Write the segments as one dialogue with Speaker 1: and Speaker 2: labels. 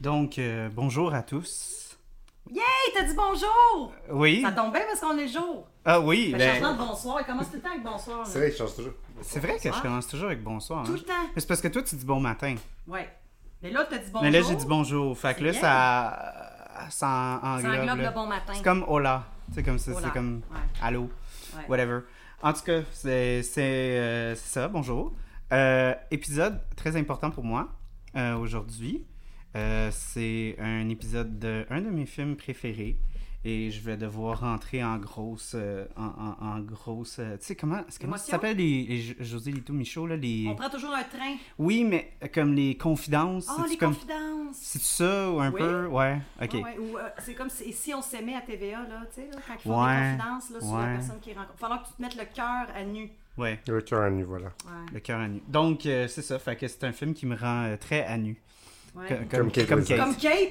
Speaker 1: Donc, euh, bonjour à tous.
Speaker 2: Hey, t'as dit bonjour!
Speaker 1: Oui.
Speaker 2: Ça tombe bien parce qu'on est le jour.
Speaker 1: Ah oui,
Speaker 2: Le
Speaker 1: ben,
Speaker 2: changement de bonsoir, il commence tout le temps avec bonsoir. là.
Speaker 3: C'est vrai, je change toujours.
Speaker 1: c'est vrai que je
Speaker 2: Bonsoir.
Speaker 1: commence toujours avec bonsoir. hein.
Speaker 2: Tout le temps.
Speaker 1: Mais C'est parce que toi, tu dis bon matin.
Speaker 2: Ouais. Mais là, t'as dit bonjour.
Speaker 1: Mais là, j'ai dit bonjour. Fait que là,
Speaker 2: C'est
Speaker 1: ça, ça en- englobe.
Speaker 2: Ça englobe
Speaker 1: là.
Speaker 2: le bon matin.
Speaker 1: C'est comme hola. C'est comme ça,
Speaker 2: Hola.
Speaker 1: c'est comme
Speaker 2: Ouais.
Speaker 1: allô,
Speaker 2: Ouais.
Speaker 1: whatever. En tout cas, c'est c'est, euh, c'est ça, bonjour. Euh, épisode très important pour moi euh, aujourd'hui. Euh, c'est un épisode de un de mes films préférés et je vais devoir rentrer en grosse euh, en, en- en grosse euh, tu sais comment comment ça
Speaker 2: Émotion?
Speaker 1: s'appelle les, les Jo- José Lito Michaud là les
Speaker 2: On prend toujours un train.
Speaker 1: oui mais euh, comme les confidences
Speaker 2: Oh,
Speaker 1: c'est-tu
Speaker 2: les
Speaker 1: comme
Speaker 2: confidences.
Speaker 1: c'est ça ou un
Speaker 2: Oui.
Speaker 1: peu ouais ok
Speaker 2: Ouais, ouais. Ou, euh, c'est comme si, si on s'aimait à TVA, là, tu sais, là, quand ils font
Speaker 1: Ouais.
Speaker 2: des confidences là, sur
Speaker 1: Ouais.
Speaker 2: la personne qui rencontre. Falloir que tu te mettes le cœur à nu.
Speaker 1: ouais
Speaker 3: Le cœur à nu, voilà.
Speaker 2: Ouais.
Speaker 1: Le cœur à nu. Donc, euh, c'est ça. Fait que c'est un film qui me rend euh, très à nu.
Speaker 2: Ouais.
Speaker 1: Co-
Speaker 3: Comme Kate Winslet.
Speaker 2: Comme Kate. hey,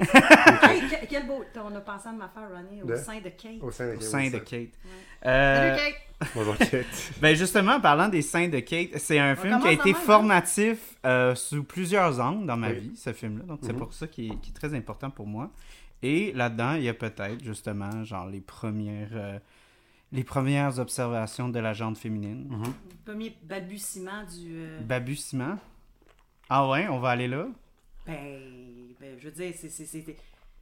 Speaker 2: que- quel beau. On a pensé à ma faire Ronnie, au
Speaker 3: De?
Speaker 2: sein de Kate.
Speaker 3: Au sein de
Speaker 1: au sein de
Speaker 3: Kate.
Speaker 1: Kate.
Speaker 2: Salut
Speaker 1: Euh,
Speaker 2: Kate.
Speaker 3: Bonjour Kate.
Speaker 1: ben justement, en parlant des seins de Kate, c'est un film qui a
Speaker 2: commence
Speaker 1: été
Speaker 2: de même, hein?
Speaker 1: formatif euh, sous plusieurs angles dans ma
Speaker 3: Oui.
Speaker 1: vie, ce film-là. Donc, c'est
Speaker 3: Mhm.
Speaker 1: pour ça qu'il est, qu'il est très important pour moi. Et là-dedans, il y a peut-être justement genre les premières, euh, les premières observations de la jante féminine.
Speaker 3: Mhm.
Speaker 2: Premier balbutiement du. euh,
Speaker 1: Babussement. Ah ouais, on va aller là?
Speaker 2: Ben, ben, je veux dire, c'est- c'est- c'était.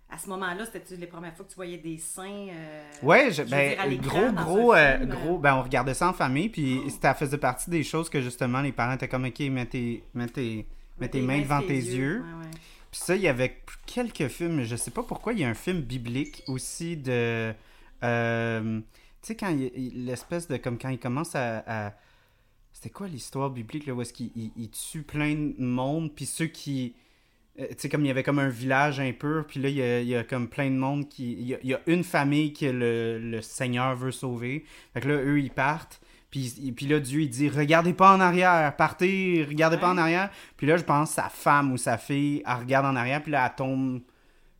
Speaker 2: À ce moment-là, c'était les premières fois que tu voyais des seins. euh,
Speaker 1: Ouais, je-
Speaker 2: veux
Speaker 1: ben,
Speaker 2: dire, à l'écran,
Speaker 1: gros,
Speaker 2: dans un
Speaker 1: gros, euh,
Speaker 2: film, euh, Oh.
Speaker 1: gros, ben, on regardait ça en famille, puis ça faisait partie des choses que justement les parents étaient comme, ok, mets tes, mets tes, mets tes mains devant
Speaker 2: euh, sur
Speaker 1: tes yeux.
Speaker 2: Ouais, ouais.
Speaker 1: Puis ça, il y avait quelques films, je sais pas pourquoi, il y a un film biblique aussi de. euh, tu sais, quand il- il- l'espèce de. Comme quand il commence à. à- c'était quoi l'histoire biblique, là, où est-ce qu'il il- il tue plein de monde, puis ceux qui. euh, tu sais, comme il y avait comme un village impur, puis là, il y a, il y a comme plein de monde qui. Il y a, il y a une famille que le, le Seigneur veut sauver. Fait que là, eux, ils partent. Puis, ils- puis là, Dieu, il dit Regardez pas en arrière, partez, regardez pas en
Speaker 2: Ouais.
Speaker 1: arrière. Puis là, je pense sa femme ou sa fille, elle regarde en arrière, puis là, elle tombe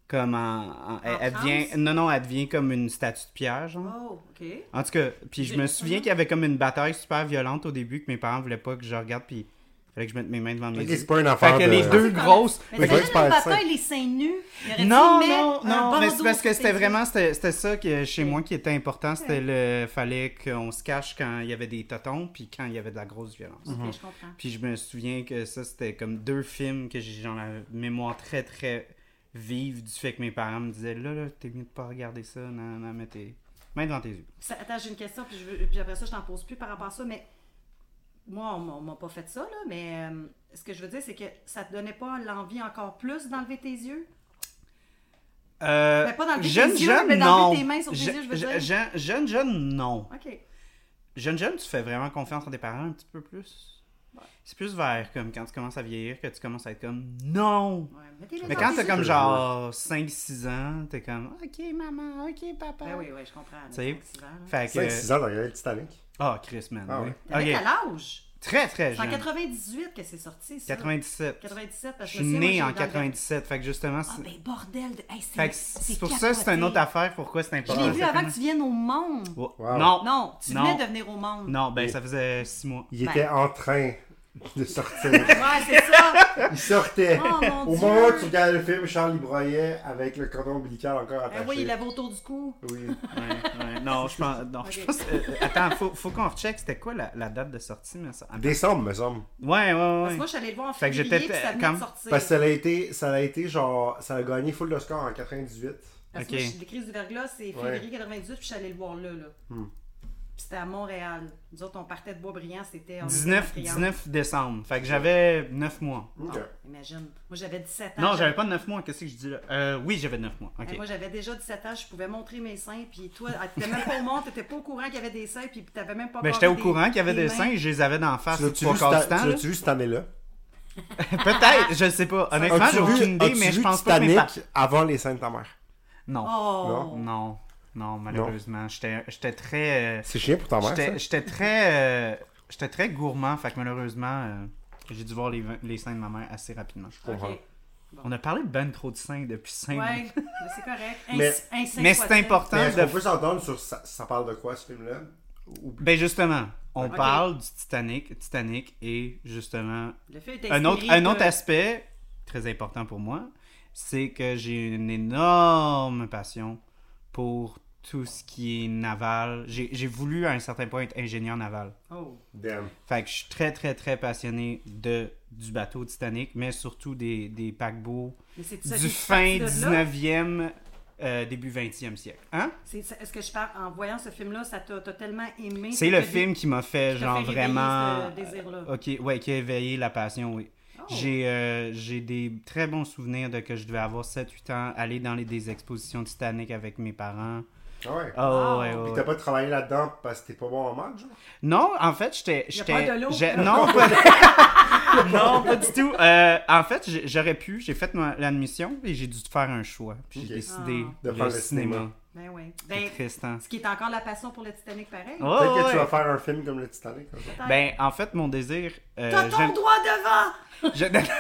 Speaker 1: comme en. en- elle, elle
Speaker 2: transe?
Speaker 1: devient- Non, non, elle devient comme une statue de pierre, genre.
Speaker 2: Oh, OK.
Speaker 1: En tout cas, puis je
Speaker 2: J'ai-
Speaker 1: me souviens
Speaker 2: Mhm.
Speaker 1: qu'il y avait comme une bataille super violente au début que mes parents voulaient pas que je regarde, puis il fallait que je mette mes mains devant mes
Speaker 3: Ok,
Speaker 1: yeux.
Speaker 3: c'est pas une
Speaker 1: Fait
Speaker 3: affaire
Speaker 1: que
Speaker 3: de...
Speaker 1: les deux grosses.
Speaker 2: Mais
Speaker 3: Mais
Speaker 2: t'as
Speaker 3: quoi,
Speaker 2: juste
Speaker 3: tu
Speaker 2: le
Speaker 3: penses
Speaker 2: bataille,
Speaker 3: ça?
Speaker 2: les seins nus. Il aurait
Speaker 1: Non,
Speaker 2: dû
Speaker 1: non,
Speaker 2: mettre un
Speaker 1: non, mais
Speaker 2: bandeau
Speaker 1: c'est parce que
Speaker 2: sur
Speaker 1: c'était
Speaker 2: tes
Speaker 1: vraiment, c'était c'était ça que chez moi qui était important, c'était
Speaker 2: Ok.
Speaker 1: le, fallait qu'on se cache quand il y avait des totons, puis quand il y avait de la grosse violence.
Speaker 2: yeux.
Speaker 3: Mhm.
Speaker 2: Ok, je comprends.
Speaker 1: Puis je me souviens que ça, c'était comme deux films que j'ai dans la mémoire très, très vive du fait que mes parents me disaient Là, là, t'es mieux de pas regarder ça, non, non, mets tes mains devant tes yeux.
Speaker 2: Ça- attends, j'ai une question, puis, je veux- puis après ça, je t'en pose plus par rapport à ça, mais moi, on m'a- on m'a pas fait ça, là, mais euh, ce que je veux dire, c'est que ça te donnait pas l'envie encore plus d'enlever tes yeux?
Speaker 1: Euh,
Speaker 2: Mais pas dans le tes
Speaker 1: jeune,
Speaker 2: yeux,
Speaker 1: jeune,
Speaker 2: mais dans
Speaker 1: non.
Speaker 2: tes mains sur tes
Speaker 1: Je-
Speaker 2: yeux, je veux
Speaker 1: je-
Speaker 2: dire.
Speaker 1: jeune- jeune, jeune, non.
Speaker 2: OK.
Speaker 1: Jeune, jeune, tu fais vraiment confiance à tes parents un petit peu plus. C'est plus vers comme quand tu commences à vieillir que tu commences à être comme non.
Speaker 2: Ouais, mettez-les
Speaker 1: Mais
Speaker 2: dans
Speaker 1: quand
Speaker 2: tes
Speaker 1: t'as
Speaker 2: yeux.
Speaker 1: comme genre 5-6 ans, t'es comme ok maman, ok papa.
Speaker 2: Ben oui, oui, je comprends.
Speaker 1: Tu sais,
Speaker 2: C'est ans.
Speaker 1: Fait
Speaker 2: là.
Speaker 1: que.
Speaker 3: 5-6 ans, t'as regardé le Titanic.
Speaker 1: Ah, Chris, man.
Speaker 3: Ah
Speaker 1: oui.
Speaker 3: ouais.
Speaker 2: T'avais
Speaker 1: Ok.
Speaker 2: quel âge?
Speaker 1: Très, très
Speaker 2: C'est en
Speaker 1: jeune.
Speaker 2: 98 que c'est sorti, ça.
Speaker 1: 97.
Speaker 2: 97,
Speaker 1: Je
Speaker 2: parce que
Speaker 1: suis
Speaker 2: me souviens,
Speaker 1: né
Speaker 2: moi,
Speaker 1: en
Speaker 2: j'ai eu dans le-
Speaker 1: 97. Fait que justement,
Speaker 2: Ah
Speaker 1: c'est
Speaker 2: ben bordel de... hey, c'est-
Speaker 1: fait que c'est pour
Speaker 2: capoté.
Speaker 1: ça c'est une autre affaire pourquoi c'est
Speaker 2: Je
Speaker 1: important.
Speaker 2: l'ai
Speaker 1: ce
Speaker 2: vu avant
Speaker 1: film-là.
Speaker 2: que tu viennes au monde.
Speaker 1: Oh,
Speaker 3: Wow.
Speaker 1: Non, non,
Speaker 2: Non, tu venais de venir au monde.
Speaker 1: ben ça faisait 6 mois.
Speaker 3: Il
Speaker 2: Ben.
Speaker 3: était en train de sortir.
Speaker 2: Ouais, c'est ça.
Speaker 3: Il sortait.
Speaker 2: Oh, mon
Speaker 3: Au
Speaker 2: Dieu.
Speaker 3: moment où tu regardes le film, Charles il broyait avec le cordon ombilical encore
Speaker 2: Ah
Speaker 3: attaché.
Speaker 2: oui, il l'avait autour du cou.
Speaker 3: Oui.
Speaker 1: Ouais, ouais. Non, je pense. Non, je
Speaker 2: Ok.
Speaker 1: pense euh, euh, attends, faut, faut qu'on recheck. C'était quoi la, la date de sortie, mais ça.
Speaker 3: Décembre, me semble.
Speaker 1: Ouais, ouais,
Speaker 2: Parce que
Speaker 1: ouais.
Speaker 2: moi, je suis allée le voir en
Speaker 1: Fait que
Speaker 2: février,
Speaker 1: j'étais,
Speaker 2: puis ça venait
Speaker 1: euh,
Speaker 2: de
Speaker 1: comme-
Speaker 2: sortir.
Speaker 3: Parce que ça a été, ça a été genre, ça a gagné full de score en 98.
Speaker 2: Parce que
Speaker 1: Ok.
Speaker 2: moi, je- les crises du verglas, c'est février 98, puis je suis allée le voir là. là.
Speaker 1: Hmm.
Speaker 2: Puis c'était à Montréal. Nous autres, on partait de Boisbriand, c'était... on était
Speaker 1: 19,
Speaker 2: à Montréal.
Speaker 1: 19 décembre. Fait que j'avais 9 mois.
Speaker 3: Ok.
Speaker 2: Ah, imagine. Moi, j'avais 17 ans.
Speaker 1: Non, j'avais pas 9 mois. Qu'est-ce que je dis là? Euh, oui, j'avais 9 mois.
Speaker 2: Hey,
Speaker 1: Ok.
Speaker 2: Ben, Moi, j'avais déjà 17 ans, je pouvais montrer mes seins, puis toi, t'étais même pas au monde, t'étais pas au courant qu'il y avait des seins, puis t'avais même pas
Speaker 1: Ben,
Speaker 2: encore
Speaker 1: j'étais au
Speaker 2: des-
Speaker 1: courant qu'il y avait des
Speaker 2: mains.
Speaker 1: seins et je les avais d'en face
Speaker 3: Tu l'as-tu
Speaker 1: trois
Speaker 3: vu,
Speaker 1: quarts du
Speaker 3: cette-
Speaker 1: temps.
Speaker 3: tu
Speaker 1: là.
Speaker 3: l'as-tu vu cette année-là?
Speaker 1: Peut-être, je sais pas. Honnêtement,
Speaker 3: As-tu
Speaker 1: j'ai
Speaker 3: vu-
Speaker 1: aucune idée,
Speaker 3: as-tu
Speaker 1: mais je
Speaker 3: vu
Speaker 1: pense pas que mes
Speaker 3: Titanic avant les scènes de ta mère.
Speaker 1: par- Non.
Speaker 2: Oh!
Speaker 1: Non. Non, malheureusement. J'étais j'étais très. euh,
Speaker 3: C'est chiant pour ta mère,
Speaker 1: J'étais
Speaker 3: ça?
Speaker 1: j'étais très. euh, J'étais très gourmand, fait que malheureusement, euh, j'ai dû voir les, les seins de ma mère assez rapidement.
Speaker 3: comprends.
Speaker 2: Ok.
Speaker 1: On a parlé de ben trop de seins depuis 5
Speaker 2: Ouais, mais c'est correct.
Speaker 3: Mais-
Speaker 2: Insi- insecte
Speaker 1: Mais c'est
Speaker 2: soit-il.
Speaker 1: important
Speaker 3: Mais est-ce
Speaker 1: de.
Speaker 3: qu'on Ben, peut s'entendre sur ça, ça parle de quoi ce film-là Ou-
Speaker 1: Ben justement, on
Speaker 2: Ok.
Speaker 1: parle du Titanic, Titanic et justement
Speaker 2: Le fait est
Speaker 1: un autre,
Speaker 2: inspiré
Speaker 1: un autre
Speaker 2: de-
Speaker 1: aspect très important pour moi, c'est que j'ai une énorme passion pour tout ce qui est naval. J'ai j'ai voulu à un certain point être ingénieur naval.
Speaker 2: Oh.
Speaker 3: Damn.
Speaker 1: Fait que je suis très très très passionné de du bateau Titanic, mais surtout des, des paquebots
Speaker 2: Mais c'est ça qui
Speaker 1: du
Speaker 2: est
Speaker 1: fin
Speaker 2: parti de là?
Speaker 1: 19e, euh, début 20e siècle. Hein?
Speaker 2: C'est- c'est- Est-ce que je parle en voyant ce film-là, ça t'a t'a tellement aimé
Speaker 1: C'est
Speaker 2: que
Speaker 1: le
Speaker 2: t'as
Speaker 1: film qui m'a fait
Speaker 2: qui t'a
Speaker 1: genre
Speaker 2: fait réveiller
Speaker 1: vraiment.
Speaker 2: ce désir-là.
Speaker 1: euh, ok, ouais, qui a éveillé la passion, oui.
Speaker 2: Oh.
Speaker 1: J'ai euh, j'ai des très bons souvenirs de que je devais avoir 7-8 ans, aller dans les, des expositions Titanic avec mes parents.
Speaker 3: Ah ouais.
Speaker 1: Oh,
Speaker 2: Wow.
Speaker 1: ouais, ouais,
Speaker 3: Puis
Speaker 1: ouais.
Speaker 3: t'as pas travaillé là-dedans parce que t'es pas bon en maths, genre
Speaker 1: Non, en fait, j'étais.
Speaker 2: Y a
Speaker 1: j'étais-
Speaker 2: pas de l'eau.
Speaker 1: j'ai- Non, pas de- non, pas du tout. Euh, en fait, j'ai- j'aurais pu, j'ai fait ma- l'admission et j'ai dû faire un choix. Puis j'ai
Speaker 3: Ok.
Speaker 1: décidé
Speaker 2: Ah.
Speaker 3: De
Speaker 1: le,
Speaker 3: faire le
Speaker 1: cinéma.
Speaker 3: cinéma.
Speaker 2: Ben oui.
Speaker 1: C'est
Speaker 2: Ben,
Speaker 1: triste, hein?
Speaker 2: ce qui est encore la passion pour le Titanic, pareil.
Speaker 1: Oh,
Speaker 3: Peut-être que
Speaker 1: ouais.
Speaker 3: tu vas faire un film comme le Titanic. un jour.
Speaker 1: Ben, en fait, mon désir. euh,
Speaker 2: T'as ton
Speaker 1: j'aime-
Speaker 2: doigt devant!
Speaker 1: Je-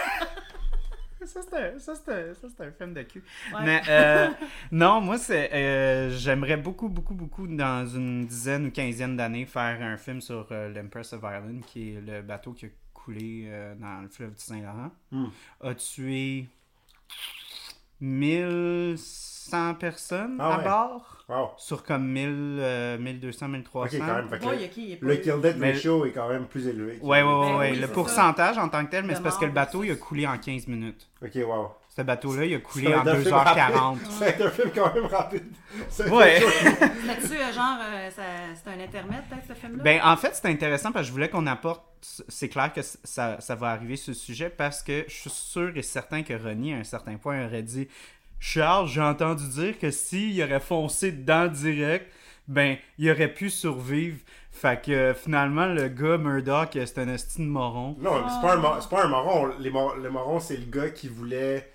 Speaker 1: ça, c'est un- ça, c'est un- ça, c'est un film de cul. Mais euh, non, moi, c'est euh, j'aimerais beaucoup, beaucoup, beaucoup, dans une dizaine ou quinzaine d'années, faire un film sur euh, l'Empress of Ireland, qui est le bateau qui a coulé euh, dans le fleuve du Saint-Laurent.
Speaker 3: Hmm.
Speaker 1: A tué 1100 personnes
Speaker 3: Ah
Speaker 1: à
Speaker 3: ouais.
Speaker 1: bord
Speaker 3: Wow.
Speaker 1: sur comme 1000, euh, 1200, 1300.
Speaker 3: Ok, quand même. Fait que
Speaker 2: Bon,
Speaker 3: le-
Speaker 2: y a qui? Y a pas
Speaker 3: le
Speaker 2: eu-
Speaker 3: kill death
Speaker 1: Mais-
Speaker 3: ratio est quand même plus élevé. que-
Speaker 1: Ouais, ouais, ouais,
Speaker 2: Ben
Speaker 1: ouais.
Speaker 2: oui,
Speaker 1: le
Speaker 2: c'est
Speaker 1: pourcentage en tant que tel, mais
Speaker 2: De
Speaker 1: c'est parce que le
Speaker 2: morts
Speaker 1: bateau, il a coulé en 15 minutes.
Speaker 3: Ok, wow.
Speaker 1: Ce bateau-là, il a coulé
Speaker 3: C'est
Speaker 1: en
Speaker 3: un film rapide.
Speaker 1: 2h40.
Speaker 3: C'est un film quand même rapide. C'est-
Speaker 1: Ouais.
Speaker 2: Là-dessus, euh, genre, euh, ça- c'est un intermède, peut-être, ce film-là?
Speaker 1: Ben, en fait, c'est intéressant parce que je voulais qu'on apporte. C'est clair que c- ça, ça va arriver ce sujet parce que je suis sûr et certain que Ronnie, à un certain point, aurait dit Charles, j'ai entendu dire que s'il aurait foncé dedans direct, ben, il aurait pu survivre. Fait que euh, finalement, le gars Murdoch, euh, c'est un esti de moron.
Speaker 3: Non, mais c'est pas,
Speaker 2: Ah.
Speaker 3: un mor- c'est pas un moron. Les mor- le moron, c'est le gars qui voulait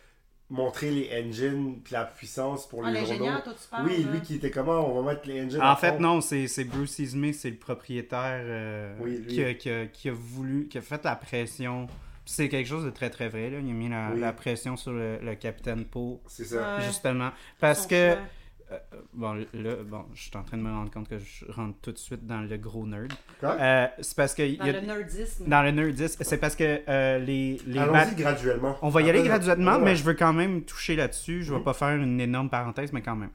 Speaker 3: montrer les engines puis la puissance pour
Speaker 2: Ah,
Speaker 3: les journaux.
Speaker 2: l'ingénieur, toi, tu parles.
Speaker 3: Oui,
Speaker 2: là.
Speaker 3: lui qui était comment On va mettre les engines. à
Speaker 1: En fait,
Speaker 3: fond.
Speaker 1: non, c'est c'est Bruce Ismay, c'est le propriétaire euh,
Speaker 3: Oui, lui.
Speaker 1: qui, a, qui a- qui a voulu, qui a fait la pression. Puis C'est quelque chose de très très vrai, là. Il a mis la,
Speaker 3: Oui.
Speaker 1: la pression sur le, le capitaine Poe.
Speaker 3: C'est ça.
Speaker 2: Ouais.
Speaker 1: Justement. Parce
Speaker 2: Son
Speaker 1: que.
Speaker 2: choix.
Speaker 1: Bon, là, bon, je suis en train de me rendre compte que je rentre tout de suite dans le gros nerd.
Speaker 3: Quoi?
Speaker 1: Euh, c'est parce que. il y
Speaker 2: Dans
Speaker 1: a-
Speaker 2: le nerdisme.
Speaker 1: dans le nerdisme, c'est parce que euh, les. les
Speaker 3: Allons-y
Speaker 1: bat-
Speaker 3: graduellement.
Speaker 1: On va y aller
Speaker 3: Après,
Speaker 1: graduellement,
Speaker 3: Ah, ouais.
Speaker 1: mais je veux quand même toucher là-dessus. Je ne vais pas faire une énorme parenthèse, mais quand même.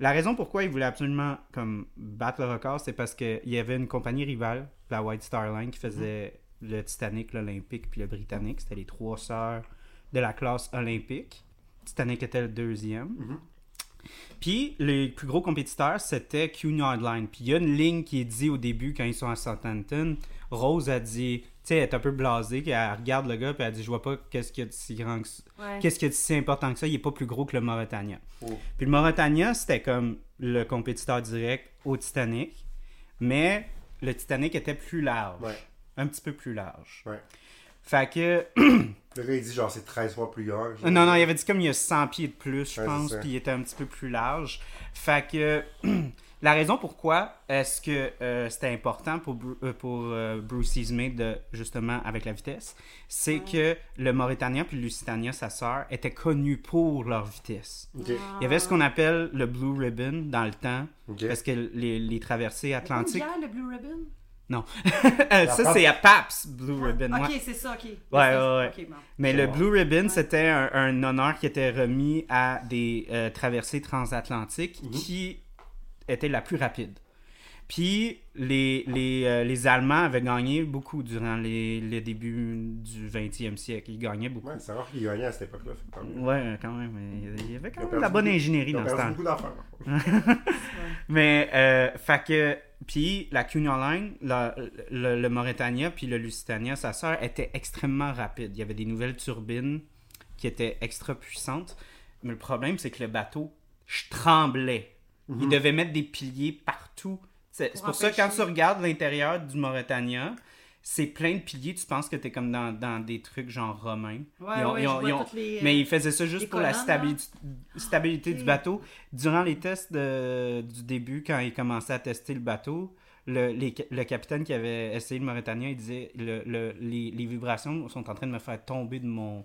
Speaker 1: La raison pourquoi ils voulaient absolument comme, battre le record, c'est parce qu'il y avait une compagnie rivale, la White Star Line, qui faisait le Titanic, l'Olympique, puis le Britannique. C'était les trois sœurs de la classe olympique. Titanic était le deuxième. Puis les plus gros compétiteurs, c'était Cunard Line. Puis il y a une ligne qui est dit au début quand ils sont à Southampton. Rose a dit, tu sais, elle est un peu blasée, puis elle regarde le gars, puis elle dit, je vois pas qu'est-ce qu'il y a de si grand que ça.
Speaker 2: Ouais.
Speaker 1: Qu'est-ce qu'il y a de si important que ça? Il est pas plus gros que le Mauritania.
Speaker 3: Oh.
Speaker 1: Puis le Mauritania, c'était comme le compétiteur direct au Titanic, mais le Titanic était plus large.
Speaker 3: Ouais.
Speaker 1: Un petit peu plus large.
Speaker 3: Ouais.
Speaker 1: Fait que.
Speaker 3: Le gars, il dit genre c'est 13 fois plus grand. genre.
Speaker 1: Non, non, il avait dit comme il y a 100 pieds de plus, je
Speaker 3: Ouais,
Speaker 1: pense,
Speaker 3: c'est ça.
Speaker 1: puis il était un petit peu plus large. Fait que la raison pourquoi est-ce que euh, c'était important pour, Bru- euh, pour euh, Bruce Ismay de justement avec la vitesse, c'est que le Mauritania puis le Lusitania, sa sœur, étaient connus pour leur vitesse.
Speaker 3: Ok.
Speaker 1: Il y avait ce qu'on appelle le Blue Ribbon dans le temps,
Speaker 3: Ok.
Speaker 1: parce que les, les traversées atlantiques.
Speaker 2: Ah. Hier, le Blue Ribbon?
Speaker 1: Non, Euh, ça
Speaker 3: Paps.
Speaker 1: c'est à Paps Blue Ribbon. ouais.
Speaker 2: Ok, c'est ça, ok.
Speaker 1: Ouais,
Speaker 2: C'est-
Speaker 1: ouais, ouais.
Speaker 2: ok, bon.
Speaker 1: Mais le
Speaker 3: Wow.
Speaker 1: Blue Ribbon, c'était un, un honneur qui était remis à des euh, traversées transatlantiques
Speaker 3: Mhm.
Speaker 1: qui étaient la plus rapide. Puis les, les, euh, les Allemands avaient gagné beaucoup durant les, les débuts du 20e siècle. Ils gagnaient beaucoup.
Speaker 3: Ouais, c'est rare qu'il gagnait à cette époque-là. fait que tant mieux.
Speaker 1: Ouais, quand même. Il y avait quand
Speaker 3: Ils ont
Speaker 1: même de la
Speaker 3: perdu
Speaker 1: bonne
Speaker 3: beaucoup-
Speaker 1: ingénierie
Speaker 3: ils ont
Speaker 1: dans ce
Speaker 3: perdu
Speaker 1: temps.
Speaker 3: beaucoup d'affaires.
Speaker 1: Mais, euh, fait que, puis la Cunha Line, la- le, le Mauretania, puis le Lusitania, sa sœur, était extrêmement rapide. Il y avait des nouvelles turbines qui étaient extra puissantes. Mais le problème, c'est que le bateau je tremblait. Il devait mettre des piliers partout. C'est c'est
Speaker 2: Pour
Speaker 1: pour ça que quand tu
Speaker 2: empêcher.
Speaker 1: regardes l'intérieur du Mauretania, c'est plein de piliers. Tu penses que t'es comme dans, dans des trucs genre romains.
Speaker 2: Ouais,
Speaker 1: Ils ont-
Speaker 2: ouais,
Speaker 1: ils
Speaker 2: je
Speaker 1: ont-
Speaker 2: vois
Speaker 1: ils ont-
Speaker 2: toutes les, euh,
Speaker 1: mais ils faisaient ça juste
Speaker 2: les
Speaker 1: pour la
Speaker 2: colonnes, là.
Speaker 1: stabili- stabilité
Speaker 2: ok.
Speaker 1: du bateau. Durant les tests de- du début, quand ils commençaient à tester le bateau, le, les- le capitaine qui avait essayé le Mauritania, il disait le, le- les, les vibrations sont en train de me faire tomber de mon,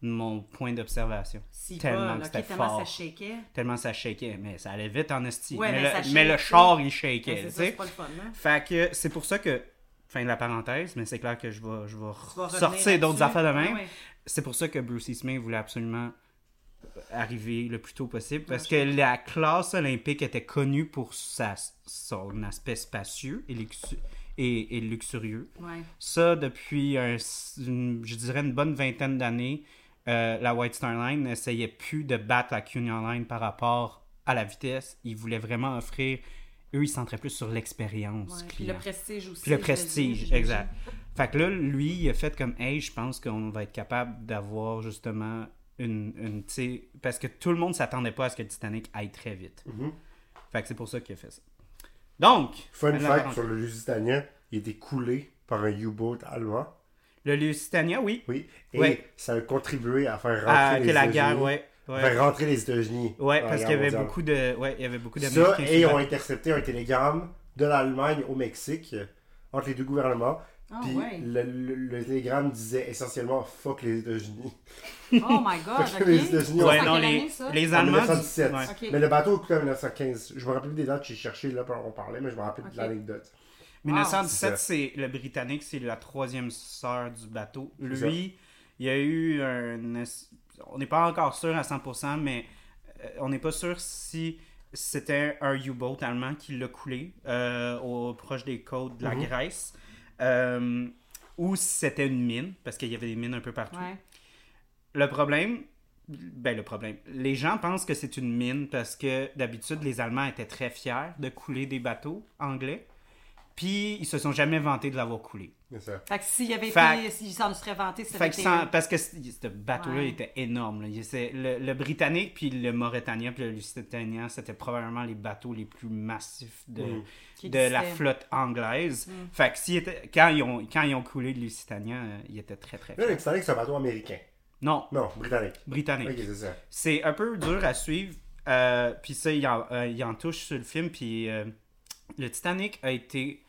Speaker 1: mon point d'observation.
Speaker 2: Si
Speaker 1: Tellement
Speaker 2: pas,
Speaker 1: que
Speaker 2: là,
Speaker 1: c'était
Speaker 2: ok, tellement
Speaker 1: fort.
Speaker 2: ça shakeait.
Speaker 1: Tellement ça shakeait, mais ça allait vite en esti.
Speaker 2: Ouais,
Speaker 1: mais,
Speaker 2: mais ça
Speaker 1: le, mais le
Speaker 2: shake,
Speaker 1: char, il
Speaker 2: Ben,
Speaker 1: shakeait,
Speaker 2: c'est
Speaker 1: tu
Speaker 2: ça, c'est
Speaker 1: sais.
Speaker 2: pas le fun, hein?
Speaker 1: Fait que c'est pour ça que, fin de la parenthèse, mais c'est clair que je vais, je vais
Speaker 2: Tu vas revenir
Speaker 1: sortir d'autres
Speaker 2: là-dessus.
Speaker 1: affaires de même.
Speaker 2: Ah ouais.
Speaker 1: C'est pour ça que Bruce Eastman voulait absolument euh, arriver le plus tôt possible parce
Speaker 2: je
Speaker 1: que la classe olympique était connue pour sa, son aspect spacieux et, luxu- et- et luxurieux.
Speaker 2: Ouais.
Speaker 1: Ça, depuis, un- une- je dirais, une bonne vingtaine d'années, euh, la White Star Line n'essayait plus de battre la Cunion Line par rapport à la vitesse. Ils voulaient vraiment offrir... Eux, ils se centraient plus sur l'expérience.
Speaker 2: Ouais, Puis
Speaker 1: client.
Speaker 2: le prestige aussi.
Speaker 1: Puis le
Speaker 2: j'imagine,
Speaker 1: prestige,
Speaker 2: j'imagine.
Speaker 1: exact. Fait que là, lui, il a fait comme, hey, je pense qu'on va être capable d'avoir justement une. une tu sais, parce que tout le monde s'attendait pas à ce que le Titanic aille très vite. Fait que c'est pour ça qu'il a fait ça. Donc,
Speaker 3: Mhm. Fun
Speaker 1: à la
Speaker 3: fact
Speaker 1: rencontre.
Speaker 3: sur le Lusitanien, il était coulé par un U-boat allemand.
Speaker 1: le Lusitania, oui.
Speaker 3: Oui. Et
Speaker 1: Ouais.
Speaker 3: ça a contribué à faire rentrer
Speaker 1: Ah,
Speaker 3: les
Speaker 1: que la
Speaker 3: États-Unis.
Speaker 1: guerre, ouais.
Speaker 3: à
Speaker 1: Ouais,
Speaker 3: Faire rentrer les États-Unis.
Speaker 1: Ouais,
Speaker 3: dans la
Speaker 1: parce
Speaker 3: guerre
Speaker 1: qu'il y avait
Speaker 3: mondiale.
Speaker 1: beaucoup de. Ouais, il y avait beaucoup d'Américains.
Speaker 3: Ça,
Speaker 1: qui
Speaker 3: et ils ont
Speaker 1: battaient.
Speaker 3: intercepté un télégramme de l'Allemagne au Mexique euh, entre les deux gouvernements.
Speaker 2: Ah
Speaker 3: Puis
Speaker 2: ouais.
Speaker 3: le, le- le télégramme disait essentiellement fuck les États-Unis.
Speaker 2: Oh my god,
Speaker 3: Fait que
Speaker 2: ok.
Speaker 3: les États-Unis ont-
Speaker 2: Ça,
Speaker 1: Ouais,
Speaker 2: c'est
Speaker 1: non,
Speaker 2: quelle
Speaker 1: les,
Speaker 2: année, ça?
Speaker 1: les
Speaker 3: En
Speaker 1: Allemands.
Speaker 3: 1917.
Speaker 1: ouais.
Speaker 2: Ok.
Speaker 3: Mais le bateau a coulé en 1915. Je me rappelle plus des dates, j'ai cherché là, on parlait, mais je me rappelle
Speaker 2: Ok.
Speaker 3: de l'anecdote.
Speaker 2: Wow.
Speaker 1: 1917,
Speaker 3: C'est ça.
Speaker 1: c'est le Britannique, c'est la troisième sœur du bateau.
Speaker 3: ça.
Speaker 1: Lui, il y a eu un. On n'est pas encore sûr à 100%, mais euh, on n'est pas sûr si c'était un U-boat allemand qui l'a coulé euh, au, proche des côtes de la Grèce euh, ou si c'était une mine, parce qu'il y avait des mines un peu partout.
Speaker 2: Ouais.
Speaker 1: Le problème, ben le problème, les gens pensent que c'est une mine parce que d'habitude les Allemands étaient très fiers de couler des bateaux anglais, puis ils se sont jamais vantés de l'avoir coulé.
Speaker 3: C'est ça.
Speaker 2: Fait que s'il y avait
Speaker 1: Fait-
Speaker 2: été, s'il s'en serait vanté, ça
Speaker 1: Fait
Speaker 2: aurait
Speaker 1: que
Speaker 2: été...
Speaker 1: sans- parce que c- ce bateau-là
Speaker 2: Ouais.
Speaker 1: était énorme. là. Il- c'est- Le, le britannique puis le mauritanien puis le lusitanien, c'était probablement les bateaux les plus massifs de,
Speaker 2: Qui
Speaker 1: de la
Speaker 2: existaient. Mm.
Speaker 1: flotte anglaise. Fait que s'ils étaient- quand ils ont quand ils ont coulé le lusitanien, euh, ils étaient très très
Speaker 3: Là, le
Speaker 1: fiers.
Speaker 3: Titanic, c'est un bateau américain.
Speaker 1: Non,
Speaker 3: Non, britannique.
Speaker 1: britannique.
Speaker 3: Ok, c'est ça.
Speaker 1: c'est un peu dur à suivre. Euh, puis ça, il en, euh, il en touche sur le film. Puis euh, le Titanic a été.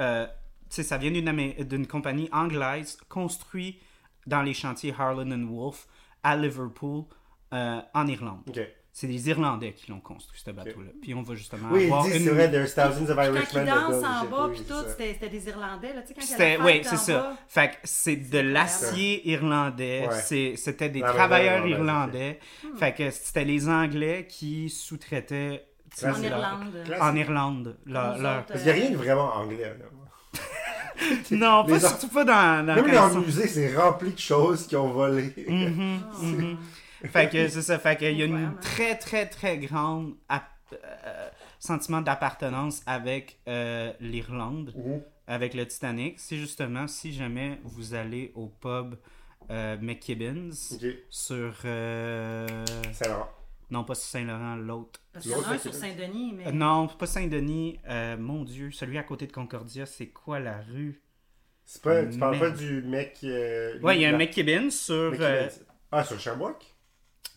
Speaker 1: euh, tu sais, ça vient d'une Amé- d'une compagnie anglaise construit dans les chantiers Harlan and Wolff à Liverpool, euh, en Irlande.
Speaker 3: Ok.
Speaker 1: C'est les Irlandais qui l'ont construit, ce bateau-là. Puis on va justement
Speaker 3: Oui,
Speaker 1: avoir
Speaker 3: il dit,
Speaker 1: une-
Speaker 3: c'est vrai, there's thousands of
Speaker 2: Quand
Speaker 3: Irishmen
Speaker 2: ils
Speaker 3: that built
Speaker 2: dansent en
Speaker 3: the ship.
Speaker 2: bas,
Speaker 3: Oui,
Speaker 2: puis
Speaker 3: c'est
Speaker 2: tout,
Speaker 3: ça.
Speaker 2: c'était c'était des Irlandais, là, tu sais, quand il y a la
Speaker 1: C'était,
Speaker 2: fête
Speaker 1: ouais,
Speaker 2: en
Speaker 1: c'est ça.
Speaker 2: bas.
Speaker 1: Fait que c'est de l'acier irlandais.
Speaker 3: Ouais.
Speaker 1: c'est- C'était des
Speaker 3: La main-d'œuvre
Speaker 1: travailleurs
Speaker 3: irlandaise,
Speaker 1: irlandais.
Speaker 2: Hmm.
Speaker 1: Fait que c'était les Anglais qui sous-traitaient. tu
Speaker 3: En
Speaker 1: sais, leur-
Speaker 2: Irlande.
Speaker 1: En Irlande. leur-
Speaker 2: Nous
Speaker 1: leur-
Speaker 2: autres,
Speaker 3: Parce qu'il n'y a rien de vraiment anglais. Là.
Speaker 1: Non, pas
Speaker 3: les-
Speaker 1: surtout pas dans, dans
Speaker 3: Même
Speaker 1: quand
Speaker 3: dans
Speaker 1: ils sont-
Speaker 3: le musée, c'est rempli de choses qui ont volé.
Speaker 1: Mhm. Fait que c'est ça. Fait qu'il y a une
Speaker 2: Incroyable. hein.
Speaker 1: très, très, très grande ap- euh, sentiment d'appartenance avec euh, l'Irlande,
Speaker 3: Mhm.
Speaker 1: avec le Titanic. C'est justement si jamais vous allez au pub euh, McKibbins
Speaker 3: Ok,
Speaker 1: sur. euh,
Speaker 3: c'est alors.
Speaker 1: non, pas sur Saint-Laurent, l'autre.
Speaker 2: Parce qu'il y en a un sur Saint-Denis, mais...
Speaker 1: Euh, Non, pas Saint-Denis. euh, mon Dieu, celui à côté de Concordia, c'est quoi la rue?
Speaker 3: C'est pas, tu parles
Speaker 1: Mais-
Speaker 3: pas du mec. euh,
Speaker 1: Ouais, il y a un
Speaker 3: la-
Speaker 1: McKibbins sur.
Speaker 3: mec qui
Speaker 1: euh,
Speaker 3: vient- Ah, sur Sherbrooke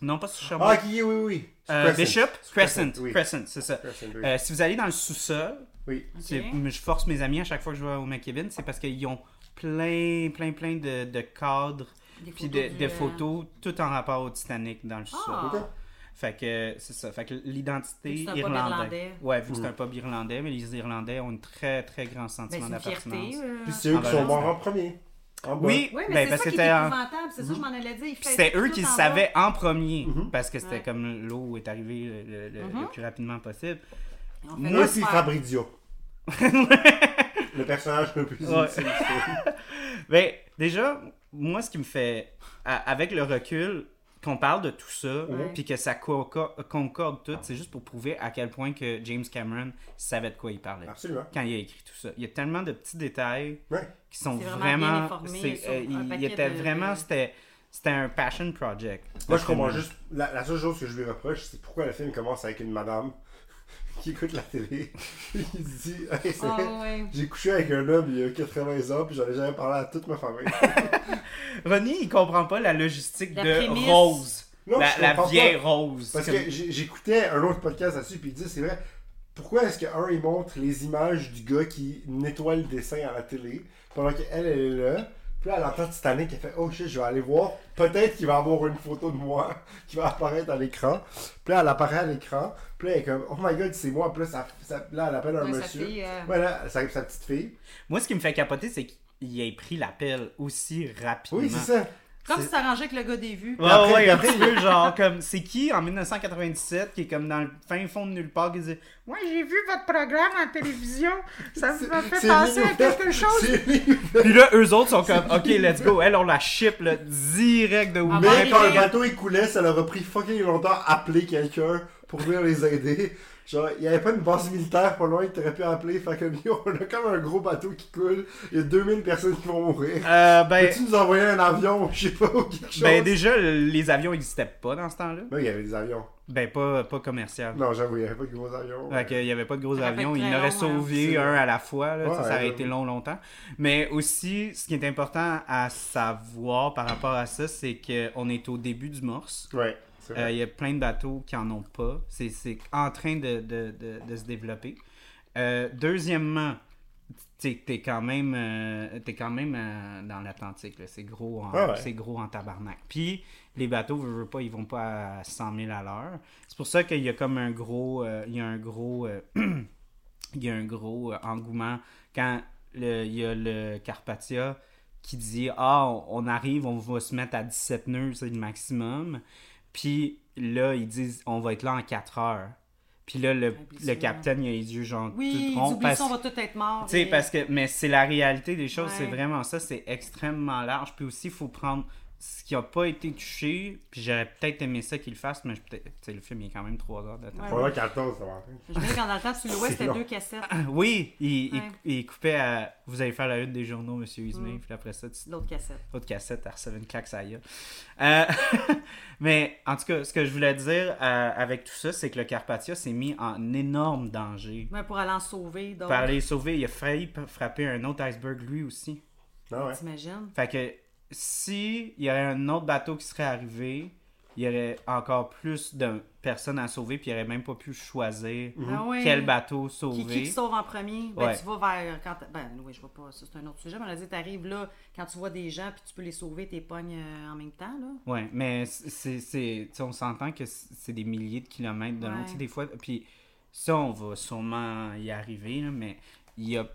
Speaker 1: non, pas sur Sherbrooke.
Speaker 3: Ah, qui est, oui, oui.
Speaker 1: Euh,
Speaker 3: Crescent.
Speaker 1: Bishop, Crescent,
Speaker 3: oui.
Speaker 1: Crescent, c'est ça.
Speaker 3: Crescent, oui.
Speaker 1: Euh, si vous allez dans le sous-sol,
Speaker 3: Oui.
Speaker 2: Ok.
Speaker 1: c'est- mais je force mes amis à chaque fois que je vais au McKibbin, c'est parce qu'ils ont plein, plein, plein de, de cadres
Speaker 2: Des
Speaker 1: puis
Speaker 2: photos
Speaker 1: de,
Speaker 2: du,
Speaker 1: de
Speaker 2: euh,
Speaker 1: photos, tout en rapport au Titanic dans le sous-sol.
Speaker 2: Ah.
Speaker 1: Fait que c'est ça, fait que l'identité
Speaker 2: Vu que c'est un
Speaker 1: irlandaise.
Speaker 2: pub irlandais.
Speaker 1: Ouais, vu que c'est un pub irlandais, mais les Irlandais ont un très, très grand
Speaker 2: Ben,
Speaker 1: sentiment
Speaker 2: c'est une fierté.
Speaker 1: d'appartenance.
Speaker 2: euh,
Speaker 3: Puis c'est
Speaker 1: Ah,
Speaker 3: eux qui
Speaker 1: ben
Speaker 3: sont
Speaker 1: là,
Speaker 3: morts en premier. En bas.
Speaker 1: Oui,
Speaker 2: Oui, mais
Speaker 1: ben, parce
Speaker 2: c'est ça
Speaker 1: que
Speaker 2: qui
Speaker 1: c'était
Speaker 2: était
Speaker 1: en-
Speaker 2: épouvantable. C'est ça, je m'en allais dire. ils
Speaker 1: Puis C'était
Speaker 2: faisaient
Speaker 1: eux
Speaker 2: tout
Speaker 1: qui le
Speaker 2: en bas.
Speaker 1: savaient en premier, parce que c'était
Speaker 2: Ouais.
Speaker 1: comme l'eau est arrivée le- le- le- le
Speaker 2: Mhm.
Speaker 1: plus rapidement possible.
Speaker 2: Et on fait
Speaker 3: Moi,
Speaker 2: le
Speaker 3: c'est
Speaker 2: faire.
Speaker 3: Fabrizio. Le personnage le plus
Speaker 1: Ouais.
Speaker 3: utile.
Speaker 1: Ben, déjà, moi, ce qui me fait. à- avec le recul, qu'on parle de tout ça, puis que ça co- co- concorde tout, c'est juste pour prouver à quel point que James Cameron savait de quoi il parlait
Speaker 3: Absolument.
Speaker 1: quand il a écrit tout ça. Il y a tellement de petits détails
Speaker 3: Ouais.
Speaker 1: qui sont
Speaker 2: C'est vraiment bien
Speaker 1: vraiment.
Speaker 2: informé
Speaker 1: c'est-
Speaker 2: sur
Speaker 1: euh,
Speaker 2: un
Speaker 1: il- il
Speaker 2: paquet
Speaker 1: était
Speaker 2: de-
Speaker 1: vraiment. C'était c'était un passion project.
Speaker 3: Moi, je comprends juste. La, la seule chose que je lui reproche, c'est pourquoi le film commence avec une madame qui écoute la télé. Il dit Hey, c'est-
Speaker 2: Ah, ouais.
Speaker 3: J'ai couché avec un homme il y a 80 ans, puis j'en ai jamais parlé à toute ma famille.
Speaker 1: Ronnie, il comprend pas la logistique
Speaker 2: La
Speaker 1: de
Speaker 2: prémisse.
Speaker 1: Rose.
Speaker 3: Non,
Speaker 1: la
Speaker 3: je
Speaker 1: la
Speaker 3: comprends pas.
Speaker 1: vieille Rose.
Speaker 3: Parce
Speaker 1: Comme-
Speaker 3: que j'ai- j'écoutais un autre podcast là-dessus, puis il dit c'est vrai, pourquoi est-ce que un, il montre les images du gars qui nettoie le dessin à la télé, pendant qu'elle, elle est là, Puis là, elle entend Titanic, elle fait Oh shit, je vais aller voir. Peut-être qu'il va avoir une photo de moi qui va apparaître à l'écran. Puis là, elle apparaît à l'écran. Puis là, elle est comme Oh my god, c'est moi. Puis là, ça- ça- là, elle appelle un
Speaker 2: Ouais, sa
Speaker 3: monsieur.
Speaker 2: fille, euh,
Speaker 3: Voilà, sa, sa petite fille.
Speaker 1: Moi, ce qui me fait capoter, c'est qu'il ait pris l'appel aussi rapidement.
Speaker 3: Oui, c'est ça.
Speaker 2: Comme si ça rangeait avec le gars des vues.
Speaker 1: Ouais,
Speaker 3: Après-
Speaker 1: ouais, un
Speaker 3: après-
Speaker 1: petit peu, genre, comme, c'est qui en 1997 qui est comme dans le fin fond de nulle part qui dit Ouais, j'ai vu votre programme à la télévision, ça
Speaker 3: C'est-
Speaker 1: m'a fait
Speaker 3: c'est
Speaker 1: penser à
Speaker 3: Lino-
Speaker 1: quelque chose.
Speaker 3: c'est Lino-
Speaker 1: Puis là, eux autres sont comme Ok, let's go. Elle, on la ship, là, direct de
Speaker 2: Ah,
Speaker 1: ouf.
Speaker 2: ouais.
Speaker 3: Mais quand le bateau il coulait, ça leur a pris fucking longtemps à appeler quelqu'un pour venir les aider. Genre, il n'y avait pas une base militaire pas loin que t'aurais pu appeler. Fait que nous, on a comme un gros bateau qui coule. Il y a 2000 personnes qui vont mourir.
Speaker 1: Euh, ben,
Speaker 3: Peux-tu nous envoyer un avion, je sais pas, ou quelque chose?
Speaker 1: ben, déjà, les avions n'existaient pas dans ce temps-là.
Speaker 3: Là, il y avait des avions.
Speaker 1: Ben, pas, pas commercial.
Speaker 3: Non, j'avoue, il n'y avait pas de gros avions.
Speaker 1: Fait qu'il n'y avait pas de gros
Speaker 2: Ça fait
Speaker 1: avions, il
Speaker 2: très
Speaker 1: en aurait
Speaker 2: long, hein.
Speaker 1: sauvé
Speaker 3: C'est-
Speaker 1: un à la fois, là, tu sais,
Speaker 3: Ouais,
Speaker 1: ça aurait
Speaker 3: ouais.
Speaker 1: été long longtemps. Mais aussi, ce qui est important à savoir par rapport à ça, c'est qu'on est au début du morse.
Speaker 3: Ouais, c'est
Speaker 1: Euh,
Speaker 3: vrai.
Speaker 1: Il y a plein de bateaux qui en ont pas. C'est- C'est en train de, de- de- de se développer. Euh, deuxièmement, t'es es quand même, euh, t'es quand même euh, dans l'Atlantique. là. C'est gros, en-
Speaker 3: Ah ouais.
Speaker 1: c'est gros en tabarnak. Puis les bateaux, veux, veux pas, ils vont pas à 100 000 à l'heure. C'est pour ça qu'il y a comme un gros, euh, il y a un gros, euh, il y a un gros euh, engouement quand le- il y a le Carpathia qui dit ah on- on arrive on va se mettre à 17 nœuds c'est le maximum puis là ils disent on va être là en 4 heures puis là le,
Speaker 2: Oublie
Speaker 1: le
Speaker 2: ça.
Speaker 1: capitaine il a les yeux genre
Speaker 2: Oui,
Speaker 1: tout
Speaker 2: ils
Speaker 1: ronds
Speaker 2: oublient
Speaker 1: parce-
Speaker 2: ça, on va tout être morts.
Speaker 1: tu sais,
Speaker 2: et-
Speaker 1: parce que, mais c'est la réalité des choses, c'est
Speaker 2: Ouais.
Speaker 1: vraiment ça, c'est extrêmement large. Puis aussi, il faut prendre ce qui n'a pas été touché. Puis j'aurais peut-être aimé ça qu'il le fasse, mais je- peut-être- tu sais, le film il est quand même 3 heures de temps.
Speaker 2: Ouais.
Speaker 3: Pendant 14, ça va.
Speaker 2: Je me dis qu'en dans le temps, sur le
Speaker 3: C'est
Speaker 2: web, c'était
Speaker 3: long.
Speaker 2: deux cassettes.
Speaker 1: Oui, il, il-
Speaker 2: Ouais. Mm.
Speaker 1: il coupait à Vous allez faire la une des journaux, monsieur Ismay. Puis après ça, tu
Speaker 2: L'autre cassette.
Speaker 1: Autre cassette, elle recevait une claque, ça y est. Euh, mais en tout cas, ce que je voulais dire euh, avec tout ça, c'est que le Carpathia s'est mis en énorme danger.
Speaker 2: Mais pour aller en sauver, donc.
Speaker 1: Pour aller sauver, il a failli p- frapper un autre iceberg lui aussi.
Speaker 3: Non, Ah ouais.
Speaker 2: T'imagines?
Speaker 1: Fait que si il y avait un autre bateau qui serait arrivé, il y aurait encore plus de personnes à sauver, puis il aurait même pas pu choisir
Speaker 2: Ah ouais.
Speaker 1: quel bateau sauver.
Speaker 2: Qui, qui te sauve en premier? Ben,
Speaker 1: Ouais.
Speaker 2: tu vas vers. Quand t'- ben, oui, je vois pas. Ça, c'est un autre sujet. Mais on a dit, t'arrives là, quand tu vois des gens, puis tu peux les sauver, t'es pognes euh, en même temps, là.
Speaker 1: Ouais, mais c'est, c'est, tu sais, on s'entend que c- c'est des milliers de kilomètres de long,
Speaker 2: Ouais.
Speaker 1: tu sais, des fois. Puis ça, on va sûrement y arriver, là, mais il y a.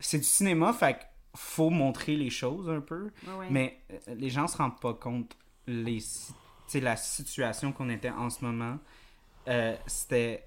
Speaker 1: C'est du cinéma, fait que faut montrer les choses un peu.
Speaker 2: Ouais, ouais.
Speaker 1: Mais euh, les gens se rendent pas compte les, si- tu sais, la situation qu'on était en ce moment. euh, c'était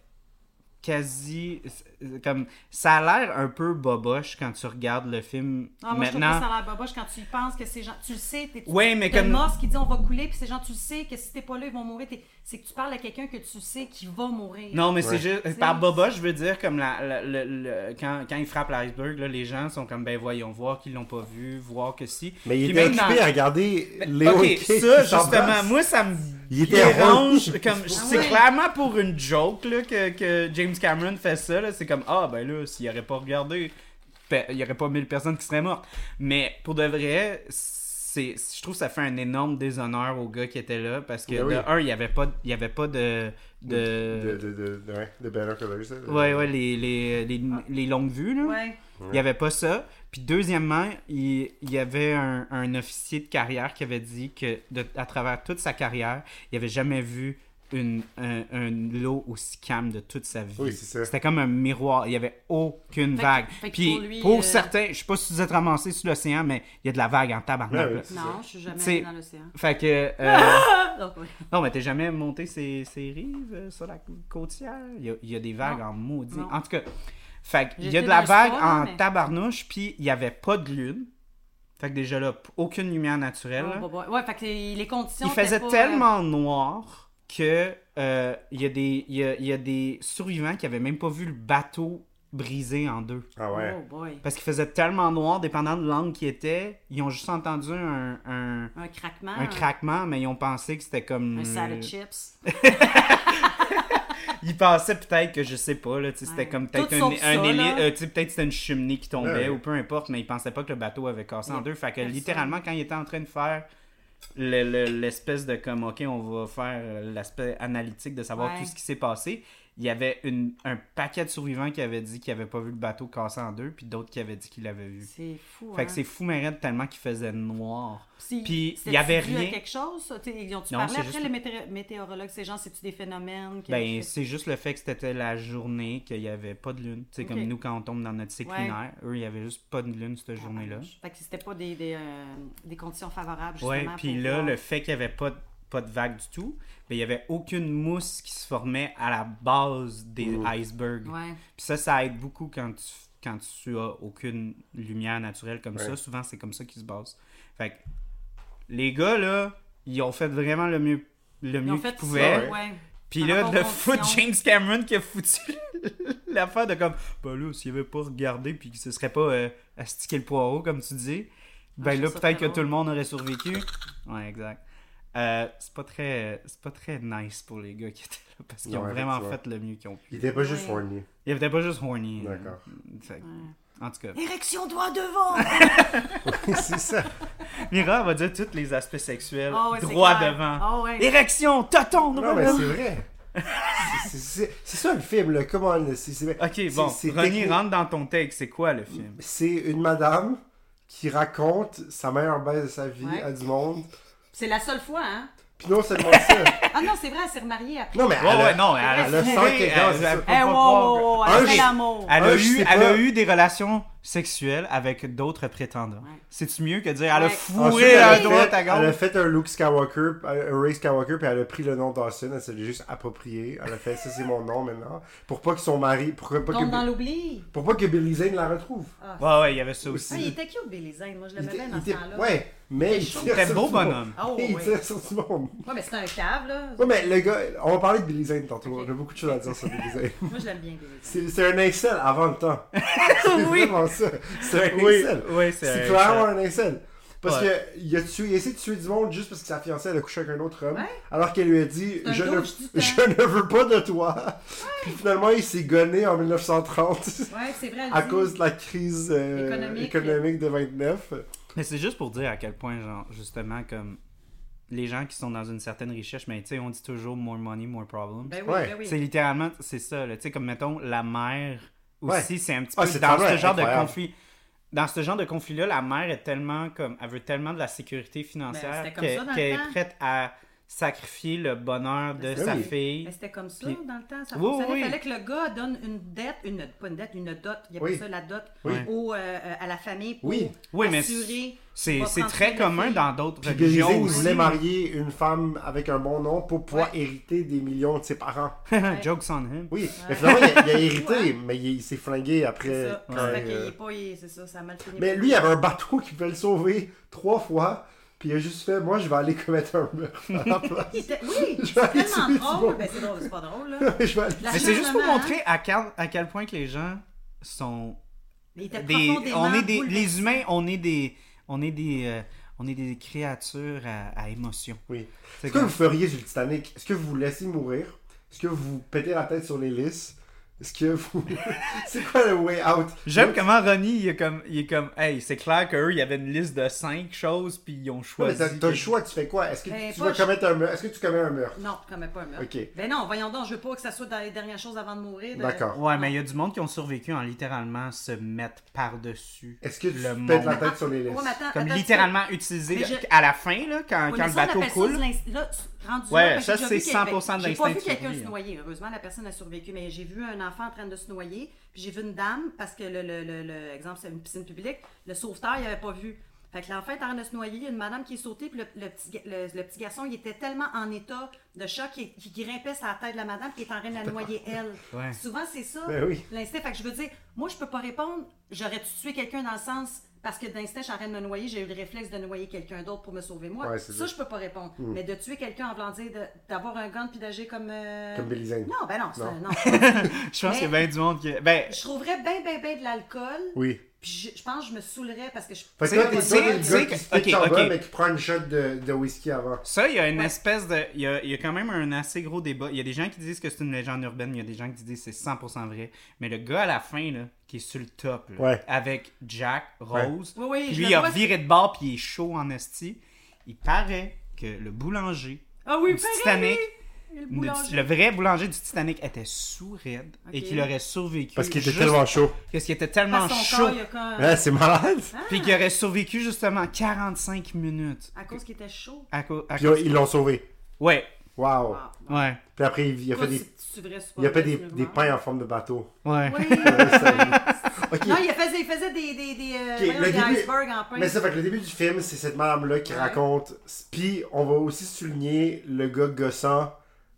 Speaker 1: quasi c'est- comme ça a l'air un peu boboche quand tu regardes le film
Speaker 2: Ah, moi, je
Speaker 1: maintenant.
Speaker 2: trouve que ça a l'air boboche quand tu y penses que ces gens. Tu le sais, t'es.
Speaker 1: Ouais, mais
Speaker 2: t'as
Speaker 1: comme-
Speaker 2: le morse qui dit on va couler, puis ces gens, tu le sais que si t'es pas là, ils vont mourir. T'es- C'est que tu parles à quelqu'un que tu sais qui va mourir.
Speaker 1: Non, mais c'est
Speaker 3: Ouais.
Speaker 1: juste. euh,
Speaker 2: C'est-
Speaker 1: Par Boba, je veux dire, comme la, la- le- le- quand, quand il frappe l'iceberg, là, les gens sont comme, ben voyons, voir qu'ils l'ont pas vu, voir que si.
Speaker 3: Mais il
Speaker 1: Puis
Speaker 3: était
Speaker 1: même dans- Ben,
Speaker 3: occupé à regarder Léo
Speaker 1: Ok,
Speaker 3: et Kay
Speaker 1: ça,
Speaker 3: qui s'embrassent.
Speaker 1: justement, moi, ça me
Speaker 3: Il était
Speaker 1: dérange.
Speaker 3: heureux.
Speaker 1: Comme, c'est
Speaker 2: Ah ouais.
Speaker 1: clairement pour une joke là, que, que James Cameron fait ça. là. C'est comme, ah, ben là, s'il aurait pas regardé, pe- il y aurait pas 1000 personnes qui seraient mortes. Mais pour de vrai, c'est, je trouve que ça fait un énorme déshonneur au gars qui était là parce que,
Speaker 3: Ben oui.
Speaker 1: de un, il y avait pas, il y avait pas de-
Speaker 3: De, de, de, de, ouais, de Banner Colors, ça.
Speaker 1: euh, Ouais, ouais, les, les, les, les longues vues, là.
Speaker 2: Ouais.
Speaker 1: Il n'y avait pas ça. Puis deuxièmement, il, il y avait un, un officier de carrière qui avait dit que de- à travers toute sa carrière, il n'avait jamais vu une, un, un lot aussi calme de toute sa vie.
Speaker 3: Oui, c'est ça.
Speaker 1: C'était comme un miroir. Il n'y avait aucune
Speaker 2: Fait que-
Speaker 1: vague.
Speaker 2: fait que
Speaker 1: Puis pour,
Speaker 2: pour lui, euh,
Speaker 1: certains, je sais pas si vous êtes ramassés sur l'océan, mais il y a de la vague en tabarnak.
Speaker 3: Ouais,
Speaker 1: là.
Speaker 3: c'est
Speaker 2: Non, je suis jamais
Speaker 1: C'est-
Speaker 2: allée dans l'océan.
Speaker 1: Fait que... euh,
Speaker 2: Ah, donc, ouais.
Speaker 1: non, mais t'es jamais monté ces, ces rives euh, sur la côtière. Il y a, il y a des vagues
Speaker 2: Non.
Speaker 1: en maudit.
Speaker 2: Non.
Speaker 1: En tout cas, fait qu'il y a
Speaker 2: J'étais
Speaker 1: de la
Speaker 2: dans le
Speaker 1: vague
Speaker 2: sport,
Speaker 1: en
Speaker 2: là, mais-
Speaker 1: tabarnouche, puis il n'y avait pas de lune. Fait que déjà là, p- aucune lumière naturelle.
Speaker 2: Ah, Bon, bon, bon. Oh, Ouais, fait que les les conditions.
Speaker 1: il faisait
Speaker 2: étaient pas, euh,
Speaker 1: tellement noir que euh, il y, a des- il y a, il y a des survivants qui n'avaient même pas vu le bateau brisé en deux.
Speaker 3: Ah ouais.
Speaker 2: Oh boy.
Speaker 1: Parce qu'il faisait tellement noir, dépendant de l'angle qui était, ils ont juste entendu un, un,
Speaker 2: Un craquement.
Speaker 1: un craquement, Mm. mais ils ont pensé que c'était comme...
Speaker 2: Ah. Un salad chips.
Speaker 1: Il pensait peut-être que je sais pas là, tu sais, c'était
Speaker 2: Ouais.
Speaker 1: comme peut-être
Speaker 2: Tout
Speaker 1: un,
Speaker 2: sauf
Speaker 1: un
Speaker 2: ça,
Speaker 1: héli-
Speaker 2: là.
Speaker 1: euh, tu sais, peut-être c'était une cheminée qui tombait
Speaker 3: Ouais.
Speaker 1: ou peu importe, mais il pensait pas que le bateau avait cassé en
Speaker 2: Ouais.
Speaker 1: deux. Fait que
Speaker 2: Personne.
Speaker 1: littéralement quand il était en train de faire le- le- l'espèce de comme ok on va faire euh, l'aspect analytique de savoir
Speaker 2: Ouais.
Speaker 1: tout ce qui s'est passé, il y avait une, un paquet de survivants qui avaient dit qu'ils n'avaient pas vu le bateau casser en deux, puis d'autres qui avaient dit qu'ils l'avaient vu.
Speaker 2: C'est fou.
Speaker 1: Fait
Speaker 2: hein.
Speaker 1: que c'est fou, mais raide, tellement qu'il faisait noir.
Speaker 2: Si-
Speaker 1: Puis,
Speaker 2: c'était-tu
Speaker 1: il y avait
Speaker 2: dû à
Speaker 1: rien.
Speaker 2: quelque chose ça? T'sais, Ils ont-tu
Speaker 1: Non,
Speaker 2: parlé
Speaker 1: c'est
Speaker 2: après
Speaker 1: juste-
Speaker 2: les météo- météorologues Ces gens, c'est-tu des phénomènes que-
Speaker 1: Ben,
Speaker 2: que-
Speaker 1: c'est juste le fait que c'était la journée qu'il n'y avait pas de lune. Tu sais,
Speaker 2: Ok.
Speaker 1: comme nous, quand on tombe dans notre cycle
Speaker 2: Ouais. Ah,
Speaker 1: lunaire, eux, il n'y avait juste pas de lune cette journée-là.
Speaker 2: Fait que c'était pas des, des, euh, des conditions favorables, justement.
Speaker 1: Ouais, puis
Speaker 2: pour
Speaker 1: là,
Speaker 2: voir.
Speaker 1: le fait qu'il n'y avait pas de, pas de vague du tout, ben, il n'y avait aucune mousse qui se formait à la base des icebergs.
Speaker 2: Ouais.
Speaker 1: Puis ça, ça aide beaucoup quand tu, quand tu as aucune lumière naturelle comme
Speaker 3: Ouais.
Speaker 1: ça. Souvent, c'est comme ça qu'ils se basent. Fait que les gars, là, ils ont fait vraiment le mieux, le
Speaker 2: Ils ont
Speaker 1: mieux
Speaker 2: fait
Speaker 1: qu'ils
Speaker 2: ça,
Speaker 1: pouvaient.
Speaker 2: Ah ouais.
Speaker 1: Puis
Speaker 2: Par
Speaker 1: là,
Speaker 2: rapport
Speaker 1: le
Speaker 2: aux
Speaker 1: foot
Speaker 2: conditions.
Speaker 1: James Cameron qui a foutu l'affaire de comme, bah là, s'il avait pas regardé puis que ce serait pas euh, astiqué le poireau, comme tu dis, ben
Speaker 2: Ah, je
Speaker 1: là,
Speaker 2: trouve ça
Speaker 1: peut-être que
Speaker 2: très
Speaker 1: tout le monde aurait survécu. Ouais, exact. Euh, c'est pas très c'est pas très nice pour les gars qui étaient là parce qu'ils
Speaker 3: Non,
Speaker 1: ont
Speaker 3: ouais,
Speaker 1: vraiment
Speaker 3: tu vois.
Speaker 1: fait le mieux qu'ils ont pu.
Speaker 3: Il était pas juste
Speaker 2: Ouais.
Speaker 3: horny.
Speaker 1: Ils étaient pas juste horny. là.
Speaker 3: D'accord.
Speaker 1: Fait que-
Speaker 2: Ouais.
Speaker 1: En tout cas,
Speaker 2: Érection droit devant!
Speaker 3: c'est ça.
Speaker 1: Mira va dire tous les aspects sexuels
Speaker 2: Ah ouais, c'est
Speaker 1: droit
Speaker 2: clair.
Speaker 1: devant.
Speaker 2: Ah ouais.
Speaker 1: Érection, tonton,
Speaker 3: Non, mais c'est vrai. C'est- c'est- C'est c'est ça le film, là. Come on, là. C'est- c'est-
Speaker 1: Ok,
Speaker 3: c'est-
Speaker 1: bon,
Speaker 3: c'est
Speaker 1: Ronnie,
Speaker 3: technique.
Speaker 1: rentre dans ton texte, c'est quoi le film?
Speaker 3: C'est une madame qui raconte sa meilleure baisse de sa vie
Speaker 2: Ouais.
Speaker 3: à du monde.
Speaker 2: C'est la seule fois, hein?
Speaker 3: Puis non seulement ça.
Speaker 2: Ah non, c'est vrai, elle s'est remariée après.
Speaker 3: Non, mais
Speaker 1: Ouais,
Speaker 3: elle a-
Speaker 1: ouais, non,
Speaker 2: elle a
Speaker 1: elle a
Speaker 3: le sang
Speaker 1: fourré,
Speaker 3: qui est
Speaker 1: elle-
Speaker 3: gaz, c'est
Speaker 1: elle
Speaker 3: ça.
Speaker 1: peut
Speaker 2: Eh,
Speaker 1: pas
Speaker 2: wow,
Speaker 1: croire.
Speaker 2: wow, wow,
Speaker 3: Un,
Speaker 2: elle a fait
Speaker 3: je-
Speaker 2: l'amour.
Speaker 1: Elle a
Speaker 3: Un, je
Speaker 1: eu,
Speaker 3: sais
Speaker 1: elle
Speaker 3: pas.
Speaker 1: a eu des relations sexuelles avec d'autres prétendants.
Speaker 2: Ouais.
Speaker 1: C'est-tu mieux que dire elle a
Speaker 2: Ouais.
Speaker 3: Ensuite,
Speaker 1: fourré
Speaker 3: elle,
Speaker 1: à
Speaker 3: a
Speaker 1: droite,
Speaker 3: fait,
Speaker 1: à
Speaker 3: elle a
Speaker 1: gauche?
Speaker 3: fait un Luke Skywalker, un Ray Skywalker, puis elle a pris le nom Dawson, elle s'est juste approprié. Elle a fait ça, c'est mon nom maintenant. Pour pas que son mari. Pour que- pas
Speaker 2: Tombe dans
Speaker 3: que,
Speaker 2: l'oubli.
Speaker 3: pour pas que Billy Zane la retrouve.
Speaker 1: Ouais, ouais, il y avait ça aussi.
Speaker 2: Ah, il était cute, Billy Zane. Moi, je l'aimais
Speaker 3: était-
Speaker 2: bien dans ce
Speaker 3: était-
Speaker 2: temps-là.
Speaker 3: ouais, mais il
Speaker 2: chaud.
Speaker 3: tire
Speaker 1: C'était
Speaker 3: sur
Speaker 1: beau
Speaker 3: tout le monde.
Speaker 1: bonhomme.
Speaker 2: Ah,
Speaker 3: il
Speaker 2: ouais.
Speaker 3: tire sur tout le monde.
Speaker 2: Ouais, mais c'était un cave, là.
Speaker 3: Ouais, mais le gars, on va parler de Billy Zane tantôt.
Speaker 2: Ok.
Speaker 3: On a beaucoup de choses à dire sur Billy Zane.
Speaker 2: Moi, je l'aime bien, Billy Zane.
Speaker 3: C'est c'est un incel avant le temps. C'est
Speaker 1: Oui.
Speaker 3: vraiment ça. C'est un
Speaker 1: Oui,
Speaker 3: incel.
Speaker 1: oui, c'est un
Speaker 3: C'est
Speaker 1: incel.
Speaker 3: clairement un incel. Parce
Speaker 1: Ouais.
Speaker 3: que il a, tué, il a essayé de tuer du monde juste parce que sa fiancée elle a couché avec un autre homme.
Speaker 2: Ouais.
Speaker 3: Alors qu'elle lui a dit
Speaker 2: C'est un
Speaker 3: je ne,
Speaker 2: douche du temps.
Speaker 3: je ne veux pas de toi. Puis finalement, il s'est gonné en 1930
Speaker 2: Ouais, c'est vrai. elle
Speaker 3: à
Speaker 2: dit.
Speaker 3: cause de la crise euh,
Speaker 2: Économique.
Speaker 3: économique de 29.
Speaker 1: Mais c'est juste pour dire à quel point, genre, justement, comme les gens qui sont dans une certaine richesse, mais tu sais, on dit toujours more money, more problems.
Speaker 2: Ben oui,
Speaker 3: Ouais.
Speaker 2: ben oui.
Speaker 1: C'est littéralement, c'est ça, là. Tu sais, comme mettons, la mère aussi,
Speaker 3: Ouais.
Speaker 1: c'est un petit
Speaker 3: Ah,
Speaker 1: peu
Speaker 3: c'est
Speaker 1: dans
Speaker 3: vraiment
Speaker 1: ce genre
Speaker 3: incroyable.
Speaker 1: de conflit. Dans ce genre de conflit-là, la mère est tellement comme. Elle veut tellement de la sécurité financière
Speaker 2: Ben, c'était comme
Speaker 1: qu'elle
Speaker 2: ça dans le
Speaker 1: qu'elle est
Speaker 2: temps.
Speaker 1: prête à sacrifier le bonheur de
Speaker 2: Ben,
Speaker 3: c'est-
Speaker 1: sa
Speaker 3: oui.
Speaker 1: fille.
Speaker 2: Mais c'était comme ça
Speaker 1: Puis-
Speaker 2: dans le temps. Ça
Speaker 1: Oui,
Speaker 2: fonctionnait.
Speaker 1: oui.
Speaker 2: Il fallait que le gars donne une dette, une, pas une dette, une dot. Il y avait
Speaker 3: Oui.
Speaker 2: ça, la dot,
Speaker 3: Oui.
Speaker 2: au, euh, euh, à la famille pour
Speaker 3: Oui.
Speaker 1: Oui, mais
Speaker 2: assurer.
Speaker 1: C'est
Speaker 2: pas
Speaker 1: c'est
Speaker 2: prendre
Speaker 1: très
Speaker 2: soin de la
Speaker 1: commun
Speaker 2: fille.
Speaker 1: dans d'autres
Speaker 3: Puis Billy
Speaker 1: religions
Speaker 3: Zane
Speaker 1: aussi.
Speaker 3: voulait marier une femme avec un bon nom pour pouvoir
Speaker 2: Ouais.
Speaker 3: hériter des millions de ses parents.
Speaker 1: Jokes on him.
Speaker 3: Oui, mais finalement, il a, il a hérité, mais il, il s'est flingué
Speaker 2: C'est
Speaker 3: après.
Speaker 2: ça.
Speaker 3: quand,
Speaker 2: Ça fait qu'il
Speaker 3: euh,
Speaker 2: est pas, il- c'est ça, ça a mal fini.
Speaker 3: Mais lui, il avait un bateau qui pouvait le sauver trois fois, puis il a juste fait Moi, je vais aller commettre un meurtre. à la place.
Speaker 2: Il était- Oui,
Speaker 3: Je vais
Speaker 2: c'est
Speaker 3: aller tuer
Speaker 2: tellement
Speaker 3: du
Speaker 2: drôle.
Speaker 3: monde.
Speaker 2: Ben, c'est drôle, c'est pas drôle, là.
Speaker 3: je vais aller.
Speaker 2: La
Speaker 1: Mais c'est juste pour
Speaker 2: Charlemagne,
Speaker 1: montrer à quel, à quel point que les gens sont
Speaker 2: Il était
Speaker 1: des on est des
Speaker 2: profondément
Speaker 1: les humains, on est des on est des euh, on est des créatures à, à émotion.
Speaker 3: Oui.
Speaker 1: C'est
Speaker 3: Est-ce que
Speaker 1: comme-
Speaker 3: vous feriez sur le Titanic Est-ce que vous vous laissez mourir Est-ce que vous pétez la tête sur l'hélice Est-ce que vous. c'est quoi le way out
Speaker 1: J'aime comment Ronnie il est comme il est comme hey, c'est clair qu'eux, il y avait une liste de cinq choses puis ils ont
Speaker 3: Ouais, mais
Speaker 1: choisi.
Speaker 3: T'as t'as le
Speaker 1: que-
Speaker 3: choix, tu fais quoi Est-ce que
Speaker 2: Ben,
Speaker 3: tu
Speaker 2: pas
Speaker 3: vas
Speaker 2: je-
Speaker 3: commettre un meurtre Est-ce que tu commets un meurtre
Speaker 2: Non, quand même pas un meurtre.
Speaker 3: Ok.
Speaker 2: Ben non, voyons donc, je veux pas que ça soit dans les dernières choses avant de mourir. de-
Speaker 3: D'accord.
Speaker 1: Ouais, mais il y a du monde qui ont survécu en littéralement se mettre par-dessus.
Speaker 3: Est-ce que tu
Speaker 1: Le monde.
Speaker 3: pètes la tête sur l'hélice
Speaker 2: Ouais, mais attends,
Speaker 1: Comme
Speaker 2: Ah, attends,
Speaker 1: littéralement utiliser
Speaker 2: Mais je-
Speaker 1: à la fin là quand,
Speaker 2: tu- Ouais,
Speaker 1: quand
Speaker 2: mais
Speaker 1: le
Speaker 2: ça, on
Speaker 1: bateau
Speaker 2: appelle ça
Speaker 1: coule.
Speaker 2: de l'ins- là, s- rendu
Speaker 1: Ouais,
Speaker 2: là, parce que
Speaker 1: ça,
Speaker 2: j'ai
Speaker 1: c'est
Speaker 2: déjà vu qu'il y avait-
Speaker 1: 100% de
Speaker 2: J'ai pas
Speaker 1: l'instinct
Speaker 2: vu
Speaker 1: de
Speaker 2: quelqu'un
Speaker 1: survie,
Speaker 2: se
Speaker 1: hein.
Speaker 2: noyer. Heureusement, la personne a survécu, mais j'ai vu un enfant en train de se noyer. Puis j'ai vu une dame, parce que, le, le- le- le- exemple, c'est une piscine publique, le sauveteur, il avait pas vu. Fait que l'enfant est en train de se noyer, il y a une madame qui est sautée, puis le, le petit, ga- le, le petit garçon, il était tellement en état de choc qu'il qu'il grimpait sur la tête de la madame, qui est en train de la noyer, elle.
Speaker 1: Ouais.
Speaker 2: Souvent, c'est ça,
Speaker 3: Ben oui.
Speaker 2: l'instinct. Fait que je veux dire, moi, je peux pas répondre, j'aurais-tu tué quelqu'un dans le sens, parce que d'instinct, je suis en train de me noyer, j'ai eu le réflexe de noyer quelqu'un d'autre pour me sauver moi.
Speaker 3: Ouais, c'est
Speaker 2: ça,
Speaker 3: ça. Hmm.
Speaker 2: je peux pas répondre. Mais de tuer quelqu'un en voulant dire de- d'avoir un gun puis d'agir comme. euh,
Speaker 3: Comme Billy Zane.
Speaker 2: Non, ben non, c'est un- non.
Speaker 3: Non.
Speaker 1: Je pense
Speaker 2: Mais-
Speaker 1: qu'il y a bien du monde qui ben
Speaker 2: je trouverais bien, bien, bien de l'alcool.
Speaker 3: Oui.
Speaker 2: Puis je, je pense que je me saoulerais parce que je.
Speaker 3: Fait que
Speaker 1: C'est-
Speaker 3: toi, t'es
Speaker 1: c'est-
Speaker 3: toi, t'es le
Speaker 1: c'est-
Speaker 3: gars qui se
Speaker 1: ok,
Speaker 3: pitch en bas,
Speaker 1: ok.
Speaker 3: mais qui prend une shot de, de whisky avant.
Speaker 1: Ça, il y a une espèce de. Il y a, il y a quand même un assez gros débat. Il y a des gens qui disent que c'est une légende urbaine, il y a des gens qui disent que c'est 100% vrai. Mais le gars à la fin, là, qui est sur le top, là,
Speaker 3: Ouais.
Speaker 1: avec Jack, Rose,
Speaker 2: Ouais. Oui, oui,
Speaker 1: puis
Speaker 2: je
Speaker 1: lui,
Speaker 2: le
Speaker 1: il a
Speaker 2: vois.
Speaker 1: viré de bord, puis il est chaud en esti. Il paraît que le boulanger,
Speaker 2: Ah oui,
Speaker 1: du Titanic,
Speaker 2: le
Speaker 1: Le,
Speaker 2: boulanger.
Speaker 1: le vrai boulanger du Titanic était sous raide et
Speaker 2: Ok.
Speaker 1: qu'il aurait survécu.
Speaker 3: Parce qu'il était
Speaker 1: juste-
Speaker 3: tellement chaud.
Speaker 1: Parce qu'il était tellement
Speaker 2: Parce que son
Speaker 1: chaud.
Speaker 2: corps, il a comme-
Speaker 3: Ouais, c'est malade.
Speaker 2: Ah,
Speaker 1: Puis qu'il aurait survécu justement 45 minutes.
Speaker 2: À cause qu'il était chaud.
Speaker 1: À cause- à
Speaker 3: Puis
Speaker 1: cause-
Speaker 3: ils l'ont sauvé.
Speaker 1: Ouais,
Speaker 3: Wow.
Speaker 2: Ah, bon.
Speaker 1: ouais,
Speaker 3: Puis après, il, il a
Speaker 2: Toi,
Speaker 3: fait des,
Speaker 2: c'est- c'est vrai, c'est pas
Speaker 3: il a
Speaker 2: vrai,
Speaker 3: fait des,
Speaker 2: c'est
Speaker 3: des
Speaker 2: vraiment-
Speaker 3: pains en forme de bateau.
Speaker 1: ouais.
Speaker 2: Oui.
Speaker 3: Ok.
Speaker 2: Non, il faisait, il faisait des, des, des, euh,
Speaker 3: Ok,
Speaker 2: voyons,
Speaker 3: le
Speaker 2: des
Speaker 3: début-
Speaker 2: icebergs en pain.
Speaker 3: Mais ça fait que le début du film, c'est cette madame-là qui
Speaker 2: Ouais.
Speaker 3: raconte. Puis on va aussi souligner le gars gossant,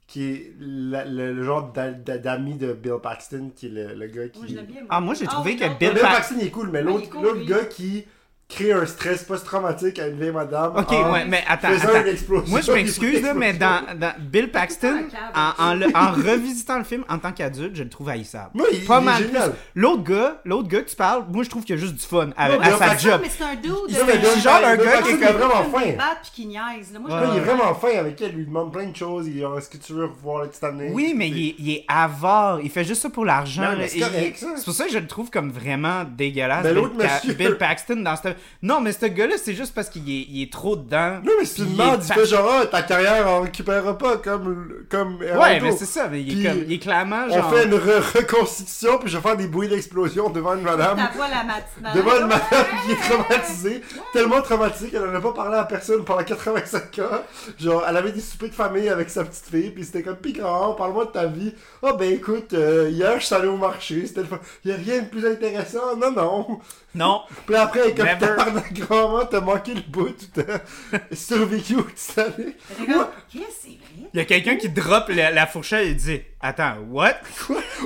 Speaker 3: qui est la- le, le genre d'a- d'a- d'ami de Bill Paxton, qui est le, le gars qui.
Speaker 2: Moi, je l'aime bien. moi.
Speaker 1: Ah, moi, j'ai trouvé
Speaker 2: oui,
Speaker 1: que
Speaker 2: non.
Speaker 3: Bill,
Speaker 1: Bill Pax-
Speaker 3: Paxton, il est cool, mais
Speaker 2: il est
Speaker 3: l'autre
Speaker 2: cool,
Speaker 3: l'autre
Speaker 2: lui.
Speaker 3: gars qui crée un stress post-traumatique à une vieille madame.
Speaker 1: Ok,
Speaker 3: en
Speaker 1: ouais, mais attends.
Speaker 3: Ah. faisant
Speaker 1: attends.
Speaker 3: une explosion.
Speaker 1: Moi, je m'excuse, là, mais
Speaker 3: Explosion.
Speaker 1: dans, dans Bill Paxton,
Speaker 2: Tout le temps en
Speaker 1: en,
Speaker 2: cave.
Speaker 1: en le- en revisitant le film en tant qu'adulte, je le trouve haïssable.
Speaker 3: Oui, il- il est génial.
Speaker 1: plus. L'autre gars, l'autre gars que tu parles, moi, je trouve qu'il a juste du fun à,
Speaker 3: Non,
Speaker 1: à
Speaker 3: Bill
Speaker 1: sa
Speaker 3: Paxton,
Speaker 1: job.
Speaker 2: Mais c'est un dude.
Speaker 1: Il
Speaker 2: euh,
Speaker 1: fait
Speaker 2: qui
Speaker 1: des genre un gars qui
Speaker 3: est
Speaker 2: qui
Speaker 3: comme vraiment fin.
Speaker 2: bat puis qui niaise. là. Moi, je
Speaker 1: Ouais.
Speaker 3: Là, il est
Speaker 2: trouve-
Speaker 3: vraiment fin avec elle, il lui demande plein de choses. Il dit Est-ce que tu veux revoir le Titanic
Speaker 1: Oui, mais il est, il est avare. Il fait juste ça pour l'argent.
Speaker 3: Non, mais
Speaker 1: là.
Speaker 3: c'est
Speaker 1: Il-
Speaker 3: correct, ça.
Speaker 1: il- c'est pour ça que je le trouve comme vraiment dégueulasse.
Speaker 3: Mais
Speaker 1: Bill
Speaker 3: l'autre
Speaker 1: Pa-
Speaker 3: monsieur-
Speaker 1: Bill Paxton dans cette. Non, mais ce gars-là, c'est juste parce qu'il est, il est trop dedans.
Speaker 3: Non, mais si tu
Speaker 1: puis il
Speaker 3: demandes,
Speaker 1: est
Speaker 3: tu
Speaker 1: fa-
Speaker 3: fais genre, Ah, ta carrière, on récupérera pas comme. comme
Speaker 1: Ouais,
Speaker 3: Ronaldo.
Speaker 1: mais c'est ça. Mais il,
Speaker 3: Puis
Speaker 1: est comme, il est clairement
Speaker 3: On
Speaker 1: genre.
Speaker 3: fait une re- reconstitution, puis je vais faire des bruits d'explosion devant une
Speaker 2: Ta
Speaker 3: madame.
Speaker 2: voix, la matinale.
Speaker 3: Devant une madame qui est traumatisée, tellement traumatisée qu'elle en a pas parlé à personne pendant 85 ans. Genre, elle avait des soupers de famille avec sa petite fille, puis c'était comme piquant, parle-moi de ta vie. Ah ben écoute, euh, hier je suis allé au marché, c'était le fun. Y a rien de plus intéressant, non non.
Speaker 1: Non.
Speaker 3: Puis après, elle est comme
Speaker 1: Never.
Speaker 3: tabarnak, grand-maman, t'as manqué le bout, tu t'as survécu au Titanic.
Speaker 2: T'es comme, Qu'est-ce que c'est vrai?
Speaker 1: Il y a quelqu'un qui drop la, la fourchette et dit Attends, what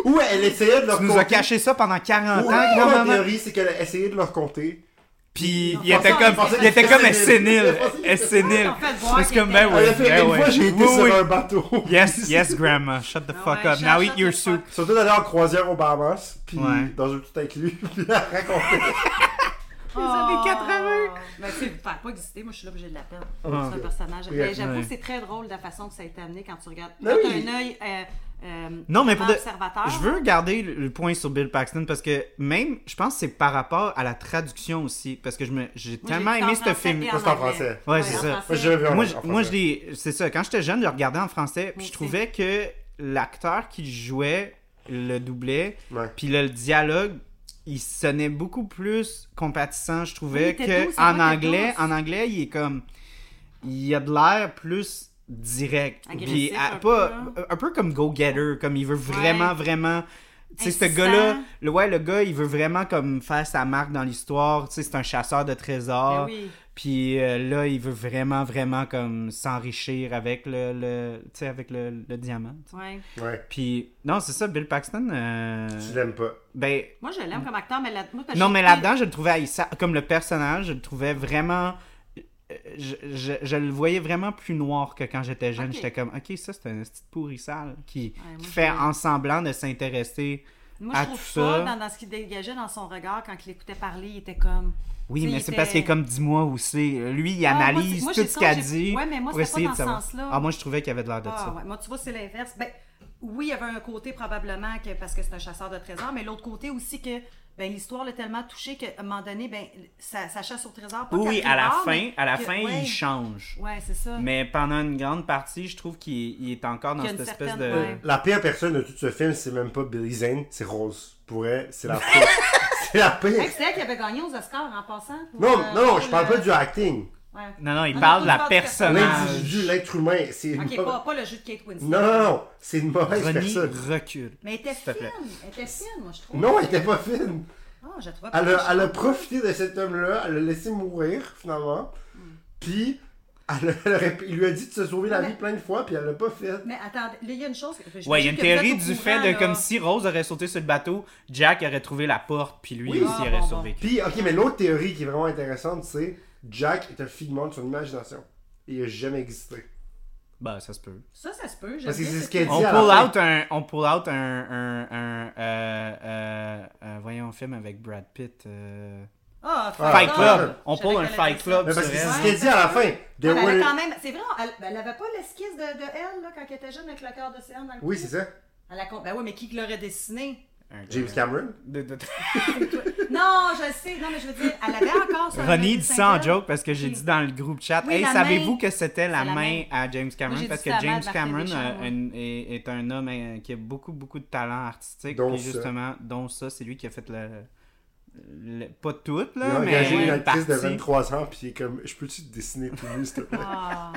Speaker 3: Ou elle essayait de leur
Speaker 1: Tu nous
Speaker 3: conter-
Speaker 1: as caché ça pendant 40
Speaker 3: Ou
Speaker 1: ans,
Speaker 3: la
Speaker 1: grand-maman.
Speaker 3: théorie, c'est qu'elle a essayé de leur compter.
Speaker 1: Puis
Speaker 2: Non,
Speaker 1: il était
Speaker 2: pensant-
Speaker 1: comme,
Speaker 2: pensant
Speaker 1: il
Speaker 2: qu'il
Speaker 1: était
Speaker 3: était
Speaker 1: comme, est
Speaker 3: sénile.
Speaker 1: sénile.
Speaker 3: Il pensait qu'il
Speaker 1: Est
Speaker 3: était-
Speaker 1: sénile.
Speaker 2: Ah, en fait, voir
Speaker 1: Parce que,
Speaker 2: qu'il
Speaker 1: ben
Speaker 2: était-
Speaker 1: oui,
Speaker 3: Elle a fait
Speaker 1: ben
Speaker 3: une
Speaker 1: oui.
Speaker 3: fois, j'ai été
Speaker 1: Oui,
Speaker 3: sur
Speaker 1: oui.
Speaker 3: un bateau.
Speaker 1: Yes, yes, grandma. Shut the
Speaker 2: Ah
Speaker 1: fuck
Speaker 2: ouais,
Speaker 1: up.
Speaker 2: shut-
Speaker 1: Now
Speaker 2: shut
Speaker 1: eat your
Speaker 2: the fuck
Speaker 1: soup.
Speaker 3: Surtout d'aller en croisière aux Bahamas, puis
Speaker 1: Ouais.
Speaker 3: dans un tout inclus, puis elle racontait.
Speaker 2: Les
Speaker 1: années 80.
Speaker 2: Ah. Mais tu sais, faire pas exister, moi je suis là, obligée de la perdre.
Speaker 3: Ah.
Speaker 2: c'est un personnage.
Speaker 3: Oui,
Speaker 2: Mais J'avoue
Speaker 1: oui.
Speaker 2: que c'est très drôle la façon que ça a été amené quand tu regardes.
Speaker 3: Mais
Speaker 2: Quand
Speaker 3: Ben oui.
Speaker 2: t'as un œil euh, euh,
Speaker 1: Non, mais pour de-
Speaker 2: observateur.
Speaker 1: Je veux garder le le point sur Bill Paxton parce que même, je pense que c'est par rapport à la traduction aussi. Parce que je me- j'ai
Speaker 2: Moi, j'ai
Speaker 1: tellement
Speaker 2: écouté
Speaker 1: aimé
Speaker 2: en
Speaker 1: ce
Speaker 2: français
Speaker 1: film.
Speaker 2: et
Speaker 3: Moi, Ah, c'est en
Speaker 2: anglais.
Speaker 3: français.
Speaker 1: Ouais, c'est
Speaker 2: en
Speaker 1: ça.
Speaker 2: français.
Speaker 3: Moi, j'ai vu en-
Speaker 1: Moi,
Speaker 3: en
Speaker 1: je,
Speaker 3: français.
Speaker 1: moi, je l'ai. C'est ça. Quand j'étais jeune, je le regardais en français. Puis
Speaker 2: Moi
Speaker 1: je trouvais que l'acteur qui jouait le doublait,
Speaker 3: Ouais.
Speaker 1: puis le dialogue, il sonnait beaucoup plus compatissant, je
Speaker 2: Oui,
Speaker 1: trouvais,
Speaker 2: il était
Speaker 1: que
Speaker 2: doux, c'est
Speaker 1: en
Speaker 2: vrai qu'il est
Speaker 1: anglais.
Speaker 2: doux.
Speaker 1: En anglais, il est comme. Il a de l'air plus direct.
Speaker 2: Agressif,
Speaker 1: puis, à-
Speaker 2: un
Speaker 1: pas,
Speaker 2: peu,
Speaker 1: un peu comme Go-Getter, comme il veut vraiment,
Speaker 2: Ouais.
Speaker 1: vraiment. Tu sais, ce
Speaker 2: Insistant.
Speaker 1: gars-là, le, ouais, le gars, il veut vraiment comme faire sa marque dans l'histoire. Tu sais, c'est un chasseur de
Speaker 2: Ben
Speaker 1: trésors.
Speaker 2: oui.
Speaker 1: Puis euh, là, il veut vraiment, vraiment comme s'enrichir avec le, le tu sais, avec le, le diamant.
Speaker 2: Ouais.
Speaker 3: Ouais,
Speaker 1: Puis non, c'est ça, Bill Paxton. euh,
Speaker 3: tu l'aimes pas.
Speaker 1: Ben
Speaker 2: Moi je l'aime comme acteur, mais là. moi, parce que
Speaker 1: non,
Speaker 2: j'ai
Speaker 1: mais
Speaker 2: écouté-
Speaker 1: là-dedans, je le trouvais haïssa- comme le personnage, je le trouvais vraiment. euh, Je, je, je le voyais vraiment plus noir que quand j'étais jeune.
Speaker 2: Ok.
Speaker 1: J'étais comme, ok, ça c'est un petit pourri sale qui,
Speaker 2: Ouais,
Speaker 1: qui
Speaker 2: moi,
Speaker 1: fait
Speaker 2: je-
Speaker 1: en semblant de s'intéresser.
Speaker 2: Moi,
Speaker 1: à
Speaker 2: je trouve
Speaker 1: tout
Speaker 2: pas,
Speaker 1: ça.
Speaker 2: dans, dans ce qu'il dégageait dans son regard, quand il écoutait parler, il était comme.
Speaker 1: Oui,
Speaker 2: Tu sais,
Speaker 1: mais
Speaker 2: il
Speaker 1: c'est
Speaker 2: était-
Speaker 1: parce qu'il est comme, dis-moi où c'est. Lui, il
Speaker 2: Ah, moi,
Speaker 1: analyse
Speaker 2: c'est- moi, j'ai
Speaker 1: tout ce
Speaker 2: ça,
Speaker 1: qu'il a
Speaker 2: j'ai-
Speaker 1: dit.
Speaker 2: Ouais, mais moi,
Speaker 1: pour
Speaker 2: c'était pas
Speaker 1: essayer
Speaker 2: dans
Speaker 1: de
Speaker 2: ce
Speaker 1: savoir.
Speaker 2: sens-là.
Speaker 1: Ah, moi, je trouvais qu'il y avait de l'air de
Speaker 2: Ah,
Speaker 1: ça.
Speaker 2: ouais. Moi, tu vois, c'est l'inverse. Ben, oui, il y avait un côté probablement que, parce que c'est un chasseur de trésors, mais l'autre côté aussi que ben, l'histoire l'a tellement touché qu'à un moment donné, ben, sa, sa chasse au trésor. pas
Speaker 1: Oui, oui,
Speaker 2: qu'elle
Speaker 1: à la
Speaker 2: part,
Speaker 1: fin,
Speaker 2: mais
Speaker 1: à la
Speaker 2: que-
Speaker 1: fin,
Speaker 2: ouais.
Speaker 1: il change.
Speaker 2: Ouais, c'est ça.
Speaker 1: Mais pendant une grande partie, je trouve qu'il est- il est encore dans
Speaker 2: Il y a une
Speaker 1: cette espèce
Speaker 2: certaine-
Speaker 1: de.
Speaker 2: ouais.
Speaker 3: La pire personne de tout ce film, c'est même pas Billy Zane, c'est Rose. Pour elle, c'est la pire. c'est la pire.
Speaker 2: Hey, c'est elle qui avait gagné aux Oscars en passant. pour,
Speaker 3: Non,
Speaker 2: euh,
Speaker 3: non, non,
Speaker 2: pour
Speaker 3: je parle
Speaker 2: le-
Speaker 3: pas du acting.
Speaker 2: Ouais.
Speaker 1: Non, non, il
Speaker 2: Ah,
Speaker 1: parle de
Speaker 2: toi,
Speaker 1: la
Speaker 2: tu parles du
Speaker 1: personnage.
Speaker 3: L'individu, l'être humain, c'est une
Speaker 2: Ok,
Speaker 3: mauvaise-
Speaker 2: pas, pas le jeu de Kate Winslet.
Speaker 3: Non, non, non, c'est une mauvaise
Speaker 1: Ronnie
Speaker 3: personne.
Speaker 1: recule.
Speaker 2: Mais elle était
Speaker 1: S'il te
Speaker 2: fine.
Speaker 1: plaît.
Speaker 2: Elle était fine, moi, je trouve.
Speaker 3: Non, elle était pas fine.
Speaker 2: Ah, je la trouvais pas
Speaker 3: Elle a,
Speaker 2: méchante.
Speaker 3: elle a profité de cet homme-là, elle l'a laissé mourir, finalement.
Speaker 2: Mm.
Speaker 3: Puis, elle, a- elle aurait- il lui a dit de se sauver la
Speaker 2: Mais-
Speaker 3: vie plein de fois, puis elle l'a pas fait.
Speaker 2: Mais attendez, là, il y a une chose. je- je-
Speaker 1: Ouais, il y a une
Speaker 2: je- que vous êtes
Speaker 1: théorie
Speaker 2: au
Speaker 1: du
Speaker 2: courant,
Speaker 1: fait de
Speaker 2: là.
Speaker 1: comme si Rose aurait sauté sur le bateau, Jack aurait trouvé la porte, puis lui
Speaker 3: Oui.
Speaker 1: aussi
Speaker 2: Ah,
Speaker 1: aurait
Speaker 2: bon,
Speaker 1: survécu.
Speaker 3: Puis, ok, mais l'autre théorie qui est vraiment intéressante, c'est Jack est un figment de son imagination. Il a jamais existé.
Speaker 1: Bah, ça se peut.
Speaker 2: Ça, ça se peut. j'aime
Speaker 3: Parce que
Speaker 2: bien
Speaker 3: c'est
Speaker 2: cette
Speaker 3: ce qu'elle dit
Speaker 2: théorie.
Speaker 1: On
Speaker 3: à la
Speaker 1: pull
Speaker 3: fin.
Speaker 1: out un, on pull out un, un, un, euh, euh, euh, voyons un film avec Brad Pitt. euh,
Speaker 2: Ah,
Speaker 1: Fight
Speaker 3: Ah,
Speaker 1: Club.
Speaker 2: Je
Speaker 1: On
Speaker 2: savais
Speaker 1: pull un
Speaker 2: qu'elle allait
Speaker 1: Fight
Speaker 2: dire
Speaker 1: Club.
Speaker 3: Mais parce
Speaker 1: sur
Speaker 3: que c'est
Speaker 1: elle.
Speaker 3: ce qu'elle dit à la fin. There
Speaker 2: Ah, Elle avait
Speaker 3: were-
Speaker 2: quand même, c'est vrai, elle, ben, elle avait pas l'esquisse de, de elle là, quand elle était jeune avec le cœur d'océan dans le
Speaker 3: Oui,
Speaker 2: cou.
Speaker 3: c'est ça.
Speaker 2: Elle a con- Ben oui, mais qui l'aurait dessiné
Speaker 1: un
Speaker 3: James
Speaker 1: gars-
Speaker 3: Cameron?
Speaker 1: de- de-
Speaker 2: Non, je sais. Non, mais je veux dire, elle avait encore son.
Speaker 1: Ronnie dit ça en
Speaker 2: single.
Speaker 1: joke parce que j'ai
Speaker 2: Oui.
Speaker 1: dit dans le groupe chat.
Speaker 2: Oui,
Speaker 1: hey,
Speaker 2: la
Speaker 1: savez-vous
Speaker 2: main.
Speaker 1: que c'était la,
Speaker 2: C'est la
Speaker 1: main,
Speaker 2: main.
Speaker 1: à James Cameron
Speaker 4: j'ai
Speaker 1: parce
Speaker 4: dit
Speaker 1: que
Speaker 4: ça avant
Speaker 1: James
Speaker 4: de Martin
Speaker 1: Cameron
Speaker 4: Deschamps,
Speaker 1: euh,
Speaker 4: ouais.
Speaker 1: un- est, est un homme euh, qui a beaucoup beaucoup de talent artistique.
Speaker 3: Dont
Speaker 1: puis
Speaker 3: ça.
Speaker 1: justement, dont ça, c'est lui qui a fait le, le- pas tout
Speaker 3: Il
Speaker 1: là,
Speaker 3: a
Speaker 1: mais
Speaker 3: engagé une
Speaker 1: une
Speaker 3: actrice de
Speaker 1: partie.
Speaker 3: 23 ans, puis il est comme, je peux-tu te dessiner tout nu, s'il te plaît?
Speaker 2: Ah.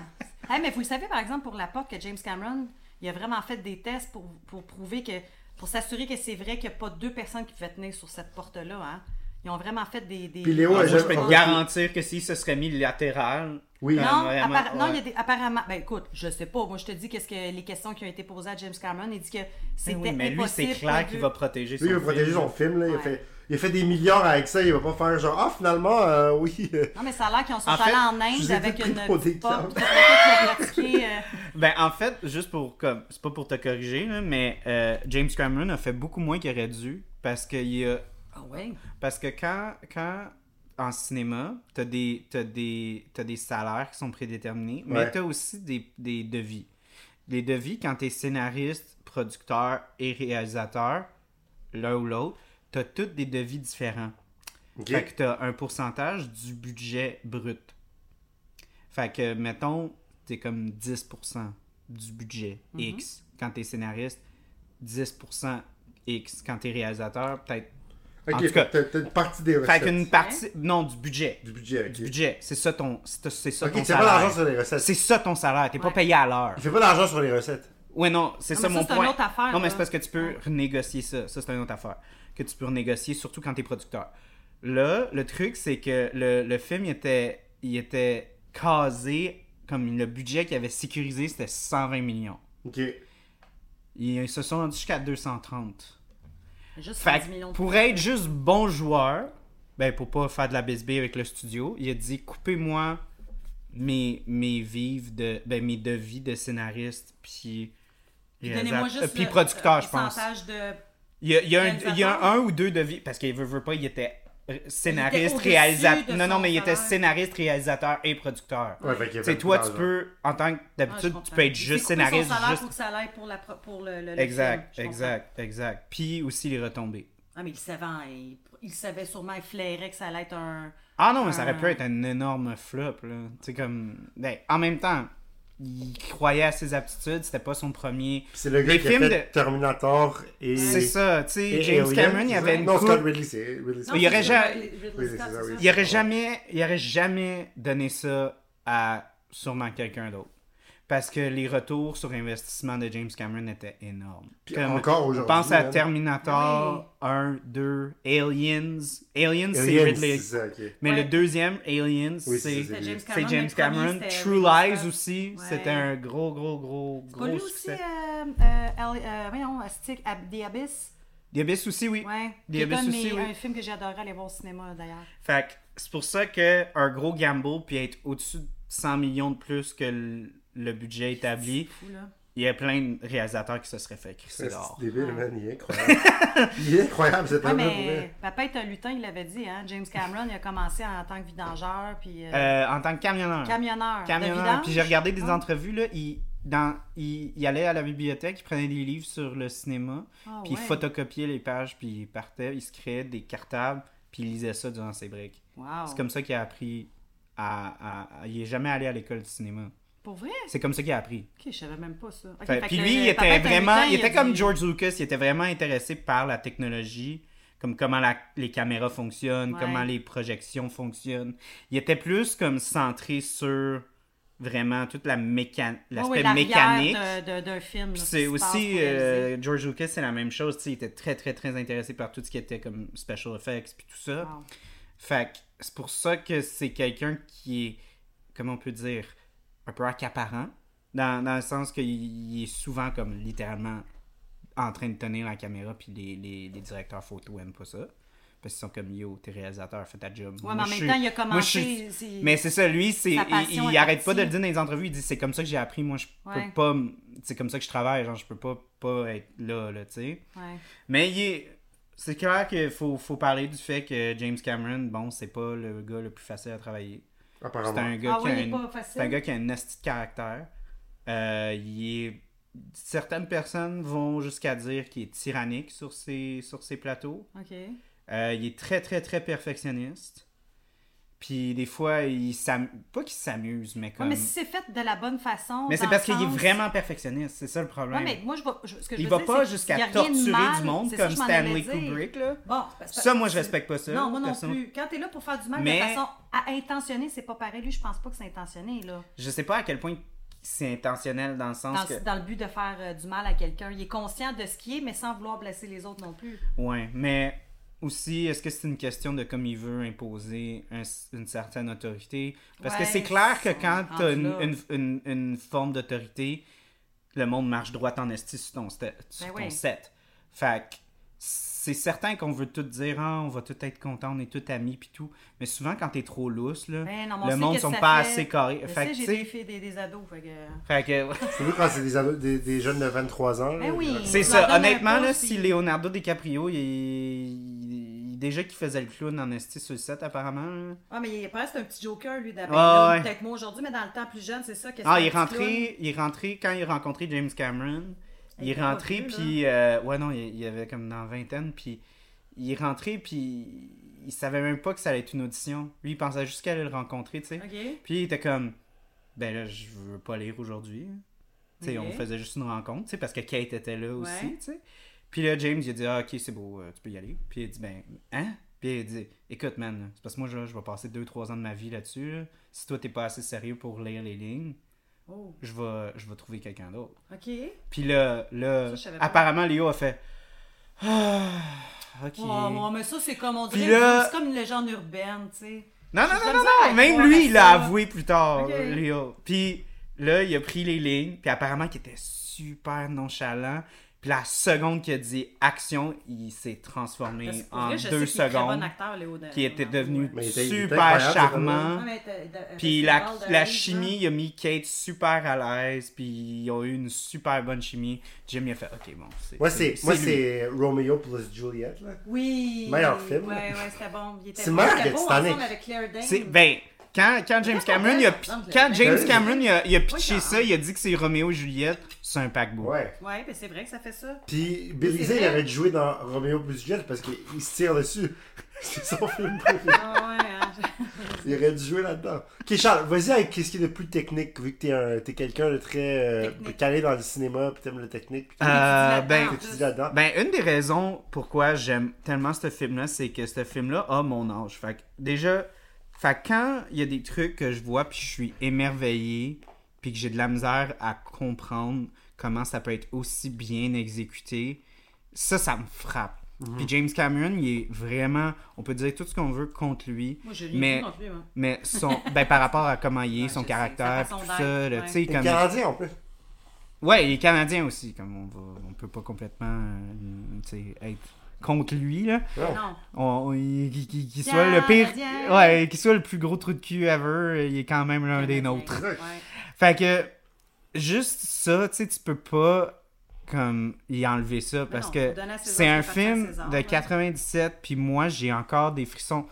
Speaker 2: Hey, mais vous le savez, par exemple, pour la porte, que James Cameron, il a vraiment fait des tests pour, pour prouver que. pour s'assurer que c'est vrai qu'il n'y a pas deux personnes qui pouvaient tenir sur cette porte-là. Hein. Ils ont vraiment fait des. des...
Speaker 3: Puis
Speaker 1: Ah,
Speaker 3: Léo a
Speaker 1: moi,
Speaker 3: jamais-
Speaker 1: je peux te garantir que s'il se serait mis latéral.
Speaker 3: Oui.
Speaker 1: comme
Speaker 2: Non,
Speaker 1: vraiment,
Speaker 2: appara- non, il y
Speaker 1: ouais.
Speaker 2: a des- apparemment. Ben écoute, je sais pas. Moi, je te dis qu'est-ce que les questions qui ont été posées à James Cameron. Il dit que
Speaker 1: Mais
Speaker 2: c'était
Speaker 1: Ben oui, mais lui, c'est
Speaker 2: impossible
Speaker 1: clair
Speaker 2: pour
Speaker 1: qu'il
Speaker 2: eux.
Speaker 1: va protéger son
Speaker 3: Lui, il veut protéger
Speaker 1: film.
Speaker 3: son film, là. Il, a
Speaker 2: Ouais.
Speaker 3: fait, il a fait des milliards avec ça, il va pas faire genre, ah, finalement, euh, oui. euh,
Speaker 2: Non, mais ça a l'air qu'ils ont sont
Speaker 1: En fait,
Speaker 2: allés en
Speaker 3: je vous
Speaker 2: Inde
Speaker 3: ai
Speaker 2: avec
Speaker 3: pris
Speaker 2: une
Speaker 3: pour des
Speaker 2: petite porte.
Speaker 3: exemples.
Speaker 2: Ils ont pratiqué, euh,
Speaker 1: Ben, en fait, juste pour. comme C'est pas pour te corriger, là, mais euh, James Cameron a fait beaucoup moins qu'il aurait dû parce que, il a-
Speaker 2: Ah ouais.
Speaker 1: parce que quand, quand. En cinéma, t'as des, t'as des, t'as des salaires qui sont prédéterminés, mais
Speaker 3: Ouais.
Speaker 1: t'as aussi des, des devis. Les devis, quand t'es scénariste, producteur et réalisateur, l'un ou l'autre, t'as tous des devis différents.
Speaker 3: Ok.
Speaker 1: Fait que t'as un pourcentage du budget brut. Fait que, mettons, t'es comme 10% du budget X quand t'es scénariste, 10% X quand t'es réalisateur, peut-être. en
Speaker 3: Ok,
Speaker 1: tout cas-
Speaker 3: t'as t'as une partie des
Speaker 1: Fait
Speaker 3: recettes.
Speaker 1: qu'une partie. Non, du budget.
Speaker 3: Du budget, ok.
Speaker 1: Du budget. C'est ça ton, c'est c'est ça
Speaker 3: Ok,
Speaker 1: ton
Speaker 3: tu fais pas d'argent
Speaker 1: salaire.
Speaker 3: sur les recettes.
Speaker 1: C'est ça ton salaire. T'es pas
Speaker 2: Ouais.
Speaker 1: payé à l'heure.
Speaker 3: Il fait pas d'argent sur les recettes.
Speaker 1: Ouais, non, c'est
Speaker 2: Non,
Speaker 1: ça
Speaker 2: mais ça,
Speaker 1: mon
Speaker 2: c'est une
Speaker 1: point.
Speaker 2: autre affaire,
Speaker 1: non, mais c'est
Speaker 2: là.
Speaker 1: parce que tu peux renégocier ça. Ça, c'est une autre affaire. Que tu peux renégocier, surtout quand t'es producteur. Là, le truc, c'est que le, le film, il était, il était casé comme le budget qu'il avait sécurisé, c'était 120 millions.
Speaker 3: Ok.
Speaker 1: Ils se sont rendus jusqu'à 230.
Speaker 2: Juste
Speaker 1: Fait
Speaker 2: 10
Speaker 1: que
Speaker 2: millions de
Speaker 1: pour être juste bon joueur, ben pour pas faire de la bisbille avec le studio, il a dit coupez-moi mes, mes vives de ben, mes devis de scénariste puis
Speaker 2: Puis Donnez-moi
Speaker 1: réalisateur-
Speaker 2: juste
Speaker 1: Euh, puis
Speaker 2: le-
Speaker 1: producteur,
Speaker 2: le
Speaker 1: je pense.
Speaker 2: pourcentage de- Ah,
Speaker 1: Il y a, il y a un,
Speaker 2: Réalisateur.
Speaker 1: il y a un ou deux devis, parce qu'il veut, veut pas, il était euh, scénariste,
Speaker 2: au-dessus de
Speaker 1: réalisateur. Non,
Speaker 2: son
Speaker 1: non, mais il était
Speaker 2: salaire.
Speaker 1: scénariste, réalisateur et producteur.
Speaker 3: Ouais, fait qu'il a
Speaker 1: Tu sais,
Speaker 3: fait
Speaker 1: toi,
Speaker 3: beaucoup
Speaker 1: tu
Speaker 3: d'argent.
Speaker 1: peux, en tant que
Speaker 2: Ah, je
Speaker 1: d'habitude, tu
Speaker 2: comprends.
Speaker 1: peux être
Speaker 2: Il s'est
Speaker 1: juste
Speaker 2: coupé
Speaker 1: scénariste,
Speaker 2: Son salaire
Speaker 1: juste.
Speaker 2: pour que ça aille pour, la, pro- pour le, le- le
Speaker 1: Exact,
Speaker 2: film, je
Speaker 1: exact, exact. Puis aussi les retombées.
Speaker 2: comprends. Ah, mais il savait, hein, il, il savait sûrement, il flairait que ça allait être un.
Speaker 1: Ah non, mais ça aurait pu
Speaker 2: Ah.
Speaker 1: être un énorme flop, là. Tu sais, comme... ben, en même temps, il croyait à ses aptitudes, c'était pas son premier...
Speaker 3: C'est le gars
Speaker 1: Les
Speaker 3: qui a
Speaker 1: films
Speaker 3: fait Terminator et.
Speaker 1: C'est ça, tu sais,
Speaker 3: et
Speaker 1: James
Speaker 3: Alien,
Speaker 1: Cameron, il
Speaker 3: c'est
Speaker 1: y
Speaker 3: ça?
Speaker 1: avait une
Speaker 3: Non,
Speaker 1: coupe-
Speaker 3: Scott Ridley, c'est Ridley Scott.
Speaker 1: il y aurait
Speaker 2: c'est-
Speaker 1: jamais-
Speaker 2: Ridley
Speaker 3: Oui, c'est
Speaker 2: Scott,
Speaker 3: ça,
Speaker 2: c'est
Speaker 3: oui.
Speaker 2: ça.
Speaker 1: Il aurait jamais, il aurait jamais donné ça à sûrement quelqu'un d'autre. Parce que les retours sur investissement de James Cameron étaient énormes.
Speaker 3: Puis encore
Speaker 1: on
Speaker 3: aujourd'hui.
Speaker 1: pense à
Speaker 3: man.
Speaker 1: Terminator 1, 2, Aliens. Aliens, c'est
Speaker 3: Alien,
Speaker 1: Ridley.
Speaker 3: c'est ça, ok.
Speaker 1: Mais
Speaker 2: Ouais.
Speaker 1: le deuxième, Aliens, c'est
Speaker 3: Oui,
Speaker 2: C'était
Speaker 3: James
Speaker 2: James
Speaker 1: c'est
Speaker 2: Cameron. mais
Speaker 1: James
Speaker 2: le premier,
Speaker 1: Cameron.
Speaker 2: c'était
Speaker 1: True
Speaker 2: Ridley
Speaker 1: Lies
Speaker 2: Scott.
Speaker 1: aussi, Oh,
Speaker 2: Ouais.
Speaker 1: c'était un gros, gros, gros,
Speaker 2: Pas lui
Speaker 1: gros
Speaker 2: aussi, euh,
Speaker 1: succès.
Speaker 2: euh, Ali- euh, voyons, euh, Stick, Ab- The Abyss.
Speaker 1: The Abyss aussi, oui.
Speaker 2: Ouais.
Speaker 1: The
Speaker 2: qui est
Speaker 1: Abyss
Speaker 2: un de mes-
Speaker 1: aussi, oui.
Speaker 2: Un film que j'ai adoré aller voir au cinéma, d'ailleurs.
Speaker 1: Fait que c'est pour ça que un gros gamble, puis être au-dessus de 100 millions de plus que le- le budget établi,
Speaker 2: Fou, là.
Speaker 1: il y a plein de réalisateurs qui se seraient fait crisser
Speaker 3: C'est
Speaker 1: dehors.
Speaker 3: débile, man. Il est incroyable. Il est incroyable, cet
Speaker 2: Ouais,
Speaker 3: homme-là, pour
Speaker 2: mais
Speaker 3: vrai.
Speaker 2: Papa est un lutin, il l'avait dit, hein. James Cameron, il a commencé en tant que vidangeur, puis euh,
Speaker 1: Euh, en tant que camionneur.
Speaker 2: camionneur. de
Speaker 1: Camionneur.
Speaker 2: vidange.
Speaker 1: Puis j'ai regardé des
Speaker 2: Ah.
Speaker 1: entrevues, là, il, dans, il, il allait à la bibliothèque, il prenait des livres sur le cinéma,
Speaker 2: Ah,
Speaker 1: puis
Speaker 2: ouais.
Speaker 1: il photocopiait les pages, puis il partait, il se créait des cartables, puis il lisait ça durant ses breaks.
Speaker 2: Wow.
Speaker 1: C'est comme ça qu'il a appris à, à- à- Il est jamais allé à l'école de cinéma.
Speaker 2: Pour vrai?
Speaker 1: C'est comme ça qu'il a appris.
Speaker 2: Ok, je savais même pas ça. Ok,
Speaker 1: Fait-
Speaker 2: fait
Speaker 1: puis
Speaker 2: que
Speaker 1: lui,
Speaker 2: le-
Speaker 1: il
Speaker 2: le papa est
Speaker 1: était
Speaker 2: un
Speaker 1: vraiment,
Speaker 2: lutin,
Speaker 1: il était
Speaker 2: a
Speaker 1: comme
Speaker 2: dit-
Speaker 1: George Lucas, il était vraiment intéressé par la technologie, comme comment la- les caméras fonctionnent,
Speaker 2: Ouais.
Speaker 1: comment les projections fonctionnent. Il était plus comme centré sur vraiment toute la méca-
Speaker 2: Ouais,
Speaker 1: l'aspect
Speaker 2: ouais, l'arrière
Speaker 1: mécanique.
Speaker 2: de- de- d'un film.
Speaker 1: Puis
Speaker 2: là,
Speaker 1: c'est
Speaker 2: qui se passe
Speaker 1: aussi
Speaker 2: pour réaliser.
Speaker 1: euh, George Lucas, c'est la même chose, tu sais, il était très très très intéressé par tout ce qui était comme special effects puis tout ça.
Speaker 2: Wow.
Speaker 1: Fait que c'est pour ça que c'est quelqu'un qui est, comment on peut dire, un peu accaparant, dans, dans le sens qu'il il est souvent comme littéralement en train de tenir la caméra, puis les, les, les directeurs photo aiment pas ça. Parce qu'ils sont comme yo, t'es réalisateur, fais ta job.
Speaker 2: Ouais,
Speaker 1: Moi,
Speaker 2: mais en
Speaker 1: je
Speaker 2: même
Speaker 1: suis-
Speaker 2: temps, il a
Speaker 1: moi, je suis-
Speaker 2: commencé. c'est-
Speaker 1: Mais c'est ça, lui, c'est,
Speaker 2: Sa
Speaker 1: il,
Speaker 2: passion
Speaker 1: il
Speaker 2: est
Speaker 1: arrête pas de le
Speaker 2: partie.
Speaker 1: dire dans les entrevues. Il dit c'est comme ça que j'ai appris. Moi, je
Speaker 2: Ouais.
Speaker 1: peux pas. m- C'est comme ça que je travaille. Genre, je peux pas, pas être là, là, tu sais.
Speaker 2: Ouais.
Speaker 1: Mais il est- c'est clair qu'il faut, faut parler du fait que James Cameron, bon, c'est pas le gars le plus facile à travailler. C'est
Speaker 3: Apparemment.
Speaker 1: un, gars
Speaker 2: Ah
Speaker 1: qui
Speaker 2: oui,
Speaker 1: a
Speaker 2: il est
Speaker 1: une-
Speaker 2: pas facile.
Speaker 1: c'est un gars qui a un nasty de caractère. Euh, il est certaines personnes vont jusqu'à dire qu'il est tyrannique sur ses, sur ses plateaux.
Speaker 2: OK.
Speaker 1: Euh, il est très, très, très perfectionniste. Puis des fois, il s'am... pas qu'il s'amuse, mais
Speaker 2: Ouais,
Speaker 1: comme...
Speaker 2: mais si c'est fait de la bonne façon.
Speaker 1: Mais c'est
Speaker 2: dans
Speaker 1: parce
Speaker 2: le
Speaker 1: qu'il est
Speaker 2: sens-
Speaker 1: vraiment perfectionniste, c'est ça le
Speaker 2: Ouais,
Speaker 1: problème.
Speaker 2: mais moi, je, vais- je- ce que je
Speaker 1: Il
Speaker 2: veux
Speaker 1: va
Speaker 2: dire,
Speaker 1: pas
Speaker 2: c'est qu'il y a
Speaker 1: jusqu'à
Speaker 2: rien de
Speaker 1: torturer
Speaker 2: mal,
Speaker 1: du monde
Speaker 2: c'est ça
Speaker 1: comme
Speaker 2: que je m'en
Speaker 1: Stanley
Speaker 2: allais dire.
Speaker 1: Kubrick, là.
Speaker 2: Bon, c'est parce que-
Speaker 1: Ça, moi, je
Speaker 2: tu-
Speaker 1: respecte pas ça.
Speaker 2: Non, moi non
Speaker 1: personnellement.
Speaker 2: plus. Quand t'es là pour faire du mal
Speaker 1: Mais-
Speaker 2: de façon à intentionner, c'est pas pareil. Lui, je pense pas que c'est intentionné, là.
Speaker 1: Je sais pas à quel point c'est intentionnel dans le sens
Speaker 2: Dans,
Speaker 1: que...
Speaker 2: dans le but de faire euh, du mal à quelqu'un. Il est conscient de ce qui est, mais sans vouloir blesser les autres non plus.
Speaker 1: Ouais, mais aussi, est-ce que c'est une question de comme il veut imposer un- une certaine autorité? Parce que
Speaker 2: Ouais,
Speaker 1: c'est clair que
Speaker 2: c'est-
Speaker 1: quand
Speaker 2: on
Speaker 1: t'as
Speaker 2: rentre
Speaker 1: une,
Speaker 2: là.
Speaker 1: une, une- une forme d'autorité, le monde marche droit en esti sur ton, sta- sur
Speaker 2: Ben
Speaker 1: ton
Speaker 2: oui.
Speaker 1: set. Fait que c'est certain qu'on veut tout dire, Ah, on va tout être content, on est tout amis puis tout. Mais souvent, quand t'es trop lousse, là,
Speaker 2: Ben non, mais on
Speaker 1: le
Speaker 2: sait
Speaker 1: monde
Speaker 2: que
Speaker 1: sont
Speaker 2: ça
Speaker 1: pas
Speaker 2: fait-
Speaker 1: assez carrés.
Speaker 2: Je
Speaker 1: Fait
Speaker 2: sais,
Speaker 1: que, tu
Speaker 2: j'ai
Speaker 1: sais,
Speaker 2: des, filles- des, des ados, fait que...
Speaker 1: fait que-
Speaker 3: Surtout quand c'est des, ados- des, des jeunes de 23 ans.
Speaker 2: Ben
Speaker 3: là,
Speaker 2: oui.
Speaker 3: genre.
Speaker 1: C'est
Speaker 2: On
Speaker 1: ça.
Speaker 2: leur donne un
Speaker 1: Honnêtement, là,
Speaker 2: pouce,
Speaker 1: si
Speaker 2: puis-
Speaker 1: Leonardo DiCaprio, il, il- déjà qu'il faisait le clown en esti sur le set, apparemment. là.
Speaker 2: Ah, mais il est presque un petit joker, lui, d'abord.
Speaker 1: Ouais,
Speaker 2: là,
Speaker 1: ouais.
Speaker 2: Peut-être moi aujourd'hui, mais dans le temps plus jeune, c'est ça. que
Speaker 1: Ah,
Speaker 2: c'est
Speaker 1: il est,
Speaker 2: un petit clown. Eh,
Speaker 1: rentré, il est rentré quand il a rencontré James Cameron. Il
Speaker 2: Il
Speaker 1: est
Speaker 2: l'a pas
Speaker 1: rentré,
Speaker 2: vu, là.
Speaker 1: puis... euh, ouais, non, il, il avait comme dans la vingtaine, puis... Il est rentré, puis... Il savait même pas que ça allait être une audition. Lui, il pensait juste qu'elle allait le rencontrer, tu sais.
Speaker 2: OK.
Speaker 1: Puis il était comme... Ben là, je veux pas lire aujourd'hui. Tu sais,
Speaker 2: Ok.
Speaker 1: on faisait juste une rencontre, tu sais, parce que Kate était là aussi,
Speaker 2: Ouais.
Speaker 1: tu sais. Puis là, James, il a dit, ah, ok, c'est beau, euh, tu peux y aller. Puis il a dit, ben, hein? Puis il a dit, écoute, man, c'est parce que moi, je, je vais passer 2-3 ans de ma vie là-dessus. là. Si toi, t'es pas assez sérieux pour lire les lignes,
Speaker 2: Oh,
Speaker 1: je vais, je vais trouver quelqu'un d'autre.
Speaker 2: OK.
Speaker 1: Puis là, là
Speaker 2: Ça, je savais pas.
Speaker 1: apparemment, Léo a fait, ah, ok.
Speaker 2: Oh, ouais, mais ça, c'est comme on
Speaker 1: Puis
Speaker 2: dirait.
Speaker 1: là-
Speaker 2: C'est comme une légende urbaine, tu sais.
Speaker 1: Non, non,
Speaker 2: J'ai de
Speaker 1: non, non,
Speaker 2: la misère à
Speaker 1: non.
Speaker 2: y
Speaker 1: Même
Speaker 2: croire à
Speaker 1: lui, il
Speaker 2: ça.
Speaker 1: l'a avoué plus tard,
Speaker 2: Ok.
Speaker 1: Léo. Puis là, il a pris les lignes, puis apparemment qu'il était super nonchalant. Puis la seconde qu'il a dit action, il s'est transformé
Speaker 2: Parce que pour
Speaker 1: en
Speaker 2: vrai, je sais
Speaker 1: deux
Speaker 2: qu'il est très
Speaker 1: secondes.
Speaker 2: bon acteur, Léo de-
Speaker 1: qui était
Speaker 2: Leonardo,
Speaker 1: devenu
Speaker 2: ouais.
Speaker 3: Mais il était- il était
Speaker 1: super
Speaker 3: incroyable,
Speaker 1: charmant.
Speaker 2: Ouais, mais t'as- t'as-
Speaker 1: Puis
Speaker 2: t'as-
Speaker 1: la,
Speaker 2: t'as-
Speaker 1: la
Speaker 2: t'as-
Speaker 1: chimie, il a mis Kate super à l'aise, puis ils ont eu une super bonne chimie. Jim, il a fait, ok, bon, c'est.
Speaker 3: Moi, c'est, moi,
Speaker 1: lui.
Speaker 3: c'est Romeo plus Juliette. Là.
Speaker 2: Oui.
Speaker 3: Meilleur film.
Speaker 2: Ouais, ouais, c'était bon. Il était
Speaker 3: C'est
Speaker 2: beau,
Speaker 3: meilleur
Speaker 2: c'était
Speaker 3: que
Speaker 2: beau
Speaker 3: Titanic.
Speaker 2: ensemble avec Claire Danes.
Speaker 1: C'est- ben, quand, quand James Cameron, il a, pi- quand James Cameron, il a, il a pitché
Speaker 2: Oui,
Speaker 1: ça, il a dit que c'est Roméo et Juliette, c'est un paquebot.
Speaker 3: Ouais.
Speaker 2: Ouais, ben c'est vrai que ça fait ça.
Speaker 3: Puis Billy
Speaker 2: C'est
Speaker 3: Zane
Speaker 2: vrai.
Speaker 3: arrête de jouer dans Romeo plus Juliette parce qu'il se tire dessus. C'est son film préféré.
Speaker 2: Ah ouais, hein.
Speaker 3: Il aurait dû jouer là-dedans. Ok, Charles, vas-y avec qu'est-ce qui est le plus technique, vu que t'es, un- t'es quelqu'un de très euh,
Speaker 2: Technique.
Speaker 3: calé dans le cinéma, puis t'aimes le technique, puis
Speaker 1: Euh, ben-
Speaker 3: tout ce que tu dis là-dedans.
Speaker 1: Ben, une des raisons pourquoi j'aime tellement ce film-là, c'est que ce film-là a mon âge. Fait que, déjà, fait que quand il y a des trucs que je vois puis je suis émerveillé, puis que j'ai de la misère à comprendre comment ça peut être aussi bien exécuté, ça, ça me frappe. Puis James Cameron, il est vraiment, on peut dire tout ce qu'on veut contre lui,
Speaker 2: Moi, je
Speaker 1: mais
Speaker 2: l'ai non plus, hein. moi.
Speaker 1: mais son ben par rapport à comment il est
Speaker 2: Ouais,
Speaker 1: son
Speaker 2: je sais,
Speaker 1: caractère
Speaker 2: sa façon
Speaker 1: tout
Speaker 2: d'être,
Speaker 1: ça là,
Speaker 2: ouais.
Speaker 1: tu sais
Speaker 3: T'es
Speaker 1: comme
Speaker 3: canadien en plus.
Speaker 1: ouais il est canadien aussi comme on va on peut pas complètement euh, tu sais, être contre lui là
Speaker 3: Non.
Speaker 2: Non.
Speaker 1: On- on- il- qu'il qu'il- qu'il soit le pire
Speaker 2: Canadien.
Speaker 1: ouais qu'il soit le plus gros trou de cul ever il est quand même l'un des
Speaker 2: Canadien.
Speaker 1: nôtres
Speaker 2: Ouais.
Speaker 1: fait que juste ça, tu sais, tu peux pas comme y enlever ça parce
Speaker 2: non,
Speaker 1: que
Speaker 2: faut donner à César
Speaker 1: c'est un
Speaker 2: ce qui appartient à
Speaker 1: film
Speaker 2: César,
Speaker 1: de
Speaker 2: ouais.
Speaker 1: 97 puis moi j'ai encore des frissons.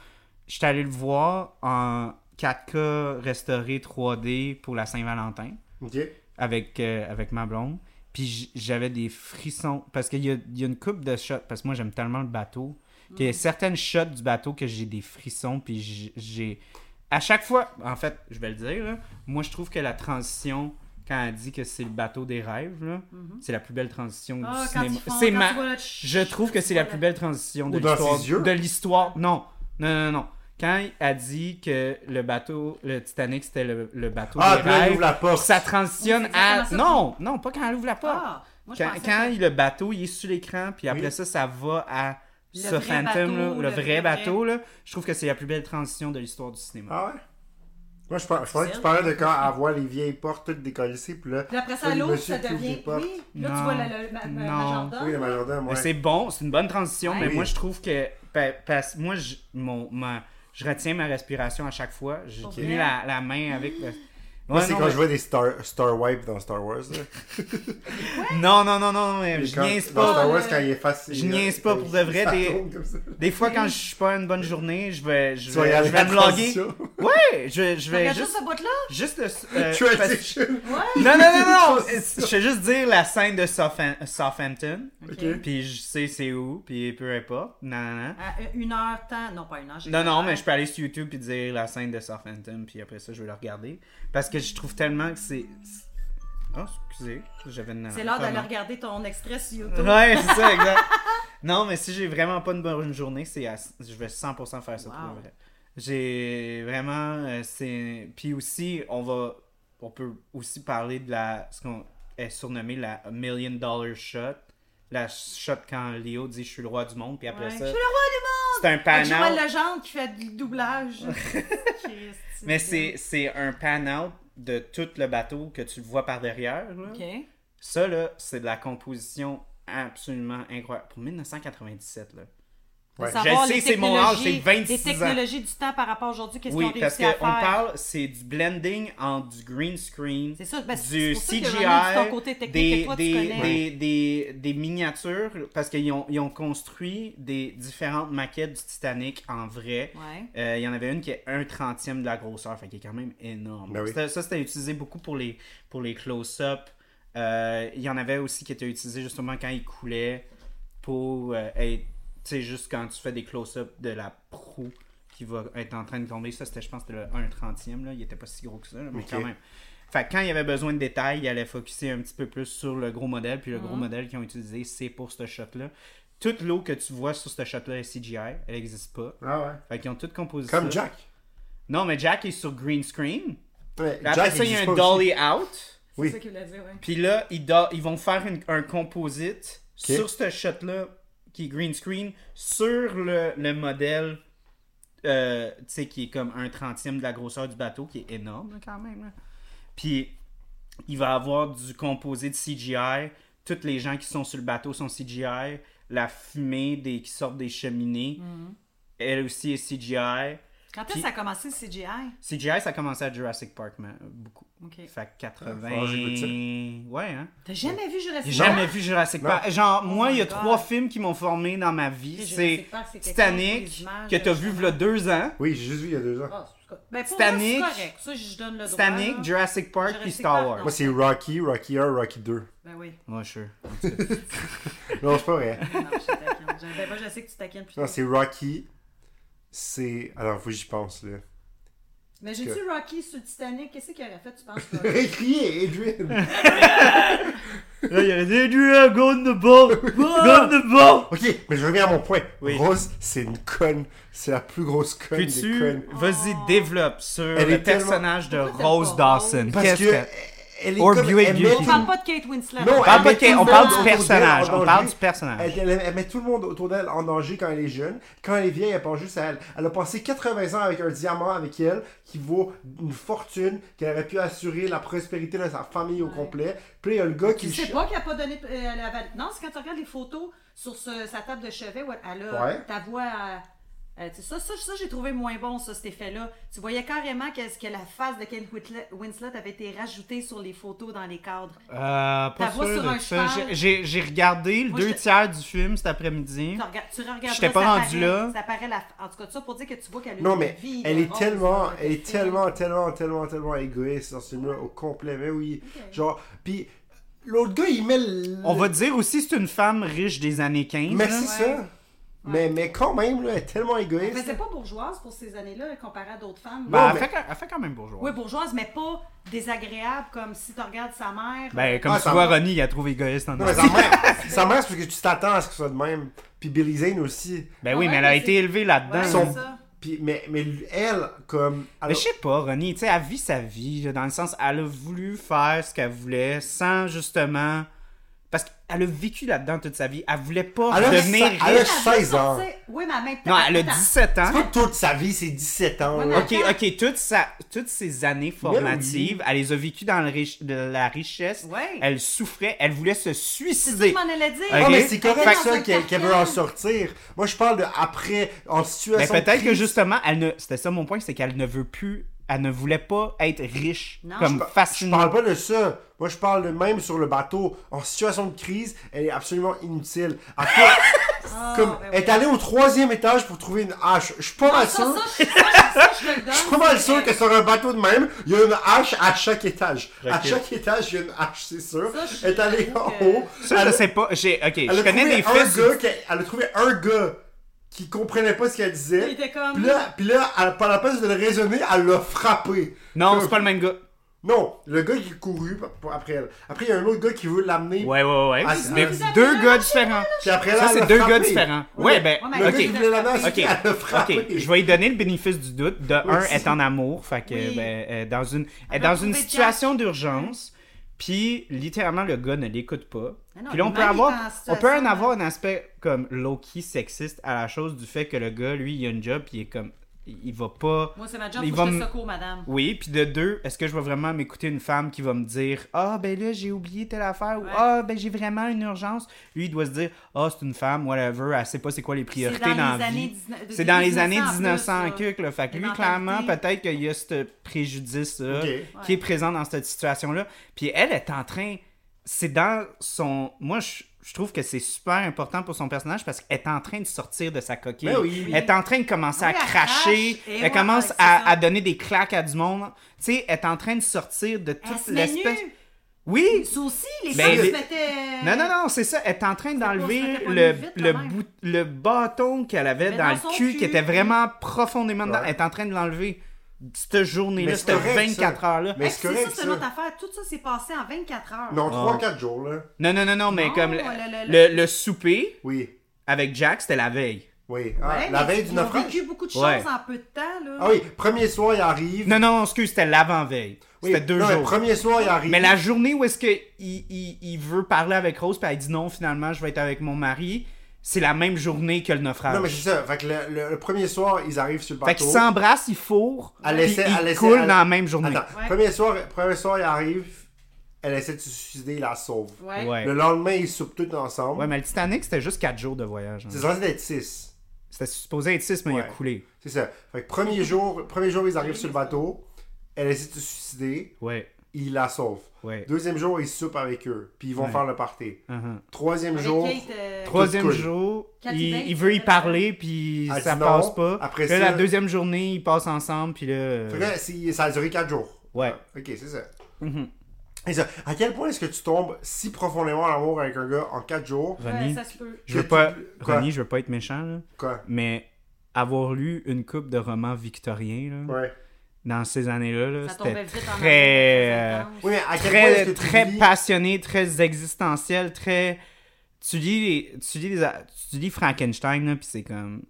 Speaker 1: J'étais allé le voir en 4K restauré 3D pour la Saint-Valentin
Speaker 3: Ok.
Speaker 1: avec, euh, avec ma blonde. Puis j- j'avais des frissons. Parce qu'il y a, il y a une coupe de shots. Parce que moi, j'aime tellement le bateau. Qu'il y a
Speaker 2: Mm.
Speaker 1: certaines shots du bateau que j'ai des frissons. Puis j- j'ai. À chaque fois, en fait, je vais le dire, là, moi, je trouve que la transition, quand elle dit que c'est le bateau des rêves, là, c'est la plus belle transition
Speaker 2: Mm-hmm.
Speaker 1: du
Speaker 2: Ah, quand
Speaker 1: cinéma.
Speaker 2: ils font-
Speaker 1: C'est
Speaker 2: quand
Speaker 1: ma-
Speaker 2: tu vois le- Ah,
Speaker 1: Je trouve que c'est la plus belle transition de
Speaker 3: Ou dans
Speaker 1: l'histoire.
Speaker 3: ses yeux.
Speaker 1: De l'histoire. Non. Non, non, non. Quand elle dit que le bateau, le Titanic, c'était le, le bateau
Speaker 3: Ah,
Speaker 1: des
Speaker 3: puis là, il
Speaker 1: rêves,
Speaker 3: ouvre la porte.
Speaker 1: ça transitionne
Speaker 2: Oui, c'est
Speaker 1: à.
Speaker 2: exactement ça.
Speaker 1: Non, non, pas quand elle ouvre la porte.
Speaker 2: Ah, moi, je
Speaker 1: quand
Speaker 2: pensais
Speaker 1: quand
Speaker 2: que-
Speaker 1: le bateau il est sur l'écran, puis après
Speaker 3: Oui.
Speaker 1: ça, ça va à
Speaker 2: Le
Speaker 1: ce
Speaker 2: vrai
Speaker 1: Phantom,
Speaker 2: bateau,
Speaker 1: là, le,
Speaker 2: le
Speaker 1: vrai,
Speaker 2: vrai
Speaker 1: bateau, là, je trouve que c'est la plus belle transition de l'histoire du cinéma.
Speaker 3: Ah ouais? Moi, je pense je pensais que tu parlais de quand à voir les vieilles portes toutes décollissées, puis là.
Speaker 2: Puis après
Speaker 3: là,
Speaker 2: ça,
Speaker 3: le
Speaker 2: l'autre,
Speaker 3: monsieur
Speaker 2: ça
Speaker 3: qui ouvre les
Speaker 2: devient.
Speaker 3: portes.
Speaker 2: Oui, là,
Speaker 1: Non.
Speaker 2: tu vois le, le ma- ma-
Speaker 1: Non.
Speaker 2: majordome.
Speaker 3: Oui, le majordome,
Speaker 1: Mais
Speaker 3: ouais.
Speaker 1: C'est bon, c'est une bonne transition, mais
Speaker 3: Oui.
Speaker 1: moi je trouve que. pa- Parce moi, je, mon, ma- je retiens ma respiration à chaque fois. J'ai
Speaker 2: Pour
Speaker 1: tenu
Speaker 2: vrai?
Speaker 1: la, la main avec. le-
Speaker 3: Moi,
Speaker 1: Ouais,
Speaker 3: c'est
Speaker 1: non,
Speaker 3: quand
Speaker 1: mais-
Speaker 3: je vois des Star, Star Wipe dans Star Wars. Là.
Speaker 1: Non, non, non, non, non, mais
Speaker 3: Et
Speaker 1: je
Speaker 3: quand-
Speaker 1: niaise
Speaker 3: Dans
Speaker 1: pas.
Speaker 3: Star
Speaker 2: Ah,
Speaker 3: Wars,
Speaker 2: le-
Speaker 3: quand il est euh, facile.
Speaker 1: Je niaise pas, pour de vrai, des- Des fois, quand je suis pas à une bonne journée, je vais, je
Speaker 3: Tu vas y
Speaker 1: vais,
Speaker 3: aller
Speaker 1: je vais
Speaker 3: à
Speaker 1: me loguer.
Speaker 3: transition.
Speaker 1: Ouais, je, je vais
Speaker 2: Regarde juste
Speaker 1: juste,
Speaker 2: ce bout-là.
Speaker 1: juste le. euh, parce-
Speaker 3: Transition.
Speaker 2: Ouais.
Speaker 1: Non, non, non, non! Je vais juste dire la scène de Southam- Southampton,
Speaker 3: Ok.
Speaker 1: puis je sais c'est où, puis peu importe. Non, non, non.
Speaker 2: À une heure temps. Non, pas une heure. j'ai-
Speaker 1: Non, non, mais je peux aller sur YouTube puis dire la scène de Southampton, puis après ça, je vais la regarder. Parce que je trouve tellement que c'est. Oh, excusez, j'avais une.
Speaker 2: C'est l'heure d'aller
Speaker 1: pardon.
Speaker 2: regarder ton extrait sur YouTube.
Speaker 1: Ah, Ouais, c'est ça, exact. non, mais si j'ai vraiment pas une bonne journée, c'est à- je vais 100% faire ça pour
Speaker 2: Wow.
Speaker 1: le vrai. J'ai vraiment euh, c'est puis aussi on va on peut aussi parler de la ce qu'on est surnommé la million dollar shot, la shot quand Léo dit je suis le roi du monde puis après
Speaker 2: Ouais. Je suis
Speaker 1: ça
Speaker 2: le roi du monde!
Speaker 1: c'est un
Speaker 2: Avec
Speaker 1: pan
Speaker 2: Joël
Speaker 1: out.
Speaker 2: Legendre qui fait du doublage. Christ,
Speaker 1: Mais c'est c'est un pan out de tout le bateau que tu vois par derrière là.
Speaker 2: Ok.
Speaker 1: Ça, là, c'est de la composition absolument incroyable. Pour 1997, là.
Speaker 3: Ouais.
Speaker 2: Savoir
Speaker 1: Je
Speaker 2: les
Speaker 1: sais, c'est mon âge, j'ai
Speaker 2: technologies-
Speaker 1: 26
Speaker 2: Les technologies du temps par rapport à aujourd'hui, qu'est-ce
Speaker 1: Oui,
Speaker 2: qu'on
Speaker 1: parce
Speaker 2: réussit
Speaker 1: qu'on
Speaker 2: à faire?
Speaker 1: parle, c'est du blending entre du green screen,
Speaker 2: C'est ça, ben, c'est-
Speaker 1: du
Speaker 2: c'est pour ça
Speaker 1: CGI,
Speaker 2: que René dit ton côté technique
Speaker 1: des,
Speaker 2: que toi, tu
Speaker 1: des,
Speaker 2: connais.
Speaker 1: des, des- des miniatures, parce qu'ils ont, ils ont construit des différentes maquettes du Titanic en vrai.
Speaker 2: Ouais.
Speaker 1: Euh, Il y en avait une qui est un trentième de la grosseur, fait qui est quand même énorme.
Speaker 3: Ben oui.
Speaker 1: C'était- Ça, c'était utilisé beaucoup pour les, pour les close-up. Euh, Il y en avait aussi qui était utilisé justement quand il coulait pour euh, être- tu sais, juste quand tu fais des close-up de la proue qui va être en train de tomber. Ça, c'était, je pense, c'était le 1 trentième. Là. Il était pas si gros que ça, là, mais
Speaker 3: Ok.
Speaker 1: quand même. Fait que quand il y avait besoin de détails, il allait focuser un petit peu plus sur le gros modèle. Puis le gros modèle qu'ils ont utilisé, c'est pour ce shot-là. Toute l'eau que tu vois sur ce shot-là est CGI. Elle n'existe pas.
Speaker 3: Ah ouais.
Speaker 1: Fait qu'ils ont tout composé
Speaker 3: Comme
Speaker 1: ça.
Speaker 3: Jack.
Speaker 1: Non, mais Jack est sur green screen.
Speaker 3: Ouais,
Speaker 1: Puis Après
Speaker 3: Jack,
Speaker 1: ça, il y a
Speaker 3: existe
Speaker 1: un
Speaker 3: pas
Speaker 1: dolly out.
Speaker 3: Oui.
Speaker 2: C'est ça qu'il voulait dire, ouais.
Speaker 1: Puis là, ils, do- ils vont faire une- un composite
Speaker 3: Ok.
Speaker 1: sur ce shot-là, qui est green screen, sur le, le modèle, euh, tu sais, qui est comme un trentième de la grosseur du bateau, qui est énorme là, quand même. là. Puis il va avoir du composé de CGI. Toutes les gens qui sont sur le bateau sont CGI. La fumée des, qui sort des cheminées, elle aussi est CGI.
Speaker 2: Quand est-ce
Speaker 1: Puis-
Speaker 2: que ça a commencé le CGI?
Speaker 1: CGI, ça a commencé à Jurassic Park, mais euh, beaucoup.
Speaker 2: Ok.
Speaker 1: Fait que
Speaker 3: Ah, j'écoute
Speaker 1: 80. Ouais, hein.
Speaker 2: T'as jamais vu Jurassic
Speaker 1: J'ai
Speaker 2: Park?
Speaker 1: jamais vu Jurassic
Speaker 3: Non.
Speaker 1: Park. Genre, moi,
Speaker 2: Oh my
Speaker 1: il y a
Speaker 2: God.
Speaker 1: trois films qui m'ont formé dans ma vie.
Speaker 2: Et
Speaker 1: C'est
Speaker 2: Jurassic Park, c'est quelque chose,
Speaker 1: Titanic,
Speaker 2: les images,
Speaker 1: que t'as vu v'là deux ans.
Speaker 3: Oui, j'ai juste vu il y a deux ans.
Speaker 2: Ah, c'est- ben, pour
Speaker 1: Titanic-
Speaker 2: moi, c'est correct. Ça, je donne le droit.
Speaker 1: Titanic,
Speaker 2: là.
Speaker 1: Jurassic Park, puis
Speaker 2: Jurassic
Speaker 1: Star
Speaker 2: Park,
Speaker 1: Wars.
Speaker 3: Moi, c'est Rocky, Rocky 1, Rocky 2.
Speaker 2: Ben oui.
Speaker 1: Moi, je
Speaker 3: Non, c'est pas vrai.
Speaker 2: Non, je suis taquine. J'aime- Ben moi, je sais que tu taquines. plus
Speaker 3: Non,
Speaker 2: tard.
Speaker 3: Ah, c'est Rocky. C'est. Alors, faut que j'y pense, là.
Speaker 2: Mais j'ai-tu Rocky sur le Titanic? Qu'est-ce qu'il aurait fait, tu penses? Rocky?
Speaker 3: Crier, Edwin!
Speaker 1: Là, il y avait des duels, go on the ball, go on the ball.
Speaker 3: ok, mais je reviens à mon point.
Speaker 1: Oui.
Speaker 3: Rose, c'est une conne. C'est la plus grosse conne des
Speaker 1: Puis-tu,
Speaker 3: connes.
Speaker 1: vas-y, développe sur
Speaker 3: Elle est
Speaker 1: le personnage de
Speaker 2: Pourquoi t'as
Speaker 1: Rose
Speaker 2: pas Rose?
Speaker 1: Dawson.
Speaker 3: Parce
Speaker 1: Qu'est-ce
Speaker 3: que.
Speaker 1: que.
Speaker 3: Elle est
Speaker 1: Or
Speaker 3: comme.
Speaker 1: Buick
Speaker 3: elle met
Speaker 1: Beauty.
Speaker 2: On
Speaker 3: tout-
Speaker 2: parle pas de Kate Winslet.
Speaker 3: Non,
Speaker 1: parle
Speaker 3: elle
Speaker 1: pas
Speaker 3: met
Speaker 1: de-
Speaker 3: tout
Speaker 1: on parle
Speaker 3: le monde
Speaker 1: du
Speaker 3: autour d'elle
Speaker 1: personnage,
Speaker 3: en
Speaker 1: on parle
Speaker 3: danger.
Speaker 1: du personnage.
Speaker 3: Elle, elle- elle met tout le monde autour d'elle en danger quand elle est jeune. Quand elle est vieille, elle pense juste à elle. Elle a passé 80 ans avec un diamant avec elle qui vaut une fortune, qu'elle aurait pu assurer la prospérité de sa famille au complet. Puis là, il y a le gars qui...
Speaker 2: Tu sais
Speaker 3: ch-
Speaker 2: pas qu'elle a pas donné. euh, elle avait- Non, c'est quand tu regardes les photos sur ce- sa table de chevet où elle a
Speaker 3: Ouais.
Speaker 2: ta voix. euh, euh, tu sais, ça, ça, ça, j'ai trouvé moins bon, ça, cet effet-là. Tu voyais carrément que, que la face de Kate Whitla- Winslet avait été rajoutée sur les photos dans les cadres.
Speaker 1: Euh, pas
Speaker 2: Ta voix
Speaker 1: sûr
Speaker 2: sur
Speaker 1: de
Speaker 2: un
Speaker 1: ça.
Speaker 2: cheval.
Speaker 1: J'ai- J'ai j'ai regardé le
Speaker 2: Moi,
Speaker 1: deux
Speaker 2: j'étais-
Speaker 1: tiers du film cet après-midi.
Speaker 2: Tu, regardes, tu regarderas,
Speaker 1: Mm. J'étais pas
Speaker 2: ça
Speaker 1: rendu
Speaker 2: paraît-
Speaker 1: là.
Speaker 2: Ça paraît la- En tout cas, ça pour dire que tu vois qu'elle a
Speaker 3: Non,
Speaker 2: eu
Speaker 3: mais
Speaker 2: une vie.
Speaker 3: elle
Speaker 2: de
Speaker 3: est
Speaker 2: rose, euh,
Speaker 3: tellement,
Speaker 2: dans le
Speaker 3: elle est
Speaker 2: film.
Speaker 3: tellement, tellement, tellement, tellement égoïste dans ce film-là au complet. Mais oui, genre, puis l'autre gars, il met. le-
Speaker 1: On va dire hein? aussi c'est une femme riche des années 15.
Speaker 3: Mais
Speaker 1: là.
Speaker 3: c'est ça. Mais, mais quand même, là, elle est tellement
Speaker 2: Elle
Speaker 3: égoïste.
Speaker 2: faisait pas bourgeoise pour ces années-là, comparée à d'autres femmes.
Speaker 1: Ben,
Speaker 3: Non,
Speaker 1: elle,
Speaker 3: mais-
Speaker 1: fait, quand- elle fait quand même bourgeois.
Speaker 2: Oui, bourgeoise, mais pas désagréable comme si tu regardes sa mère.
Speaker 1: Ben, comme
Speaker 3: Ah,
Speaker 1: tu
Speaker 3: ça
Speaker 1: vois,
Speaker 3: va.
Speaker 1: Ronnie, il a trouvé égoïste en
Speaker 3: Non, mais
Speaker 1: esti.
Speaker 3: sa mère, sa mère, c'est parce que tu t'attends à ce que ce soit de même. Puis Billy Zane aussi.
Speaker 1: Ben oui,
Speaker 2: Ouais,
Speaker 1: mais elle a
Speaker 2: mais
Speaker 1: été
Speaker 2: c'est-
Speaker 1: élevée là-dedans.
Speaker 2: Ouais,
Speaker 1: là.
Speaker 3: Son-
Speaker 2: c'est ça.
Speaker 3: Puis, mais, mais elle, comme.
Speaker 1: Mais je sais pas, Ronnie, tu sais, elle vit sa vie, là, dans le sens, elle a voulu faire ce qu'elle voulait sans justement. Parce qu'elle a vécu là-dedans toute sa vie. Elle voulait pas
Speaker 3: Elle a
Speaker 1: devenir
Speaker 3: sa- elle a-
Speaker 1: riche.
Speaker 2: Elle a
Speaker 3: 16 ans.
Speaker 2: sorti- Oui, mais en même temps.
Speaker 1: Non, elle a
Speaker 2: attends.
Speaker 1: 17 ans.
Speaker 3: Pas toute sa vie, c'est 17 ans.
Speaker 2: Ouais,
Speaker 3: là.
Speaker 2: mais-
Speaker 1: Ok, ok, toute sa- toutes ces années formatives, elle les a vécues dans le riche- de la richesse.
Speaker 2: Ouais.
Speaker 1: Elle souffrait, elle voulait se
Speaker 2: C'est ça que
Speaker 1: suicider.
Speaker 2: je m'en allais dire.
Speaker 1: Ok.
Speaker 3: Ah, mais c'est
Speaker 2: Elle
Speaker 3: correct
Speaker 2: était dans
Speaker 3: ça
Speaker 2: un
Speaker 3: qu'elle qu'elle veut en
Speaker 2: carcan.
Speaker 3: sortir. Moi, je parle de après, en
Speaker 1: Mais
Speaker 3: situation.
Speaker 1: Ben, peut-être que
Speaker 3: crise.
Speaker 1: justement, elle ne. C'était ça mon point, c'est qu'elle ne veut plus elle ne voulait pas être riche
Speaker 2: Non.
Speaker 1: comme
Speaker 2: Je
Speaker 3: Je
Speaker 1: fascinant.
Speaker 3: parle pas de ça. Moi, je parle de même sur le bateau. En situation de crise, elle est absolument inutile. À quoi-
Speaker 2: Ah,
Speaker 3: comme,
Speaker 2: ben oui.
Speaker 3: elle est allée au troisième étage pour trouver une hache. Je suis pas mal
Speaker 2: Ça,
Speaker 3: sûr.
Speaker 2: ça, je- ça, ça, je le donne.
Speaker 3: Je suis pas mal sûr que sur un bateau de même, il y a une hache à chaque étage. À
Speaker 1: Ok.
Speaker 3: chaque étage, il y a une hache, c'est sûr.
Speaker 2: Ça, je-
Speaker 3: Elle est allée en
Speaker 2: j'avoue que-
Speaker 3: haut.
Speaker 1: Ça, Ah, je
Speaker 3: Elle-
Speaker 1: sais pas. J'ai... Ok, je
Speaker 3: Elle a
Speaker 1: connais
Speaker 3: trouvé
Speaker 1: des
Speaker 3: un
Speaker 1: fils.
Speaker 3: gars qui- elle a trouvé un gars qui comprenait pas ce qu'elle disait.
Speaker 2: Il était comme-
Speaker 3: Puis là, puis là elle, par la place de le raisonner, elle l'a frappé.
Speaker 1: Non,
Speaker 3: Comme-
Speaker 1: c'est pas le même gars.
Speaker 3: Non, le gars qui est couru p- p- après elle. Après, il y a un autre gars qui veut l'amener.
Speaker 1: Ouais, ouais, ouais.
Speaker 3: Ah,
Speaker 1: Mais
Speaker 3: vous
Speaker 2: avez
Speaker 1: deux
Speaker 2: un
Speaker 1: gars
Speaker 2: chien,
Speaker 1: différents.
Speaker 3: Puis après, là,
Speaker 1: Ça,
Speaker 3: elle
Speaker 1: c'est
Speaker 3: l'a
Speaker 1: deux
Speaker 3: frappé.
Speaker 1: gars différents. Ouais, ben,
Speaker 2: Ouais,
Speaker 3: Le
Speaker 2: mais-
Speaker 1: ok.
Speaker 3: gars qui voulait l'amener,
Speaker 1: Ok,
Speaker 3: elle l'a frappé.
Speaker 1: ok, je vais lui donner le bénéfice du doute. De un, elle est en amour, fait que
Speaker 2: Oui.
Speaker 1: ben, elle est dans une, elle est
Speaker 2: va
Speaker 1: dans une
Speaker 2: trouver
Speaker 1: situation d'urgence. Puis littéralement le gars ne l'écoute pas.
Speaker 2: Mais Ah non,
Speaker 1: Puis là on
Speaker 2: lui-même,
Speaker 1: peut avoir,
Speaker 2: il est en
Speaker 1: on peut en
Speaker 2: situation-
Speaker 1: avoir un aspect comme low key sexiste à la chose du fait que le gars lui il a une job puis il est comme, il va pas.
Speaker 2: Moi, c'est ma job,
Speaker 1: il
Speaker 2: faut
Speaker 1: va
Speaker 2: que je
Speaker 1: me-
Speaker 2: te secours, madame.
Speaker 1: Oui, puis de deux, est-ce que je vais vraiment m'écouter une femme qui va me dire Ah, ben là, j'ai oublié telle affaire ou
Speaker 2: Ouais.
Speaker 1: Ah, ben j'ai vraiment une urgence Lui, il doit se dire Ah, c'est une femme, whatever, elle sait pas c'est quoi les priorités
Speaker 2: dans
Speaker 1: dans
Speaker 2: les
Speaker 1: la
Speaker 2: années
Speaker 1: vie.
Speaker 2: 19
Speaker 1: C'est dans les
Speaker 2: 1900
Speaker 1: années
Speaker 2: en plus,
Speaker 1: 1900 en
Speaker 2: là.
Speaker 1: cuc, là. Fait que
Speaker 2: Les
Speaker 1: lui, clairement,
Speaker 2: mentalités.
Speaker 1: peut-être qu'il y a ce préjudice-là
Speaker 3: Ok.
Speaker 1: qui est présent dans cette situation-là. Puis elle est en train. C'est dans son. Moi, je, je trouve que c'est super important pour son personnage parce qu'elle est en train de sortir de sa coquille.
Speaker 3: Ben oui.
Speaker 1: Elle est en train de commencer
Speaker 2: Oui,
Speaker 1: à
Speaker 2: elle
Speaker 1: cracher.
Speaker 2: crache. Et
Speaker 1: Elle
Speaker 2: ouais,
Speaker 1: commence
Speaker 2: c'est ça.
Speaker 1: à, à donner des claques à du monde. Tu sais, elle est en train de sortir de toute
Speaker 2: se met
Speaker 1: l'espèce.
Speaker 2: nue.
Speaker 1: Oui!
Speaker 2: Ça aussi, les
Speaker 1: Ben,
Speaker 2: femmes
Speaker 1: les-
Speaker 2: se mettaient...
Speaker 1: Non, non, non, c'est ça. Elle est en train d'enlever
Speaker 2: pas- c'était pas
Speaker 1: le,
Speaker 2: une vite,
Speaker 1: le,
Speaker 2: quand même.
Speaker 1: bout- le bâton qu'elle avait
Speaker 2: Mais
Speaker 1: dans,
Speaker 2: dans son
Speaker 1: le cul, qui
Speaker 2: cul.
Speaker 1: était vraiment profondément dedans.
Speaker 3: Ouais.
Speaker 1: Elle est en train de l'enlever. Cette journée-là,
Speaker 3: Mais
Speaker 1: cette
Speaker 3: c'est correct, ça.
Speaker 1: 24 heures-là.
Speaker 3: Mais
Speaker 2: Hey,
Speaker 3: c'est
Speaker 2: c'est ça,
Speaker 3: correct,
Speaker 2: c'est une autre
Speaker 3: ça.
Speaker 2: affaire. Tout ça s'est passé en 24 heures.
Speaker 3: Non,
Speaker 1: Ah.
Speaker 3: 3-4 jours, là.
Speaker 1: Non, non, non, non, mais
Speaker 2: Non,
Speaker 1: comme le,
Speaker 2: le-
Speaker 1: le, le souper
Speaker 3: Oui,
Speaker 1: avec Jack, c'était la veille.
Speaker 3: oui. Ah,
Speaker 2: Ouais,
Speaker 3: la
Speaker 2: mais
Speaker 3: veille du
Speaker 2: ils ont
Speaker 3: naufrage.
Speaker 2: vécu beaucoup de choses
Speaker 1: Ouais.
Speaker 2: en peu de temps, là.
Speaker 3: Ah oui, premier soir, il arrive.
Speaker 1: Non, non, excuse, c'était l'avant-veille.
Speaker 3: Oui,
Speaker 1: C'était deux
Speaker 3: non, mais
Speaker 1: jours.
Speaker 3: Premier soir, il arrive.
Speaker 1: Mais la journée où est-ce qu'il il, il veut parler avec Rose, puis elle dit non, finalement, je vais être avec mon mari, c'est la même journée que le naufrage.
Speaker 3: Non, mais c'est ça. Fait que le, le- le premier soir, ils arrivent sur le
Speaker 1: Fait
Speaker 3: bateau.
Speaker 1: qu'ils s'embrassent, ils fourrent,
Speaker 3: Elle
Speaker 1: puis
Speaker 3: essaie- elle
Speaker 1: ils
Speaker 3: essaie-
Speaker 1: coulent
Speaker 3: elle-
Speaker 1: dans la même journée.
Speaker 3: Attends,
Speaker 2: Ouais.
Speaker 3: premier, soir, premier soir, il arrive. Elle essaie de se suicider, il la sauve.
Speaker 2: Ouais.
Speaker 1: Ouais.
Speaker 3: Le lendemain, ils soupent tous ensemble.
Speaker 1: Ouais, mais le Titanic, c'était juste quatre jours de voyage. hein.
Speaker 3: C'est censé être 6.
Speaker 1: C'était supposé être six, mais il a
Speaker 3: Ouais.
Speaker 1: coulé.
Speaker 3: C'est ça. Fait que premier jour, premier jour, ils arrivent sur le bateau. Elle essaie de se suicider.
Speaker 1: Ouais.
Speaker 3: Il la sauve.
Speaker 1: Ouais.
Speaker 3: Deuxième jour, ils soupent avec eux. Puis ils vont faire le party.
Speaker 1: Uh-huh.
Speaker 3: Troisième
Speaker 2: Avec
Speaker 3: jour.
Speaker 2: Kate, euh,
Speaker 1: Troisième
Speaker 3: coule.
Speaker 1: jour,
Speaker 2: Kathy
Speaker 1: il,
Speaker 2: Bates,
Speaker 1: il veut y
Speaker 2: euh,
Speaker 1: parler, puis
Speaker 3: Elle
Speaker 1: ça
Speaker 3: dit non.
Speaker 1: passe pas.
Speaker 3: Après
Speaker 1: Puis là,
Speaker 3: ça-
Speaker 1: la deuxième journée, ils passent ensemble, puis là... euh,
Speaker 3: Fait que là, c'est- ça a duré 4 jours.
Speaker 1: Ouais. Mm-hmm.
Speaker 3: Ah, ok, c'est ça. Et ça, à quel point est-ce que tu tombes si profondément en amour avec un gars en 4 jours
Speaker 1: Ronnie,
Speaker 2: Ouais, ça se peut.
Speaker 1: je veux
Speaker 3: que
Speaker 1: pas...
Speaker 3: tu- quoi?
Speaker 1: Ronnie, je veux pas être méchant, là,
Speaker 3: Quoi
Speaker 1: mais avoir lu une coupe de romans victoriens, là,
Speaker 3: Ouais.
Speaker 1: dans ces années-là, là,
Speaker 2: Ça
Speaker 1: c'était
Speaker 2: tombait vite en
Speaker 1: très... euh,
Speaker 2: arrière, ça
Speaker 3: Oui, mais à quel point est-ce
Speaker 1: très,
Speaker 3: que tu
Speaker 1: très
Speaker 3: vis-
Speaker 1: passionné, très existentiel, très... Tu lis, les- tu lis, les a- tu lis Frankenstein, là, puis c'est comme...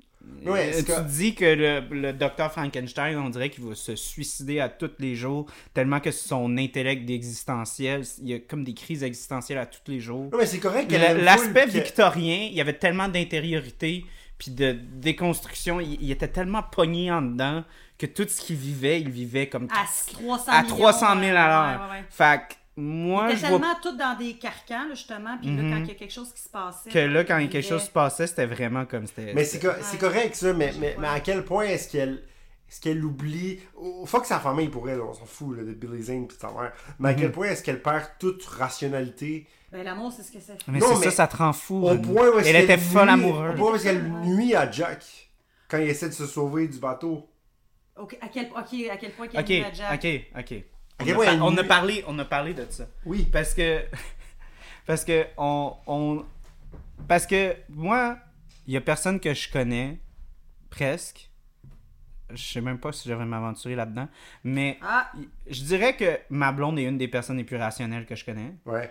Speaker 3: Ouais,
Speaker 1: Euh,
Speaker 3: c'est
Speaker 1: tu
Speaker 3: que-
Speaker 1: dis que le, le docteur Frankenstein, on dirait qu'il va se suicider à tous les jours, tellement que son intellect existentiel, il y a comme des crises existentielles à tous les jours.
Speaker 3: Non, mais c'est correct. qu'elle
Speaker 1: La-
Speaker 3: aime full,
Speaker 1: L'aspect
Speaker 3: puis que-
Speaker 1: victorien, il y avait tellement d'intériorité puis de déconstruction, il, il était tellement pogné en dedans que tout ce qu'il vivait, il vivait comme
Speaker 2: À 300
Speaker 1: à
Speaker 2: 000
Speaker 1: 300 000 à l'heure.
Speaker 2: Ouais, ouais, ouais.
Speaker 1: Fait que moi,
Speaker 2: T'es
Speaker 1: je vois Mm-hmm.
Speaker 2: tellement tout dans des carcans, là, justement, puis là, quand il y a quelque chose qui se passait...
Speaker 1: que là, quand quelque
Speaker 2: il
Speaker 1: chose se passait, c'était vraiment comme c'était.
Speaker 3: Mais c'est co- c'est correct, ça. Mais, mais, mais à quel point est-ce qu'elle. Est-ce qu'elle oublie. Oh, fuck sa famille pour elle, on s'en fout là, de Billy Zane pis de sa mère. Mais
Speaker 1: Mm-hmm.
Speaker 3: à quel point est-ce qu'elle perd toute rationalité
Speaker 2: Ben, l'amour, c'est ce que ça fait.
Speaker 1: Mais
Speaker 3: Non,
Speaker 1: c'est
Speaker 3: mais-
Speaker 1: ça, ça te rend fou.
Speaker 3: Au
Speaker 1: René.
Speaker 3: point où est-ce
Speaker 1: Elle
Speaker 3: qu'elle
Speaker 1: était folle
Speaker 3: nuit-
Speaker 1: amoureuse.
Speaker 3: Au point où est-ce qu'elle nuit à Jack quand il essaie de se sauver du bateau.
Speaker 2: Ok, à quel, ok, à quel point qu'il
Speaker 1: Ok,
Speaker 2: y a à Jack.
Speaker 1: ok, ok. On,
Speaker 3: Ok,
Speaker 1: a,
Speaker 3: ouais,
Speaker 1: par-
Speaker 3: une
Speaker 1: on a
Speaker 3: nuit-
Speaker 1: parlé, on a parlé de ça.
Speaker 3: Oui.
Speaker 1: Parce que, parce que on, on- parce que moi, il y a personne que je connais presque. Je sais même pas si j'aimerais m'aventurer là-dedans, mais
Speaker 2: Ah,
Speaker 1: je dirais que ma blonde est une des personnes les plus rationnelles que je connais.
Speaker 3: Ouais.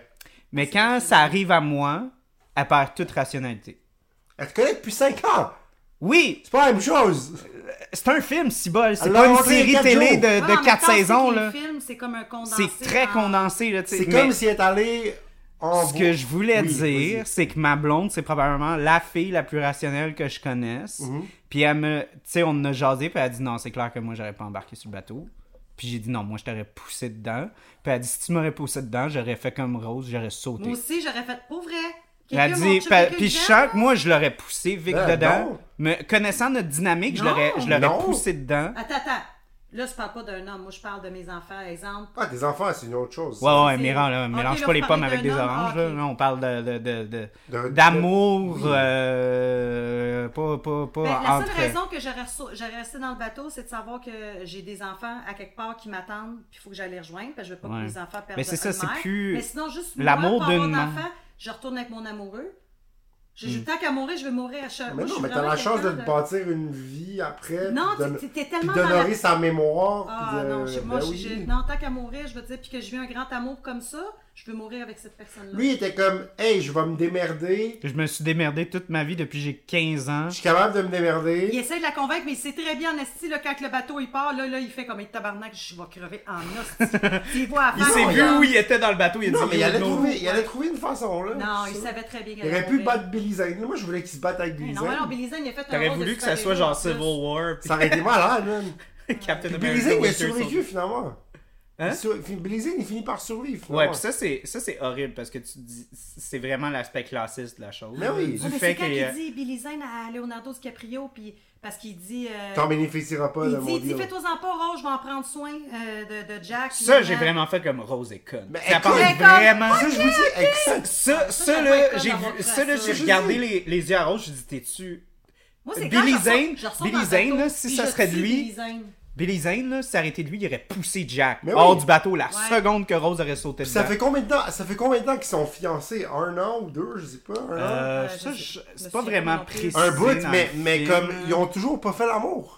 Speaker 1: Mais quand ça arrive à moi, elle perd toute rationalité.
Speaker 3: Elle te connaît depuis 5 ans!
Speaker 1: Oui,
Speaker 3: C'est pas la même chose!
Speaker 1: c'est un film, si bol. C'est
Speaker 3: Elle
Speaker 1: pas
Speaker 3: l'a
Speaker 1: une
Speaker 3: inventé il y a
Speaker 1: série
Speaker 3: quatre
Speaker 1: télé
Speaker 3: jours.
Speaker 1: de,
Speaker 2: non,
Speaker 1: de
Speaker 2: Ah, en même
Speaker 1: quatre
Speaker 2: temps, c'est
Speaker 1: saisons
Speaker 2: que les
Speaker 1: là.
Speaker 2: films, c'est comme un condensé.
Speaker 1: C'est très
Speaker 2: en-
Speaker 1: condensé là. tu sais,
Speaker 3: C'est
Speaker 1: mais-
Speaker 3: comme si elle est allée en.
Speaker 1: Ce que je voulais
Speaker 3: Oui,
Speaker 1: dire,
Speaker 3: vas-y.
Speaker 1: c'est que ma blonde, c'est probablement la fille la plus rationnelle que je connaisse.
Speaker 3: Mhm.
Speaker 1: Puis elle me. Tu sais, on en a jasé, puis elle a dit non, c'est clair que moi, j'aurais pas embarqué sur le bateau. Puis j'ai dit non, moi, je t'aurais poussé dedans. Puis elle a dit si tu m'aurais poussé dedans, j'aurais fait comme Rose, j'aurais sauté.
Speaker 2: Moi aussi, j'aurais fait pour vrai.
Speaker 1: Elle a
Speaker 2: Quelqu'un
Speaker 1: dit,
Speaker 2: m'a
Speaker 1: puis-
Speaker 2: chopé quelqu'un
Speaker 1: puis je
Speaker 2: dedans.
Speaker 1: sens que moi, je l'aurais poussé Vic
Speaker 3: Ben,
Speaker 1: dedans.
Speaker 3: non.
Speaker 1: Mais connaissant notre dynamique, je
Speaker 2: Non.
Speaker 1: l'aurais, je l'aurais
Speaker 3: Non.
Speaker 1: poussé dedans.
Speaker 2: Attends, attends. Là, je parle pas d'un homme. Moi, je parle de mes enfants. Exemple,
Speaker 3: Ah, des enfants, c'est une autre chose.
Speaker 1: Ouais, ouais,
Speaker 2: c'est-
Speaker 1: mais rends- là,
Speaker 2: Ok,
Speaker 1: mélange
Speaker 2: là,
Speaker 1: pas
Speaker 2: vous
Speaker 1: les pommes
Speaker 2: parlez
Speaker 1: avec
Speaker 2: d'un
Speaker 1: des
Speaker 2: homme,
Speaker 1: oranges.
Speaker 2: ok.
Speaker 1: là. Là, on parle de- de- de- de-
Speaker 3: De-
Speaker 1: d'amour,
Speaker 3: de- oui.
Speaker 1: euh, pas, pas, pas
Speaker 2: Ben, la seule
Speaker 1: entre...
Speaker 2: raison que j'aurais reço- j'aurais resté dans le bateau, c'est de savoir que j'ai des enfants à quelque part qui m'attendent, puis il faut que j'aille les rejoindre, parce que je veux pas
Speaker 1: Ouais.
Speaker 2: que mes enfants perdent
Speaker 1: Mais c'est
Speaker 2: leur
Speaker 1: ça,
Speaker 2: mère.
Speaker 1: c'est plus
Speaker 2: Mais sinon, juste
Speaker 1: l'amour
Speaker 2: l'amour
Speaker 1: d'une Hmm.
Speaker 2: d'un
Speaker 1: mère.
Speaker 2: enfant, je retourne avec mon amoureux. Je je- tant qu'à mourir, je vais mourir à chaque
Speaker 3: Mais non, mais t'as la chance de te bâtir une vie après.
Speaker 2: Non,
Speaker 3: puis de-
Speaker 2: t'es- t'es
Speaker 3: puis
Speaker 2: tellement dans la
Speaker 3: d'honorer sa mémoire.
Speaker 2: Ah
Speaker 3: puis de-
Speaker 2: non, je- moi,
Speaker 3: Ben
Speaker 2: je-
Speaker 3: oui.
Speaker 2: je- non, tant qu'à mourir, je veux dire, puis que je vis un grand amour comme ça, je veux mourir avec cette personne-là.
Speaker 3: Lui, il était comme, hey, je vais me démerder.
Speaker 1: Je me suis démerdé toute ma vie depuis que j'ai 15 ans.
Speaker 3: Je suis capable de me démerder.
Speaker 2: Il essaie de la convaincre, mais il sait très bien en esti, là, quand le bateau il part, là, là, il fait comme un tabarnak, je vais crever en os. tu y vois à
Speaker 1: Il
Speaker 2: faire,
Speaker 1: s'est
Speaker 3: non,
Speaker 2: là.
Speaker 1: vu où il était dans le bateau, il a
Speaker 3: Non,
Speaker 1: dit
Speaker 3: mais il allait,
Speaker 1: no.
Speaker 3: trouver, il allait trouver une façon, là.
Speaker 2: Non,
Speaker 3: C'est
Speaker 2: il
Speaker 3: ça.
Speaker 2: savait très bien
Speaker 3: Il
Speaker 2: qu'il
Speaker 3: aurait
Speaker 2: allait
Speaker 3: pu
Speaker 2: mourir.
Speaker 3: battre Billy Zane. Moi, je voulais qu'il se batte avec Billy
Speaker 2: Non, mais non,
Speaker 3: Zane.
Speaker 2: Billy Zane, il a fait un
Speaker 1: T'aurais
Speaker 2: rôle de
Speaker 1: voulu que ça soit
Speaker 2: super-héros,
Speaker 1: genre
Speaker 2: en plus.
Speaker 1: Civil War, puis
Speaker 3: Ça aurait été malade, man.
Speaker 1: Captain
Speaker 3: Billy
Speaker 1: America
Speaker 3: Zane, il a
Speaker 1: Winter
Speaker 3: survécu,
Speaker 1: Soldier.
Speaker 3: finalement.
Speaker 1: Hein?
Speaker 3: Il sur- Billy Zane, il finit par survivre,
Speaker 1: Ouais,
Speaker 3: finalement.
Speaker 1: puis ça c'est ça c'est horrible parce que tu dis c'est vraiment l'aspect classiste de la chose.
Speaker 3: Mais
Speaker 1: Du
Speaker 3: oui.
Speaker 2: Ouais,
Speaker 1: fait
Speaker 2: mais c'est
Speaker 1: que euh,
Speaker 2: quand il dit Billy Zane à Leonardo DiCaprio, puis parce qu'il dit. euh,
Speaker 3: T'en bénéficieras pas de
Speaker 2: il dit,
Speaker 3: mon
Speaker 2: il dit
Speaker 3: deal.
Speaker 2: fais-toi-en pas, Rose, je vais en prendre soin euh, de, de Jack.
Speaker 1: ça
Speaker 2: finalement.
Speaker 1: j'ai vraiment fait comme Rose et con.
Speaker 3: Mais
Speaker 1: Ça
Speaker 3: écoute,
Speaker 1: parle
Speaker 2: écoute,
Speaker 1: vraiment
Speaker 3: Ça, je vous dis, exact.
Speaker 1: ça ça
Speaker 2: ça doit
Speaker 1: là,
Speaker 2: être con
Speaker 1: j'ai
Speaker 2: d'avoir
Speaker 1: vu
Speaker 2: fait
Speaker 1: ça là,
Speaker 2: ça.
Speaker 1: j'ai
Speaker 2: Je
Speaker 1: regardé les les yeux à rose, j'ai dit t'es tu
Speaker 2: Moi, c'est quand
Speaker 1: Billy
Speaker 2: je ressors-
Speaker 1: Zane,
Speaker 2: je ressors dans
Speaker 1: Billy
Speaker 2: le
Speaker 1: Zane
Speaker 2: bateau,
Speaker 1: là, si
Speaker 2: puis
Speaker 1: ça
Speaker 2: je
Speaker 1: serait de
Speaker 2: tue Billy
Speaker 1: lui,
Speaker 2: Zane. Ben
Speaker 1: Billy Zane là, s'il arrêtait de lui, il aurait poussé Jack
Speaker 3: Mais
Speaker 1: hors
Speaker 3: oui.
Speaker 1: du bateau la
Speaker 2: Ouais.
Speaker 1: seconde que Rose aurait sauté
Speaker 3: Ça
Speaker 1: dedans.
Speaker 3: fait combien de temps, ça fait combien de temps qu'ils sont fiancés? Un an ou deux, je sais pas. Un an?
Speaker 1: Euh,
Speaker 2: Euh,
Speaker 1: ça,
Speaker 2: je
Speaker 1: je-
Speaker 2: sais-
Speaker 1: c'est
Speaker 2: me
Speaker 1: pas
Speaker 2: souviens
Speaker 1: vraiment
Speaker 2: non plus.
Speaker 1: précis.
Speaker 3: Un bout,
Speaker 1: dans
Speaker 3: mais,
Speaker 1: le
Speaker 3: mais
Speaker 1: film.
Speaker 3: comme ils ont toujours pas fait l'amour.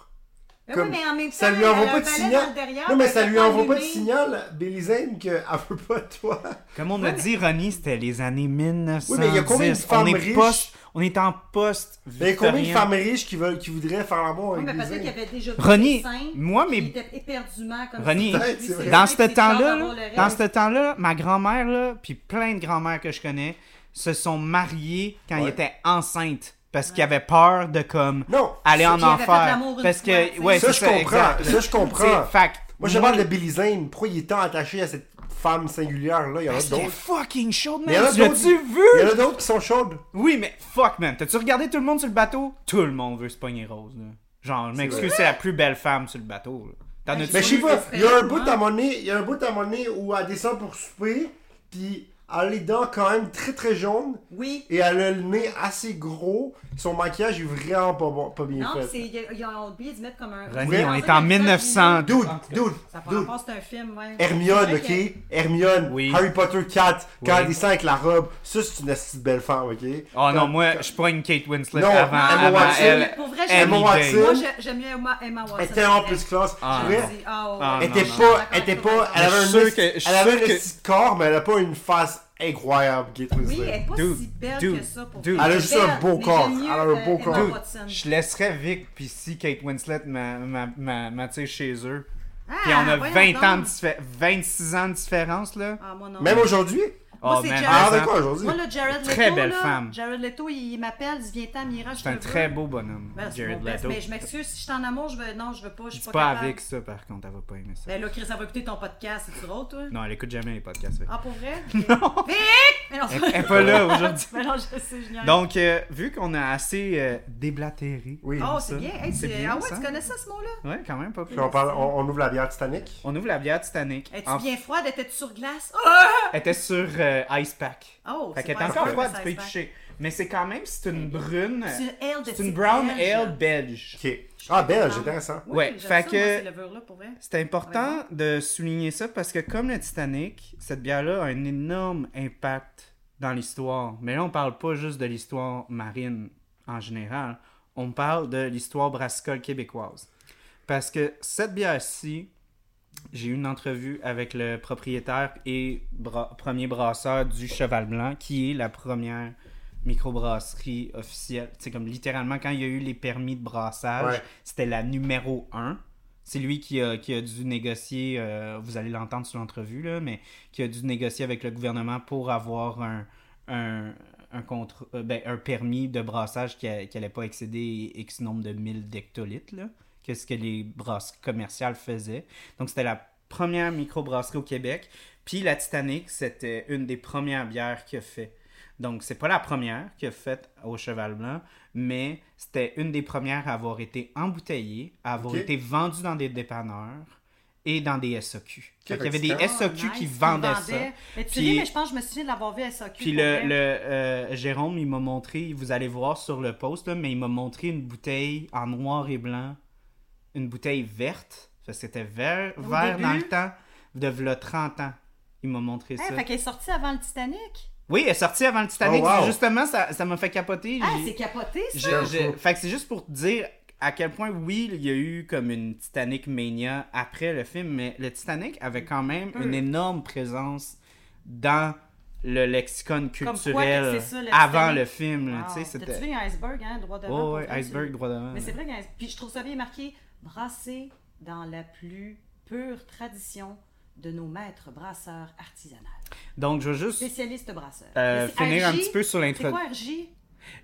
Speaker 2: Ben
Speaker 3: Comme-
Speaker 2: oui, mais en même temps,
Speaker 3: Ça lui envoie
Speaker 2: elle a
Speaker 3: pas
Speaker 2: un balai
Speaker 3: de
Speaker 2: dans
Speaker 3: signal.
Speaker 2: le derrière,
Speaker 3: Non, mais
Speaker 2: elle
Speaker 3: ça
Speaker 2: peut
Speaker 3: lui
Speaker 2: pas
Speaker 3: envoie pas de
Speaker 2: allumer.
Speaker 3: signale, Billy Zane, qu'elle veut ah, pas de toi.
Speaker 1: Comme on a dit, Ronnie, c'était les années 1910.
Speaker 3: Oui, mais il y a combien de femmes
Speaker 1: on est
Speaker 3: riches?
Speaker 1: post- on est en poste.
Speaker 3: Mais il y a combien de femmes riches qui, veulent, qui voudraient faire l'amour
Speaker 2: Oui,
Speaker 3: avec
Speaker 2: mais
Speaker 3: Billy
Speaker 2: peut-être qu'il
Speaker 3: Zane?
Speaker 2: avait déjà
Speaker 1: Ronnie,
Speaker 2: des seins,
Speaker 1: moi,
Speaker 2: puis
Speaker 1: mais-
Speaker 2: Il était éperdument comme
Speaker 1: Ronnie,
Speaker 2: ça.
Speaker 3: Peut-être,
Speaker 2: Lui, c'est
Speaker 3: c'est vrai.
Speaker 1: Dans
Speaker 2: vrai
Speaker 1: ce
Speaker 2: qu'il est fort
Speaker 1: temps-là,
Speaker 2: d'avoir
Speaker 1: là,
Speaker 2: le
Speaker 1: dans
Speaker 2: rêve.
Speaker 1: ce temps-là, ma grand-mère là, puis plein de grand-mères que je connais se sont mariées quand ils
Speaker 3: Ouais.
Speaker 1: étaient enceintes parce qu'ils avaient peur de comme
Speaker 3: Non.
Speaker 1: aller
Speaker 2: Ceux
Speaker 1: en
Speaker 2: qui avaient fait de
Speaker 1: enfer
Speaker 2: l'amour une
Speaker 1: parce
Speaker 2: fois, tu
Speaker 1: que
Speaker 2: sais.
Speaker 1: ouais,
Speaker 3: Ça,
Speaker 1: c'est
Speaker 3: je comprends.
Speaker 1: exact.
Speaker 3: Ça, je comprends.
Speaker 1: Tu sais, fact,
Speaker 3: Moi, je parle de Billy Zane. Pourquoi il est tant attaché à cette femme singulière-là? Il y en a
Speaker 1: C'était
Speaker 3: d'autres.
Speaker 1: fucking chaud,
Speaker 3: Mais il y en
Speaker 1: man.
Speaker 3: a
Speaker 1: Tu
Speaker 3: d'autres-
Speaker 1: L'as-tu
Speaker 3: Il y
Speaker 1: vu?
Speaker 3: en a d'autres qui sont chaudes.
Speaker 1: Oui, mais fuck, man. T'as-tu regardé tout le monde sur le bateau? Tout le monde veut se pogner rose, là. Genre, je m'excuse, c'est la plus belle femme sur le bateau, là. T'en
Speaker 2: Ben,
Speaker 1: as-tu
Speaker 3: Mais je sais
Speaker 1: vu?
Speaker 3: pas, il y a un bout à
Speaker 2: Hein?
Speaker 3: mon nez, il y a un bout à mon nez où elle descend pour souper, puis elle a les dents quand même très très jaunes,
Speaker 2: Oui.
Speaker 3: et elle a le nez assez gros, son maquillage est vraiment pas, bon, pas bien
Speaker 2: Non, puis c'est-
Speaker 3: fait.
Speaker 2: ils ils ont oublié de mettre comme un.
Speaker 1: René,
Speaker 3: Oui.
Speaker 1: on est
Speaker 2: Ça,
Speaker 1: en
Speaker 2: c'est-
Speaker 1: 1900.
Speaker 3: Dude,
Speaker 1: En tout cas,
Speaker 3: dude,
Speaker 2: Ça prend
Speaker 3: dude.
Speaker 2: pas, c'est un film, ouais.
Speaker 3: Hermione,
Speaker 2: C'est vrai que-
Speaker 3: ok? Hermione,
Speaker 1: Oui.
Speaker 3: Harry Potter 4, quand
Speaker 1: Oui.
Speaker 3: elle descend avec la robe, ça c'est une astuce belle femme, ok? Euh,
Speaker 1: Oh non,
Speaker 3: Comme-
Speaker 1: moi, je prends une Kate Winslet
Speaker 3: Non,
Speaker 1: avant,
Speaker 3: Emma
Speaker 1: avant
Speaker 3: Watson.
Speaker 1: elle.
Speaker 2: Pour vrai,
Speaker 1: Emma
Speaker 2: j'aime
Speaker 1: Watson.
Speaker 2: Moi, j'ai- j'aime bien Emma, Emma Watson.
Speaker 3: Elle était tellement plus classe.
Speaker 1: Ah,
Speaker 3: Je dirais,
Speaker 1: non.
Speaker 2: Ah, ouais.
Speaker 1: Ah,
Speaker 3: Elle
Speaker 1: non,
Speaker 3: était
Speaker 1: non,
Speaker 3: pas, elle était pas, elle
Speaker 1: Je
Speaker 3: avait un
Speaker 1: suis sûr
Speaker 3: esti-
Speaker 1: que- je suis
Speaker 3: elle avait
Speaker 1: sûr
Speaker 3: un
Speaker 1: que-
Speaker 3: esti de corps, mais elle a pas une face incroyable, Kate
Speaker 2: Oui,
Speaker 3: Winslet.
Speaker 2: elle est pas
Speaker 1: Dude,
Speaker 2: si belle
Speaker 1: dude,
Speaker 2: que ça pour
Speaker 1: dude.
Speaker 2: vrai.
Speaker 1: Elle a
Speaker 3: juste
Speaker 2: Belle,
Speaker 3: un beau
Speaker 2: mais
Speaker 3: corps.
Speaker 2: j'aime mieux,
Speaker 3: Elle a un beau
Speaker 2: euh, Emma
Speaker 3: corps.
Speaker 2: Watson.
Speaker 1: Je laisserais Vic pis si Kate Winslet m'a- m'a- m'a- m'attire chez eux.
Speaker 2: Ah,
Speaker 1: Puis on a
Speaker 2: voyons
Speaker 1: 20 ans de
Speaker 2: donc.
Speaker 1: diffé- 26 ans de différence, là.
Speaker 2: Ah, moi non.
Speaker 3: Même aujourd'hui?
Speaker 2: Moi,
Speaker 1: Oh,
Speaker 2: c'est
Speaker 1: man,
Speaker 2: Jared.
Speaker 3: Ah,
Speaker 1: raison.
Speaker 3: de quoi aujourd'hui?
Speaker 2: Moi, là, Jared
Speaker 1: Très
Speaker 2: Leto,
Speaker 1: belle
Speaker 2: là,
Speaker 1: femme.
Speaker 2: Jared Leto, il m'appelle, il dit viens ten Mira, je
Speaker 1: C'est
Speaker 2: te
Speaker 1: un
Speaker 2: veux.
Speaker 1: très beau bonhomme,
Speaker 2: Ben, c'est
Speaker 1: Jared
Speaker 2: mon best,
Speaker 1: Leto.
Speaker 2: Mais je m'excuse, si je suis en amour, je veux. Non, je veux pas, je suis
Speaker 1: Dis
Speaker 2: pas,
Speaker 1: pas
Speaker 2: capable.
Speaker 1: avec ça, par contre, elle va pas aimer ça.
Speaker 2: Ben là, Chris, ça va écouter ton podcast, c'est drôle, toi.
Speaker 1: Non, elle écoute jamais les podcasts. Vic.
Speaker 2: Ah, pour vrai? Non! Mais non, c'est
Speaker 1: Elle est pas là aujourd'hui.
Speaker 2: Mais non, je sais, je niaise.
Speaker 1: Donc, euh, vu qu'on a assez euh, déblatéré.
Speaker 3: Oui.
Speaker 2: Oh,
Speaker 1: ça.
Speaker 2: c'est bien. Hey,
Speaker 1: C'est
Speaker 2: c'est-
Speaker 1: bien,
Speaker 2: ah ouais,
Speaker 1: ça.
Speaker 2: tu connais ça, ce mot-là?
Speaker 1: Ouais, quand même, pas plus.
Speaker 3: Puis on, parle, on, on ouvre la bière Titanic.
Speaker 1: On ouvre la bière Titanic.
Speaker 2: Es-tu
Speaker 1: En-
Speaker 2: bien froide? Étais-tu sur glace? Ah!
Speaker 1: Elle était sur euh, Ice Pack.
Speaker 2: Oh,
Speaker 1: fait
Speaker 2: c'est
Speaker 1: qu'elle est
Speaker 2: pas
Speaker 1: encore
Speaker 2: Ice Pack,
Speaker 1: froide,
Speaker 2: c'est
Speaker 1: tu peux y
Speaker 2: Ice Pack.
Speaker 1: toucher. Mais c'est quand même, c'est une brune.
Speaker 2: C'est une ale de
Speaker 1: C'est une
Speaker 2: type
Speaker 1: brown
Speaker 2: belge.
Speaker 1: ale belge.
Speaker 3: Ok. Ah, belge, intéressant.
Speaker 2: Oui,
Speaker 1: Ouais,
Speaker 2: j'aime
Speaker 1: fait
Speaker 2: ça,
Speaker 1: que-
Speaker 2: moi, ces levures-là, pour vrai.
Speaker 1: C'est important de souligner ça parce que comme le Titanic, cette bière-là a un énorme impact dans l'histoire. Mais là, on parle pas juste de l'histoire marine en général. On parle de l'histoire brassicole québécoise. Parce que cette bière-ci, j'ai eu une entrevue avec le propriétaire et bra- premier brasseur du Cheval Blanc, qui est la première microbrasserie officielle. C'est comme littéralement quand il y a eu les permis de brassage,
Speaker 3: Ouais.
Speaker 1: c'était la numéro un. C'est lui qui a, qui a dû négocier, euh, vous allez l'entendre sur l'entrevue, là, mais qui a dû négocier avec le gouvernement pour avoir un, un, un, contre- euh, ben, un permis de brassage qui n'allait pas excéder X nombre de 1000 hectolitres, là, que ce que les brasseries commerciales faisaient. Donc, c'était la première microbrasserie au Québec. Puis la Titanic, c'était une des premières bières qu'il a fait. Donc, c'est pas la première qu'il a faite au Cheval Blanc, mais c'était une des premières à avoir été embouteillée, à avoir
Speaker 3: Ok.
Speaker 1: été vendue dans des dépanneurs et dans des SOQ.
Speaker 3: fait
Speaker 1: Il y avait
Speaker 3: que
Speaker 1: des
Speaker 3: c'était-
Speaker 1: SOQ
Speaker 2: Oh, nice,
Speaker 1: qui vendaient ça.
Speaker 2: Mais tu
Speaker 1: Puis-
Speaker 2: ris, mais je pense que je me souviens de l'avoir vu à SAQ.
Speaker 1: Puis
Speaker 2: pour
Speaker 1: le,
Speaker 2: vrai. Eh,
Speaker 1: le, euh, Jérôme, il m'a montré, vous allez voir sur le post, là, mais il m'a montré une bouteille en noir et blanc, une bouteille verte. Ça, C'était vert,
Speaker 2: Au
Speaker 1: vert dans le
Speaker 2: début?
Speaker 1: temps de v'là 30 ans. Il m'a montré
Speaker 2: Hey,
Speaker 1: ça.
Speaker 2: fait qu'elle est sortie avant le Titanic.
Speaker 1: Oui, elle est sortie avant le Titanic.
Speaker 3: Oh, wow.
Speaker 1: Justement, ça ça m'a fait capoter.
Speaker 2: Ah,
Speaker 1: J'ai-
Speaker 2: c'est capoté, ça.
Speaker 1: je- je- Fait que c'est juste pour te dire à quel point, oui, il y a eu comme une Titanic Mania après le film, mais le Titanic avait quand même
Speaker 2: Peu.
Speaker 1: une énorme présence dans le lexicon
Speaker 2: quoi,
Speaker 1: culturel
Speaker 2: c'est ça, le
Speaker 1: avant
Speaker 2: Titanic.
Speaker 1: le film. là, Tu
Speaker 2: Wow.
Speaker 1: sais,
Speaker 2: Ah, T'as-tu
Speaker 1: c'était.
Speaker 2: vu Iceberg, hein, droit devant?
Speaker 1: Oh,
Speaker 2: pour
Speaker 1: ouais,
Speaker 2: vrai,
Speaker 1: iceberg
Speaker 2: tu-
Speaker 1: droit devant.
Speaker 2: Mais c'est
Speaker 1: ouais.
Speaker 2: vrai qu'un- Puis je trouve ça bien marqué. Brasser dans la plus pure tradition de nos maîtres brasseurs artisanales.
Speaker 1: Donc, je veux juste
Speaker 2: Spécialistes brasseurs.
Speaker 1: euh,
Speaker 2: Mais c'est
Speaker 1: finir un
Speaker 2: RJ.
Speaker 1: petit peu sur
Speaker 2: C'est
Speaker 1: l'introduction.
Speaker 2: quoi RJ?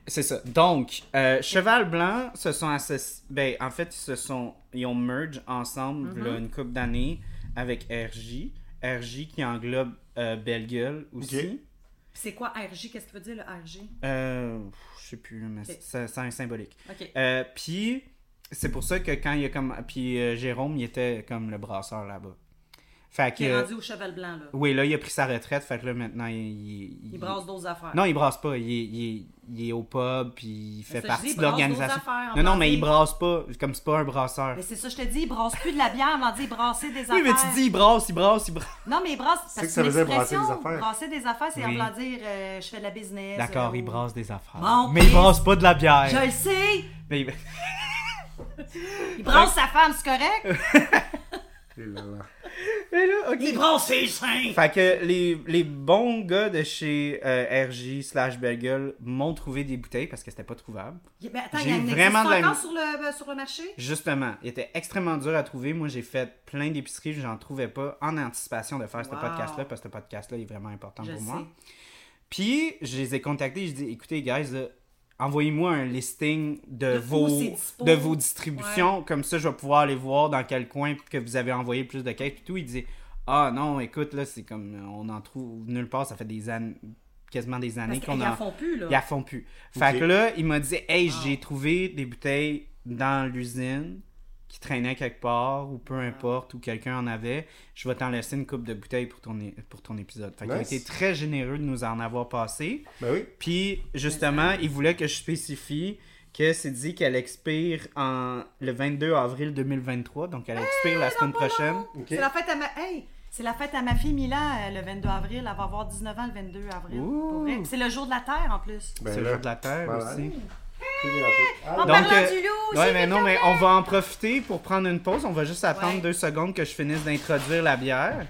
Speaker 1: C'est ça. Donc, euh, Cheval Blanc se sont associ- Ben, en fait, ils se sont. Ils ont merge ensemble
Speaker 2: Mm-hmm.
Speaker 1: là, une couple d'années avec RJ. RJ qui englobe euh, Belle Gueule aussi.
Speaker 3: Ok.
Speaker 2: C'est quoi RJ? Qu'est-ce que veut dire le RJ?
Speaker 1: Euh, je sais plus, mais
Speaker 2: Ok.
Speaker 1: ça, ça est symbolique.
Speaker 2: OK.
Speaker 1: Euh, Puis, c'est pour ça que quand il y a comme. Puis, euh, Jérôme, il était comme le brasseur là-bas. Fait
Speaker 2: Qui est
Speaker 1: que.
Speaker 2: rendu au cheval blanc, là.
Speaker 1: Oui, là, il a pris sa retraite. Fait que là, maintenant, il. il-
Speaker 2: Il brasse d'autres affaires.
Speaker 1: Non, il brasse pas. Il est, il est- il est au pub, puis il fait
Speaker 2: ça, je dis,
Speaker 1: partie
Speaker 2: il
Speaker 1: de
Speaker 2: brasse
Speaker 1: l'organisation.
Speaker 2: d'autres affaires, en
Speaker 1: Non, non, mais
Speaker 2: partie.
Speaker 1: il brasse pas. Comme c'est pas un brasseur.
Speaker 2: Mais c'est ça, je te dis, il brasse plus de la bière, on en dit brasser des affaires.
Speaker 1: Oui, mais tu dis, il brasse, il brasse, il brasse.
Speaker 2: Non, mais il brasse.
Speaker 3: C'est
Speaker 2: parce
Speaker 3: que ça
Speaker 2: une
Speaker 3: veut dire brasser
Speaker 2: expression,
Speaker 3: des affaires.
Speaker 2: Brasser des affaires, c'est en
Speaker 1: Oui.
Speaker 2: voulant dire euh, je fais de la business.
Speaker 1: D'accord,
Speaker 2: euh,
Speaker 1: il
Speaker 2: ou-
Speaker 1: brasse des affaires.
Speaker 2: Bon,
Speaker 1: mais il
Speaker 2: Chris.
Speaker 1: brasse pas de la bière.
Speaker 2: Je le sais!
Speaker 1: Mais il-
Speaker 2: Il brasse sa femme, c'est correct?
Speaker 3: Et là, là.
Speaker 2: Il brasse ses seins!
Speaker 1: Fait que les, les bons gars de chez euh, RJ slash Belgueule m'ont trouvé des bouteilles parce que c'était pas trouvable.
Speaker 2: Il- Ben attends,
Speaker 1: J'ai
Speaker 2: il y en existe
Speaker 1: vraiment de la-
Speaker 2: encore sur le, euh, sur le marché?
Speaker 1: Justement, il était extrêmement dur à trouver. Moi, j'ai fait plein d'épiceries, j'en trouvais pas en anticipation de faire ce
Speaker 2: Wow.
Speaker 1: podcast-là parce que ce podcast-là est vraiment important
Speaker 2: Je
Speaker 1: pour
Speaker 2: sais.
Speaker 1: moi. Puis, je les ai contactés, je dis écoutez, guys, là, envoyez-moi un listing de,
Speaker 2: De
Speaker 1: vos,
Speaker 2: où c'est dispo.
Speaker 1: de vos distributions. Comme ça, je vais pouvoir aller voir dans quel coin que vous avez envoyé le plus de caisses. Puis tout, il dit ah non, écoute, là, c'est comme euh, on en trouve nulle part, ça fait des années, quasiment des
Speaker 2: Parce
Speaker 1: années
Speaker 2: qu'ils
Speaker 1: qu'on
Speaker 2: en
Speaker 1: en.
Speaker 2: font plus, là.
Speaker 1: Ils la font plus. Fait
Speaker 3: Ok.
Speaker 1: que là, il m'a dit hey, j'ai trouvé des bouteilles dans l'usine qui traînaient quelque part ou peu importe ou quelqu'un en avait, je vais t'en laisser une coupe de bouteilles pour ton, é- pour ton épisode. Fait qu'il a
Speaker 3: Nice.
Speaker 1: été très généreux de nous en avoir passé.
Speaker 3: Ben oui.
Speaker 1: Puis justement, il voulait que je spécifie que c'est dit qu'elle expire en le 22 avril 2023, donc elle expire la semaine prochaine.
Speaker 3: Ok.
Speaker 2: C'est la fête à ma. Hey! C'est la fête à ma fille Mila euh, le 22 avril. Elle va avoir 19 ans le 22 avril.
Speaker 1: Ouh. Bah,
Speaker 2: Pour vrai. Puis C'est le jour de la Terre en plus.
Speaker 3: Ben
Speaker 1: c'est le
Speaker 3: là.
Speaker 1: jour de la Terre
Speaker 3: Voilà.
Speaker 1: aussi.
Speaker 3: Ah,
Speaker 2: En
Speaker 3: là.
Speaker 2: parlant du loup,
Speaker 1: euh, ouais,
Speaker 2: j'ai
Speaker 1: mais
Speaker 2: vu
Speaker 1: non,
Speaker 2: le
Speaker 1: mais on va en profiter pour prendre une pause. On va juste attendre
Speaker 2: Ouais.
Speaker 1: deux secondes que je finisse d'introduire la bière.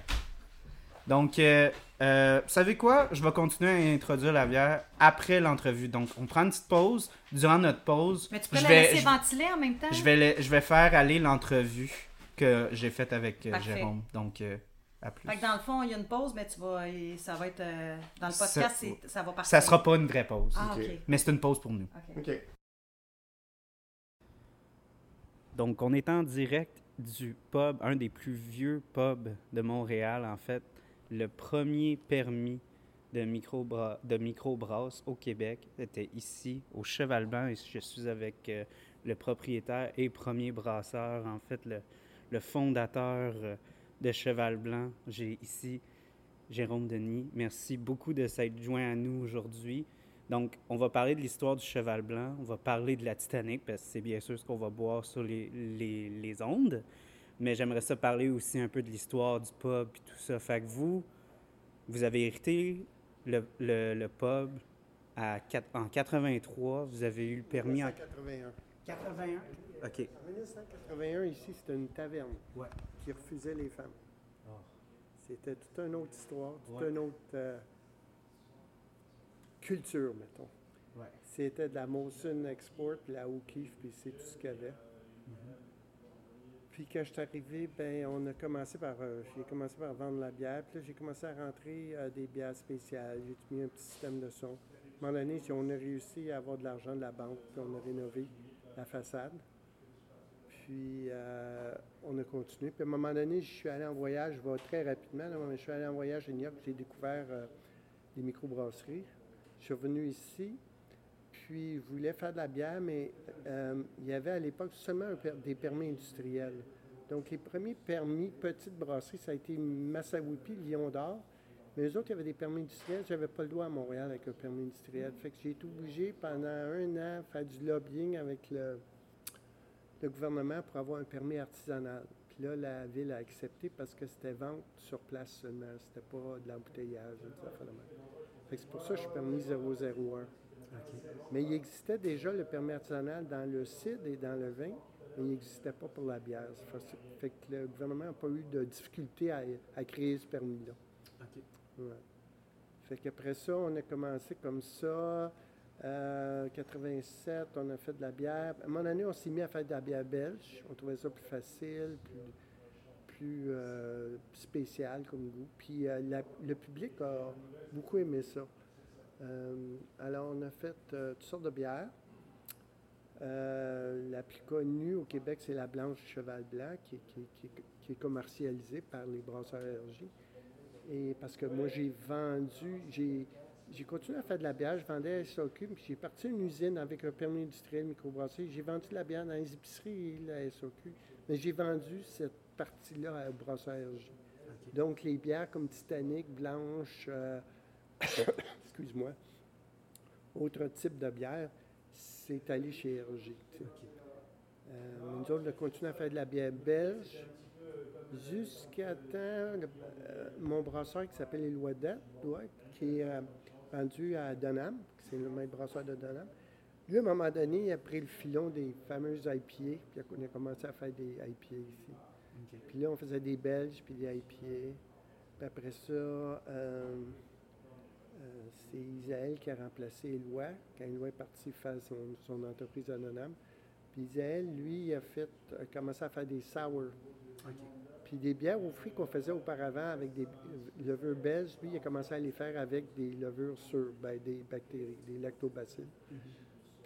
Speaker 1: Donc, euh, euh, vous savez quoi? Je vais continuer à introduire la bière après l'entrevue. Donc, on prend une petite pause. Durant notre pause,
Speaker 2: Mais tu peux
Speaker 1: je,
Speaker 2: la
Speaker 1: vais,
Speaker 2: laisser
Speaker 1: je-
Speaker 2: ventiler en même temps.
Speaker 1: je vais, la- je vais faire aller l'entrevue que j'ai faite avec euh,
Speaker 2: Parfait.
Speaker 1: Jérôme. Donc, euh, à plus.
Speaker 2: Fait que dans le fond, il y a une pause, mais tu vas. et ça va être. euh, dans le podcast,
Speaker 1: Ça-
Speaker 2: c'est- ça va partir.
Speaker 1: Ça sera pas une vraie pause.
Speaker 2: Ah,
Speaker 3: Ok.
Speaker 2: ok.
Speaker 1: Mais c'est une pause pour nous.
Speaker 2: ok.
Speaker 3: Ok.
Speaker 1: Donc, on est en direct du pub, un des plus vieux pubs de Montréal, en fait, le premier permis de microbra- de microbrasse au Québec. C'était ici, au Cheval Blanc, et je suis avec euh, le propriétaire et premier brasseur, en fait, le, le fondateur euh, de Cheval Blanc. J'ai ici Jérôme Denis. Merci beaucoup de s'être joint à nous aujourd'hui. Donc, on va parler de l'histoire du cheval blanc, on va parler de la Titanic, parce que c'est bien sûr ce qu'on va boire sur les, les- les ondes. Mais j'aimerais ça parler aussi un peu de l'histoire du pub et tout ça. Fait que vous, vous avez hérité le, le- le pub à, quat- en 83, vous avez eu le permis en
Speaker 4: 1981.
Speaker 1: 81. OK.
Speaker 4: En 1981, ici, c'était une taverne
Speaker 1: Ouais.
Speaker 4: qui refusait les femmes. C'était toute une autre histoire, toute
Speaker 1: Ouais.
Speaker 4: une autre euh, culture, mettons.
Speaker 1: Ouais.
Speaker 4: C'était de la Molson Export, puis la O'Keeffe, puis c'est tout ce qu'il y avait.
Speaker 1: Mm-hmm.
Speaker 4: Puis quand je suis arrivé, ben, on a commencé par, euh, j'ai commencé par vendre la bière. Puis là, j'ai commencé à rentrer euh, des bières spéciales. J'ai mis un petit système de son. À un moment donné, j'ai- on a réussi à avoir de l'argent de la banque, puis on a rénové la façade. Puis euh, on a continué. Puis à un moment donné, je suis allé en voyage, je vais très rapidement, là, mais je suis allé en voyage à New York, j'ai découvert euh, les microbrasseries. Je suis revenu ici, puis je voulais faire de la bière, mais euh, il y avait à l'époque seulement un per- des permis industriels. Donc, les premiers permis petites brasseries, ça a été Massawippi, Lyon d'Or. Mais eux autres, il y avait des permis industriels. J'avais pas le droit à Montréal avec un permis industriel. Fait que j'ai été obligé pendant un an à faire du lobbying avec le, le gouvernement pour avoir un permis artisanal. Puis là, la ville a accepté parce que c'était vente sur place seulement. C'était pas de l'embouteillage, des affaires de même. Fait que c'est pour ça que je suis permis 001. Mais il existait déjà le permis artisanal dans le cidre et dans le vin, mais il n'existait pas pour la bière. Ça Fait fait que le gouvernement n'a pas eu de difficulté à, à créer ce permis-là. Ouais. Fait qu'après ça, on a commencé comme ça. Euh, 87, on a fait de la bière. À un moment donné, on s'est mis à faire de la bière belge. On trouvait ça plus facile, plus, plus euh, spécial comme goût. Puis euh, la- le public a beaucoup aimé ça. Euh, alors, on a fait euh, toutes sortes de bières. Euh, la plus connue au Québec, c'est la blanche cheval blanc, qui, qui- qui- qui est commercialisée par les brasseurs RJ. Et parce que moi, j'ai vendu, j'ai, j'ai continué à faire de la bière, je vendais à SAQ, puis j'ai parti à une usine avec un permis industriel microbrassé. J'ai vendu de la bière dans les épiceries, et la SAQ, mais j'ai vendu cette partie-là à brasseur RJ. Donc, les bières comme Titanic, Blanche, euh, excuse-moi, autre type de bière, c'est allé chez RG. tu sais. Euh, nous autres, on a continué à faire de la bière belge jusqu'à temps, le- euh, mon brasseur qui s'appelle Éloi Dat- Douai, qui est euh, rendu à Donham, c'est le même brasseur de Donham. Lui, à un moment donné, il a pris le filon des fameuses IPA, puis on a commencé à faire des IPA ici.
Speaker 1: Ok.
Speaker 4: Puis là, on faisait des Belges, puis des IPA. Puis après ça, euh, euh, c'est Isaël qui a remplacé Éloi, quand Éloi est parti faire son, son entreprise anonyme. Puis Isaël, lui, il a, fait, a commencé à faire des sour. Puis des bières aux fruits qu'on faisait auparavant avec des levures belges, lui, il a commencé à les faire avec des levures sûres, ben, des bactéries, des lactobacilles.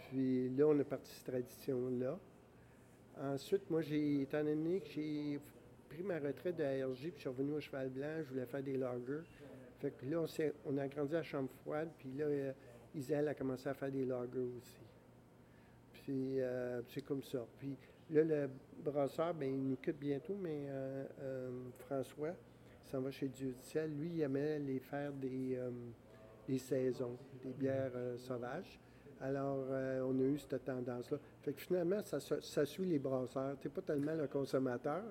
Speaker 4: Puis là, on a parti cette tradition-là. Ensuite, moi, j'ai, étant donné que j'ai pris ma retraite de ARJ, puis je suis revenu au Cheval Blanc, je voulais faire des lagers. Fait que là, on, s'est- on a grandi à Chambre Froide, puis là, euh, Isaël a commencé à faire des lagers aussi. Puis euh, c'est comme ça. Puis là, le brasseur, ben, il nous quitte bientôt, mais euh, euh, François s'en va chez Dieu du ciel. Lui, il aimait les faire des, euh, des saisons, des bières euh, sauvages. Alors, euh, on a eu cette tendance-là. Fait que finalement, ça, se- ça suit les brasseurs. Tu pas tellement le consommateur.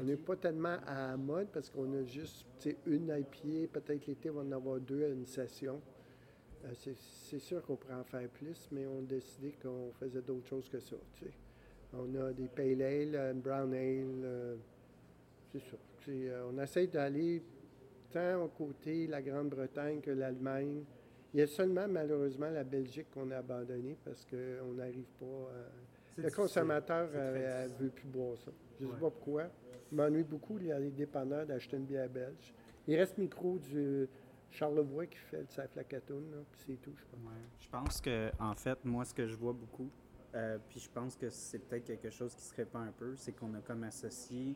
Speaker 4: On n'est pas tellement à la mode parce qu'on a juste tu sais, une IPA. Peut-être l'été, on va en avoir deux à une session. Euh, c'est- c'est sûr qu'on pourrait en faire plus, mais on a décidé qu'on faisait d'autres choses que ça. tu sais. On a des pale ale, une brown ale. euh, c'est ça. C'est, euh, on essaie d'aller tant au côté la Grande-Bretagne que l'Allemagne. Il y a seulement malheureusement la Belgique qu'on a abandonnée parce qu'on n'arrive pas. à- le consommateur
Speaker 1: C'est très
Speaker 4: ne
Speaker 1: difficile.
Speaker 4: veut plus boire ça. Je ne sais
Speaker 1: Ouais.
Speaker 4: pas pourquoi. Je m'ennuie beaucoup, les, les dépanneurs, d'acheter une bière belge. Il reste micro du Charlevoix qui fait sa flacatoune, là, puis c'est tout, je pense.
Speaker 1: Ouais. Je pense que, en fait, moi, ce que je vois beaucoup, euh, puis je pense que c'est peut-être quelque chose qui se répand un peu, c'est qu'on a comme associé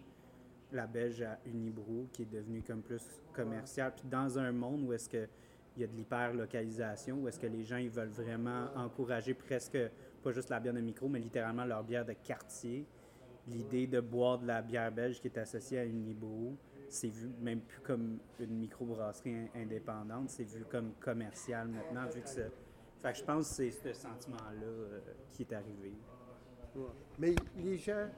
Speaker 1: la Belge à Unibrou, qui est devenue comme plus commerciale. Puis dans un monde où est-ce que il y a de l'hyper-localisation, où est-ce que les gens ils veulent vraiment encourager presque, pas juste la bière de micro, mais littéralement leur bière de quartier, l'idée de boire de la bière belge qui est associée à Unibrou, c'est vu même plus comme une microbrasserie in- indépendante, c'est vu comme commercial maintenant, vu que ça... Fait que je pense que c'est ce sentiment-là euh, qui est arrivé.
Speaker 4: Ouais. Mais les gens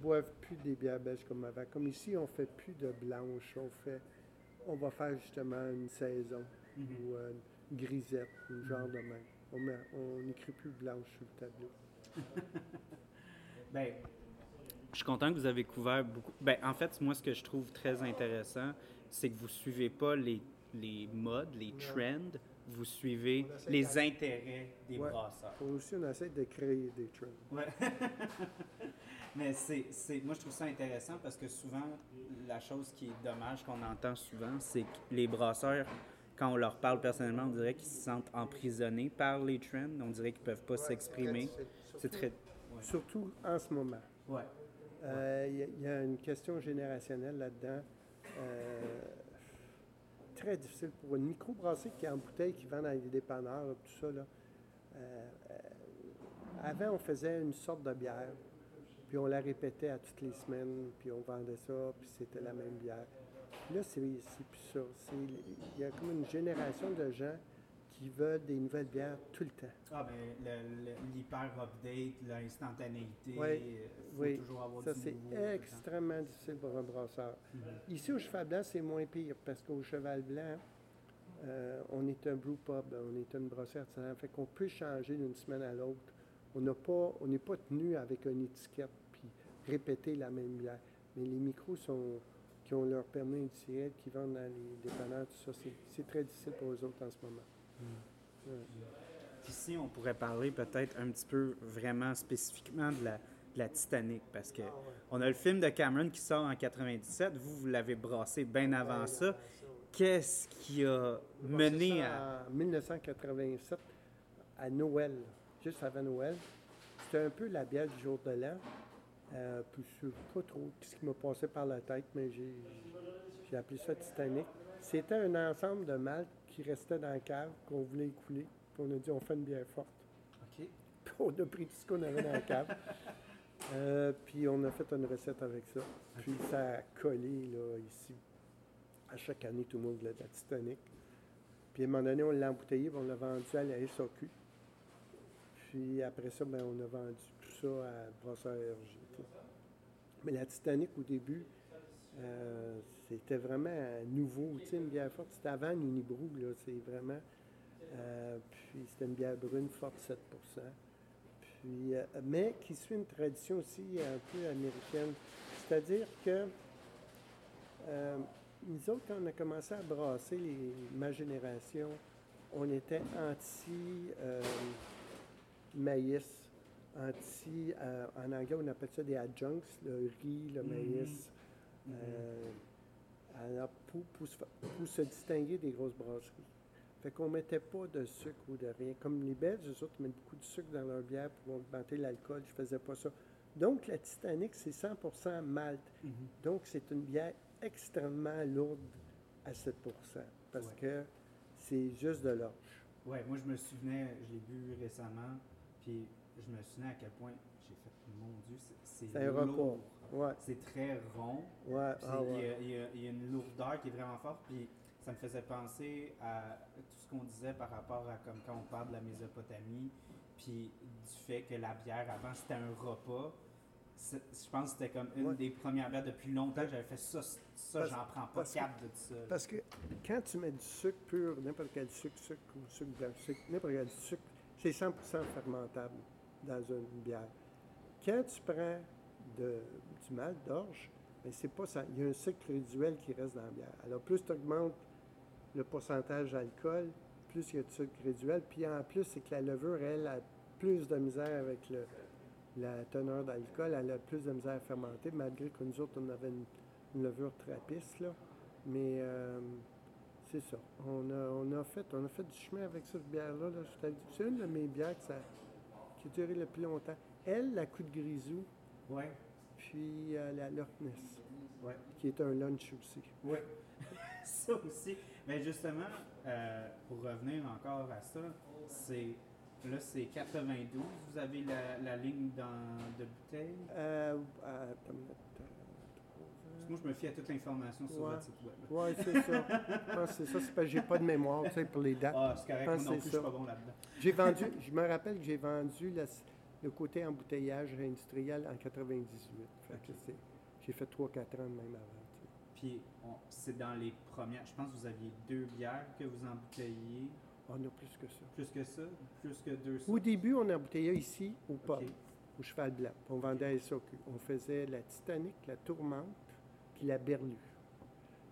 Speaker 4: boivent plus des bières belges comme avant. Comme ici, on fait plus de blanche. On fait, on va faire justement une saison ou euh, une grisette, ou genre de même. On met- On n'écrit plus blanche sur le tableau.
Speaker 1: Ben, je suis content que vous avez couvert beaucoup. Ben, en fait, moi, ce que je trouve très intéressant, c'est que vous suivez pas les, les modes, les trends, vous suivez
Speaker 4: On essaie
Speaker 1: les
Speaker 4: de-
Speaker 1: intérêts des
Speaker 4: Ouais.
Speaker 1: brasseurs.
Speaker 4: Pour aussi, on essaie de créer des trends.
Speaker 1: Ouais. Mais c'est, c'est- moi, je trouve ça intéressant parce que souvent, la chose qui est dommage qu'on entend souvent, c'est que les brasseurs, quand on leur parle personnellement, on dirait qu'ils se sentent emprisonnés par les trends. On dirait qu'ils peuvent pas s'exprimer. C'est très. Ouais.
Speaker 4: Surtout en ce moment.
Speaker 1: Ouais.
Speaker 4: Euh, Il y, a- il y a une question générationnelle là-dedans. Euh, très difficile pour une microbrasserie qui est en bouteille, qui vend dans les dépanneurs, là, tout ça. Là. Euh, euh, avant, on faisait une sorte de bière, puis on la répétait à toutes les semaines, puis on vendait ça, puis c'était la même bière. Puis là, c'est c'est plus ça. C'est- Il y a comme une génération de gens qui veulent des nouvelles bières tout le temps.
Speaker 5: Ah, ben, le- le- l'hyper-update, l'instantanéité,
Speaker 4: Oui,
Speaker 5: euh, faut
Speaker 4: oui.
Speaker 5: toujours avoir
Speaker 4: Ça,
Speaker 5: du
Speaker 4: c'est
Speaker 5: nouveau tout le temps.
Speaker 4: extrêmement difficile pour un brasseur.
Speaker 5: Mhm.
Speaker 4: Ici, au Cheval Blanc, c'est moins pire parce qu'au Cheval Blanc, euh, on est un brew pub, on est une brasserie artisanale. Fait qu'on peut changer d'une semaine à l'autre. On n'a pas, on n'est pas tenu avec une étiquette puis répéter la même bière. Mais les micros sont, qui ont leur permis industriel, qui vendent dans les dépanneurs, tout ça, c'est- c'est très difficile pour eux autres en ce moment.
Speaker 1: Puis si on pourrait parler peut-être un petit peu vraiment spécifiquement de la, de la Titanic, parce
Speaker 5: Ah
Speaker 1: que on a le film de Cameron qui sort en 97, vous, vous l'avez brassé bien avant ça. Qu'est-ce qui a
Speaker 4: On a passé
Speaker 1: mené à...
Speaker 4: ça En 1987, à Noël, juste avant Noël, c'était un peu la bière du jour de l'an. Euh, puis je sais pas trop ce qui m'a passé par la tête, mais j'ai j'ai appelé ça Titanic. C'était un ensemble de maltes qui restait dans la cave, qu'on voulait écouler. Puis on a dit, on fait une bière forte.
Speaker 5: OK.
Speaker 4: Puis on a pris tout ce qu'on avait dans la cave. Euh, puis on a fait une recette avec ça. Puis ça a collé là, ici. À chaque année, tout le monde voulait de la Titanic. Puis à un moment donné, on l'a embouteillé puis on l'a vendu à la SAQ. Puis après ça, ben, on a vendu tout ça à Brasseur RG. tu sais. Mais la Titanic, au début, euh, c'était vraiment nouveau. Tu sais, une bière forte, c'était avant l'Unibrou. là, C'est vraiment... Euh, puis c'était une bière brune forte 7 puis, euh, mais qui suit une tradition aussi un peu américaine. C'est-à-dire que euh, nous autres, quand on a commencé à brasser les- ma génération, on était euh, anti-maïs, anti, euh, en anglais on appelle ça des adjuncts, le riz, le maïs. euh, alors, pour, pour se fa- pour se distinguer des grosses brasseries. Fait qu'on mettait pas de sucre ou de rien. Comme les Belges, eux autres, ils mettent beaucoup de sucre dans leur bière pour augmenter l'alcool. Je faisais pas ça. Donc, la Titanic, c'est 100 malt.
Speaker 1: Mm-hmm.
Speaker 5: Euh,
Speaker 4: Donc, c'est une bière extrêmement lourde à 7 parce
Speaker 5: Ouais.
Speaker 4: que c'est juste de l'orge.
Speaker 5: Ouais, moi, je me souvenais, je l'ai bu récemment, puis je me souvenais à quel point j'ai fait, mon Dieu, c'est-
Speaker 4: C'est un
Speaker 5: c'est
Speaker 4: repas.
Speaker 5: lourd.
Speaker 4: Ouais,
Speaker 5: C'est très rond.
Speaker 4: ouais,
Speaker 5: Puis
Speaker 4: ah
Speaker 5: il, y
Speaker 4: ouais.
Speaker 5: a, il y a- il y a une lourdeur qui est vraiment forte, puis ça me faisait penser à tout ce qu'on disait par rapport à comme quand on parle de la Mésopotamie, puis du fait que la bière avant c'était un repas. C'est- Je pense que c'était comme une
Speaker 4: Ouais.
Speaker 5: des premières bières depuis longtemps que j'avais fait ça, ça
Speaker 4: Parce-
Speaker 5: j'en prends pas
Speaker 4: parce que-
Speaker 5: quatre de ça.
Speaker 1: Euh,
Speaker 4: Parce que quand tu mets du sucre pur, n'importe quel sucre, sucre ou sucre blanc, sucre, n'importe quel sucre, c'est 100 fermentable dans une bière. Quand tu prends de- du malt d'orge, ben, c'est pas ça. Il y a un sucre résiduel qui reste dans la bière. Alors, plus tu augmentes le pourcentage d'alcool, plus il y a de sucre résiduel. Puis en plus, c'est que la levure, elle, a plus de misère avec le- la teneur d'alcool. Elle a plus de misère à fermenter, malgré que nous autres, on avait une, une levure trapiste, là. Mais euh, c'est ça. On a, on, a fait, on a fait du chemin avec cette bière-là. là. Je t'ai dit, C'est une de mes bières que ça- qui a duré le plus longtemps. Elle, la coup de grisou,
Speaker 5: Ouais,
Speaker 4: puis euh, la Loch Ness,
Speaker 5: ouais.
Speaker 4: qui est un lunch aussi.
Speaker 5: Oui, ça aussi. Mais justement, euh, pour revenir encore à ça, c'est là c'est 92. Vous avez la, la ligne dans, de bouteille.
Speaker 4: Euh, euh, attends une minute, euh,
Speaker 5: Parce que moi, je me fie à toute l'information sur
Speaker 4: Ouais.
Speaker 5: votre site web.
Speaker 4: Ouais, c'est ça. Je pense que Ah, c'est ça. C'est parce que j'ai pas de mémoire, tu sais, pour les dates.
Speaker 5: Ah, c'est correct,
Speaker 4: pense
Speaker 5: moi non
Speaker 4: que
Speaker 5: plus, je
Speaker 4: c'est
Speaker 5: suis
Speaker 4: ça.
Speaker 5: pas bon là-dedans.
Speaker 4: J'ai vendu, je me rappelle que j'ai vendu la- le côté embouteillage industriel en 98. Fait que c'est- j'ai fait 3-4 ans de même avant. tu sais.
Speaker 5: Puis, on- c'est dans les premières. Je pense que vous aviez deux bières que vous embouteilliez.
Speaker 4: On a plus que ça.
Speaker 5: Plus que ça Plus que 200
Speaker 4: Au début, on embouteillait ici, au pub,
Speaker 5: Ok.
Speaker 4: au Cheval Blanc. puis On vendait à SOQ. On faisait la Titanic, la Tourmente, puis la Berlue.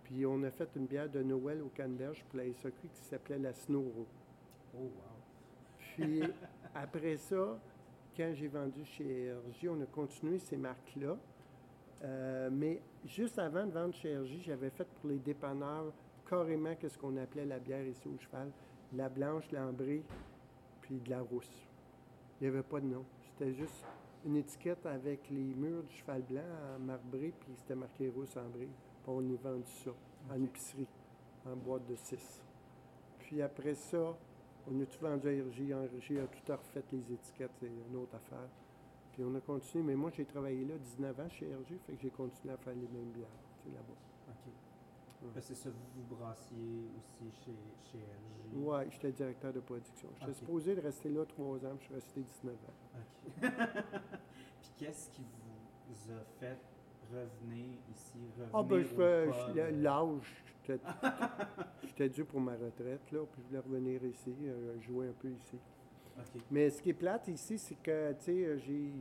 Speaker 4: Puis on a fait une bière de Noël au Canneberge pour la SOQ qui s'appelait la Snow Row.
Speaker 5: Oh, wow.
Speaker 4: Puis après ça, quand j'ai vendu chez RJ, on a continué ces marques-là. Euh, mais juste avant de vendre chez RJ, j'avais fait pour les dépanneurs carrément ce qu'on appelait la bière ici au cheval, la blanche, l'ambrée, puis de la rousse. Il n'y avait pas de nom. C'était juste une étiquette avec les murs du cheval Ah, blanc en marbré, puis c'était marqué rousse ambrée. Puis on y vendu ça en épicerie. en boîte de 6. Puis après ça, on a tout vendu à RJ. En RJ, a tout refait les étiquettes, c'est une autre affaire. Puis on a continué, mais moi j'ai travaillé là 19 ans chez RG, fait que j'ai continué à faire les mêmes bières, tu sais, là-bas.
Speaker 1: OK.
Speaker 4: Ouais.
Speaker 1: Ben, c'est ça, vous vous brassiez aussi chez, chez LG.
Speaker 4: Ouais, j'étais directeur de production. J'étais
Speaker 1: Mm. Ok.
Speaker 4: supposé de rester là 3 ans, puis je suis resté 19 ans.
Speaker 1: OK. Puis qu'est-ce qui vous a fait revenir ici, revenir
Speaker 4: Ah ben, je
Speaker 1: au
Speaker 4: fais-
Speaker 1: pub?
Speaker 4: je- l'âge, j'étais- j'étais dû pour ma retraite, là, puis je voulais revenir ici, euh, jouer un peu ici.
Speaker 1: OK.
Speaker 4: Mais ce qui est plate ici, c'est que, tu sais, euh, j'ai.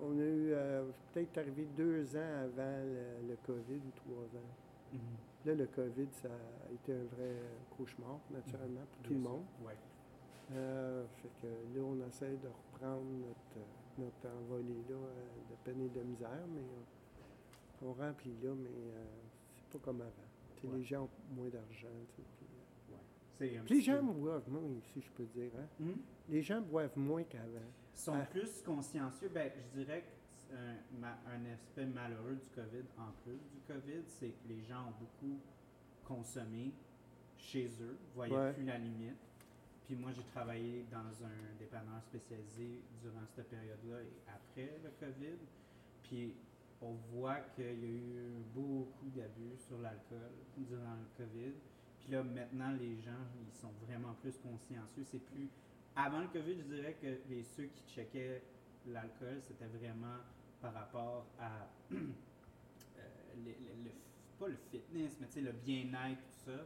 Speaker 4: On a eu. euh, je suis peut-être arrivé deux ans avant le, le COVID ou trois ans.
Speaker 1: Mhm.
Speaker 4: Là, le COVID, ça a été un vrai cauchemar, naturellement, pour tout
Speaker 1: Bien
Speaker 4: le
Speaker 1: sûr.
Speaker 4: monde.
Speaker 1: Ouais.
Speaker 4: Euh, fait que là, on essaie de reprendre notre, notre envolée là, euh, de peine et de misère, mais euh, on remplit là, mais euh, c'est pas comme avant. Tu sais,
Speaker 1: Ouais.
Speaker 4: Les gens ont moins d'argent. tu sais, puis, euh.
Speaker 1: C'est un
Speaker 4: Puis
Speaker 1: petit
Speaker 4: les gens
Speaker 1: peu-
Speaker 4: boivent moins ici, je peux dire. hein.
Speaker 1: Mhm.
Speaker 4: Les gens boivent moins qu'avant.
Speaker 1: sont
Speaker 4: Ah.
Speaker 1: plus consciencieux. Ben, je dirais que c'est un, ma- un aspect malheureux du COVID, en plus du COVID, c'est que les gens ont beaucoup consommé chez eux, voyaient
Speaker 4: Ouais.
Speaker 1: plus la limite. Puis moi, j'ai travaillé dans un dépanneur spécialisé durant cette période-là et après le COVID. Puis on voit qu'il y a eu beaucoup d'abus sur l'alcool durant le COVID. Puis là, maintenant, les gens, ils sont vraiment plus consciencieux. C'est plus... Avant le COVID, je dirais que les ceux qui checkaient l'alcool, c'était vraiment par rapport à... euh, le, le- le- pas le fitness, mais tu sais, le bien-être, tout ça.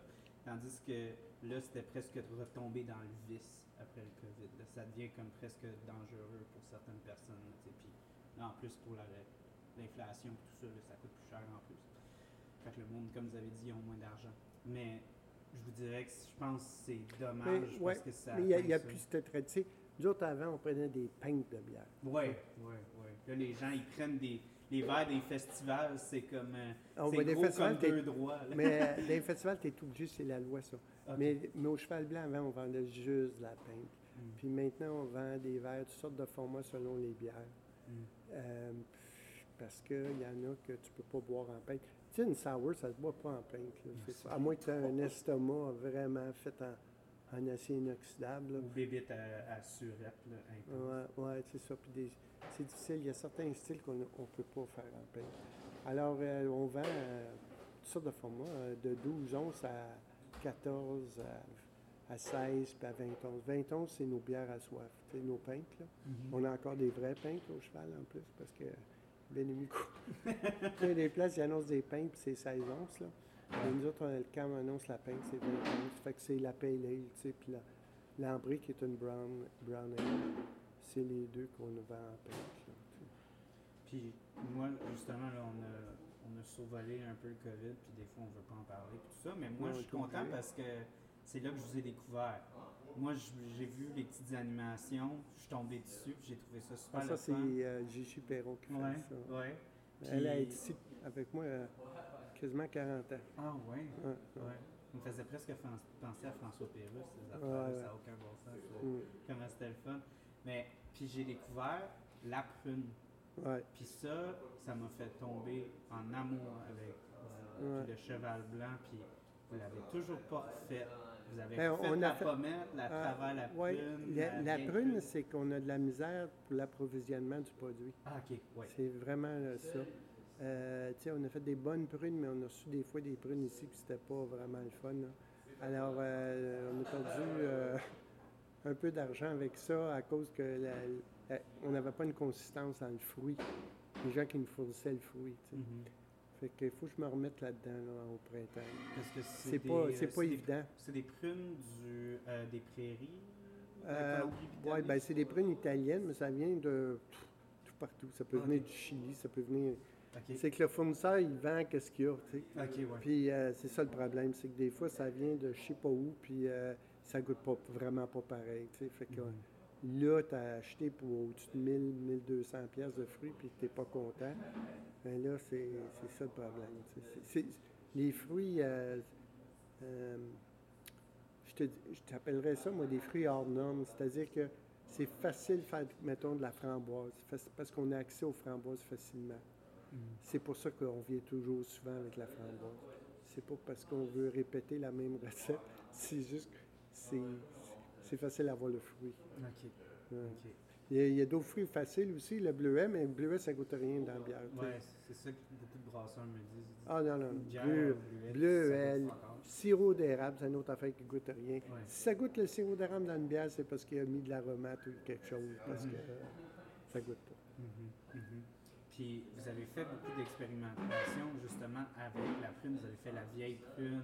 Speaker 1: Tandis que là, c'était presque retombé dans le vice après le COVID. là. Ça devient comme presque dangereux pour certaines personnes. là, tu sais. Puis Là, en plus, pour la- l'inflation, tout ça, là, ça coûte plus cher en plus. Fait que le monde, comme vous avez dit, ils ont moins d'argent. Mais je vous dirais que je pense que c'est dommage
Speaker 4: Mais, ouais,
Speaker 1: parce que ça.
Speaker 4: Mais il n'y a,
Speaker 1: atteint
Speaker 4: il y a
Speaker 1: Ben, ça.
Speaker 4: plus cette traite. Tu sais, Nous autres, avant, on prenait des pintes de bière.
Speaker 1: Ouais, ouais, ouais. Là, les gens, ils prennent des. Les verres des festivals, c'est comme. euh,
Speaker 4: On
Speaker 1: c'est
Speaker 4: va Ah, des
Speaker 1: gros
Speaker 4: festivals,
Speaker 1: comme
Speaker 4: t'es-
Speaker 1: deux droits. là. Ah,
Speaker 4: Mais euh, dans les festivals, tu es obligé, c'est la loi, ça.
Speaker 1: Ok.
Speaker 4: Mais, mais au cheval blanc, avant, on vendait juste de la pinte.
Speaker 1: Mm.
Speaker 4: Puis maintenant, on vend des verres, toutes sortes de formats selon les bières.
Speaker 1: Mm.
Speaker 4: Euh, parce qu'il y en a que tu peux pas boire en pinte. Tu sais, une sour, ça se boit pas en pinte. là, c'est ça. À moins que tu aies un estomac vraiment fait en, en acier inoxydable. là.
Speaker 1: Ou bébite à, à surette, là, intense.
Speaker 4: Ouais, ouais, c'est ça. Puis des- c'est difficile. Il y a certains styles qu'on ne peut pas faire en pinte. Alors, euh, on vend euh, toutes sortes de formats, euh, de 12 onces à 14, à, à 16, puis à 20 onces. 20 onces, c'est nos bières à soif, tu sais, nos pintes. là.
Speaker 1: Mhm.
Speaker 4: On a encore des vrais pintes au cheval en plus, parce que bien aimé Il y a des places qui annoncent des pintes, puis c'est 16 onces. Là. Mais nous autres, on a le- quand on annonce la pinte, c'est 20 onces. Fait que c'est la pale ale, tu sais, puis la- l'ambrée qui est une brown, brown ale. C'est les deux qu'on vend en pinte. là, tu sais.
Speaker 1: Puis moi, justement, là, on a, on a survolé un peu le COVID, puis des fois, on veut pas en parler, puis tout ça. Mais moi,
Speaker 4: Non,
Speaker 1: je suis
Speaker 4: tout à
Speaker 1: content
Speaker 4: fait.
Speaker 1: parce que c'est là que je vous ai découvert. Moi, je- j'ai vu les petites animations, je suis tombé dessus, puis j'ai trouvé ça super
Speaker 4: Ah, ça,
Speaker 1: le
Speaker 4: c'est
Speaker 1: fun.
Speaker 4: euh, Gigi Perron qui fait
Speaker 1: Ouais,
Speaker 4: ça.
Speaker 1: ouais.
Speaker 4: Elle est
Speaker 1: Puis-
Speaker 4: ici avec moi euh, quasiment 40 ans.
Speaker 1: Ah ouais,
Speaker 4: Ouais, ouais.
Speaker 1: ouais. Ça me faisait presque fan- penser à François Pérus, ces affaires
Speaker 4: Ouais, ouais.
Speaker 1: ça n'a aucun bon sens. là.
Speaker 4: Mm.
Speaker 1: Comment c'était le fun. Mais, puis j'ai découvert la prune.
Speaker 4: Ouais.
Speaker 1: Puis ça, ça m'a fait tomber en amour avec euh,
Speaker 4: Ouais.
Speaker 1: puis le cheval blanc. Puis vous l'avez toujours pas refait. Vous avez
Speaker 4: Ben,
Speaker 1: refait
Speaker 4: on a
Speaker 1: la
Speaker 4: fait-
Speaker 1: pommette, la
Speaker 4: Ah,
Speaker 1: travers, la
Speaker 4: ouais,
Speaker 1: prune.
Speaker 4: La, la
Speaker 1: vieille
Speaker 4: prune, c'est qu'on a de la misère pour l'approvisionnement du produit.
Speaker 1: Ah, ok, ouais.
Speaker 4: C'est vraiment euh, ça. Euh, tu sais, on a fait des bonnes prunes, mais on a reçu des fois des prunes ici, puis c'était pas vraiment le fun. là. Alors, euh, on a perdu euh, un peu d'argent avec ça à cause que la- la- on n'avait pas une consistance dans le fruit. Les gens qui nous fournissaient le fruit. tu sais.
Speaker 1: Mhm.
Speaker 4: Fait qu'il faut que je me remette là-dedans là, au printemps.
Speaker 1: Parce que des,
Speaker 4: C'est pas,
Speaker 1: euh,
Speaker 4: c'est pas
Speaker 1: des-
Speaker 4: évident.
Speaker 1: C'est des prunes du, euh, des prairies. de la
Speaker 4: Euh,
Speaker 1: Colombie-Britannique.
Speaker 4: Oui, ben, c'est des prunes italiennes, mais ça vient de pff, tout partout. Ça peut
Speaker 1: Ah, Ok.
Speaker 4: venir du Chili, ça peut venir.
Speaker 1: Ok,
Speaker 4: C'est que le fournisseur, il vend qu'est-ce qu'il y a. tu sais.
Speaker 1: ok, ouais.
Speaker 4: Puis euh, c'est ça le problème, c'est que des fois, ça vient de je sais pas où, puis euh, ça goûte pas, vraiment pas pareil. tu sais. Fait que
Speaker 1: Mhm.
Speaker 4: là, tu as acheté pour au-dessus de 1000, 1200 pièces de fruits, puis t'es pas content. Mais là, c'est c'est ça le problème. tu sais. C'est- c'est- les fruits, euh, euh, je te dis- je t'appellerais ça, moi, des fruits hors normes. C'est-à-dire que c'est facile de faire, mettons, de la framboise, faci- parce qu'on a accès
Speaker 1: Mm.
Speaker 4: aux framboises facilement. C'est pour ça qu'on vient toujours souvent avec la framboise. C'est c'est pas parce qu'on veut répéter la même recette. C'est juste que c'est, c'est facile à voir le fruit.
Speaker 1: Ok.
Speaker 4: Ouais.
Speaker 1: Ok.
Speaker 4: Il y a, il y a d'autres fruits faciles aussi, le bleuet, mais le bleuet, ça goûte rien dans la bière. tu sais.
Speaker 1: Ouais, c'est ça que beaucoup de brasseurs me disent. Ils disent,
Speaker 4: Ah non, non.
Speaker 1: une bière
Speaker 4: Bleu,
Speaker 1: bleuette,
Speaker 4: bleu,
Speaker 1: ça
Speaker 4: elle,
Speaker 1: goûte encore.
Speaker 4: sirop d'érable, c'est une autre affaire qui goûte rien.
Speaker 1: Ouais.
Speaker 4: Si ça goûte le sirop d'érable dans une bière, c'est parce qu'il a mis de l'aromate ou quelque chose, parce
Speaker 1: Mm.
Speaker 4: que euh, ça goûte pas.
Speaker 1: Mhm, mhm. Puis vous avez fait beaucoup d'expérimentations justement avec la prune. Vous avez fait la vieille prune.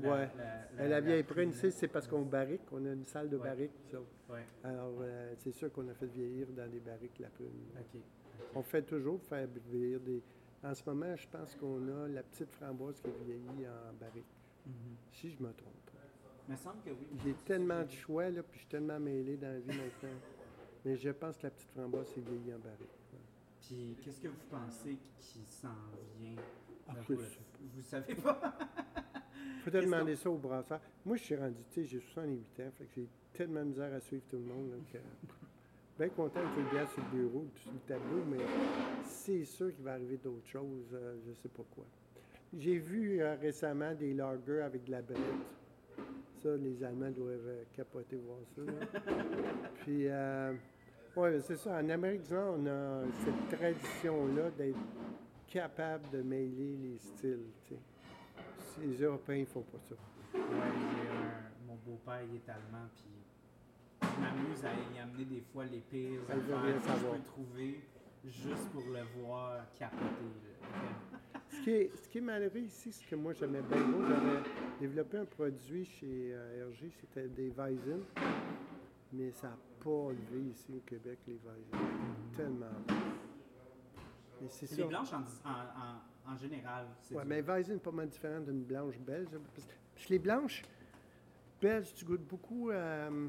Speaker 4: Ouais.
Speaker 1: la-
Speaker 4: Mais la vieille prune, tu sais,
Speaker 1: prune- hein.
Speaker 4: c'est parce qu'on barrique, on a une salle de
Speaker 1: Ouais.
Speaker 4: barrique, nous autres.
Speaker 1: Ouais,
Speaker 4: Alors, euh, c'est sûr qu'on a fait vieillir dans des barriques la prune.
Speaker 1: ok.
Speaker 4: On fait toujours faire vieillir des... En ce moment, je pense qu'on a la petite framboise qui vieillit en barrique,
Speaker 1: Mhm.
Speaker 4: si je me trompe.
Speaker 1: Il me semble que oui.
Speaker 4: J'ai tellement de choix, là, puis je suis tellement mêlé dans la vie maintenant. Mais je pense que la petite framboise s'est vieillie en barrique.
Speaker 1: Puis qu'est-ce que vous pensez qui s'en vient?
Speaker 4: Ah,
Speaker 1: Vous-
Speaker 4: je sais
Speaker 1: vous savez pas?
Speaker 4: Faut
Speaker 1: Qu'est-ce
Speaker 4: demander ça au brasseur. Moi, je suis rendu, tu sais, j'ai 68 ans, fait que j'ai tellement de misère à suivre tout le monde. là, que- bien content que les bières sur le bureau, ou sur le tableau, mais c'est sûr qu'il va arriver d'autres choses, euh, je sais pas quoi. J'ai vu euh, récemment des lagers avec de la brette. Ça, les Allemands doivent euh, capoter voir ça. là. Puis, euh, ouais, c'est ça. En Amérique du Nord, on a cette tradition-là d'être capable de mêler les styles, tu sais. Les Européens, ils font pas ça.
Speaker 1: Ouais, j'ai un- mon beau-père, il est allemand, puis je m'amuse à y amener des fois les pires
Speaker 4: veut
Speaker 1: affaires
Speaker 4: rien
Speaker 1: que je
Speaker 4: savoir.
Speaker 1: peux trouver juste pour le voir capoter. là.
Speaker 4: Ce qui est, ce qui est malheureux ici, c'est que moi, j'aimais bien gros. J'avais développé un produit chez euh, RG, c'était des Weizen. Mais ça n'a pas levé ici au Québec, les Weizen. Tellement. Mais c'est
Speaker 1: C'est les
Speaker 4: ça.
Speaker 1: blanches en, en- en- en général. c'est
Speaker 4: Ouais,
Speaker 1: du-
Speaker 4: mais Weizen est pas mal différent d'une blanche belge. Parce, parce que les blanches belges, tu goûtes beaucoup euh,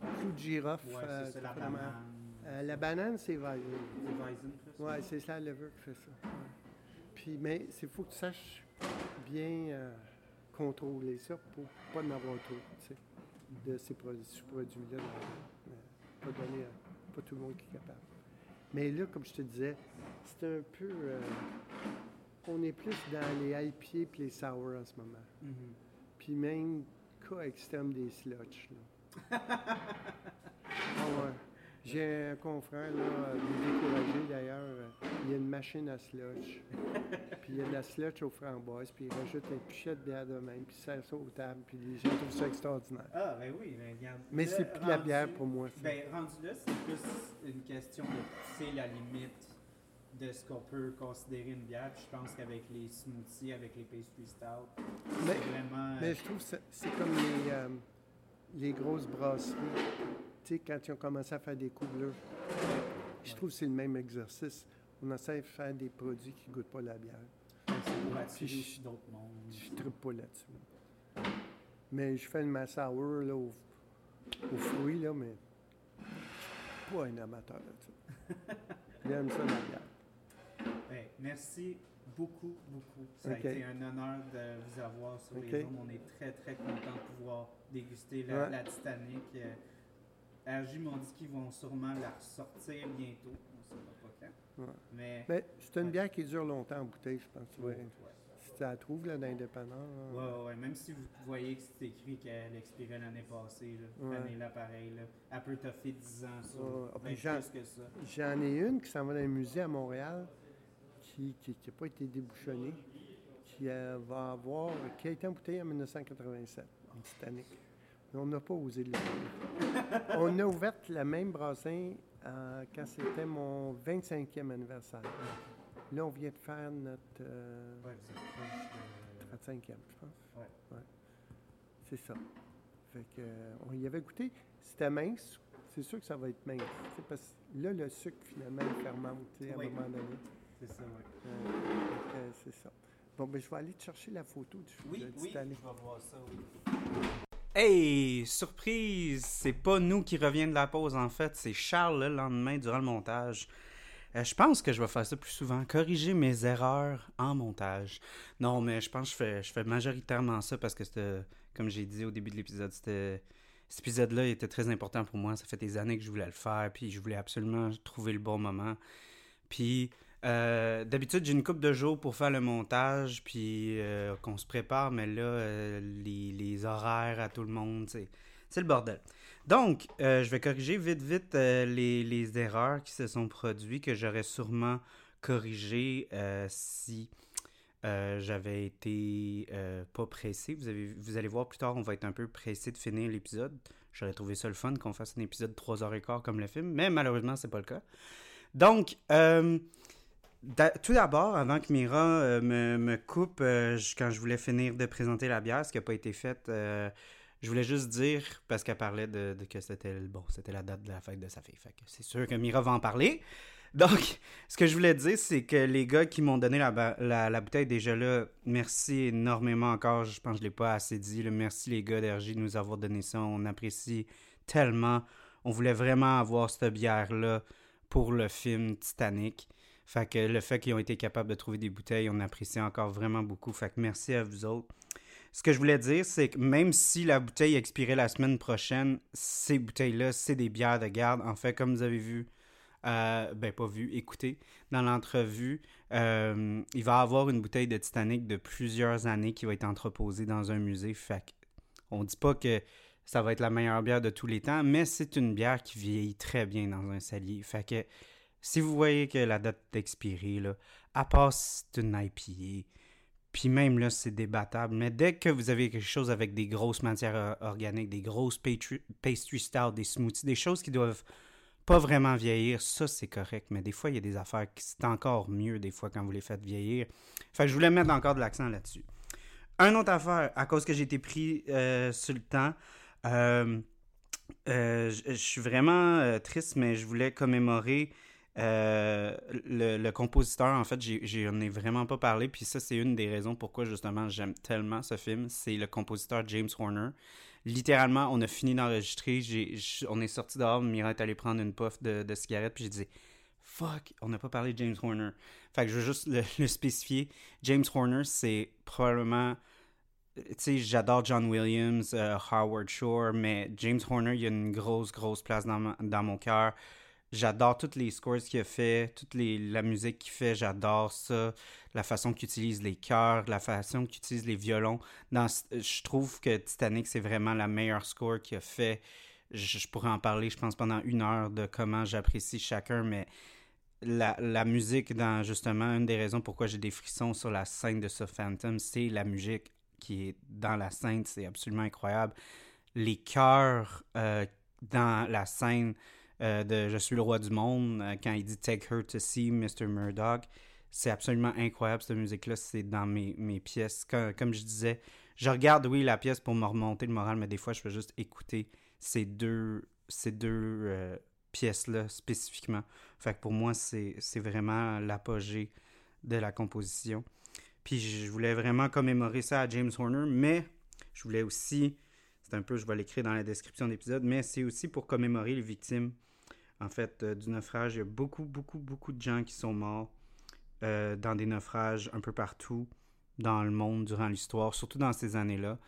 Speaker 4: clou de girofle.
Speaker 1: Ouais,
Speaker 4: euh,
Speaker 1: c'est ça, la
Speaker 4: vraiment.
Speaker 1: banane.
Speaker 4: Euh, la banane, c'est Weizen.
Speaker 1: C'est Weizen plus.
Speaker 4: Oui, c'est ça, le levure qui fait ça. ouais. Puis, mais il faut que tu saches bien euh, contrôler ça pour pas en avoir trop, tu sais, de ces produits- sous-produits-là. dans la- euh, Pas donner à pas tout le monde qui est capable. Mais là, comme je te disais, c'est un peu... euh, on est plus dans les IPA puis les sour en ce moment.
Speaker 1: Mhm.
Speaker 4: Puis même cas extrême des slotch. Là. Ah ouais. J'ai un confrère, là, euh, il est découragé d'ailleurs. euh, Il y a une machine à slotch. puis il y a de la slotch aux framboises. Puis il rajoute un pichet de bière de même. Puis il sert ça aux tables. Puis les gens trouvent ça extraordinaire.
Speaker 1: Ah, ben oui, mais regarde.
Speaker 4: Mais
Speaker 1: là,
Speaker 4: c'est plus de la
Speaker 1: rendu-
Speaker 4: bière pour moi. ça.
Speaker 1: Ben, rendu là, c'est plus une question de pousser la limite de ce qu'on peut considérer une bière. Puis Je pense qu'avec les smoothies, avec les pastry stout, c'est
Speaker 4: Mais-
Speaker 1: vraiment. euh,
Speaker 4: Mais je trouve que c'est- c'est comme les, euh, les grosses brasseries. Tu sais, quand ils ont commencé à faire des coups bleus. Je trouve que c'est le même exercice. On essaie de faire des produits qui ne goûtent pas la bière.
Speaker 1: c'est pour
Speaker 4: Puis
Speaker 1: attirer
Speaker 4: je-
Speaker 1: d'autres mondes.
Speaker 4: Je ne pas là-dessus. Mais je fais une ma sour là, aux, aux fruits, là, mais pas un amateur de ça. J'aime ça la bière.
Speaker 1: Ben, merci beaucoup, beaucoup. Ça
Speaker 4: Ok.
Speaker 1: a été un honneur de vous avoir sur
Speaker 4: Ok.
Speaker 1: les ondes. On est très, très content de pouvoir déguster la,
Speaker 4: Ouais.
Speaker 1: la Titanic. Euh, RJ m'ont dit qu'ils vont sûrement la ressortir bientôt. On ne saura pas quand.
Speaker 4: Ouais.
Speaker 1: Mais,
Speaker 4: Mais c'est une bière qui dure longtemps en bouteille, je pense.
Speaker 1: Ouais,
Speaker 4: Ouais. Si tu la trouves là, dans hein. l'indépendant.
Speaker 1: ouais,
Speaker 4: là.
Speaker 1: ouais, ouais. Même si vous voyez que c'est écrit qu'elle expirait l'année passée, là,
Speaker 4: Ouais.
Speaker 1: prenez-la pareil. Là. Elle peut toffer 10 ans sur
Speaker 4: Ouais, ah, puis
Speaker 1: ben,
Speaker 4: Jean-
Speaker 1: plus que ça.
Speaker 4: J'en ai une qui s'en va dans un musée à Montréal qui qui- qui n'a pas été débouchonnée, qui euh, va avoir, qui a été en bouteille en 1987, en Titanic. Mais on n'a pas osé l'ouvrir. on a ouvert la même brassin euh, quand c'était mon 25e anniversaire. Là, on vient de faire notre euh,
Speaker 1: Ouais, vous êtes proche de-
Speaker 4: 35e, je pense.
Speaker 1: Ouais.
Speaker 4: C'est ça. Fait que, euh, on y avait goûté. C'était mince. C'est sûr que ça va être mince. C'est Parce que là, le sucre, finalement, il fermente tu sais, à
Speaker 1: Oui.
Speaker 4: un moment donné.
Speaker 1: C'est ça, ouais.
Speaker 4: Euh, fait que, euh, c'est ça. Bon, ben, je vais aller te chercher la photo du
Speaker 1: Oui,
Speaker 4: de
Speaker 1: oui, je
Speaker 4: Titanic.
Speaker 1: vais voir ça, oui.
Speaker 6: Hey, surprise! C'est pas nous qui revient de la pause, en fait. C'est Charles le lendemain durant le montage. Euh, je pense que je vais faire ça plus souvent, corriger mes erreurs en montage. Non, mais je pense que je fais, je fais majoritairement ça parce que, c'était- comme j'ai dit au début de l'épisode, c'était- cet épisode-là il était très important pour moi. Ça fait des années que je voulais le faire, puis je voulais absolument trouver le bon moment. Puis
Speaker 1: Euh, D'habitude, j'ai une coupe de jours pour faire le montage, puis euh, qu'on se prépare, mais là, euh, les, les horaires à tout le monde, c'est c'est le bordel. Donc, euh, je vais corriger vite, vite euh, les, les erreurs qui se sont produites, que j'aurais sûrement corrigées euh, si euh, j'avais été euh, pas pressé. Vous, avez, vous allez voir plus tard, on va être un peu pressé de finir l'épisode. J'aurais trouvé ça le fun qu'on fasse un épisode de 3h15 comme le film, mais malheureusement, c'est pas le cas. Donc, euh, d'a- tout d'abord, avant que Mira euh, me, me coupe, euh, je- quand je voulais finir de présenter la bière, ce qui n'a pas été fait, euh, je voulais juste dire, parce qu'elle parlait de, de que c'était le- bon, c'était la date de la fête de sa fille. Fait que c'est sûr que Mira va en parler. Donc, ce que je voulais dire, c'est que les gars qui m'ont donné la, ba- la- la bouteille déjà là, merci énormément encore. Je pense que je l'ai pas assez dit. là. Merci les gars d'Ergie de nous avoir donné ça. On apprécie tellement. On voulait vraiment avoir cette bière-là pour le film Titanic. Fait que le fait qu'ils ont été capables de trouver des bouteilles, on apprécie encore vraiment beaucoup. Fait que merci à vous autres. Ce que je voulais dire, c'est que même si la bouteille expirait la semaine prochaine, ces bouteilles-là, c'est des bières de garde. En fait, comme vous avez vu, euh, ben pas vu, écoutez, dans l'entrevue, euh, il va y avoir une bouteille de Titanic de plusieurs années qui va être entreposée dans un musée. Fait que on dit pas que ça va être la meilleure bière de tous les temps, mais c'est une bière qui vieillit très bien dans un salier. Fait que si vous voyez que la date d'expirer, là, à part si c'est une IPA, puis même là, c'est débattable. Mais dès que vous avez quelque chose avec des grosses matières euh, organiques, des grosses pastry, pastry style, des smoothies, des choses qui doivent pas vraiment vieillir, ça c'est correct. Mais des fois, il y a des affaires qui c'est encore mieux des fois quand vous les faites vieillir. Fait que je voulais mettre encore de l'accent là-dessus. Un autre affaire, à cause que j'ai été pris euh, sur le temps, euh, euh, je je suis vraiment euh, triste, mais je voulais commémorer euh, le, le compositeur. En fait, j'ai- j'en ai vraiment pas parlé, puis ça, c'est une des raisons pourquoi, justement, j'aime tellement ce film. C'est le compositeur James Horner. Littéralement, on a fini d'enregistrer, j'ai- j- on est sorti dehors, Mira est allée prendre une puff de, de cigarette, puis j'ai dit « Fuck, on n'a pas parlé de James Horner. » Fait que je veux juste le, le spécifier. James Horner, c'est probablement tu sais, j'adore John Williams, euh, Howard Shore, mais James Horner, il a une grosse, grosse place dans, ma- dans mon cœur. J'adore tous les scores qu'il a fait, toute les, la musique qu'il fait, j'adore ça. La façon qu'il utilise les chœurs, la façon qu'il utilise les violons. Dans, ce- je trouve que Titanic, c'est vraiment la meilleure score qu'il a fait. Je, je pourrais en parler, je pense, pendant une heure de comment j'apprécie chacun, mais la, la musique, dans justement, une des raisons pourquoi j'ai des frissons sur la scène de ce Phantom, c'est la musique qui est dans la scène, c'est absolument incroyable. Les chœurs euh, dans la scène euh, de Je suis le roi du monde, euh, quand il dit Take her to see Mr. Murdoch, c'est absolument incroyable cette musique-là, c'est dans mes, mes pièces. Comme, comme je disais, je regarde, oui, la pièce pour me remonter le moral, mais des fois, je peux juste écouter ces deux, ces deux euh, pièces-là spécifiquement. Fait que pour moi, c'est c'est vraiment l'apogée de la composition. Puis je voulais vraiment commémorer ça à James Horner, mais je voulais aussi, c'est un peu, je vais l'écrire dans la description de l'épisode, mais c'est aussi pour commémorer les victimes, en fait, euh, du naufrage. Il y a beaucoup, beaucoup, beaucoup de gens qui sont morts euh, dans des naufrages un peu partout dans le monde durant l'histoire, surtout dans ces années-là.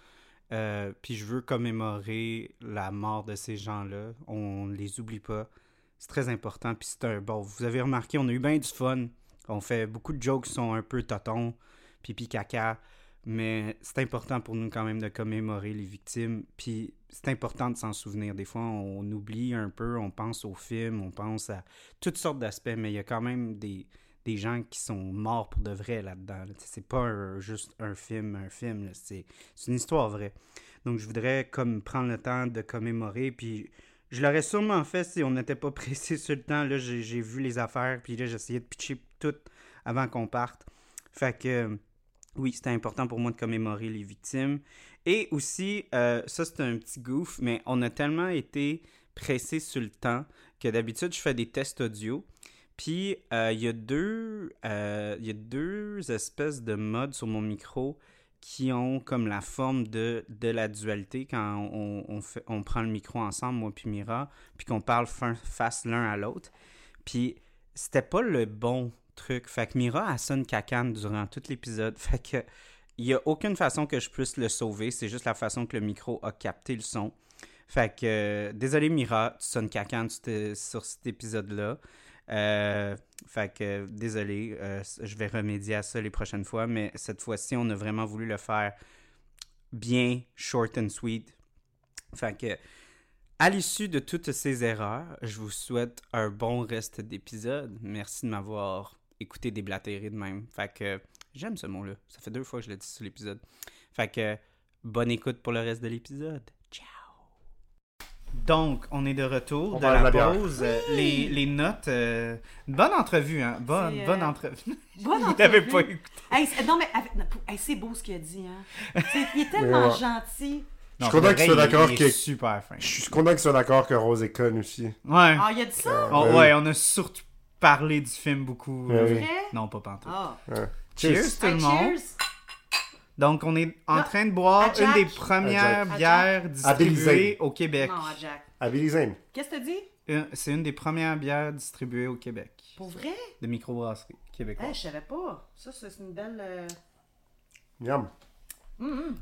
Speaker 1: Euh, puis je veux commémorer la mort de ces gens-là. On ne les oublie pas. C'est très important. Puis c'est un bon. Vous avez remarqué, on a eu bien du fun. On fait beaucoup de jokes qui sont un peu totons, pipi caca. Mais c'est important pour nous quand même de commémorer les victimes. Puis c'est important de s'en souvenir. Des fois, on oublie un peu, on pense aux films, on pense à toutes sortes d'aspects, mais il y a quand même des, des gens qui sont morts pour de vrai là-dedans. là. T'sais, C'est pas un- juste un film, un film. là. C'est c'est une histoire vraie. Donc je voudrais comme prendre le temps de commémorer. Puis je l'aurais sûrement fait si on n'était pas pressé sur le temps. Là, j'ai j'ai vu les affaires, puis là, j'essayais de pitcher tout avant qu'on parte. Fait que euh, oui, c'était important pour moi de commémorer les victimes. Et aussi, euh, ça c'est un petit goof, mais on a tellement été pressé sur le temps que d'habitude je fais des tests audio. Puis euh, il y a deux, euh, il y a deux espèces de modes sur mon micro qui ont comme la forme de, de la dualité quand on, on fait- on prend le micro ensemble, moi puis Mira, puis qu'on parle fin- face l'un à l'autre. Puis c'était pas le bon truc. Fait que Mira, elle sonne cacane durant tout l'épisode. Fait que il y a aucune façon que je puisse le sauver. C'est juste la façon que le micro a capté le son. Fait que euh, désolé Mira, tu sonnes cacane sur, te- sur cet épisode-là. Euh, fait que, euh, désolé, euh, je vais remédier à ça les prochaines fois, mais cette fois-ci, on a vraiment voulu le faire bien, short and sweet. Fait que, à l'issue de toutes ces erreurs, je vous souhaite un bon reste d'épisode. Merci de m'avoir écouté déblatérer de même. Fait que, j'aime ce mot-là. Ça fait deux fois que je le dis sur l'épisode. Fait que, bonne écoute pour le reste de l'épisode. Ciao! Donc, on est de retour
Speaker 3: On
Speaker 1: de
Speaker 3: va à
Speaker 1: la,
Speaker 3: la bière.
Speaker 1: pause. Euh, Les, les notes. euh, bonne entrevue, hein? Bonne,
Speaker 2: C'est, euh,
Speaker 1: bonne entrevue.
Speaker 2: Bonne
Speaker 1: Il n'avait
Speaker 2: entrevue.
Speaker 1: pas écouté.
Speaker 2: Hey, c'est- non, mais avec- non, pou- hey, c'est beau ce qu'il a dit. Hein. C'est- il est tellement
Speaker 3: Ouais.
Speaker 2: gentil.
Speaker 1: Non, pour
Speaker 3: suis
Speaker 1: le
Speaker 3: content que tu
Speaker 1: vrai,
Speaker 3: sois
Speaker 1: il-
Speaker 3: d'accord
Speaker 1: il est
Speaker 3: que-
Speaker 1: super fin.
Speaker 3: Je suis content qu'ils soient d'accord que Rose est conne aussi.
Speaker 1: Ouais.
Speaker 2: Ah, il a dit ça?
Speaker 1: On-
Speaker 3: ben
Speaker 1: ouais, on a surtout parlé du film beaucoup. euh,
Speaker 3: Ben oui.
Speaker 2: Vrai?
Speaker 1: Non, pas pantoute.
Speaker 2: Ah.
Speaker 1: Cheers,
Speaker 3: Cheers.
Speaker 1: tout le
Speaker 2: Hey,
Speaker 1: monde.
Speaker 2: cheers.
Speaker 1: Donc, on est en
Speaker 2: Là,
Speaker 1: train de boire
Speaker 2: à
Speaker 1: une
Speaker 2: Jack.
Speaker 1: des premières
Speaker 2: Jack.
Speaker 3: À
Speaker 1: bières
Speaker 3: À Belize.
Speaker 1: distribuées au Québec.
Speaker 2: Non, Jack.
Speaker 3: À Billy Zane.
Speaker 2: Qu'est-ce que tu dis?
Speaker 1: Une- C'est une des premières bières distribuées au Québec.
Speaker 2: Pour vrai?
Speaker 1: De microbrasserie québécoise.
Speaker 2: Hey, je savais pas. Ça, ça, c'est une belle. euh,
Speaker 3: Miam.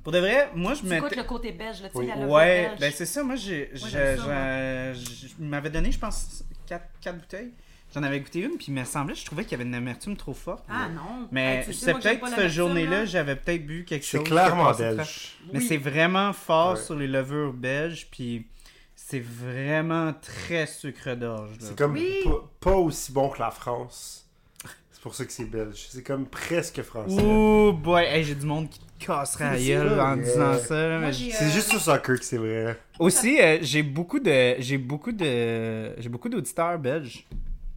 Speaker 1: Pour de vrai, moi, je
Speaker 2: Tu écoutes
Speaker 1: m'étais...
Speaker 2: le côté belge, là, tu sais,
Speaker 3: Oui.
Speaker 2: la levure
Speaker 1: Ouais,
Speaker 2: belge.
Speaker 1: ben c'est ça. Moi, j'ai, j'ai-
Speaker 2: Moi, j'aime ça,
Speaker 1: j'ai- j'ai- je m'avais donné, je pense, 4, bouteilles. J'en avais goûté une, puis il me semblait, je trouvais qu'il y avait une amertume trop forte.
Speaker 2: Ah non.
Speaker 1: Mais
Speaker 2: Hey, tu sais,
Speaker 1: c'est
Speaker 2: moi, j'aime
Speaker 1: peut-être
Speaker 2: pas
Speaker 1: que
Speaker 2: la
Speaker 1: cette
Speaker 2: nature,
Speaker 1: journée-là,
Speaker 2: là.
Speaker 1: j'avais peut-être bu quelque chose.
Speaker 3: C'est
Speaker 1: qui
Speaker 3: clairement
Speaker 1: passait très-
Speaker 3: belge.
Speaker 1: Mais
Speaker 2: Oui.
Speaker 1: c'est vraiment fort
Speaker 3: Ouais.
Speaker 1: sur les levures belges, puis c'est vraiment très sucre d'orge. là.
Speaker 3: C'est comme
Speaker 2: Oui.
Speaker 3: pas, pas aussi bon que la France. C'est pour ça que c'est belge. C'est comme presque français.
Speaker 1: Ouh, boy, Hey, j'ai du monde qui te casserait la
Speaker 3: C'est
Speaker 1: gueule
Speaker 3: ça,
Speaker 1: en
Speaker 3: mais-
Speaker 1: disant ça. là,
Speaker 2: Moi,
Speaker 1: mais
Speaker 2: j'ai,
Speaker 3: C'est
Speaker 2: euh,
Speaker 3: juste au soccer que c'est vrai.
Speaker 1: Aussi, euh, j'ai beaucoup de, j'ai beaucoup de, j'ai beaucoup d'auditeurs belges.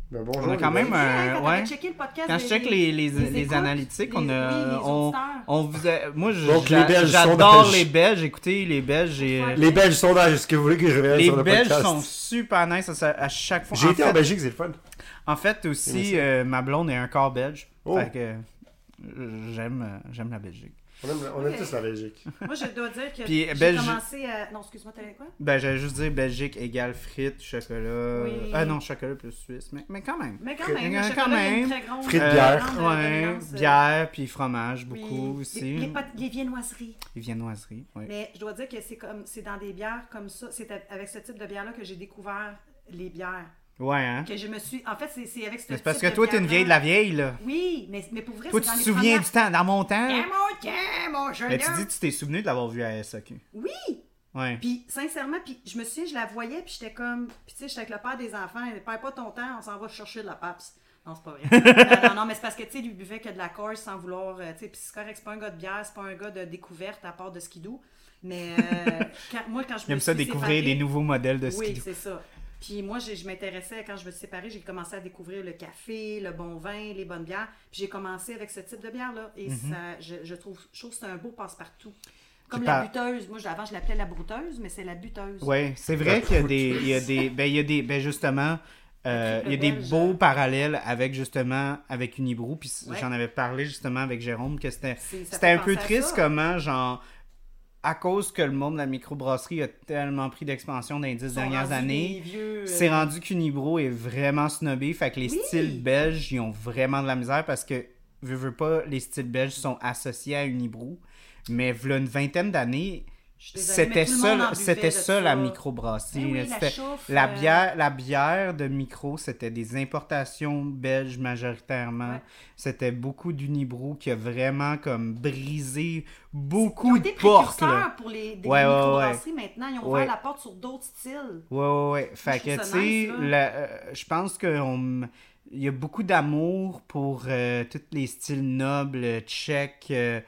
Speaker 3: Mais bon,
Speaker 1: On a quand même,
Speaker 2: tu sais, hein,
Speaker 1: euh,
Speaker 2: quand t'avais
Speaker 1: ouais.
Speaker 2: checké le podcast
Speaker 1: Quand je
Speaker 2: des-
Speaker 1: check les, les,
Speaker 2: les
Speaker 1: les
Speaker 2: écoutes,
Speaker 1: analytiques,
Speaker 2: les-
Speaker 1: on a,
Speaker 2: oui, les
Speaker 1: on,
Speaker 2: auditeurs.
Speaker 1: on vous a- moi, je-
Speaker 3: Donc, les
Speaker 1: j'a-
Speaker 3: Belges sont
Speaker 1: j'adore
Speaker 3: belges.
Speaker 1: les Belges. Écoutez, les Belges, et, euh,
Speaker 3: Les Belges sondages, est-ce que vous voulez que je revienne
Speaker 1: les
Speaker 3: sur le
Speaker 1: Belges
Speaker 3: podcast?
Speaker 1: sont super nice à, sa- à chaque fois.
Speaker 3: J'ai
Speaker 1: En
Speaker 3: été en
Speaker 1: fait,
Speaker 3: Belgique, c'est le fun.
Speaker 1: En fait, aussi, euh, ma blonde est un corps belge.
Speaker 3: Oh.
Speaker 1: Fait que euh, j'aime, euh, j'aime la Belgique.
Speaker 3: On aime, on aime tous la Belgique.
Speaker 2: Moi, je dois dire que ben,
Speaker 1: Puis,
Speaker 2: j'ai
Speaker 1: belge-
Speaker 2: commencé à... Non, excuse-moi, t'avais quoi?
Speaker 1: Ben, j'allais juste dire Belgique égale frites, chocolat.
Speaker 2: Oui.
Speaker 1: Ah non, chocolat plus suisse. Mais, mais quand même.
Speaker 2: Mais quand
Speaker 3: Que-
Speaker 2: même, le
Speaker 1: quand
Speaker 2: chocolat, il y a
Speaker 1: même.
Speaker 2: une très grande...
Speaker 3: Frites,
Speaker 2: euh,
Speaker 3: bière.
Speaker 2: grande
Speaker 1: Ouais,
Speaker 2: dominance, euh,
Speaker 1: bière, puis fromage,
Speaker 2: puis
Speaker 1: beaucoup
Speaker 2: les-
Speaker 1: aussi.
Speaker 2: Les, pâtes- les viennoiseries.
Speaker 1: Les viennoiseries, oui.
Speaker 2: Mais je dois dire que c'est comme c'est dans des bières comme ça. C'est a- avec ce type de bière-là que j'ai découvert les bières.
Speaker 1: Ouais, hein.
Speaker 2: Que je me suis... En fait, c'est c'est avec ce
Speaker 1: Mais
Speaker 2: type
Speaker 1: c'est parce que toi, t'es une vieille de la vieille, là.
Speaker 2: Oui, mais, mais pour vrai,
Speaker 1: Toi,
Speaker 2: c'est
Speaker 1: tu
Speaker 2: dans
Speaker 1: te
Speaker 2: les
Speaker 1: souviens
Speaker 2: premières-
Speaker 1: du temps, dans mon temps.
Speaker 2: Tiens,
Speaker 1: là.
Speaker 2: mon tiens, mon jeune
Speaker 1: Mais tu
Speaker 2: homme.
Speaker 1: dis, tu t'es souvenu de l'avoir vu à SOQ.
Speaker 2: Oui!
Speaker 1: Ouais.
Speaker 2: Puis, sincèrement, puis je me souviens, je la voyais, puis j'étais comme... Puis, tu sais, j'étais avec le père des enfants. Il dit, perds pas ton temps, on s'en va chercher de la papse. Non, c'est pas vrai. non, non, non, mais c'est parce que, tu sais, lui buvait que de la Corse sans vouloir... euh, tu sais, puis c'est correct, c'est pas un gars de bière, c'est pas un gars de découverte à part de skidoo. Mais euh, quand- moi, quand je me
Speaker 1: J'aime ça
Speaker 2: suis
Speaker 1: découvrir
Speaker 2: séparée-
Speaker 1: des nouveaux modèles de
Speaker 2: oui,
Speaker 1: ski.
Speaker 2: c'est ça. Puis moi, j'ai- je m'intéressais, quand je me suis séparée, j'ai commencé à découvrir le café, le bon vin, les bonnes bières. Puis j'ai commencé avec ce type de bière-là. Et
Speaker 1: Mm-hmm.
Speaker 2: ça, je, je trouve, je trouve que c'est un beau passe-partout. Comme
Speaker 1: Puis
Speaker 2: la
Speaker 1: par-
Speaker 2: buteuse. Moi, avant, je l'appelais la brouteuse, mais c'est la buteuse.
Speaker 1: Ouais, c'est vrai qu'il y a des, il y a des, ben il y a des, ben justement, euh, il y a des
Speaker 2: Belge.
Speaker 1: beaux parallèles avec justement avec Unibrou, puis
Speaker 2: Ouais.
Speaker 1: j'en avais parlé justement avec Jérôme que c'était,
Speaker 2: C'est- ça
Speaker 1: c'était
Speaker 2: fait
Speaker 1: un peu
Speaker 2: penser à
Speaker 1: triste
Speaker 2: ça.
Speaker 1: comment genre à cause que le monde de la microbrasserie a tellement pris d'expansion dans les dix
Speaker 2: Ils sont
Speaker 1: dernières
Speaker 2: rendus
Speaker 1: années,
Speaker 2: des vieux, euh,
Speaker 1: c'est rendu qu'Unibro est vraiment snobé, fait que les
Speaker 2: Oui.
Speaker 1: styles belges, ils ont vraiment de la misère parce que, veux, veux pas, les styles belges sont associés à Unibro. Mais v'là une vingtaine d'années,
Speaker 2: je suis désolée, mais
Speaker 1: c'était
Speaker 2: tout le
Speaker 1: ça,
Speaker 2: monde en
Speaker 1: la-
Speaker 2: buvait
Speaker 1: c'était
Speaker 2: de
Speaker 1: ça la microbrasserie.
Speaker 2: Ben oui,
Speaker 1: là.
Speaker 2: la
Speaker 1: C'était-
Speaker 2: chauffe,
Speaker 1: la,
Speaker 2: euh,
Speaker 1: bière, la bière de micro, c'était des importations belges majoritairement.
Speaker 2: Ouais.
Speaker 1: C'était beaucoup d'Unibro qui a vraiment comme brisé
Speaker 2: Ils ont
Speaker 1: beaucoup de
Speaker 2: été
Speaker 1: portes. là.
Speaker 2: précurseurs pour les, des
Speaker 1: Ouais, ouais, ouais.
Speaker 2: microbrasseries maintenant. Ils ont
Speaker 1: Ouais.
Speaker 2: ouvert la porte sur d'autres styles.
Speaker 1: Ouais, ouais, ouais. Fait
Speaker 2: trouve
Speaker 1: que, tu
Speaker 2: ça
Speaker 1: sais,
Speaker 2: nice, là.
Speaker 1: la- euh, je pense qu'il y a beaucoup d'amour pour euh, tous les styles nobles, euh, tchèques. euh,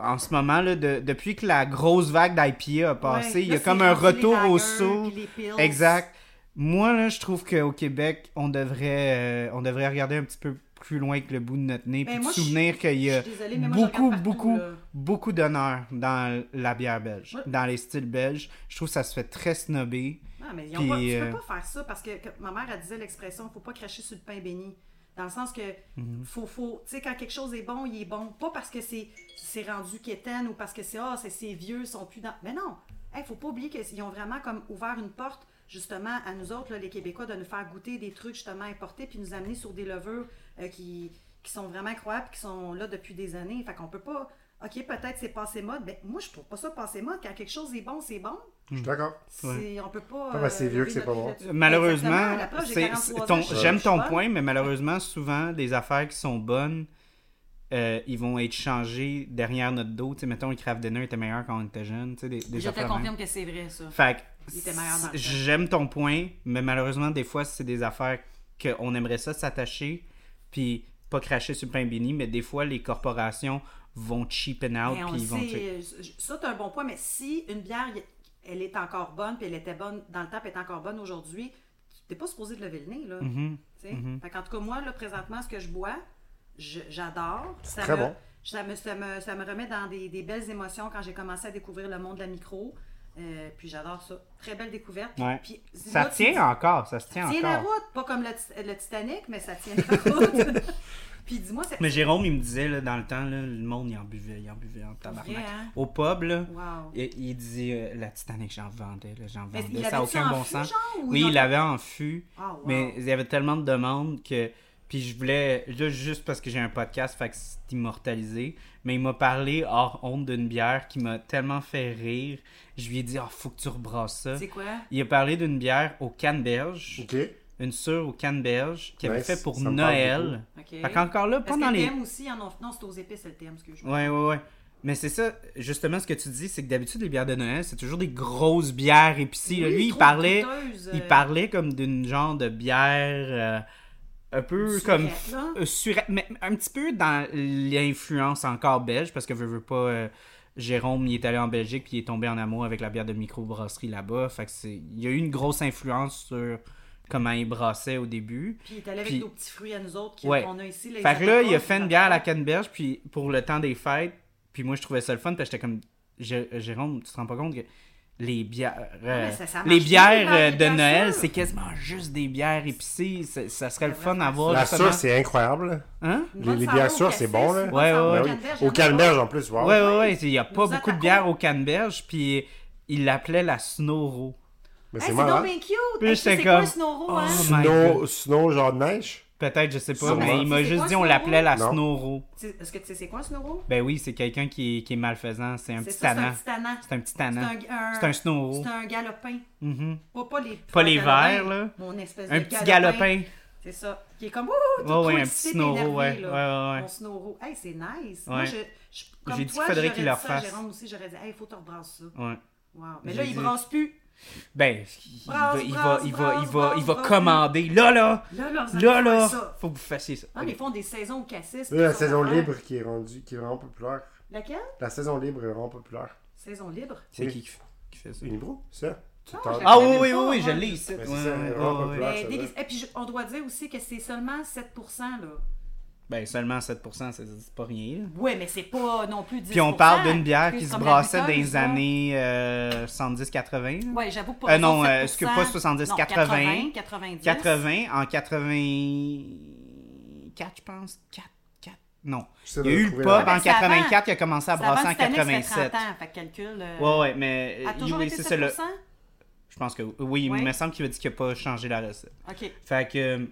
Speaker 1: en ce moment, là, de- depuis que la grosse vague d'IPA a passé,
Speaker 2: Ouais.
Speaker 1: il y
Speaker 2: Là,
Speaker 1: a
Speaker 2: c'est
Speaker 1: comme un
Speaker 2: rendu les
Speaker 1: retour au
Speaker 2: lagers,
Speaker 1: saut.
Speaker 2: puis les pils.
Speaker 1: Exact. Moi, là, je trouve qu'au Québec, on devrait, euh, on devrait regarder un petit peu plus loin que le bout de notre nez,
Speaker 2: Ben,
Speaker 1: puis
Speaker 2: moi,
Speaker 1: se souvenir qu'il y a
Speaker 2: je suis désolée, mais moi, je
Speaker 1: beaucoup,
Speaker 2: regarde partout,
Speaker 1: beaucoup,
Speaker 2: là.
Speaker 1: beaucoup d'honneur dans la bière belge,
Speaker 2: Ouais.
Speaker 1: dans les styles belges. Je trouve que ça se fait très snobé.
Speaker 2: Non, mais ils ont
Speaker 1: Puis,
Speaker 2: pas- tu
Speaker 1: euh,
Speaker 2: peux pas faire ça parce que, que ma mère, elle disait l'expression faut pas cracher sur le pain béni. Dans le sens que,
Speaker 1: Mhm.
Speaker 2: faut, faut, tu sais, quand quelque chose est bon, il est bon. Pas parce que c'est c'est rendu quétaine ou parce que c'est, ah, c'est, c'est vieux, ils sont plus dans. Mais non! Hey, faut pas oublier qu'ils ont vraiment comme ouvert une porte, justement, à nous autres, là, les Québécois, de nous faire goûter des trucs, justement, importés, puis nous amener sur des levures euh, qui, qui sont vraiment incroyables, qui sont là depuis des années. Fait qu'on peut pas. OK, peut-être c'est passé mode. Mais moi, je trouve pas ça passé mode. Quand quelque chose est bon, c'est bon.
Speaker 3: Je suis d'accord.
Speaker 2: C'est- On peut pas. euh,
Speaker 3: Ah, ben, c'est vieux que
Speaker 2: vivre
Speaker 3: c'est pas
Speaker 2: notre
Speaker 3: bon.
Speaker 2: vie là-dessus.
Speaker 1: Malheureusement,
Speaker 2: Exactement. La preuve, j'ai
Speaker 1: c'est-
Speaker 2: 43
Speaker 1: c'est
Speaker 2: ans,
Speaker 1: ton-
Speaker 2: je suis
Speaker 1: j'aime ton
Speaker 2: bonne.
Speaker 1: point, mais malheureusement, souvent, les affaires qui sont bonnes, euh, ils vont être changées derrière notre dos. Tu sais, mettons, le craft dinner était meilleur quand on était jeune. Tu sais, des, des
Speaker 2: Je te
Speaker 1: affaires de même.
Speaker 2: confirme que c'est vrai, ça.
Speaker 1: Fait que
Speaker 2: Il était meilleur dans le temps.
Speaker 1: j'aime ton point, mais malheureusement, des fois, c'est des affaires qu'on aimerait ça s'attacher, puis pas cracher sur le pain béni, mais des fois, les corporations vont cheapen out,
Speaker 2: Mais on
Speaker 1: puis ils
Speaker 2: le
Speaker 1: vont...
Speaker 2: sait,
Speaker 1: tu sais,
Speaker 2: euh, ça, c'est un bon point, mais si une bière, y- elle est encore bonne, puis elle était bonne dans le temps, puis elle est encore bonne aujourd'hui, t'es pas supposé de lever le nez, là.
Speaker 1: Mhm.
Speaker 2: tu sais. Fait qu'en tout cas, moi, là, présentement, ce que je bois, je- j'adore. Ça
Speaker 3: très
Speaker 2: me-
Speaker 3: bon.
Speaker 2: Ça me, ça me- ça me remet dans des, des belles émotions quand j'ai commencé à découvrir le monde de la micro. Euh, puis j'adore ça. Très belle découverte.
Speaker 1: Ouais.
Speaker 2: Puis,
Speaker 1: Ça
Speaker 2: là, tu dis-
Speaker 1: tient encore, ça se tient
Speaker 2: Tiens la
Speaker 1: encore.
Speaker 2: route, pas comme le, Ti- le Titanic, mais ça tient la route. Puis dis-moi, c'est
Speaker 1: Mais Jérôme, il me disait, là, dans le temps, là, le monde, il en buvait, il en buvait en tabarnak.
Speaker 2: vrai, hein?
Speaker 1: Au pub, là,
Speaker 2: Wow.
Speaker 1: il, il dit, euh, la Titanic, j'en vendais, là, j'en
Speaker 2: Mais
Speaker 1: vendais,
Speaker 2: il
Speaker 1: ça n'a
Speaker 2: avait-tu
Speaker 1: aucun
Speaker 2: en
Speaker 1: bon
Speaker 2: fût,
Speaker 1: sens.
Speaker 2: genre, ou
Speaker 1: oui,
Speaker 2: ils ont-
Speaker 1: il l'avait en fût,
Speaker 2: Ah, wow.
Speaker 1: mais il y avait tellement de demandes que... Puis je voulais, là, juste parce que j'ai un podcast, fait que c'est immortalisé, mais il m'a parlé hors honte d'une bière qui m'a tellement fait rire. Je lui ai dit, oh, faut que tu rebrasses ça.
Speaker 2: C'est quoi?
Speaker 1: Il a parlé d'une bière au canneberge,
Speaker 3: Ok.
Speaker 1: une sûre au canneberge, qu'il avait
Speaker 3: Nice,
Speaker 1: fait pour
Speaker 3: ça me parle beaucoup.
Speaker 1: Noël.
Speaker 2: OK.
Speaker 1: Fait qu'encore là, pas
Speaker 2: Parce
Speaker 1: dans
Speaker 2: que le
Speaker 1: les...
Speaker 2: thème aussi, en ont- non, c'est aux épices, c'est le thème, excuse-moi.
Speaker 1: Ouais, ouais, ouais. Mais c'est ça, justement, ce que tu dis, c'est que d'habitude, les bières de Noël, c'est toujours des grosses bières épicées. là.
Speaker 2: Oui,
Speaker 1: Lui, il
Speaker 2: trop
Speaker 1: parlait,
Speaker 2: goûteuse,
Speaker 1: il
Speaker 2: euh,
Speaker 1: parlait comme d'une genre de bière euh, un peu
Speaker 2: surette,
Speaker 1: comme.
Speaker 2: là.
Speaker 1: euh, surette, mais un petit peu dans l'influence encore belge, parce que veux, veux pas. euh, Jérôme, il est allé en Belgique, puis il est tombé en amour avec la bière de microbrasserie là-bas. Fait que c'est. Il y a eu une grosse influence sur comment il brassait au début.
Speaker 2: Puis il est allé avec
Speaker 1: Puis-
Speaker 2: nos petits fruits à nous autres qui- qu'on
Speaker 1: Ouais.
Speaker 2: a ici.
Speaker 1: Fait que là, il a
Speaker 2: apricots,
Speaker 1: fait une
Speaker 2: les
Speaker 1: bière à la
Speaker 2: apricots.
Speaker 1: Canneberge, puis pour le temps des fêtes, puis moi, je trouvais ça le fun, parce que j'étais comme, Jé- Jérôme, tu te rends pas compte que les bières, euh,
Speaker 2: Ah, mais ça- ça marche
Speaker 1: les bières
Speaker 2: bien,
Speaker 1: euh,
Speaker 2: les
Speaker 1: de
Speaker 2: bières
Speaker 1: Noël,
Speaker 2: sûres.
Speaker 1: c'est quasiment juste des bières épicées, C'est- ça serait le
Speaker 2: Ça
Speaker 1: fun
Speaker 2: devrait
Speaker 1: à
Speaker 2: faire
Speaker 1: voir,
Speaker 3: La
Speaker 1: justement.
Speaker 3: sûre, c'est incroyable.
Speaker 1: Hein?
Speaker 2: Une
Speaker 3: Les-
Speaker 2: bonne
Speaker 3: les
Speaker 2: saveur
Speaker 3: bières
Speaker 2: au
Speaker 3: sûres,
Speaker 2: café,
Speaker 3: c'est bon,
Speaker 2: c'est
Speaker 3: là.
Speaker 2: une bonne
Speaker 1: Ouais,
Speaker 2: saveur
Speaker 1: ouais,
Speaker 3: Ben
Speaker 2: au
Speaker 3: oui.
Speaker 2: canneberge,
Speaker 3: Au
Speaker 2: j'aime
Speaker 3: Canneberge,
Speaker 2: ça.
Speaker 3: en plus, wow.
Speaker 1: Ouais, ouais, ouais, il y a pas
Speaker 2: Nos
Speaker 1: beaucoup de
Speaker 2: atacons.
Speaker 1: bières au Canneberge, puis il l'appelait la Snowro.
Speaker 3: Mais
Speaker 2: Hey,
Speaker 3: c'est
Speaker 2: C'est
Speaker 3: marrant.
Speaker 2: donc bien cute!
Speaker 1: Puis
Speaker 2: Hey,
Speaker 1: j'étais
Speaker 2: C'est quoi
Speaker 1: comme,
Speaker 2: un snowro,
Speaker 1: oh,
Speaker 2: hein?
Speaker 1: Oh my
Speaker 3: Snow, snow, genre de neige.
Speaker 1: Peut-être, je sais pas,
Speaker 3: Sûrement.
Speaker 1: mais il m'a
Speaker 2: C'est
Speaker 1: juste
Speaker 2: quoi,
Speaker 1: dit on
Speaker 2: Snowro?
Speaker 1: l'appelait la
Speaker 3: Non.
Speaker 1: Snowro.
Speaker 2: Tu- Est-ce que tu sais c'est quoi un snowro?
Speaker 1: Ben oui, c'est quelqu'un qui, est- qui est malfaisant, c'est un
Speaker 2: C'est
Speaker 1: petit
Speaker 2: ça, c'est un
Speaker 1: tannant.
Speaker 2: petit tannant.
Speaker 1: C'est un petit
Speaker 2: C'est
Speaker 1: tannant.
Speaker 2: un, un-
Speaker 1: C'est un Snowro.
Speaker 2: C'est un galopin.
Speaker 1: Mhm.
Speaker 2: Pas, pas les,
Speaker 1: Pas les
Speaker 2: galopins,
Speaker 1: verts, là.
Speaker 2: Mon espèce
Speaker 1: Un
Speaker 2: de
Speaker 1: petit galopin.
Speaker 2: C'est ça. Qui est comme, ouh, tout
Speaker 1: Ouais, ouais,
Speaker 2: trop
Speaker 1: un
Speaker 2: excité,
Speaker 1: petit
Speaker 2: puis
Speaker 1: snowro,
Speaker 2: énervé,
Speaker 1: ouais,
Speaker 2: là.
Speaker 1: ouais, ouais, ouais.
Speaker 2: Mon snowro. Hey, c'est nice.
Speaker 1: Ouais.
Speaker 2: Moi, je, je- comme
Speaker 1: J'ai dit
Speaker 2: toi,
Speaker 1: qu'il faudrait
Speaker 2: j'aurais
Speaker 1: qu'il
Speaker 2: dit
Speaker 1: leur
Speaker 2: ça à
Speaker 1: fasse.
Speaker 2: Jérôme aussi, j'aurais dit, hey, il faut que tu rebrasses ça.
Speaker 1: Ouais.
Speaker 2: Wow. Mais
Speaker 1: J'ai
Speaker 2: là, il
Speaker 1: dit-
Speaker 2: brasse plus.
Speaker 1: Ben, il
Speaker 2: Brasse,
Speaker 1: va, il va,
Speaker 2: brasse,
Speaker 1: il va, il
Speaker 2: brasse,
Speaker 1: va, il va
Speaker 2: brasse,
Speaker 1: commander. Là, là,
Speaker 2: Là, là, vous allez
Speaker 1: là,
Speaker 2: faire
Speaker 1: là,
Speaker 2: ça.
Speaker 1: faut que vous fassiez ça.
Speaker 2: Ah, mais ils font des saisons au cassis.
Speaker 3: Là, la
Speaker 2: puis ça,
Speaker 3: saison
Speaker 2: ça-
Speaker 3: libre qui est rendue, qui est vraiment populaire.
Speaker 2: Laquelle?
Speaker 3: La saison libre est vraiment populaire.
Speaker 2: Saison libre.
Speaker 1: C'est
Speaker 3: Oui.
Speaker 1: qui qui fait- qui fait ça? Ben,
Speaker 3: Une hydro, ça? Tu
Speaker 2: Ah,
Speaker 3: t'en-
Speaker 2: je
Speaker 1: Ah
Speaker 2: la
Speaker 1: oui,
Speaker 2: connais
Speaker 1: oui,
Speaker 2: pas,
Speaker 1: oui, je
Speaker 2: moi.
Speaker 1: l'ai ici.
Speaker 3: Mais
Speaker 1: Ouais,
Speaker 3: c'est ça,
Speaker 1: ouais,
Speaker 3: vraiment
Speaker 1: ouais,
Speaker 3: populaire.
Speaker 1: ouais.
Speaker 3: Ah,
Speaker 2: Mais
Speaker 3: ça
Speaker 2: Ben, délice- Et puis, je- on doit dire aussi que c'est seulement 7 là.
Speaker 1: Ben, seulement 7%, c'est c'est pas rien. là.
Speaker 2: Ouais, mais c'est pas non plus 10
Speaker 1: Puis on parle d'une bière
Speaker 2: Excuse,
Speaker 1: qui se
Speaker 2: comme la
Speaker 1: brassait dans
Speaker 2: buteuse,
Speaker 1: les
Speaker 2: là.
Speaker 1: années euh, 70-80. là.
Speaker 2: Ouais, j'avoue que pas.
Speaker 1: Euh, non, euh,
Speaker 2: est
Speaker 1: excuse, pas 70,
Speaker 2: 80. 90.
Speaker 1: 80, en 84, je pense. 4, 4, non.
Speaker 3: J'essaie
Speaker 1: Il
Speaker 3: de
Speaker 1: y a eu le
Speaker 3: retrouver
Speaker 1: pop
Speaker 3: la-
Speaker 1: en
Speaker 2: Parce que c'est avant-
Speaker 1: 84, il a commencé à
Speaker 2: C'est avant
Speaker 1: brasser en
Speaker 2: cette année que ça fait 30
Speaker 1: 87.
Speaker 2: ans, fait que calcul. euh,
Speaker 1: Ouais, ouais, mais.
Speaker 2: a toujours
Speaker 1: oui,
Speaker 2: été
Speaker 1: c'est ça,
Speaker 2: 7
Speaker 1: le- Je pense que oui,
Speaker 2: Ouais.
Speaker 1: il me semble qu'il a dit qu'il n'a pas changé la recette.
Speaker 2: OK.
Speaker 1: Fait que euh,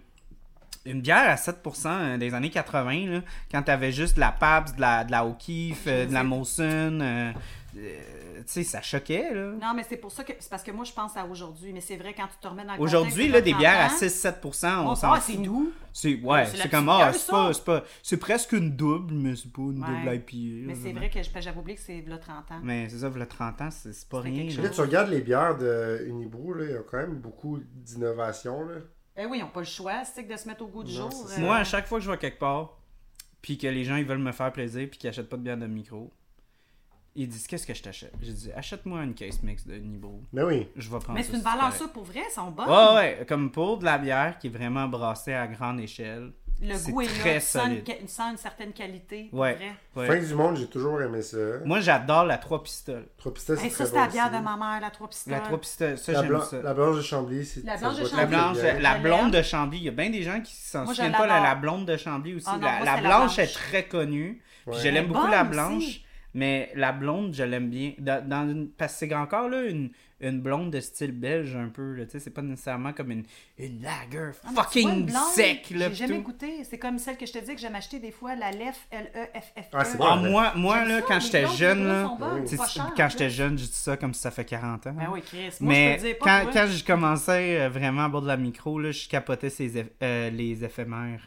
Speaker 1: une bière à 7% euh, des années 80, là, quand t'avais juste de la Pabst, de la, de la O'Keeffe, euh, de la Molson, euh, euh, tu sais, ça choquait. Là.
Speaker 2: Non, mais c'est pour ça que. C'est parce que moi, je pense à aujourd'hui. Mais c'est vrai, quand tu te remets dans le
Speaker 1: Aujourd'hui,
Speaker 2: contexte
Speaker 1: là,
Speaker 2: de
Speaker 1: des
Speaker 2: 30
Speaker 1: bières à
Speaker 2: ans,
Speaker 1: 6-7%, on
Speaker 2: on
Speaker 1: s'en
Speaker 2: s'en
Speaker 1: fout.
Speaker 2: c'est doux.
Speaker 1: C'est ouais,
Speaker 2: C'est la
Speaker 1: c'est comme
Speaker 2: petite
Speaker 1: ah,
Speaker 2: bière,
Speaker 1: c'est
Speaker 2: ça.
Speaker 1: pas, c'est pas, c'est presque une double, mais c'est pas une
Speaker 2: Ouais.
Speaker 1: double IPA.
Speaker 2: Mais c'est
Speaker 1: vraiment.
Speaker 2: vrai que je- j'avais oublié que c'est là 30 ans.
Speaker 1: Mais c'est ça, le 30 ans, c'est c'est pas
Speaker 2: C'était
Speaker 1: rien.
Speaker 2: quelque
Speaker 1: là.
Speaker 3: Là, tu regardes les bières de Unibrew, là, il y a quand même beaucoup d'innovations, là.
Speaker 2: Eh oui, ils n'ont pas le choix, c'est que de se mettre au goût du
Speaker 3: Non,
Speaker 2: jour.
Speaker 3: c'est
Speaker 2: euh,
Speaker 1: Moi, à chaque fois que je vais quelque part, puis que les gens ils veulent me faire plaisir, puis qu'ils achètent pas de bière de micro, ils disent qu'est-ce que je t'achète J'ai dit achète-moi une case mix de Nibro.
Speaker 3: Mais Ben oui.
Speaker 1: Je vais prendre
Speaker 2: Mais
Speaker 1: ça,
Speaker 2: c'est une valeur, hein?
Speaker 1: correct.
Speaker 2: ça, pour vrai, ils sont bonnes.
Speaker 1: Ouais, ouais, comme pour de la bière qui est vraiment brassée à grande échelle.
Speaker 2: Le
Speaker 1: c'est
Speaker 2: goût est
Speaker 1: très
Speaker 2: là, tu sens une,
Speaker 1: solide.
Speaker 2: tu sens une certaine qualité. pour
Speaker 1: Ouais.
Speaker 2: vrai.
Speaker 1: ouais.
Speaker 3: Fin du monde, j'ai toujours aimé ça.
Speaker 1: Moi, j'adore la 3 pistoles.
Speaker 3: Trois pistoles, c'est
Speaker 2: Hey, ça,
Speaker 3: très
Speaker 2: c'est
Speaker 3: bon
Speaker 2: la bière
Speaker 3: aussi.
Speaker 2: de ma mère, la trois pistoles.
Speaker 1: La 3 pistoles, ça,
Speaker 3: La,
Speaker 1: j'aime
Speaker 3: blan-
Speaker 1: ça.
Speaker 3: la blanche de Chambly, c'est
Speaker 2: La
Speaker 3: ça
Speaker 2: blanche
Speaker 3: se
Speaker 2: de
Speaker 3: boit
Speaker 1: La
Speaker 3: très
Speaker 1: blanche,
Speaker 3: bien.
Speaker 1: la
Speaker 2: Je
Speaker 1: blonde
Speaker 2: l'aime.
Speaker 1: de Chambly, il y a bien des gens qui s'en
Speaker 2: Moi, je
Speaker 1: souviennent pas. La,
Speaker 2: l'adore.
Speaker 1: la blonde de Chambly aussi.
Speaker 2: Ah non,
Speaker 1: la, la
Speaker 2: moi, c'est la
Speaker 1: blanche
Speaker 2: blanche.
Speaker 1: est très connue. Puis
Speaker 3: Ouais.
Speaker 1: Je l'aime
Speaker 2: Elle est
Speaker 1: beaucoup, la
Speaker 2: bonne
Speaker 1: blanche.
Speaker 2: aussi.
Speaker 1: Mais la blonde, je l'aime bien. Dans, dans une- parce que c'est encore là, une, une blonde de style belge un peu. là, tu sais, C'est pas nécessairement comme une, une lager
Speaker 2: Ah, mais c'est pas une
Speaker 1: fucking
Speaker 2: blonde.
Speaker 1: sec. Là,
Speaker 2: J'ai
Speaker 1: pis
Speaker 2: jamais
Speaker 1: tout.
Speaker 2: goûté. C'est comme celle que je te dis que j'aime acheter des fois, la Lef, E L-E-F-F.
Speaker 3: Ah, c'est
Speaker 1: Ah,
Speaker 3: Ouais, mais-
Speaker 1: moi, moi
Speaker 2: J'aime
Speaker 1: là,
Speaker 2: ça,
Speaker 1: quand
Speaker 2: les
Speaker 1: j'étais
Speaker 2: blondes, les
Speaker 1: jeune,
Speaker 2: blondes
Speaker 1: là,
Speaker 2: sont bonnes,
Speaker 1: tu sais,
Speaker 2: pas
Speaker 1: tu-
Speaker 2: chères,
Speaker 1: quand
Speaker 2: là.
Speaker 1: j'étais jeune, je dis ça comme si ça fait 40 ans. hein.
Speaker 2: Ben oui, Chris. Moi,
Speaker 1: mais
Speaker 2: je te le dis pas.
Speaker 1: quand,
Speaker 2: toi.
Speaker 1: quand je commençais euh, vraiment à boire de la micro, là, je capotais ces eff- euh, les éphémères.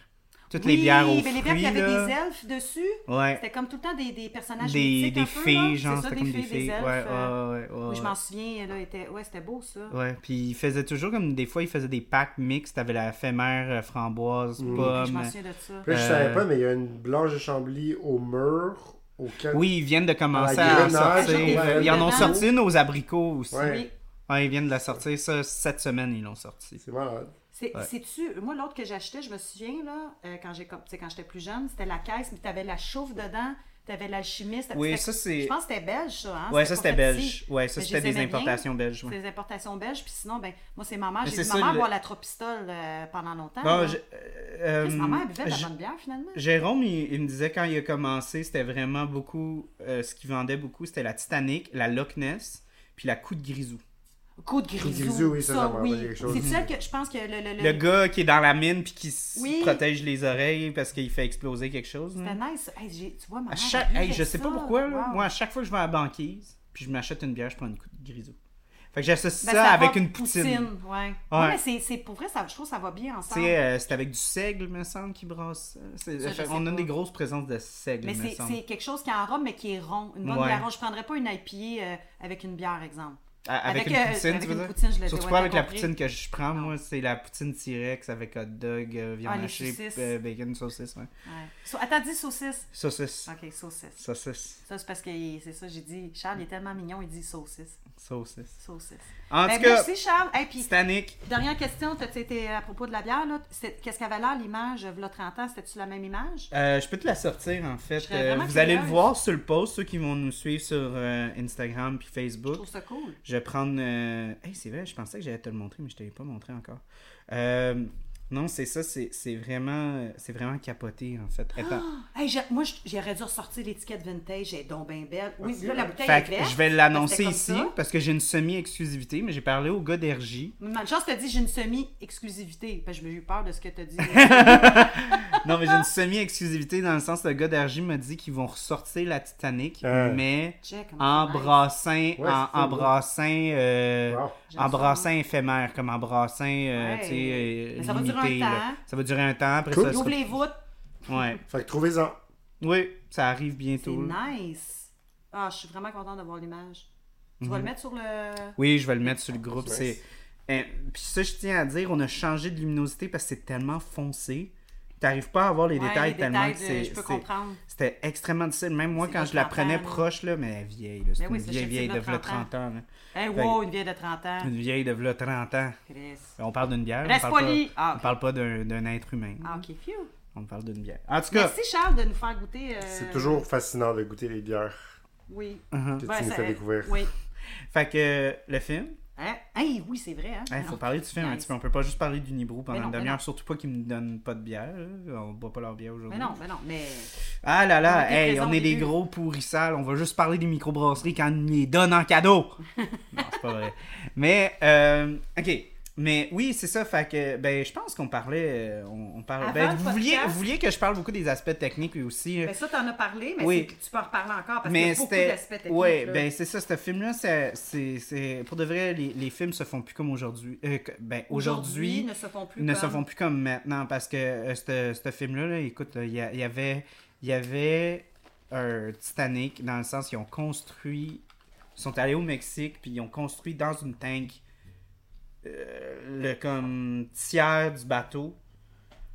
Speaker 1: Toutes les
Speaker 2: Oui,
Speaker 1: bières aux
Speaker 2: ben, les bières,
Speaker 1: fruits,
Speaker 2: il y avait
Speaker 1: là.
Speaker 2: des elfes dessus.
Speaker 1: Ouais.
Speaker 2: C'était comme tout le temps des, des personnages
Speaker 1: Des,
Speaker 2: mythiques
Speaker 1: des
Speaker 2: un peu, là.
Speaker 1: filles, genre,
Speaker 2: C'est ça,
Speaker 1: c'était comme des filles.
Speaker 2: elfes.
Speaker 1: ouais,
Speaker 2: euh,
Speaker 1: ouais, ouais, ouais,
Speaker 2: oui, je
Speaker 1: ouais.
Speaker 2: m'en souviens. Là, était... Ouais, c'était beau, ça.
Speaker 1: Ouais, puis il faisait toujours comme des fois, il faisait des packs mix. T'avais la éphémère, euh, framboise,
Speaker 2: Je
Speaker 1: pomme.
Speaker 2: m'en souviens de ça.
Speaker 3: Puis là, je
Speaker 1: Euh,
Speaker 3: savais pas, mais il y a une blanche de Chambly au mur, au camp.
Speaker 1: Oui, ils viennent de commencer
Speaker 3: Ah,
Speaker 1: à en
Speaker 3: grenade,
Speaker 1: sortir.
Speaker 2: ouais.
Speaker 1: Ils en ont
Speaker 2: Grenade.
Speaker 1: sorti une aux abricots aussi. Ouais.
Speaker 3: Ouais.
Speaker 2: Oui.
Speaker 1: Ah, ils viennent de la sortir. Ça, cette semaine, ils l'ont sorti.
Speaker 3: C'est malade.
Speaker 2: C'est-
Speaker 1: Ouais.
Speaker 2: C'est-tu, moi, l'autre que j'achetais, je me souviens, là, euh, quand j'ai- comme- tu sais, quand j'étais plus jeune, c'était la caisse, mais t'avais la chauffe dedans, t'avais l'alchimiste.
Speaker 1: Oui,
Speaker 2: c'était-
Speaker 1: ça, c'est-
Speaker 2: Je pense que c'était belge, ça. Hein?
Speaker 1: Ouais, ça
Speaker 2: pas
Speaker 1: c'était
Speaker 2: fait
Speaker 1: belge.
Speaker 2: ici.
Speaker 1: Ouais, ça
Speaker 2: Mais je
Speaker 1: c'était
Speaker 2: les
Speaker 1: des
Speaker 2: aimais bien.
Speaker 1: importations belges.
Speaker 2: C'était
Speaker 1: Ouais.
Speaker 2: des importations belges, puis sinon, ben, moi, c'est ma mère.
Speaker 1: Mais
Speaker 2: J'ai
Speaker 1: c'est
Speaker 2: vu
Speaker 1: ça,
Speaker 2: ma mère
Speaker 1: le-
Speaker 2: boire la Tropistole euh, pendant longtemps.
Speaker 1: Ah,
Speaker 2: là.
Speaker 1: je-
Speaker 2: Chris,
Speaker 1: euh,
Speaker 2: ma mère buvait de la
Speaker 1: je-
Speaker 2: bonne bière, finalement.
Speaker 1: Jérôme, il, il me disait quand il a commencé, c'était vraiment beaucoup. euh, ce qu'il vendait beaucoup, c'était la Titanic, la Loch Ness, puis la Coup de Grisou.
Speaker 2: Coup de
Speaker 3: de
Speaker 2: grisou.
Speaker 3: grisou, oui, ça, ça me rappelle quelque chose.
Speaker 2: C'est celle que je pense que le. le, le-
Speaker 1: Le gars qui est dans la mine puis qui se
Speaker 2: Oui.
Speaker 1: protège les oreilles parce qu'il fait exploser quelque chose. là.
Speaker 2: C'était nice. Hey, j'ai- tu vois,
Speaker 1: À
Speaker 2: ma mère.
Speaker 1: chaque...
Speaker 2: elle
Speaker 1: hey, je
Speaker 2: buvait
Speaker 1: sais
Speaker 2: ça.
Speaker 1: pas pourquoi, là,
Speaker 2: Wow.
Speaker 1: moi, à chaque fois que je vais à la banquise, puis je m'achète une bière, je prends une coup de grisou. Fait que j'associe
Speaker 2: Ben,
Speaker 1: ça
Speaker 2: va
Speaker 1: avec
Speaker 2: de
Speaker 1: une poutine.
Speaker 2: ouais.
Speaker 1: Ouais.
Speaker 2: Ouais, mais c'est- c'est pour vrai, ça, je trouve que ça va bien
Speaker 1: Tu
Speaker 2: ensemble.
Speaker 1: sais, euh, c'est avec du seigle, me semble, qui brasse. ça. C'est-
Speaker 2: Ça, je
Speaker 1: fait-
Speaker 2: sais
Speaker 1: on a
Speaker 2: pas.
Speaker 1: des grosses présences de seigle,
Speaker 2: Mais
Speaker 1: me
Speaker 2: c'est
Speaker 1: semble.
Speaker 2: c'est quelque chose qui est en rhum, mais qui est rond. Une bonne
Speaker 1: Ouais.
Speaker 2: bière ronde. Je prendrais pas une IPA euh, avec une bière, exemple.
Speaker 1: À- Avec,
Speaker 2: avec,
Speaker 1: une
Speaker 2: euh,
Speaker 1: poutine,
Speaker 2: avec
Speaker 1: tu veux
Speaker 2: une
Speaker 1: dire?
Speaker 2: poutine, je le dis,
Speaker 1: Surtout
Speaker 2: ouais,
Speaker 1: pas
Speaker 2: t'as
Speaker 1: avec la
Speaker 2: compris.
Speaker 1: poutine que je prends, moi, c'est la poutine T-Rex avec hot dog, euh, viande
Speaker 2: Ah, les
Speaker 1: hachée,
Speaker 2: saucisses.
Speaker 1: euh, bacon, saucisse, ouais.
Speaker 2: Ouais. So- attends, dis saucisse.
Speaker 1: Saucisse.
Speaker 2: OK, saucisse.
Speaker 1: Saucisse.
Speaker 2: Ça, c'est parce que il- c'est ça, j'ai dit. Charles, il est tellement mignon, il dit saucisse.
Speaker 1: Saucisse.
Speaker 2: Saucisse.
Speaker 1: En
Speaker 2: Ben,
Speaker 1: tout cas,
Speaker 2: merci, Charles. Hey, puis,
Speaker 1: Titanic,
Speaker 2: dernière question, t'as- c'était à propos de la bière. là. C'est- Qu'est-ce qu'avait l'air l'image, v'là 30 ans? C'était-tu la même image?
Speaker 1: Euh, je peux te la sortir en fait.
Speaker 2: Je serais
Speaker 1: Euh,
Speaker 2: vraiment
Speaker 1: vous allez le
Speaker 2: curieuse.
Speaker 1: voir sur le post, ceux qui vont nous suivre sur euh, Instagram puis
Speaker 2: Je
Speaker 1: Facebook.
Speaker 2: trouve ça cool.
Speaker 1: Je vais prendre. euh, Hey, c'est vrai, je pensais que j'allais te le montrer, mais je t'avais pas montré encore. Euh, Non, c'est ça, c'est c'est vraiment, euh, c'est vraiment capoté en
Speaker 2: Ah!
Speaker 1: fait. Attends.
Speaker 2: Hey, j'ai- moi, j'- j'aurais dû ressortir l'étiquette vintage. J'ai donc bien belle. Oui,
Speaker 3: Merci.
Speaker 2: là, la bouteille est
Speaker 1: fait que
Speaker 2: verte.
Speaker 1: je vais l'annoncer
Speaker 2: parce que
Speaker 1: ici
Speaker 2: c'était comme ça.
Speaker 1: parce que j'ai une semi-exclusivité, mais j'ai parlé au gars d'Ergy.
Speaker 2: Mais Manchas t'a dit j'ai une semi-exclusivité. Ben, je me eu peur de ce que t'as dit.
Speaker 1: non, mais j'ai une semi-exclusivité dans le sens le gars d'Ergy m'a dit qu'ils vont ressortir la Titanic,
Speaker 3: Euh.
Speaker 1: mais
Speaker 2: Check, comment
Speaker 1: en
Speaker 2: c'est nice.
Speaker 1: brassin,
Speaker 3: Ouais,
Speaker 1: en,
Speaker 3: c'est ça,
Speaker 1: en
Speaker 3: ouais.
Speaker 1: brassin. euh,
Speaker 3: Wow.
Speaker 2: J'aime
Speaker 1: En
Speaker 2: ça.
Speaker 1: brassin éphémère, comme en brassin, euh,
Speaker 2: Ouais.
Speaker 1: tu sais, euh,
Speaker 2: Mais ça va durer
Speaker 1: limité,
Speaker 2: un
Speaker 1: là.
Speaker 2: temps.
Speaker 1: Ça va durer un temps, après
Speaker 3: Cool.
Speaker 1: ça
Speaker 2: Il
Speaker 1: sera-
Speaker 2: ouvre les voûtes.
Speaker 1: Ouais.
Speaker 3: Fait que trouvez-en.
Speaker 1: Oui, ça arrive
Speaker 2: C'est
Speaker 1: bientôt. là.
Speaker 2: nice. Ah, je suis vraiment contente de voir l'image. Tu
Speaker 1: Mhm.
Speaker 2: vas le mettre sur le.
Speaker 1: Oui, je vais le mettre sur le groupe.
Speaker 3: Nice.
Speaker 1: c'est Euh, Puis ça, je tiens à dire, on a changé de luminosité parce que c'est tellement foncé. T'arrives pas à voir les
Speaker 2: Ouais,
Speaker 1: détails tellement
Speaker 2: détails
Speaker 1: que
Speaker 2: de-
Speaker 1: c'est...
Speaker 2: Je peux
Speaker 1: c'est-
Speaker 2: comprendre.
Speaker 1: C'était extrêmement difficile. Même moi,
Speaker 2: C'est
Speaker 1: quand
Speaker 2: pas
Speaker 1: je la
Speaker 2: 30
Speaker 1: prenais
Speaker 2: ans, là.
Speaker 1: proche, là, mais elle est vieille, là, c'est
Speaker 2: Ben oui,
Speaker 1: une
Speaker 2: c'est
Speaker 1: vieille,
Speaker 2: sûr,
Speaker 1: vieille
Speaker 2: c'est
Speaker 1: de
Speaker 2: de
Speaker 1: v'là
Speaker 2: 30 ans.
Speaker 1: 30 ans. là.
Speaker 2: Hey,
Speaker 1: Fait-
Speaker 2: wow, une vieille de 30 ans.
Speaker 1: Une vieille de v'là 30 ans.
Speaker 2: Chris.
Speaker 1: On parle d'une bière,
Speaker 2: Reste
Speaker 1: on parle
Speaker 2: poli.
Speaker 1: pas,
Speaker 2: Ah,
Speaker 1: on
Speaker 2: ok.
Speaker 1: parle pas d'un d'un être humain.
Speaker 2: Ah, ok, phew.
Speaker 1: On parle d'une bière. En tout cas...
Speaker 2: Merci Charles de nous faire goûter. euh,
Speaker 3: C'est toujours fascinant de goûter les bières
Speaker 2: Oui.
Speaker 1: Mm-hmm.
Speaker 2: euh,
Speaker 3: que tu nous fais découvrir.
Speaker 2: Oui.
Speaker 1: Fait que euh, le film,
Speaker 2: Hein? Hey, oui, c'est vrai. Hein?
Speaker 1: il faut parler du film un
Speaker 2: nice.
Speaker 1: petit peu. On peut pas juste parler d'Unibrou pendant
Speaker 2: non,
Speaker 1: une
Speaker 2: mais
Speaker 1: demi-heure,
Speaker 2: non.
Speaker 1: surtout pas qu'ils me donnent pas de bière. là. On boit pas leur bière
Speaker 2: Mais
Speaker 1: aujourd'hui.
Speaker 2: non, mais non, mais.
Speaker 1: Ah là là,
Speaker 2: On était
Speaker 1: hey,
Speaker 2: présents
Speaker 1: on
Speaker 2: au
Speaker 1: est des
Speaker 2: début.
Speaker 1: gros pourrissales. On va juste parler des microbrasseries quand ils les donnent en cadeau. non, c'est pas vrai. Mais, euh, ok. Mais oui, c'est ça. Fait que, ben, je pense qu'on parlait. euh, On, on parlait. Ben,
Speaker 2: Avant le
Speaker 1: vous, vouliez,
Speaker 2: podcast.
Speaker 1: vous vouliez que je parle beaucoup des aspects techniques lui aussi. euh,
Speaker 2: Ben ça, t'en as parlé, mais
Speaker 1: Oui.
Speaker 2: c'est- tu peux en reparler encore parce qu'il y
Speaker 1: mais
Speaker 2: a beaucoup
Speaker 1: c'était
Speaker 2: d'aspects techniques.
Speaker 1: ouais
Speaker 2: là.
Speaker 1: ben c'est ça ce film là c'est c'est pour de vrai les, les films se font plus comme aujourd'hui Euh, que- ben aujourd'hui
Speaker 2: ne se font plus.
Speaker 1: ne
Speaker 2: comme-
Speaker 1: se font plus comme maintenant parce que euh, ce ce film là, écoute là, il y, a- il y avait il y avait un Titanic dans le sens ils ont construit ils sont allés au Mexique puis ils ont construit dans une tank euh, le comme tiers du bateau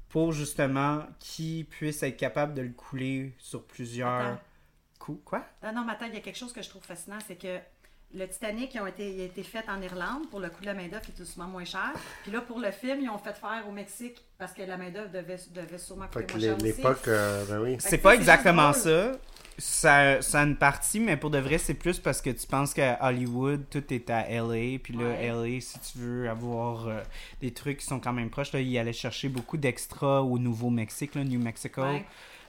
Speaker 1: pour justement qu'ils puissent être capables de le couler sur plusieurs
Speaker 2: Attends.
Speaker 1: coups quoi
Speaker 2: Ah non, mais attends, il y a quelque chose que je trouve fascinant, c'est que le Titanic ils ont été, il a été fait en Irlande pour le coût de la main-d'œuvre qui est tout doucement moins cher. Puis là, pour le film, ils ont fait faire au Mexique parce que la main-d'œuvre devait, devait sûrement
Speaker 3: Fait
Speaker 2: coûter
Speaker 3: que
Speaker 2: moins cher.
Speaker 3: l'é-
Speaker 2: aussi.
Speaker 3: l'époque, euh, ben oui.
Speaker 1: C'est
Speaker 2: Fait que
Speaker 1: pas
Speaker 2: c'est juste
Speaker 1: exactement
Speaker 2: drôle.
Speaker 1: ça. ça. Ça a une partie, mais pour de vrai, c'est plus parce que tu penses qu'à Hollywood, tout est à LA. Puis là,
Speaker 2: Ouais.
Speaker 1: LA, si tu veux avoir euh, des trucs qui sont quand même proches, là, ils allaient chercher beaucoup d'extras au Nouveau-Mexique, là, New Mexico.
Speaker 2: Ouais.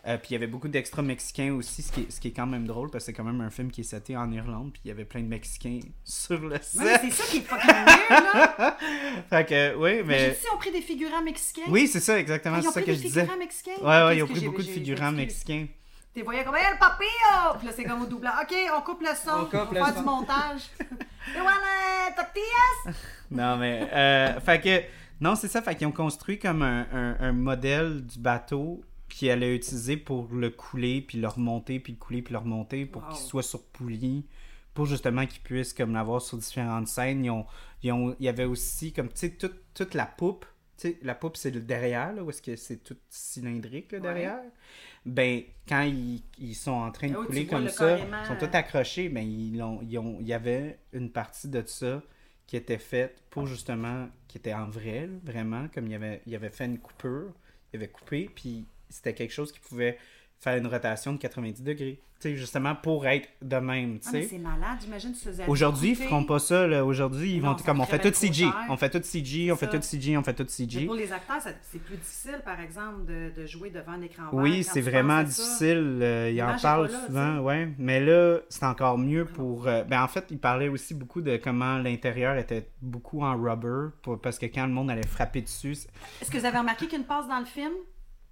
Speaker 1: Euh, puis il y avait beaucoup d'extras mexicains aussi, ce qui, est, ce qui est quand même drôle parce que c'est quand même un film qui est seté en Irlande, puis il y avait plein de Mexicains sur le
Speaker 2: Ouais, mais
Speaker 1: set.
Speaker 2: c'est ça qui est fucking weird, là.
Speaker 1: fait que, euh, oui,
Speaker 2: Mais... J'ai
Speaker 1: mais.
Speaker 2: dit, ils ont pris des figurants mexicains.
Speaker 1: Oui, c'est ça, exactement,
Speaker 2: ils
Speaker 1: c'est
Speaker 2: ont
Speaker 1: ça
Speaker 2: pris
Speaker 1: que
Speaker 2: des
Speaker 1: je disais.
Speaker 2: figurants mexicains.
Speaker 1: Ouais, ouais,
Speaker 2: Qu'est-ce
Speaker 1: ils ont
Speaker 2: que
Speaker 1: pris
Speaker 2: j'ai-
Speaker 1: beaucoup de
Speaker 2: j'ai-
Speaker 1: figurants
Speaker 2: j'ai-
Speaker 1: mexicains.
Speaker 2: T'es voyais comme, hey, le papillo! Puis là, c'est comme au doublant. OK, on coupe le son,
Speaker 5: On
Speaker 2: on,
Speaker 5: coupe le
Speaker 2: va faire
Speaker 5: son.
Speaker 2: du montage. Et voilà, tortillas!
Speaker 1: Non, mais. euh, fait que. Non, c'est ça. Fait qu'ils ont construit comme un, un- un modèle du bateau qu'ils allaient utiliser pour le couler, puis le remonter, puis le couler, puis le remonter, pour
Speaker 2: Wow.
Speaker 1: qu'il soit sur poulie, pour justement qu'ils puissent comme l'avoir sur différentes scènes. Ils ont, ils ont- il y avait aussi comme, tu sais, toute, toute la poupe. Tu sais, la poupe, c'est le derrière, là, où est-ce que c'est tout cylindrique, là,
Speaker 2: Ouais.
Speaker 1: derrière. Ben, quand ils, ils sont en train de
Speaker 2: Ah oui, tu
Speaker 1: couler
Speaker 2: vois
Speaker 1: comme
Speaker 2: le
Speaker 1: ça,
Speaker 2: carrément, euh,
Speaker 1: ils sont tous accrochés, mais ils ont, ils ont, il y avait une partie de ça qui était faite
Speaker 2: Ah.
Speaker 1: pour justement, qui était en vrai, là, vraiment, comme il avait, il avait fait une coupure, il avait coupé, puis c'était quelque chose qui pouvait faire une rotation de 90 degrés, tu sais, justement pour être de même, tu
Speaker 2: Ah, mais
Speaker 1: sais.
Speaker 2: c'est malade, j'imagine, tu faisais.
Speaker 1: Aujourd'hui, ils
Speaker 2: couper.
Speaker 1: feront pas ça, là. Aujourd'hui, ils
Speaker 2: Non,
Speaker 1: vont
Speaker 2: ça
Speaker 1: comme on fait
Speaker 2: coûterait
Speaker 1: tout
Speaker 2: bien trop
Speaker 1: CG,
Speaker 2: cher.
Speaker 1: on fait tout CG, on fait
Speaker 2: Ça.
Speaker 1: tout CG, on fait tout
Speaker 2: Mais
Speaker 1: CG.
Speaker 2: pour les acteurs, ça- c'est plus difficile, par exemple, de, de jouer devant un écran vert.
Speaker 1: Oui,
Speaker 2: Quand
Speaker 1: c'est
Speaker 2: tu
Speaker 1: vraiment
Speaker 2: penses à ça,
Speaker 1: difficile. euh, il en
Speaker 2: L'image est
Speaker 1: parle
Speaker 2: pas là,
Speaker 1: souvent,
Speaker 2: tu sais. Ah.
Speaker 1: ouais. Mais là, c'est encore mieux pour. euh, ben, en fait, il parlait aussi beaucoup de comment l'intérieur était beaucoup en rubber, pour- parce que quand le monde allait frapper dessus. c'est-
Speaker 2: Est-ce que vous avez remarqué qu'une passe dans le film,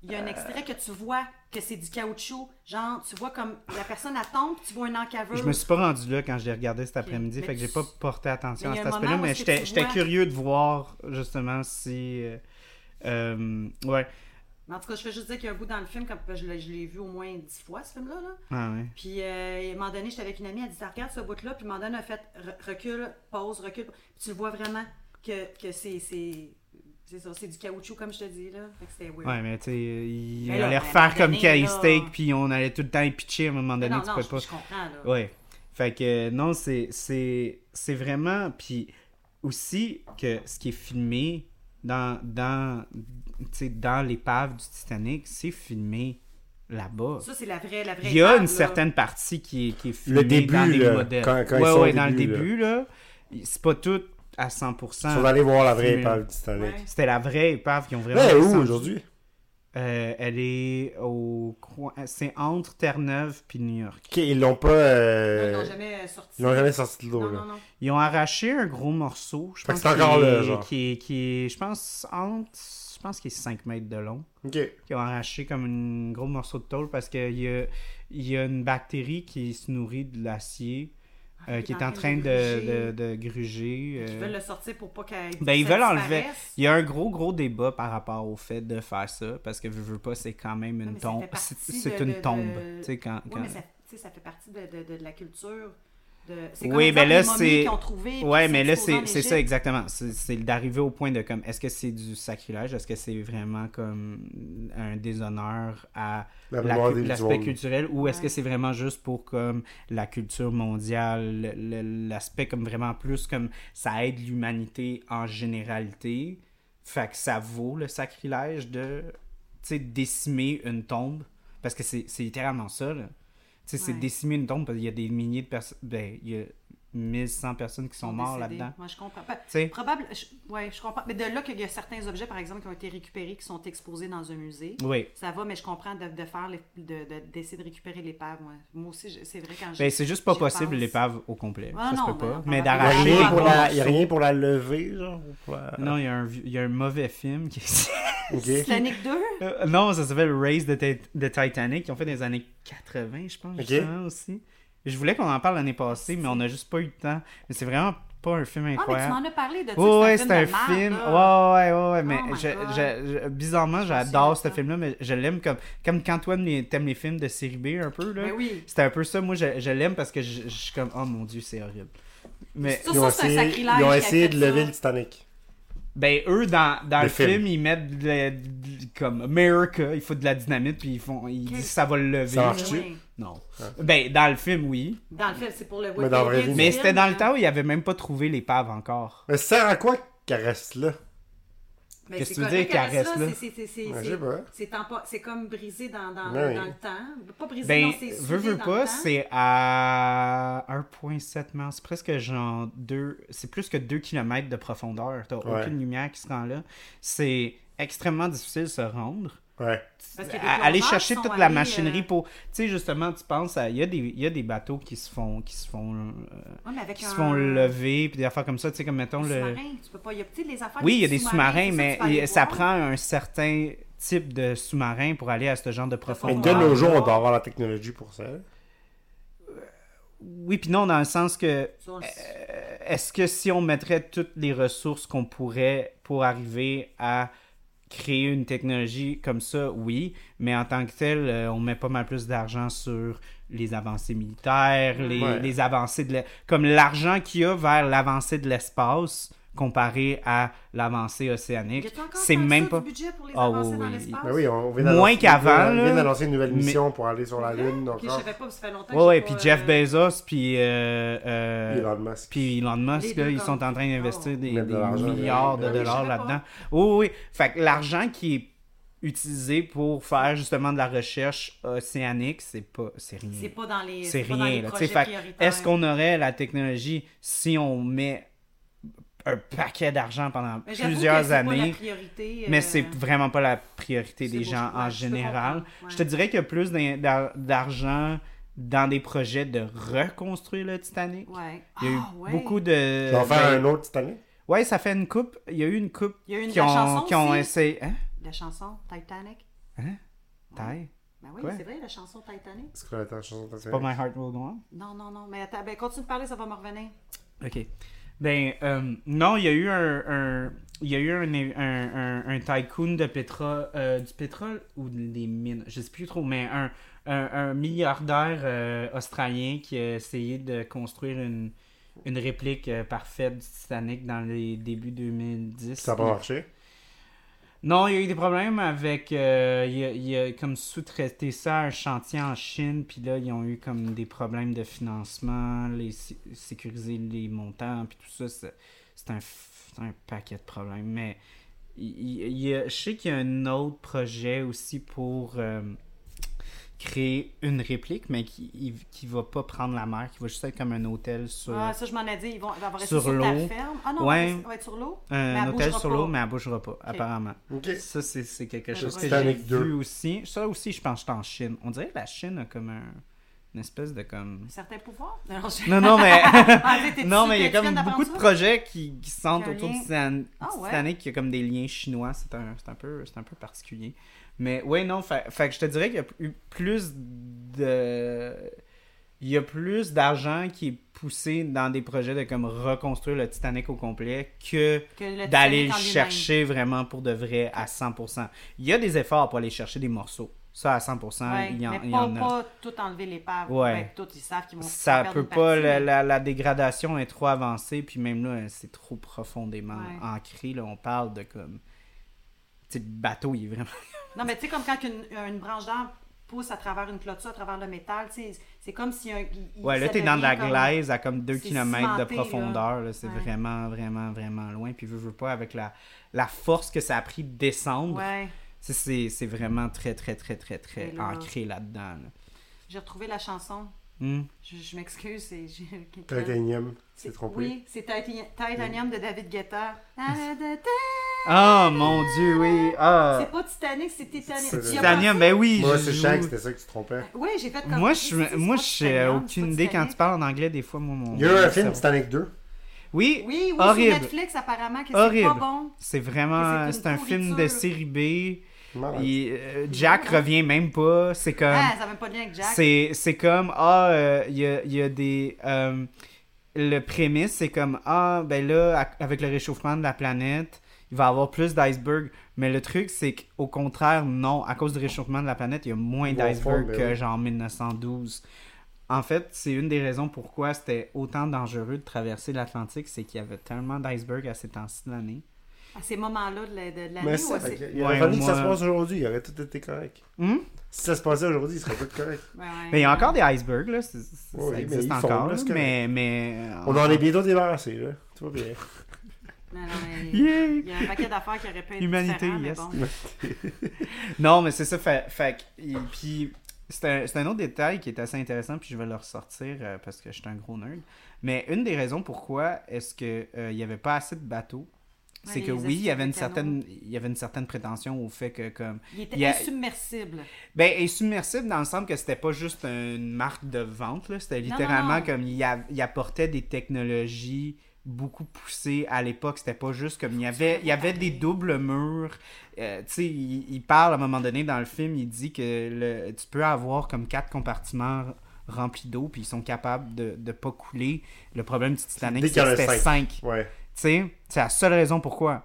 Speaker 2: il y
Speaker 1: Euh.
Speaker 2: a un extrait que tu vois que c'est du caoutchouc. Genre, tu vois comme la personne elle tombe, puis tu vois un encaveur.
Speaker 1: Je me suis pas rendu là quand je l'ai regardé cet après-midi,
Speaker 2: Mais
Speaker 1: fait que j'ai
Speaker 2: tu-
Speaker 1: pas porté attention
Speaker 2: Mais
Speaker 1: à
Speaker 2: il y a
Speaker 1: cet
Speaker 2: un moment
Speaker 1: aspect-là,
Speaker 2: où
Speaker 1: mais
Speaker 2: est-ce que
Speaker 1: j'étais
Speaker 2: tu
Speaker 1: j'étais
Speaker 2: vois-
Speaker 1: curieux de voir justement si. euh, euh, ouais.
Speaker 2: Mais En tout cas, je veux juste dire qu'il y a un bout dans le film, comme je l'ai je l'ai vu au moins dix fois, ce film-là. Là.
Speaker 1: Ah, ouais.
Speaker 2: Puis, euh, à un moment donné, j'étais avec une amie, elle dit Ah, Regarde ce bout-là, puis à un moment donné, elle a fait re- recul, pause, recul. Puis tu le vois vraiment que, que c'est. c'est- C'est ça, c'est du caoutchouc, comme je te dis. là. Fait que c'était weird.
Speaker 1: Ouais, mais tu sais, euh, il
Speaker 2: Mais là,
Speaker 1: allait
Speaker 2: à un
Speaker 1: refaire
Speaker 2: moment
Speaker 1: comme
Speaker 2: donné,
Speaker 1: Kelly
Speaker 2: là-
Speaker 1: Steak, puis on allait tout le temps y pitcher à un moment
Speaker 2: Mais
Speaker 1: donné,
Speaker 2: non,
Speaker 1: tu
Speaker 2: non,
Speaker 1: peux
Speaker 2: je,
Speaker 1: pas.
Speaker 2: je comprends. Là.
Speaker 1: Ouais. Fait que euh, non, c'est c'est c'est vraiment puis aussi que ce qui est filmé dans dans tu sais, dans l'épave du Titanic, c'est filmé là-bas.
Speaker 2: Ça, c'est la vraie, la vraie.
Speaker 1: Il y a
Speaker 2: étape,
Speaker 1: une
Speaker 2: là.
Speaker 1: certaine partie qui est, qui est filmée
Speaker 3: début,
Speaker 1: dans les
Speaker 3: là,
Speaker 1: modèles.
Speaker 3: quand- quand ils
Speaker 1: ouais,
Speaker 3: sont au
Speaker 1: ouais, dans
Speaker 3: début,
Speaker 1: le
Speaker 3: là.
Speaker 1: déput là, c'est pas tout à 100%.
Speaker 3: Ils sont allés voir la vraie
Speaker 1: Filmé.
Speaker 3: épave du Titanic.
Speaker 2: Ouais.
Speaker 1: C'était la vraie épave qui ont vraiment
Speaker 3: Mais
Speaker 1: mis
Speaker 3: Ben, où
Speaker 1: ça.
Speaker 3: aujourd'hui?
Speaker 1: Euh, elle est au coin c'est entre Terre-Neuve puis New York.
Speaker 3: Ok, ils l'ont pas. euh,
Speaker 2: Ils l'ont jamais sorti.
Speaker 3: Ils l'ont jamais sorti de l'eau.
Speaker 2: Non,
Speaker 3: là.
Speaker 2: non, non.
Speaker 1: Ils ont arraché un gros morceau. Je
Speaker 3: Fait
Speaker 1: pense
Speaker 3: que c'est encore
Speaker 1: qu'il est-
Speaker 3: là, genre.
Speaker 1: Qui est, qui est- je pense, entre. Je pense qu'il est 5 mètres de long.
Speaker 3: Ok.
Speaker 1: Ils ont arraché comme un gros morceau de tôle parce qu'il y a, il y a une bactérie qui se nourrit de l'acier, euh,
Speaker 2: Ah,
Speaker 1: qui est en train de,
Speaker 2: gruger.
Speaker 1: de, de gruger.
Speaker 2: Ils
Speaker 1: euh.
Speaker 2: veulent le sortir pour pas qu'elle.
Speaker 1: Ben, ils
Speaker 2: ça
Speaker 1: veulent enlever.
Speaker 2: disparaisse.
Speaker 1: Il y a un gros, gros débat par rapport au fait de faire ça parce que, veux, veux pas, c'est quand même
Speaker 2: Ah,
Speaker 1: une
Speaker 2: mais ça
Speaker 1: tombe.
Speaker 2: fait
Speaker 1: C'est
Speaker 2: partie
Speaker 1: c'est
Speaker 2: de-
Speaker 1: une
Speaker 2: de-
Speaker 1: tombe.
Speaker 2: de-
Speaker 1: Tu sais, quand.
Speaker 2: Oui,
Speaker 1: quand-
Speaker 2: mais ça, tu sais, ça fait partie de, de, de, de la culture. De... C'est
Speaker 1: Oui,
Speaker 2: comme exemple,
Speaker 1: ben là,
Speaker 2: les momies
Speaker 1: c'est-
Speaker 2: qu'ils ont trouvé, puis
Speaker 1: Ouais,
Speaker 2: qui
Speaker 1: mais
Speaker 2: sont
Speaker 1: là,
Speaker 2: exposées en
Speaker 1: c'est c'est ça
Speaker 2: Égypte.
Speaker 1: exactement. C'est c'est d'arriver au point de comme, est-ce que c'est du sacrilège? Est-ce que c'est vraiment comme un déshonneur à
Speaker 3: La
Speaker 1: la
Speaker 3: mémoire
Speaker 1: cu-
Speaker 3: des
Speaker 1: l'aspect
Speaker 3: visuels.
Speaker 1: culturel ou est-ce
Speaker 2: Ouais.
Speaker 1: que c'est vraiment juste pour comme la culture mondiale, le- le- l'aspect comme vraiment plus comme ça aide l'humanité en généralité? Fait que ça vaut le sacrilège de, tu sais, décimer une tombe. Parce que c'est c'est littéralement ça, là. Tu sais, c'est
Speaker 2: Ouais.
Speaker 1: décimer une tombe parce qu'il y a des milliers de personnes. Ben, il y a 1100 personnes qui sont mortes
Speaker 2: décédées.
Speaker 1: là-dedans.
Speaker 2: Moi, je comprends. pas.
Speaker 1: Tu sais,
Speaker 2: Probable. je- Ouais, je comprends. Mais de là qu'il y a certains objets, par exemple, qui ont été récupérés, qui sont exposés dans un musée.
Speaker 1: oui.
Speaker 2: Ça va, mais je comprends de, de faire, les- de- de- d'essayer de, récupérer l'épave. Moi, moi aussi, je- c'est vrai quand je.
Speaker 1: Ben, c'est juste pas
Speaker 2: J'y
Speaker 1: possible
Speaker 2: pense.
Speaker 1: l'épave au complet.
Speaker 2: Ah
Speaker 1: ça se
Speaker 2: non,
Speaker 1: peut
Speaker 2: ben
Speaker 1: pas.
Speaker 2: non,
Speaker 1: Mais
Speaker 2: on va pas-
Speaker 3: Il y a
Speaker 1: d'arracher.
Speaker 3: rien pour
Speaker 1: un
Speaker 3: la-
Speaker 1: morceau-
Speaker 3: il y a rien pour la lever, genre? ou pour la-
Speaker 1: Non, il y, a un, vieux- il y a un mauvais film qui
Speaker 3: Ok.
Speaker 2: Titanic 2
Speaker 1: Euh, non, ça s'appelle Race the, Tit- the Titanic. Ils ont fait des années 80, je pense,
Speaker 3: Ok.
Speaker 1: justement, aussi. Je voulais qu'on en parle l'année passée, mais on a juste pas eu le temps. Mais c'est vraiment pas un film
Speaker 2: Ah, mais tu
Speaker 1: incroyable.
Speaker 2: m'en as parlé de ça.
Speaker 1: Ouais, ouais, c'est
Speaker 2: c'est
Speaker 1: un
Speaker 2: de merde,
Speaker 1: film.
Speaker 2: là.
Speaker 1: Ouais, ouais, ouais, ouais, mais
Speaker 2: Oh my
Speaker 1: je-
Speaker 2: God.
Speaker 1: je- je- bizarrement,
Speaker 2: Je me souviens
Speaker 1: j'adore
Speaker 2: de
Speaker 1: ce
Speaker 2: ça.
Speaker 1: film-là, mais je l'aime comme, comme quand toi les- t'aimes les films de série B un peu. Là.
Speaker 2: Ben oui.
Speaker 1: C'était un peu ça, moi je, je l'aime parce que je, je suis comme, oh mon dieu, c'est horrible. Mais
Speaker 2: Ça,
Speaker 3: Ils ont
Speaker 2: ça, c'est un
Speaker 3: essayé,
Speaker 2: sacrilège
Speaker 3: ils ont
Speaker 2: qui a
Speaker 3: essayé
Speaker 2: fait
Speaker 3: de lever
Speaker 2: ça.
Speaker 3: le Titanic.
Speaker 1: Ben, eux, dans, dans le,
Speaker 3: Le
Speaker 1: film.
Speaker 3: film.
Speaker 1: ils mettent de la- de- comme America, ils foutent de la dynamite, puis ils font, ils
Speaker 2: Quel-
Speaker 1: disent ça va le lever.
Speaker 3: Ça marche-tu?
Speaker 2: Oui.
Speaker 1: Non. Ben, dans le film, oui.
Speaker 2: Dans le film, c'est hein? pour le
Speaker 3: Mais dans la vraie vie.
Speaker 1: Mais
Speaker 3: Le
Speaker 1: c'était dans le temps où ils avaient même pas trouvé l'épave encore.
Speaker 3: Mais Euh, ça sert à quoi qu'elle reste là?
Speaker 2: Mais
Speaker 1: Qu'est-ce
Speaker 2: c'est
Speaker 1: que tu veux
Speaker 2: correct,
Speaker 1: dire, caresse,
Speaker 2: caresse,
Speaker 1: là?
Speaker 2: là, c'est- c'est- c'est-
Speaker 3: Ouais,
Speaker 2: c'est-
Speaker 3: je sais pas.
Speaker 2: C'est tempo- c'est comme brisé dans, dans,
Speaker 3: Ouais.
Speaker 2: dans le temps. Pas brisé,
Speaker 1: Ben,
Speaker 2: non, c'est soudé
Speaker 1: veux, veux
Speaker 2: dans
Speaker 1: pas,
Speaker 2: le temps.
Speaker 1: c'est à 1,7 miles. C'est presque genre 2. C'est plus que 2 km de profondeur. T'as
Speaker 3: Ouais.
Speaker 1: aucune lumière qui se rend là. C'est extrêmement difficile de se rendre.
Speaker 3: Ouais.
Speaker 2: Parce qu'il y a des
Speaker 1: à- aller
Speaker 2: plongeurs
Speaker 1: chercher
Speaker 2: qui
Speaker 1: toute
Speaker 2: sont
Speaker 1: la
Speaker 2: allés,
Speaker 1: machinerie
Speaker 2: euh,
Speaker 1: pour tu sais justement tu penses à il y a des il y a des bateaux qui se font qui se font euh,
Speaker 2: Ouais, mais avec
Speaker 1: qui
Speaker 2: un
Speaker 1: se font lever puis des affaires comme ça tu sais comme mettons le
Speaker 2: sous-marin, tu peux pas. Il y a peut-être les affaires.
Speaker 1: oui il y a
Speaker 2: des
Speaker 1: des sous-marins
Speaker 2: c'est
Speaker 1: mais
Speaker 2: ça, tu peux
Speaker 1: il-
Speaker 2: aller
Speaker 1: ça
Speaker 2: voir.
Speaker 1: prend un certain type de sous-marin pour aller à ce genre de
Speaker 2: Mais
Speaker 3: Mais
Speaker 1: profondeur
Speaker 3: de nos jours, on doit avoir la technologie pour ça.
Speaker 1: oui puis non dans le sens que
Speaker 2: Ça, on le sait.
Speaker 1: Euh, est-ce que si on mettrait toutes les ressources qu'on pourrait pour arriver à créer une technologie comme ça, oui, mais en tant que tel, euh, on met pas mal plus d'argent sur les avancées militaires, les,
Speaker 3: Ouais.
Speaker 1: les avancées de la- comme l'argent qu'il y a vers l'avancée de l'espace comparé à l'avancée océanique,
Speaker 2: Y a encore
Speaker 1: c'est
Speaker 2: tant que
Speaker 1: même
Speaker 2: ça
Speaker 1: pas
Speaker 2: du budget pour les
Speaker 1: Ah,
Speaker 2: avancer
Speaker 1: oui,
Speaker 2: dans
Speaker 1: oui.
Speaker 2: l'espace?
Speaker 3: Ben oui, on
Speaker 1: Moins
Speaker 3: vient d'annoncer-
Speaker 1: qu'avant,
Speaker 3: on
Speaker 1: là.
Speaker 3: vient d'annoncer une nouvelle
Speaker 1: Mais- Ah,
Speaker 3: mission pour aller sur la Lune. Donc,
Speaker 2: Ok, je
Speaker 3: genre,
Speaker 2: savais pas, parce que ça fait longtemps que
Speaker 1: Ouais,
Speaker 2: j'ai
Speaker 1: ouais,
Speaker 2: pas,
Speaker 1: puis
Speaker 2: euh,
Speaker 1: Jeff Bezos, puis euh, euh,
Speaker 3: Elon Musk.
Speaker 1: Puis Elon
Speaker 2: Les
Speaker 1: Musk,
Speaker 2: deux
Speaker 1: là, ils
Speaker 2: camps.
Speaker 1: sont en train d'investir des,
Speaker 3: Mettre de
Speaker 1: des
Speaker 3: l'argent
Speaker 1: milliards de
Speaker 2: dedans.
Speaker 1: dollars
Speaker 2: Oui, je savais
Speaker 1: là-dedans. Oui, oui. Fait que l'argent qui est utilisé pour faire justement de la recherche océanique, c'est pas, c'est
Speaker 2: C'est
Speaker 1: rien.
Speaker 2: pas dans les.
Speaker 1: C'est
Speaker 2: pas dans les
Speaker 1: rien. là. Tu sais,
Speaker 2: projets
Speaker 1: fait que
Speaker 2: prioritaires.
Speaker 1: est-ce qu'on aurait la technologie si on met un paquet d'argent pendant
Speaker 2: Mais j'avoue que c'est
Speaker 1: plusieurs
Speaker 2: pas la
Speaker 1: années?
Speaker 2: priorité, euh,
Speaker 1: Mais c'est vraiment pas la priorité
Speaker 2: c'est
Speaker 1: des
Speaker 2: beau,
Speaker 1: gens
Speaker 2: ouais,
Speaker 1: en
Speaker 2: je peux
Speaker 1: général.
Speaker 2: comprendre, ouais.
Speaker 1: Je te dirais qu'il y a plus d'in- d'ar- d'argent dans des projets de reconstruire le Titanic.
Speaker 2: Ouais.
Speaker 1: Il y a eu
Speaker 2: Ah, ouais.
Speaker 1: beaucoup de.
Speaker 3: On va faire
Speaker 1: ben,
Speaker 3: un autre Titanic.
Speaker 1: Ouais, ça fait une coupe. Il y a eu une coupe
Speaker 2: Il y a eu une-
Speaker 1: qui
Speaker 2: la
Speaker 1: ont,
Speaker 2: chanson
Speaker 1: qui ont
Speaker 2: aussi.
Speaker 1: essayé. Hein?
Speaker 2: La chanson Titanic.
Speaker 1: Taille?
Speaker 2: Ben oui,
Speaker 1: Quoi?
Speaker 2: c'est vrai, la chanson Titanic.
Speaker 3: Est-ce qu'on a la chanson
Speaker 1: C'est pas My Heart Will Go On?
Speaker 2: Non, non, non. Mais attends, ben continue de parler, ça va me revenir.
Speaker 1: Ok. Ben, euh, non, il y a eu un. un- Il y a eu un, un, un- un tycoon de pétrole, du pétrole ou des mines, je sais plus trop, mais un, un- un milliardaire euh, australien qui a essayé de construire une, une réplique euh, parfaite du Titanic dans les débuts 2010.
Speaker 3: Ça n'a pas marché.
Speaker 1: Non, il y a eu des problèmes avec. euh, il, a, il a comme sous-traité ça à un chantier en Chine, puis là, ils ont eu comme des problèmes de financement, les, sé- sécuriser les montants, puis tout ça. C'est c'est un, f- c'est un paquet de problèmes. Mais il- il- il y a- je sais qu'il y a un autre projet aussi pour euh, créer une réplique, mais qui, il- qui va pas prendre la mer, qui va juste être comme un hôtel sur.
Speaker 2: Ah, ça, je m'en ai dit. Ils vont, ils vont rester sur,
Speaker 1: Sur
Speaker 2: ta
Speaker 1: l'eau.
Speaker 2: ferme. Ah non,
Speaker 1: Ouais.
Speaker 2: on va être sur l'eau. mais elle
Speaker 1: un hôtel
Speaker 2: bougera
Speaker 1: sur
Speaker 2: pas.
Speaker 1: l'eau, mais elle bougera pas, apparemment.
Speaker 3: Ok.
Speaker 1: Ça, c'est c'est quelque
Speaker 2: Le
Speaker 1: chose que j'ai
Speaker 3: Titanic 2.
Speaker 1: vu aussi. Ça aussi, je pense que c'est en Chine. On dirait que la Chine a comme un, une espèce de comme...
Speaker 2: Certains pouvoirs. Non, non, je-
Speaker 1: Non, non, mais...
Speaker 2: Ah, t'es- t'es-
Speaker 1: non,
Speaker 2: tu-
Speaker 1: mais il y a
Speaker 2: tu viens
Speaker 1: comme
Speaker 2: d'apprendre
Speaker 1: beaucoup de
Speaker 2: ça?
Speaker 1: projets qui, qui centrent
Speaker 2: Qu'il y a un
Speaker 1: autour du
Speaker 2: lien.
Speaker 1: Titan-
Speaker 2: Ah, ouais.
Speaker 1: Titanic, qui a comme des liens chinois. C'est un, c'est un, peu, c'est un peu particulier. Mais ouais, non, fait, fait que je te dirais qu'il y a eu plus de... Il y a plus d'argent qui est poussé dans des projets de comme reconstruire le Titanic au complet que
Speaker 2: que le Titanic en
Speaker 1: d'aller le
Speaker 2: lui-même.
Speaker 1: chercher vraiment pour de vrai à 100%. Il y a des efforts pour aller chercher des morceaux. Ça, à 100%,
Speaker 2: Ouais,
Speaker 1: hein, il y en,
Speaker 2: mais
Speaker 1: il y
Speaker 2: pas,
Speaker 1: en a.
Speaker 2: pas tout enlever l'épave.
Speaker 1: Ouais.
Speaker 2: Ouais, tout, ils savent qu'ils vont
Speaker 1: Ça
Speaker 2: perdre
Speaker 1: peut
Speaker 2: une
Speaker 1: pas,
Speaker 2: partie,
Speaker 1: la,
Speaker 2: mais-
Speaker 1: la- la dégradation est trop avancée, puis même là, c'est trop profondément
Speaker 2: Ouais.
Speaker 1: ancré. Là, on parle de comme. Tu sais, le bateau, il est vraiment.
Speaker 2: Non, mais tu sais, comme quand une, une branche d'arbre pousse à travers une clôture, à travers le métal, tu sais, c'est comme si un. il- il-
Speaker 1: Ouais, là,
Speaker 2: ça
Speaker 1: t'es dans de la
Speaker 2: devient comme-
Speaker 1: glaise à comme 2
Speaker 2: c'est
Speaker 1: km de
Speaker 2: cimenté, là.
Speaker 1: profondeur. là. C'est
Speaker 2: Ouais.
Speaker 1: vraiment, vraiment, vraiment loin. Puis, veux, veux pas, avec la, la force que ça a pris de descendre,
Speaker 2: Ouais.
Speaker 1: c'est- c'est c'est vraiment très, très, très, très, très
Speaker 2: Et là-
Speaker 1: ancré là-dedans. là.
Speaker 2: J'ai retrouvé la chanson.
Speaker 1: Hmm.
Speaker 2: Je, je m'excuse, c'est. j'ai-
Speaker 3: Titanium, c'est trompé.
Speaker 2: Oui, c'est Titan- Titanium de David Guetta.
Speaker 1: Ah, mon dieu, oui. Ah.
Speaker 2: C'est pas Titanic, c'est Titanium.
Speaker 3: C'est
Speaker 2: Tu y as
Speaker 1: Titanium, ben oui.
Speaker 3: Moi,
Speaker 1: je
Speaker 3: c'est
Speaker 1: joue.
Speaker 3: Shaq, c'était ça que tu trompais.
Speaker 2: pensé? Oui, j'ai fait comme.
Speaker 1: Moi, je,
Speaker 2: C'est
Speaker 1: moi,
Speaker 2: pas
Speaker 1: j'ai euh,
Speaker 2: Titanium, c'est
Speaker 1: aucune
Speaker 2: pas
Speaker 1: idée quand
Speaker 2: Titanic.
Speaker 1: tu parles en anglais. Des fois, moi, mon.
Speaker 3: Il y a eu un
Speaker 1: mon
Speaker 3: film,
Speaker 1: cerveau-
Speaker 3: Titanic 2.
Speaker 1: Oui,
Speaker 2: Oui, oui, sur
Speaker 1: horrible.
Speaker 2: Netflix, apparemment, que c'est pas
Speaker 1: Horrible.
Speaker 2: bon.
Speaker 1: C'est vraiment.
Speaker 2: Que c'est
Speaker 1: C'est
Speaker 2: une
Speaker 1: un film de
Speaker 2: pourriture.
Speaker 1: série B.
Speaker 3: Marrant.
Speaker 1: Il- euh, Jack revient même pas. C'est comme.
Speaker 2: Ah, ça n'a même pas de lien avec Jack.
Speaker 1: Euh, C'est, c'est comme, ah, euh, il y, a, il y a des... euh, le prémisse, c'est comme, ah, ben là, ac- avec le réchauffement de la planète, il va y avoir plus d'icebergs. Mais le truc, c'est qu'au contraire, non. À cause du réchauffement de la planète, il y a moins
Speaker 3: Ils vont
Speaker 1: d'icebergs
Speaker 3: fondre, ben
Speaker 1: que
Speaker 3: oui.
Speaker 1: genre 1912. En fait, c'est une des raisons pourquoi c'était autant dangereux de traverser l'Atlantique, c'est qu'il y avait tellement d'icebergs à ces temps-ci de l'année.
Speaker 2: À Ah, ces moments-là de la- de l'année,
Speaker 3: Mais
Speaker 2: ouais,
Speaker 3: ça,
Speaker 2: c'est.
Speaker 3: il aurait
Speaker 1: Ouais,
Speaker 3: fallu que ça
Speaker 1: moi-
Speaker 3: se passe aujourd'hui, il aurait tout été correct.
Speaker 1: Hmm?
Speaker 3: Si ça se passait aujourd'hui, il serait tout correct.
Speaker 2: Ouais, ouais.
Speaker 1: Mais il y a encore des icebergs, là. c'est- c'est-
Speaker 3: Oui,
Speaker 1: ça
Speaker 3: mais
Speaker 1: existe
Speaker 3: ils fondent,
Speaker 1: encore,
Speaker 3: là,
Speaker 1: là,
Speaker 3: c'est correct.
Speaker 1: mais, mais... euh,
Speaker 3: On en est bientôt débarrassé, là. Tu vois bien.
Speaker 2: Non, non, mais-
Speaker 1: Yeah!
Speaker 2: Il y a un paquet d'affaires qui auraient pu être
Speaker 1: Humanité,
Speaker 2: différents, mais
Speaker 1: yes.
Speaker 2: bon.
Speaker 1: Non, mais c'est ça. Fait, fait que- et puis, c'est un, c'est un autre détail qui est assez intéressant, puis je vais le ressortir euh, parce que je suis un gros nerd. Mais une des raisons pourquoi est-ce que euh, il n'y avait pas assez de bateaux c'est
Speaker 2: les
Speaker 1: que oui, il y avait une
Speaker 2: esprits canons.
Speaker 1: certaine, il y avait une certaine prétention au fait que comme
Speaker 2: Il était
Speaker 1: Il y a-
Speaker 2: insubmersible.
Speaker 1: ben et submersible dans le sens que c'était pas juste une marque de vente là, c'était
Speaker 2: Non, non,
Speaker 1: littéralement
Speaker 2: non.
Speaker 1: comme il, y a- il apportait des technologies beaucoup poussées à l'époque, c'était pas juste comme il y avait il y avait des doubles murs. Euh, tu sais, il, il parle à un moment donné dans le film, il dit que le- tu peux avoir comme quatre compartiments remplis d'eau puis ils sont capables de de pas couler. Le problème du Titanic
Speaker 3: dès
Speaker 1: c'est
Speaker 3: qu'il y en
Speaker 1: que
Speaker 3: a
Speaker 1: c'était
Speaker 3: cinq.
Speaker 1: cinq.
Speaker 3: Ouais.
Speaker 1: Tu sais, c'est la seule raison pourquoi.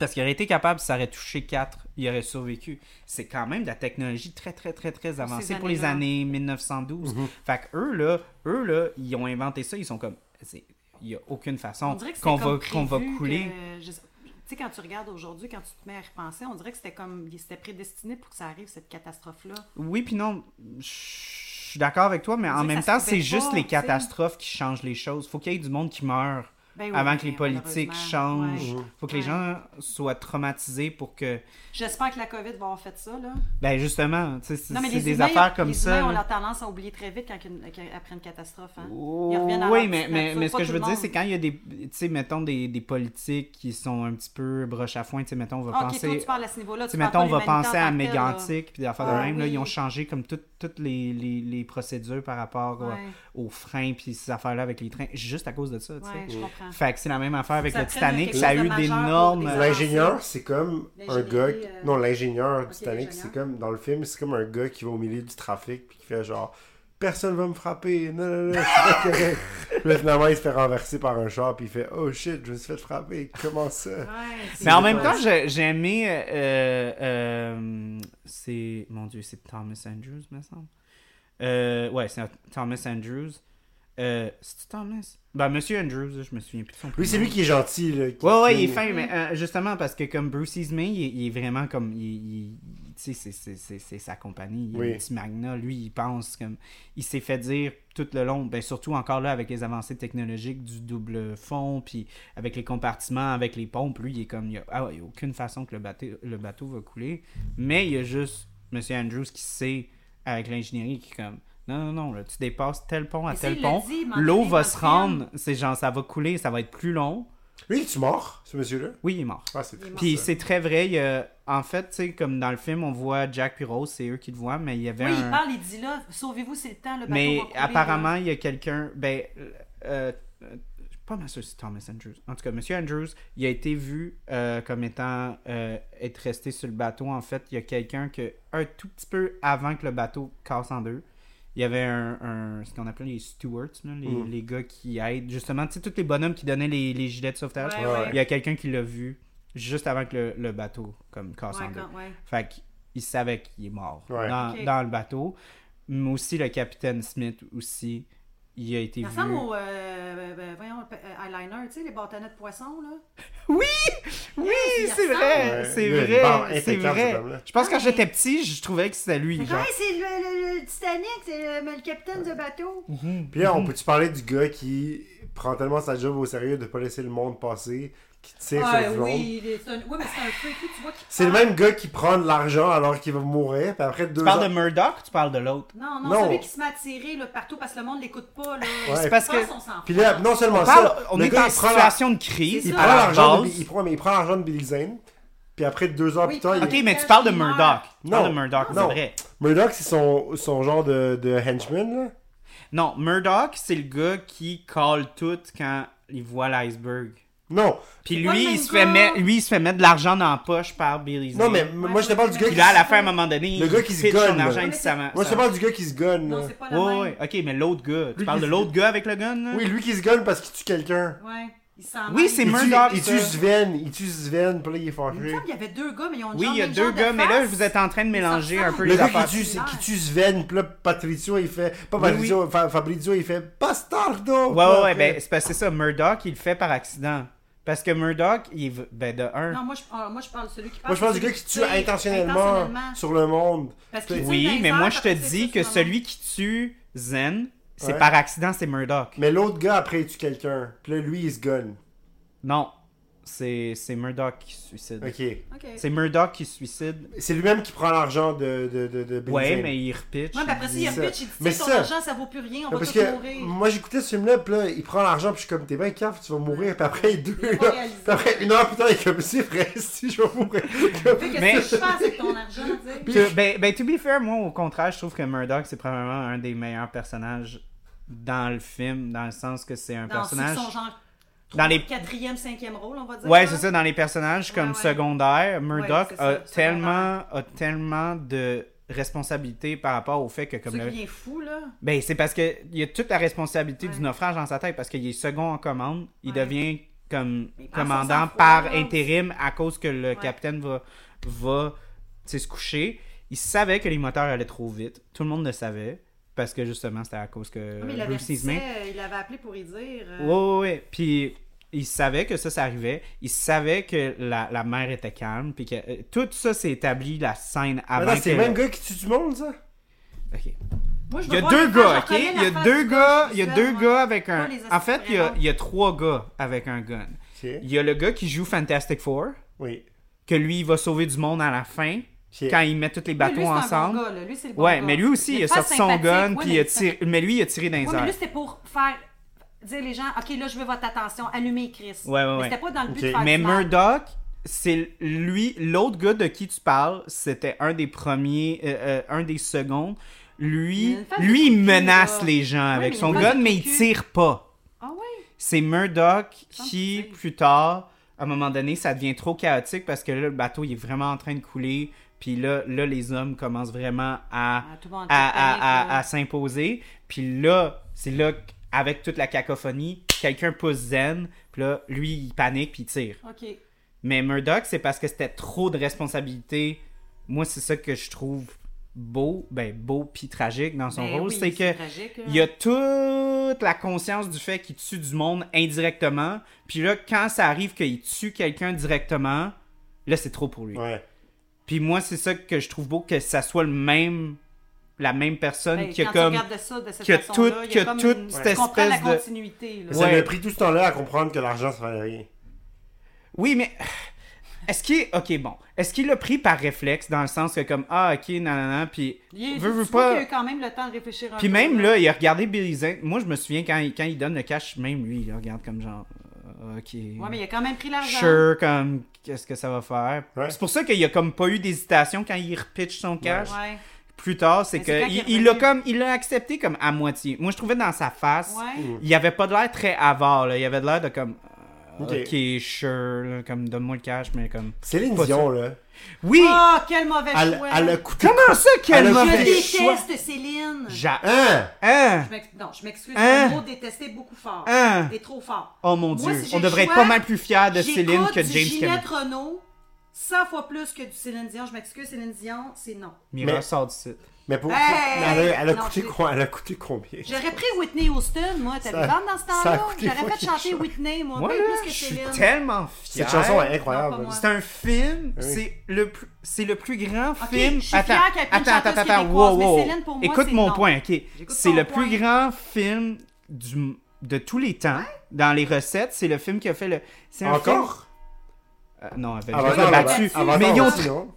Speaker 1: Parce qu'il aurait été capable, ça aurait touché 4, il aurait survécu. C'est quand même de la technologie très, très, très, très avancée pour les
Speaker 2: années-là.
Speaker 1: années 1912. Fait que eux, là, eux, là, ils ont inventé ça, ils sont comme. c'est- Il n'y a aucune
Speaker 2: On
Speaker 1: façon
Speaker 2: dirait que c'était
Speaker 1: qu'on va,
Speaker 2: comme
Speaker 1: qu'on va
Speaker 2: prévu
Speaker 1: couler.
Speaker 2: que- je sais- tu sais, quand tu regardes aujourd'hui, quand tu te mets à repenser, on dirait que c'était comme c'était prédestiné pour que ça arrive, cette catastrophe-là.
Speaker 1: Oui, puis non, je suis d'accord avec toi, mais
Speaker 2: On
Speaker 1: en
Speaker 2: dirait que
Speaker 1: même
Speaker 2: ça
Speaker 1: temps,
Speaker 2: se
Speaker 1: c'est
Speaker 2: fait
Speaker 1: juste
Speaker 2: pas,
Speaker 1: les
Speaker 2: tu sais.
Speaker 1: catastrophes qui changent les choses. faut qu'il y ait du monde qui meurt
Speaker 2: Ben oui,
Speaker 1: avant que les
Speaker 2: mais
Speaker 1: politiques
Speaker 2: malheureusement,
Speaker 1: changent.
Speaker 2: ouais.
Speaker 1: faut que les
Speaker 2: Ouais.
Speaker 1: gens soient traumatisés pour que.
Speaker 2: J'espère que la COVID va avoir fait ça, là.
Speaker 1: Ben justement, tu sais, c'est
Speaker 2: Non, mais
Speaker 1: c'est
Speaker 2: les
Speaker 1: des
Speaker 2: humains,
Speaker 1: affaires comme
Speaker 2: les
Speaker 1: ça.
Speaker 2: Humains,
Speaker 1: là.
Speaker 2: on a tendance à oublier très vite quand une- quand- après une catastrophe. Hein. Ils reviennent à
Speaker 1: Oui,
Speaker 2: leur
Speaker 1: mais,
Speaker 2: petite
Speaker 1: mais,
Speaker 2: nature,
Speaker 1: mais ce
Speaker 2: pas
Speaker 1: que je
Speaker 2: tout
Speaker 1: veux
Speaker 2: le
Speaker 1: dire,
Speaker 2: monde.
Speaker 1: c'est quand il y a des, tu sais, mettons, des, des politiques qui sont un petit peu broche à foin, tu sais, mettons, on va
Speaker 2: Ah, ok,
Speaker 1: penser...
Speaker 2: toi, tu parles à ce niveau-là.
Speaker 1: tu
Speaker 2: tu
Speaker 1: sais,
Speaker 2: parles
Speaker 1: mettons, on va
Speaker 2: pas de l'humanité
Speaker 1: penser
Speaker 2: en
Speaker 1: à
Speaker 2: tant que telle, là.
Speaker 1: Mégantic, puis des affaires de
Speaker 2: Ah,
Speaker 1: même, là,
Speaker 2: oui.
Speaker 1: ils ont changé comme toutes toutes les, les, les procédures par rapport euh,
Speaker 2: Ouais.
Speaker 1: aux freins, puis ces affaires-là avec les trains, juste à cause de ça, tu sais. oh.
Speaker 2: Ouais, je comprends.
Speaker 1: Fait que c'est la même affaire avec
Speaker 2: Ça
Speaker 1: le
Speaker 2: crée quelque
Speaker 1: Titanic,
Speaker 2: chose
Speaker 1: ça a
Speaker 2: de
Speaker 1: eu
Speaker 2: majeur pour
Speaker 1: d'énormes... euh,
Speaker 2: des
Speaker 3: L'ingénieur, c'est comme un gars.
Speaker 2: L'ingénierie,
Speaker 3: qui-
Speaker 2: euh,
Speaker 3: Non, l'ingénieur
Speaker 2: ok,
Speaker 3: du Titanic,
Speaker 2: l'ingénieur.
Speaker 3: c'est comme dans le film, c'est comme un gars qui va au milieu du trafic puis qui fait genre personne va me frapper. Non, non, non, c'est pas correct. Puis là, finalement, il se fait renverser par un char puis il fait oh shit, je me suis fait frapper. Comment ça
Speaker 2: Ouais, c'est-
Speaker 1: Mais en même temps, j'ai j'ai aimé. euh, euh, c'est. Mon Dieu, c'est Thomas Andrews, me semble. Euh, ouais, c'est Thomas Andrews. Euh, C'est Thomas. Ben, Monsieur Andrews, je me souviens plus de son
Speaker 3: Lui, c'est
Speaker 1: prénom.
Speaker 3: lui qui est gentil. Là, qui-
Speaker 1: Ouais, ouais, il est
Speaker 3: qui-
Speaker 1: fin, mais euh, justement, parce que comme Bruce Ismay, il, est- il est vraiment comme. il- il- Tu sais, c'est- c'est- c'est c'est sa compagnie. Il est
Speaker 3: Oui.
Speaker 1: un petit magna. Lui, il pense comme. Il s'est fait dire tout le long, ben, surtout encore là avec les avancées technologiques du double fond, puis avec les compartiments, avec les pompes. Lui, il est comme. Il n'y a, ah, il y a aucune façon que le bateau, le bateau va couler. Mais il y a juste M. Andrews qui sait, avec l'ingénierie, qui est comme. Non, non, non, là, tu dépasses tel pont à
Speaker 2: Mais ça,
Speaker 1: tel
Speaker 2: il l'a
Speaker 1: pont.
Speaker 2: dit, Mandela,
Speaker 1: L'eau
Speaker 2: dans
Speaker 1: va
Speaker 2: le
Speaker 1: se
Speaker 2: film.
Speaker 1: rendre. C'est genre, ça va couler, ça va être plus long.
Speaker 3: Lui, il est mort, ce monsieur-là.
Speaker 1: Oui, il est mort.
Speaker 3: Ah, c'est
Speaker 2: Il est
Speaker 3: triste,
Speaker 1: Puis
Speaker 3: ça.
Speaker 1: c'est très vrai. il y a- En fait, tu sais, comme dans le film, on voit Jack puis Rose, c'est eux qui le voient, mais il y avait
Speaker 2: Oui, ah,
Speaker 1: un-
Speaker 2: il parle, il dit là, sauvez-vous, c'est le temps, le bateau
Speaker 1: mais
Speaker 2: va couler, là.
Speaker 1: apparemment, il y a quelqu'un. Ben, euh, euh, je suis pas ma si c'est Thomas Andrews. En tout cas, Monsieur Andrews, il a été vu euh, comme étant euh, être resté sur le bateau. En fait, il y a quelqu'un que un tout petit peu avant que le bateau casse en deux. Il y avait un, un- ce qu'on appelait les stewards, là, les,
Speaker 3: Mm.
Speaker 1: les gars qui aident. Justement, tu sais, tous les bonhommes qui donnaient les, les gilets de sauvetage.
Speaker 2: Ouais,
Speaker 3: Ouais,
Speaker 2: ouais.
Speaker 3: ouais.
Speaker 1: Il y a quelqu'un qui l'a vu juste avant que le, le bateau comme casse
Speaker 2: Ouais,
Speaker 1: en deux.
Speaker 2: quand- ouais.
Speaker 1: Fait qu'il savait qu'il est mort
Speaker 3: Ouais.
Speaker 1: dans,
Speaker 2: Ok.
Speaker 1: dans le bateau. Mais aussi le capitaine Smith aussi, il a été
Speaker 2: Ça
Speaker 1: vu.
Speaker 2: ressemble au, euh, ben, voyons, pe- euh, eyeliner, tu sais, les bâtonnets de poisson, là.
Speaker 1: Oui,
Speaker 2: il
Speaker 1: c'est
Speaker 2: ressemble.
Speaker 1: vrai,
Speaker 3: Ouais,
Speaker 1: c'est
Speaker 3: il a une barbe
Speaker 1: vrai, c'est
Speaker 3: impeccable, cet
Speaker 1: vrai.
Speaker 3: homme-là.
Speaker 1: Je pense que quand
Speaker 2: Ouais.
Speaker 1: j'étais petit, je trouvais que c'était lui. genre.
Speaker 2: Ouais, c'est le, le- le Titanic, c'est le, le capitaine du bateau.
Speaker 3: Puis là, on peut-tu parler du gars qui prend tellement sa job au sérieux de pas laisser le monde passer, qui tire sur le monde?
Speaker 2: il est- c'est un- Ah, oui, Ah. mais c'est un freak, tu vois. qu'il
Speaker 3: C'est le
Speaker 2: parle.
Speaker 3: même gars qui prend de l'argent alors qu'il va mourir, puis après
Speaker 1: Tu
Speaker 3: deux ans...
Speaker 1: parles de Murdoch, tu parles de l'autre.
Speaker 2: Non, non,
Speaker 3: Non.
Speaker 2: celui qui se met à tirer là, partout parce que le monde l'écoute pas. Là.
Speaker 3: Ouais.
Speaker 1: parce que-
Speaker 2: On s'en
Speaker 3: Puis là,
Speaker 2: fout.
Speaker 3: non seulement
Speaker 1: On, parle-
Speaker 3: Ah, ça,
Speaker 1: on
Speaker 3: le
Speaker 1: est
Speaker 3: gars,
Speaker 1: en
Speaker 3: il prend la-
Speaker 1: situation de crise.
Speaker 2: C'est
Speaker 3: il
Speaker 2: ça.
Speaker 3: prend
Speaker 2: à
Speaker 3: l'argent de...
Speaker 1: base.
Speaker 3: il prend- mais il prend l'argent de Billy Zane, puis après deux ans
Speaker 2: Oui,
Speaker 3: plus tard,
Speaker 2: il
Speaker 1: Ok,
Speaker 3: il...
Speaker 1: mais tu parles de
Speaker 2: Il meurt.
Speaker 1: Murdoch. Tu parles de
Speaker 3: Non.
Speaker 1: Murdoch, c'est
Speaker 3: Non.
Speaker 1: vrai.
Speaker 3: Murdoch, c'est son, son genre de, de henchman, là.
Speaker 1: Non, Murdoch, c'est le gars qui colle tout quand il voit l'iceberg.
Speaker 3: Non,
Speaker 1: Puis
Speaker 2: pas le
Speaker 1: lui,
Speaker 2: même
Speaker 1: il se fait
Speaker 2: gars.
Speaker 1: mettre, lui, il se fait mettre de l'argent dans la poche par Billy Zane.
Speaker 3: non, mais m- moi, je te parle du gars
Speaker 1: Puis
Speaker 3: qui...
Speaker 1: là, à la fin, à un moment donné,
Speaker 3: Le
Speaker 1: il
Speaker 3: gars qui se
Speaker 1: pitch son
Speaker 3: gonne, là.
Speaker 1: argent
Speaker 2: Ouais, mais c'est-
Speaker 1: incessamment.
Speaker 3: Moi, je te parle du gars qui se gonne,
Speaker 2: Non,
Speaker 3: là.
Speaker 2: c'est pas
Speaker 1: Ouais,
Speaker 2: le même.
Speaker 1: ouais, ok, mais l'autre gars. Tu
Speaker 3: Lui
Speaker 1: parles
Speaker 3: qui
Speaker 1: de
Speaker 3: se-
Speaker 1: l'autre gars avec le gun, là?
Speaker 3: Oui, lui qui se gonne parce qu'il tue quelqu'un.
Speaker 2: Ouais, il s'en
Speaker 1: Oui,
Speaker 2: mêle.
Speaker 1: c'est
Speaker 2: Il-
Speaker 3: Il tue,
Speaker 1: Murdoch,
Speaker 3: il
Speaker 1: ça.
Speaker 3: tue Sven, il tue Sven, puis là, il
Speaker 2: Il
Speaker 3: est
Speaker 2: me
Speaker 3: fâché.
Speaker 2: semble qu'il y avait deux gars, mais ils ont
Speaker 1: Oui,
Speaker 2: genre
Speaker 1: il y a
Speaker 2: le même
Speaker 1: deux
Speaker 2: genre de
Speaker 1: gars, mais là,
Speaker 2: face.
Speaker 1: vous êtes en train de mélanger un
Speaker 2: ressemblent.
Speaker 1: peu
Speaker 3: Le
Speaker 1: les
Speaker 3: gars
Speaker 1: affaires.
Speaker 3: qui tue,
Speaker 2: ordinaire.
Speaker 3: qui tue Sven, puis là, Patrizio, il fait. Pas
Speaker 1: Oui,
Speaker 3: Patrizio, Fa- Fabrizio, il fait Bastardo!
Speaker 1: Ouais, ouais, ouais,
Speaker 3: Puis
Speaker 1: ben, c'est parce que c'est ça, Murdoch, il le fait par accident. Parce que Murdoch, il v- ben, de un.
Speaker 2: Non, moi je, ah, moi, je parle de celui qui parle.
Speaker 3: Moi, je pense
Speaker 2: de
Speaker 3: du gars
Speaker 2: celui
Speaker 3: qui tue intentionnellement,
Speaker 2: intentionnellement.
Speaker 3: sur le monde.
Speaker 2: Parce qu'il tue dans
Speaker 1: oui,
Speaker 2: les
Speaker 1: mais
Speaker 2: airs
Speaker 1: moi, je
Speaker 2: parce
Speaker 1: te
Speaker 2: c'est
Speaker 1: dis
Speaker 2: ça,
Speaker 1: que
Speaker 2: ce
Speaker 1: celui qui tue Zen, c'est
Speaker 3: Ouais.
Speaker 1: par accident, c'est Murdoch.
Speaker 3: Mais l'autre gars, après, il tue quelqu'un. Puis là, lui, il se gonne.
Speaker 1: Non. C'est c'est Murdoch qui se suicide.
Speaker 3: Ok.
Speaker 2: OK.
Speaker 1: C'est Murdoch qui se suicide.
Speaker 3: C'est lui-même qui prend l'argent de, de, de, de Bill
Speaker 1: Ouais,
Speaker 3: Zane.
Speaker 1: mais il repitch.
Speaker 2: Ouais, mais après ça, il y a
Speaker 3: ça.
Speaker 2: pitch, il dit
Speaker 3: Mais
Speaker 2: Tiens, ton
Speaker 3: ça-
Speaker 2: argent, ça vaut plus rien, on
Speaker 3: Non,
Speaker 2: va
Speaker 3: parce
Speaker 2: tous
Speaker 3: que
Speaker 2: mourir.
Speaker 3: moi j'écoutais ce film là, puis là il prend l'argent, puis je suis comme t'es bien cave, tu vas mourir, puis après il deux,
Speaker 2: Il a pas
Speaker 3: là,
Speaker 2: réalisé.
Speaker 3: puis après une heure plus tard il est comme c'est vrai, si je vais mourir. Comme-
Speaker 2: Fait que
Speaker 1: Mais-
Speaker 2: qu'est-ce que je fais avec ton argent, tu sais?
Speaker 1: Que- ben, ben, to be fair, moi, au contraire, je trouve que Murdoch, c'est probablement un des meilleurs personnages dans le film, dans le sens que c'est un
Speaker 2: Dans ceux qui
Speaker 1: personnage.
Speaker 2: sont genre
Speaker 1: Dans les.
Speaker 2: quatrième, cinquième rôle, on va dire.
Speaker 1: Ouais,
Speaker 2: là.
Speaker 1: c'est ça, dans les personnages comme
Speaker 2: Ouais, ouais.
Speaker 1: secondaires, Murdoch
Speaker 2: c'est ça,
Speaker 1: a,
Speaker 2: secondaire.
Speaker 1: tellement, a tellement de responsabilités par rapport au fait que, comme.
Speaker 2: Ceux
Speaker 1: le-
Speaker 2: qui viennent fou, là.
Speaker 1: Ben, c'est parce que il a toute la responsabilité
Speaker 2: Ouais.
Speaker 1: du naufrage dans sa tête, parce qu'il est second en commande, il
Speaker 2: Ouais.
Speaker 1: devient comme
Speaker 2: Mais il prend son
Speaker 1: commandant
Speaker 2: sang-froid,
Speaker 1: par
Speaker 2: là,
Speaker 1: intérim à cause que le capitaine va, va tu sais, se coucher. Il savait que les moteurs allaient trop vite, tout le monde le savait, parce que justement c'était à cause que
Speaker 2: Ah, Mais il
Speaker 1: Bruce
Speaker 2: avait, euh,
Speaker 1: Ismay.
Speaker 2: il avait appelé pour y dire. euh,
Speaker 1: Ouais, ouais, ouais. Puis il savait que ça, ça arrivait. Il savait que la, la mer était calme. Puis que euh, tout ça s'est établi, la scène avant.
Speaker 3: Attends, c'est
Speaker 1: que-
Speaker 3: le même gars qui tue du monde ça?
Speaker 1: Ok.
Speaker 2: Moi, je
Speaker 1: Il y a
Speaker 2: veux
Speaker 1: deux
Speaker 2: voir
Speaker 1: gars,
Speaker 2: l'enfant,
Speaker 1: ok?
Speaker 2: je reconnais
Speaker 1: Il y a
Speaker 2: la face
Speaker 1: deux
Speaker 2: du
Speaker 1: gars, il y a
Speaker 2: visuel,
Speaker 1: deux
Speaker 2: moi.
Speaker 1: gars avec
Speaker 2: Pas
Speaker 1: un.
Speaker 2: les
Speaker 1: En fait, il y, a,
Speaker 2: vraiment.
Speaker 1: il y a trois gars avec un gun.
Speaker 3: Ok.
Speaker 1: Il y a le gars qui joue Fantastic Four,
Speaker 3: Oui.
Speaker 1: que lui, il va sauver du monde à la fin,
Speaker 3: Ok.
Speaker 1: quand ils mettent tous les
Speaker 2: Lui, lui,
Speaker 1: bateaux
Speaker 2: c'est un bon
Speaker 1: ensemble.
Speaker 2: gars, là. Lui, c'est le bon
Speaker 1: ouais,
Speaker 2: gars.
Speaker 1: mais lui aussi,
Speaker 2: Il
Speaker 1: il
Speaker 2: est
Speaker 1: a
Speaker 2: pas
Speaker 1: sorti son
Speaker 2: sympathique.
Speaker 1: gun,
Speaker 2: Ouais,
Speaker 1: puis
Speaker 2: mais
Speaker 1: il a
Speaker 2: c'est-
Speaker 1: tiré. Mais lui, il a tiré dans les
Speaker 2: Ouais, mais
Speaker 1: airs.
Speaker 2: lui, c'était pour faire dire les gens, OK, là, je veux votre attention, allumez Chris.
Speaker 1: Ouais, ouais, ouais.
Speaker 2: Mais c'était pas dans le but
Speaker 3: Ok.
Speaker 2: de faire
Speaker 1: Mais
Speaker 2: du mal.
Speaker 1: Murdoch, c'est lui, l'autre gars de qui tu parles, c'était un des premiers, euh, euh, un des secondes.
Speaker 2: Il
Speaker 1: Lui,
Speaker 2: y a une face
Speaker 1: lui
Speaker 2: de
Speaker 1: il
Speaker 2: cul,
Speaker 1: menace
Speaker 2: là.
Speaker 1: les gens
Speaker 2: Ouais,
Speaker 1: avec
Speaker 2: mais
Speaker 1: son
Speaker 2: une face
Speaker 1: gun,
Speaker 2: de
Speaker 1: mais il
Speaker 2: cul.
Speaker 1: tire pas.
Speaker 2: Ah ouais?
Speaker 1: C'est Murdoch
Speaker 2: me
Speaker 1: qui,
Speaker 2: dit.
Speaker 1: plus tard, à un moment donné, ça devient trop chaotique parce que là, le bateau, il est vraiment en train de couler. Puis là, là les hommes commencent vraiment à,
Speaker 2: Ah, tout le monde
Speaker 1: à,
Speaker 2: panique,
Speaker 1: à- à-
Speaker 2: là.
Speaker 1: à s'imposer. Puis là, c'est là, avec toute la cacophonie, quelqu'un pousse Zen. Puis là, lui, il panique, puis il tire.
Speaker 2: OK.
Speaker 1: Mais Murdoch, c'est parce que c'était trop de responsabilités. Moi, c'est ça que je trouve beau, ben beau puis tragique dans son
Speaker 2: Ben
Speaker 1: rôle,
Speaker 2: oui,
Speaker 1: c'est que
Speaker 2: tragique, là.
Speaker 1: il y a toute la conscience du fait qu'il tue du monde indirectement, puis là quand ça arrive qu'il tue quelqu'un directement, là c'est trop pour lui.
Speaker 3: Ouais.
Speaker 1: Puis moi, c'est ça que je trouve beau que ça soit le même la même personne
Speaker 2: Ben,
Speaker 1: qui a
Speaker 2: quand
Speaker 1: comme
Speaker 2: tu regardes de ça, de cette
Speaker 1: qui a
Speaker 2: façon-là,
Speaker 1: tout-
Speaker 2: il y
Speaker 1: qui a
Speaker 2: comme
Speaker 1: tout
Speaker 2: une-
Speaker 1: cette
Speaker 2: tu comprends la
Speaker 1: espèce de-
Speaker 2: continuité, là.
Speaker 3: Ça
Speaker 1: Ouais.
Speaker 3: m'a pris tout ce temps-là à comprendre que l'argent ça valait rien.
Speaker 1: Oui, mais est-ce qu'il OK bon, est-ce qu'il l'a pris par réflexe dans le sens que comme ah OK nanana puis
Speaker 2: Il,
Speaker 1: Veux,
Speaker 2: tu
Speaker 1: veux
Speaker 2: vois
Speaker 1: pas-
Speaker 2: qu'il a eu quand même le temps de réfléchir un
Speaker 1: Puis
Speaker 2: peu,
Speaker 1: même là, il a regardé Billy Zane. Moi, je me souviens quand il, quand il donne le cash, même lui, il regarde comme genre, euh, ok.
Speaker 2: Ouais, mais il a quand même pris l'argent.
Speaker 1: Sure, comme qu'est-ce que ça va faire.
Speaker 3: Ouais.
Speaker 1: C'est pour ça qu'il a comme pas eu d'hésitation quand il repitch son cash.
Speaker 2: Ouais.
Speaker 1: Plus tard, c'est
Speaker 2: Mais
Speaker 1: que
Speaker 2: c'est quand
Speaker 1: il,
Speaker 2: qu'il est
Speaker 1: il l'a
Speaker 2: revenu.
Speaker 1: comme, il l'a accepté comme à moitié. Moi, je trouvais dans sa face,
Speaker 2: Ouais.
Speaker 1: il avait pas de l'air très avare. Là. Il avait de l'air de comme, euh,
Speaker 3: Ok.
Speaker 1: ok, sure, là, comme donne-moi le cash, mais comme.
Speaker 3: Céline
Speaker 1: Pas
Speaker 3: Dion là.
Speaker 1: Oui.
Speaker 2: Oh, quel mauvais
Speaker 3: Elle,
Speaker 2: choix.
Speaker 3: elle a coûté.
Speaker 1: Comment ça, quel
Speaker 3: Elle a
Speaker 2: Je
Speaker 1: mauvais
Speaker 3: fait- choix.
Speaker 2: déteste Céline.
Speaker 1: Ja-
Speaker 3: Hein?
Speaker 1: Hein?
Speaker 2: Je m'ex- Non, je m'excuse.
Speaker 1: Hein?
Speaker 2: Le mot détester beaucoup fort.
Speaker 1: Hein?
Speaker 2: Et trop fort.
Speaker 1: Oh mon
Speaker 2: Moi,
Speaker 1: dieu,
Speaker 2: si j'ai
Speaker 1: on
Speaker 2: le
Speaker 1: devrait être
Speaker 2: choix,
Speaker 1: pas mal plus fier de
Speaker 2: J'écoute
Speaker 1: Céline que
Speaker 2: du
Speaker 1: James Cameron.
Speaker 2: Ginette Renault 100 fois plus que du Céline Dion. Je m'excuse, Céline Dion, c'est non.
Speaker 1: Mira
Speaker 3: Mais-
Speaker 1: sort du site.
Speaker 3: Mais pour.
Speaker 2: Hey!
Speaker 3: elle a, elle a
Speaker 2: Non,
Speaker 3: coûté
Speaker 2: je-
Speaker 3: quoi? Elle a coûté combien?
Speaker 2: J'aurais pris Whitney Houston, moi. T'avais
Speaker 3: Ça-
Speaker 2: vendre dans ce
Speaker 3: ça a
Speaker 2: temps-là.
Speaker 3: coûté
Speaker 2: J'aurais fait
Speaker 3: fucking
Speaker 2: chanter
Speaker 3: cher.
Speaker 2: Whitney, moi.
Speaker 1: Moi,
Speaker 2: bien
Speaker 1: là,
Speaker 2: plus que
Speaker 1: je suis
Speaker 2: Céline.
Speaker 1: tellement fier.
Speaker 3: Cette chanson
Speaker 2: Non,
Speaker 3: est
Speaker 2: pas
Speaker 3: incroyable.
Speaker 2: moi.
Speaker 1: C'est un film,
Speaker 3: Oui.
Speaker 1: c'est le plus- c'est le plus grand
Speaker 2: Ok,
Speaker 1: film.
Speaker 2: je suis fière qu'elle ait pu une
Speaker 1: attends,
Speaker 2: chanteuse
Speaker 1: attends, attends,
Speaker 2: québécoise,
Speaker 1: wow,
Speaker 2: mais
Speaker 1: wow.
Speaker 2: Céline, pour moi,
Speaker 1: Écoute
Speaker 2: c'est
Speaker 1: mon
Speaker 2: non.
Speaker 1: point, ok. C'est
Speaker 2: ton
Speaker 1: le plus
Speaker 2: point.
Speaker 1: grand film du de tous les temps dans les recettes. C'est le film qui a fait le. c'est un film-
Speaker 3: Encore?
Speaker 1: Euh, non, Avengers
Speaker 3: Avatar,
Speaker 1: l'a battu.
Speaker 3: là-bas. Avatar
Speaker 1: mais ils ont.
Speaker 3: aussi, non?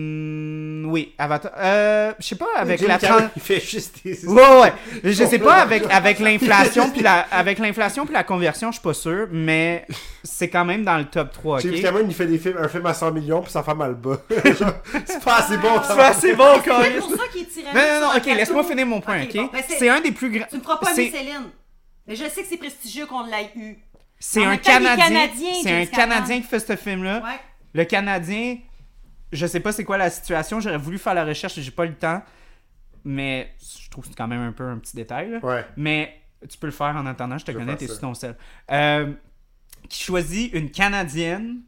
Speaker 1: Hmm, oui, Avatar. Euh, je sais pas avec
Speaker 3: Jim
Speaker 1: la.
Speaker 3: Carrey,
Speaker 1: tran-
Speaker 3: Il fait juste des.
Speaker 1: Ouais, ouais. Je sais pas avec avec l'inflation puis la avec l'inflation puis la conversion, je suis pas sûr, mais c'est quand même dans le top 3,
Speaker 3: James
Speaker 1: OK.
Speaker 3: Cameron, il fait des films, un film à 100 millions, puis sa femme, elle le bat. Genre, c'est pas assez bon, ça.
Speaker 1: Ça, c'est bon quand
Speaker 2: C'est pour ça qu'il est tyrannique
Speaker 1: Non, non, non,
Speaker 2: sur un
Speaker 1: ok, laisse-moi
Speaker 2: plateau.
Speaker 1: finir mon point, ok?
Speaker 2: Ok, bon, ben, c'est-
Speaker 1: c'est un des plus grands.
Speaker 2: Tu me feras pas
Speaker 1: c'est-
Speaker 2: aimer Céline. Mais je sais que c'est prestigieux qu'on l'ait eu.
Speaker 1: C'est
Speaker 2: En
Speaker 1: un
Speaker 2: même temps, il est
Speaker 1: Canadien.
Speaker 2: Canadien,
Speaker 1: C'est
Speaker 2: James
Speaker 1: un
Speaker 2: Cameron.
Speaker 1: Canadien qui fait ce film-là.
Speaker 2: Ouais.
Speaker 1: Le Canadien, je sais pas c'est quoi la situation, j'aurais voulu faire la recherche, j'ai pas eu le temps. Mais je trouve que c'est quand même un peu un petit détail. là.
Speaker 3: Ouais.
Speaker 1: Mais tu peux le faire en attendant, je te
Speaker 3: vais
Speaker 1: connais,
Speaker 3: faire
Speaker 1: t'es
Speaker 3: ça.
Speaker 1: sur ton sel. Euh, qui choisit une Canadienne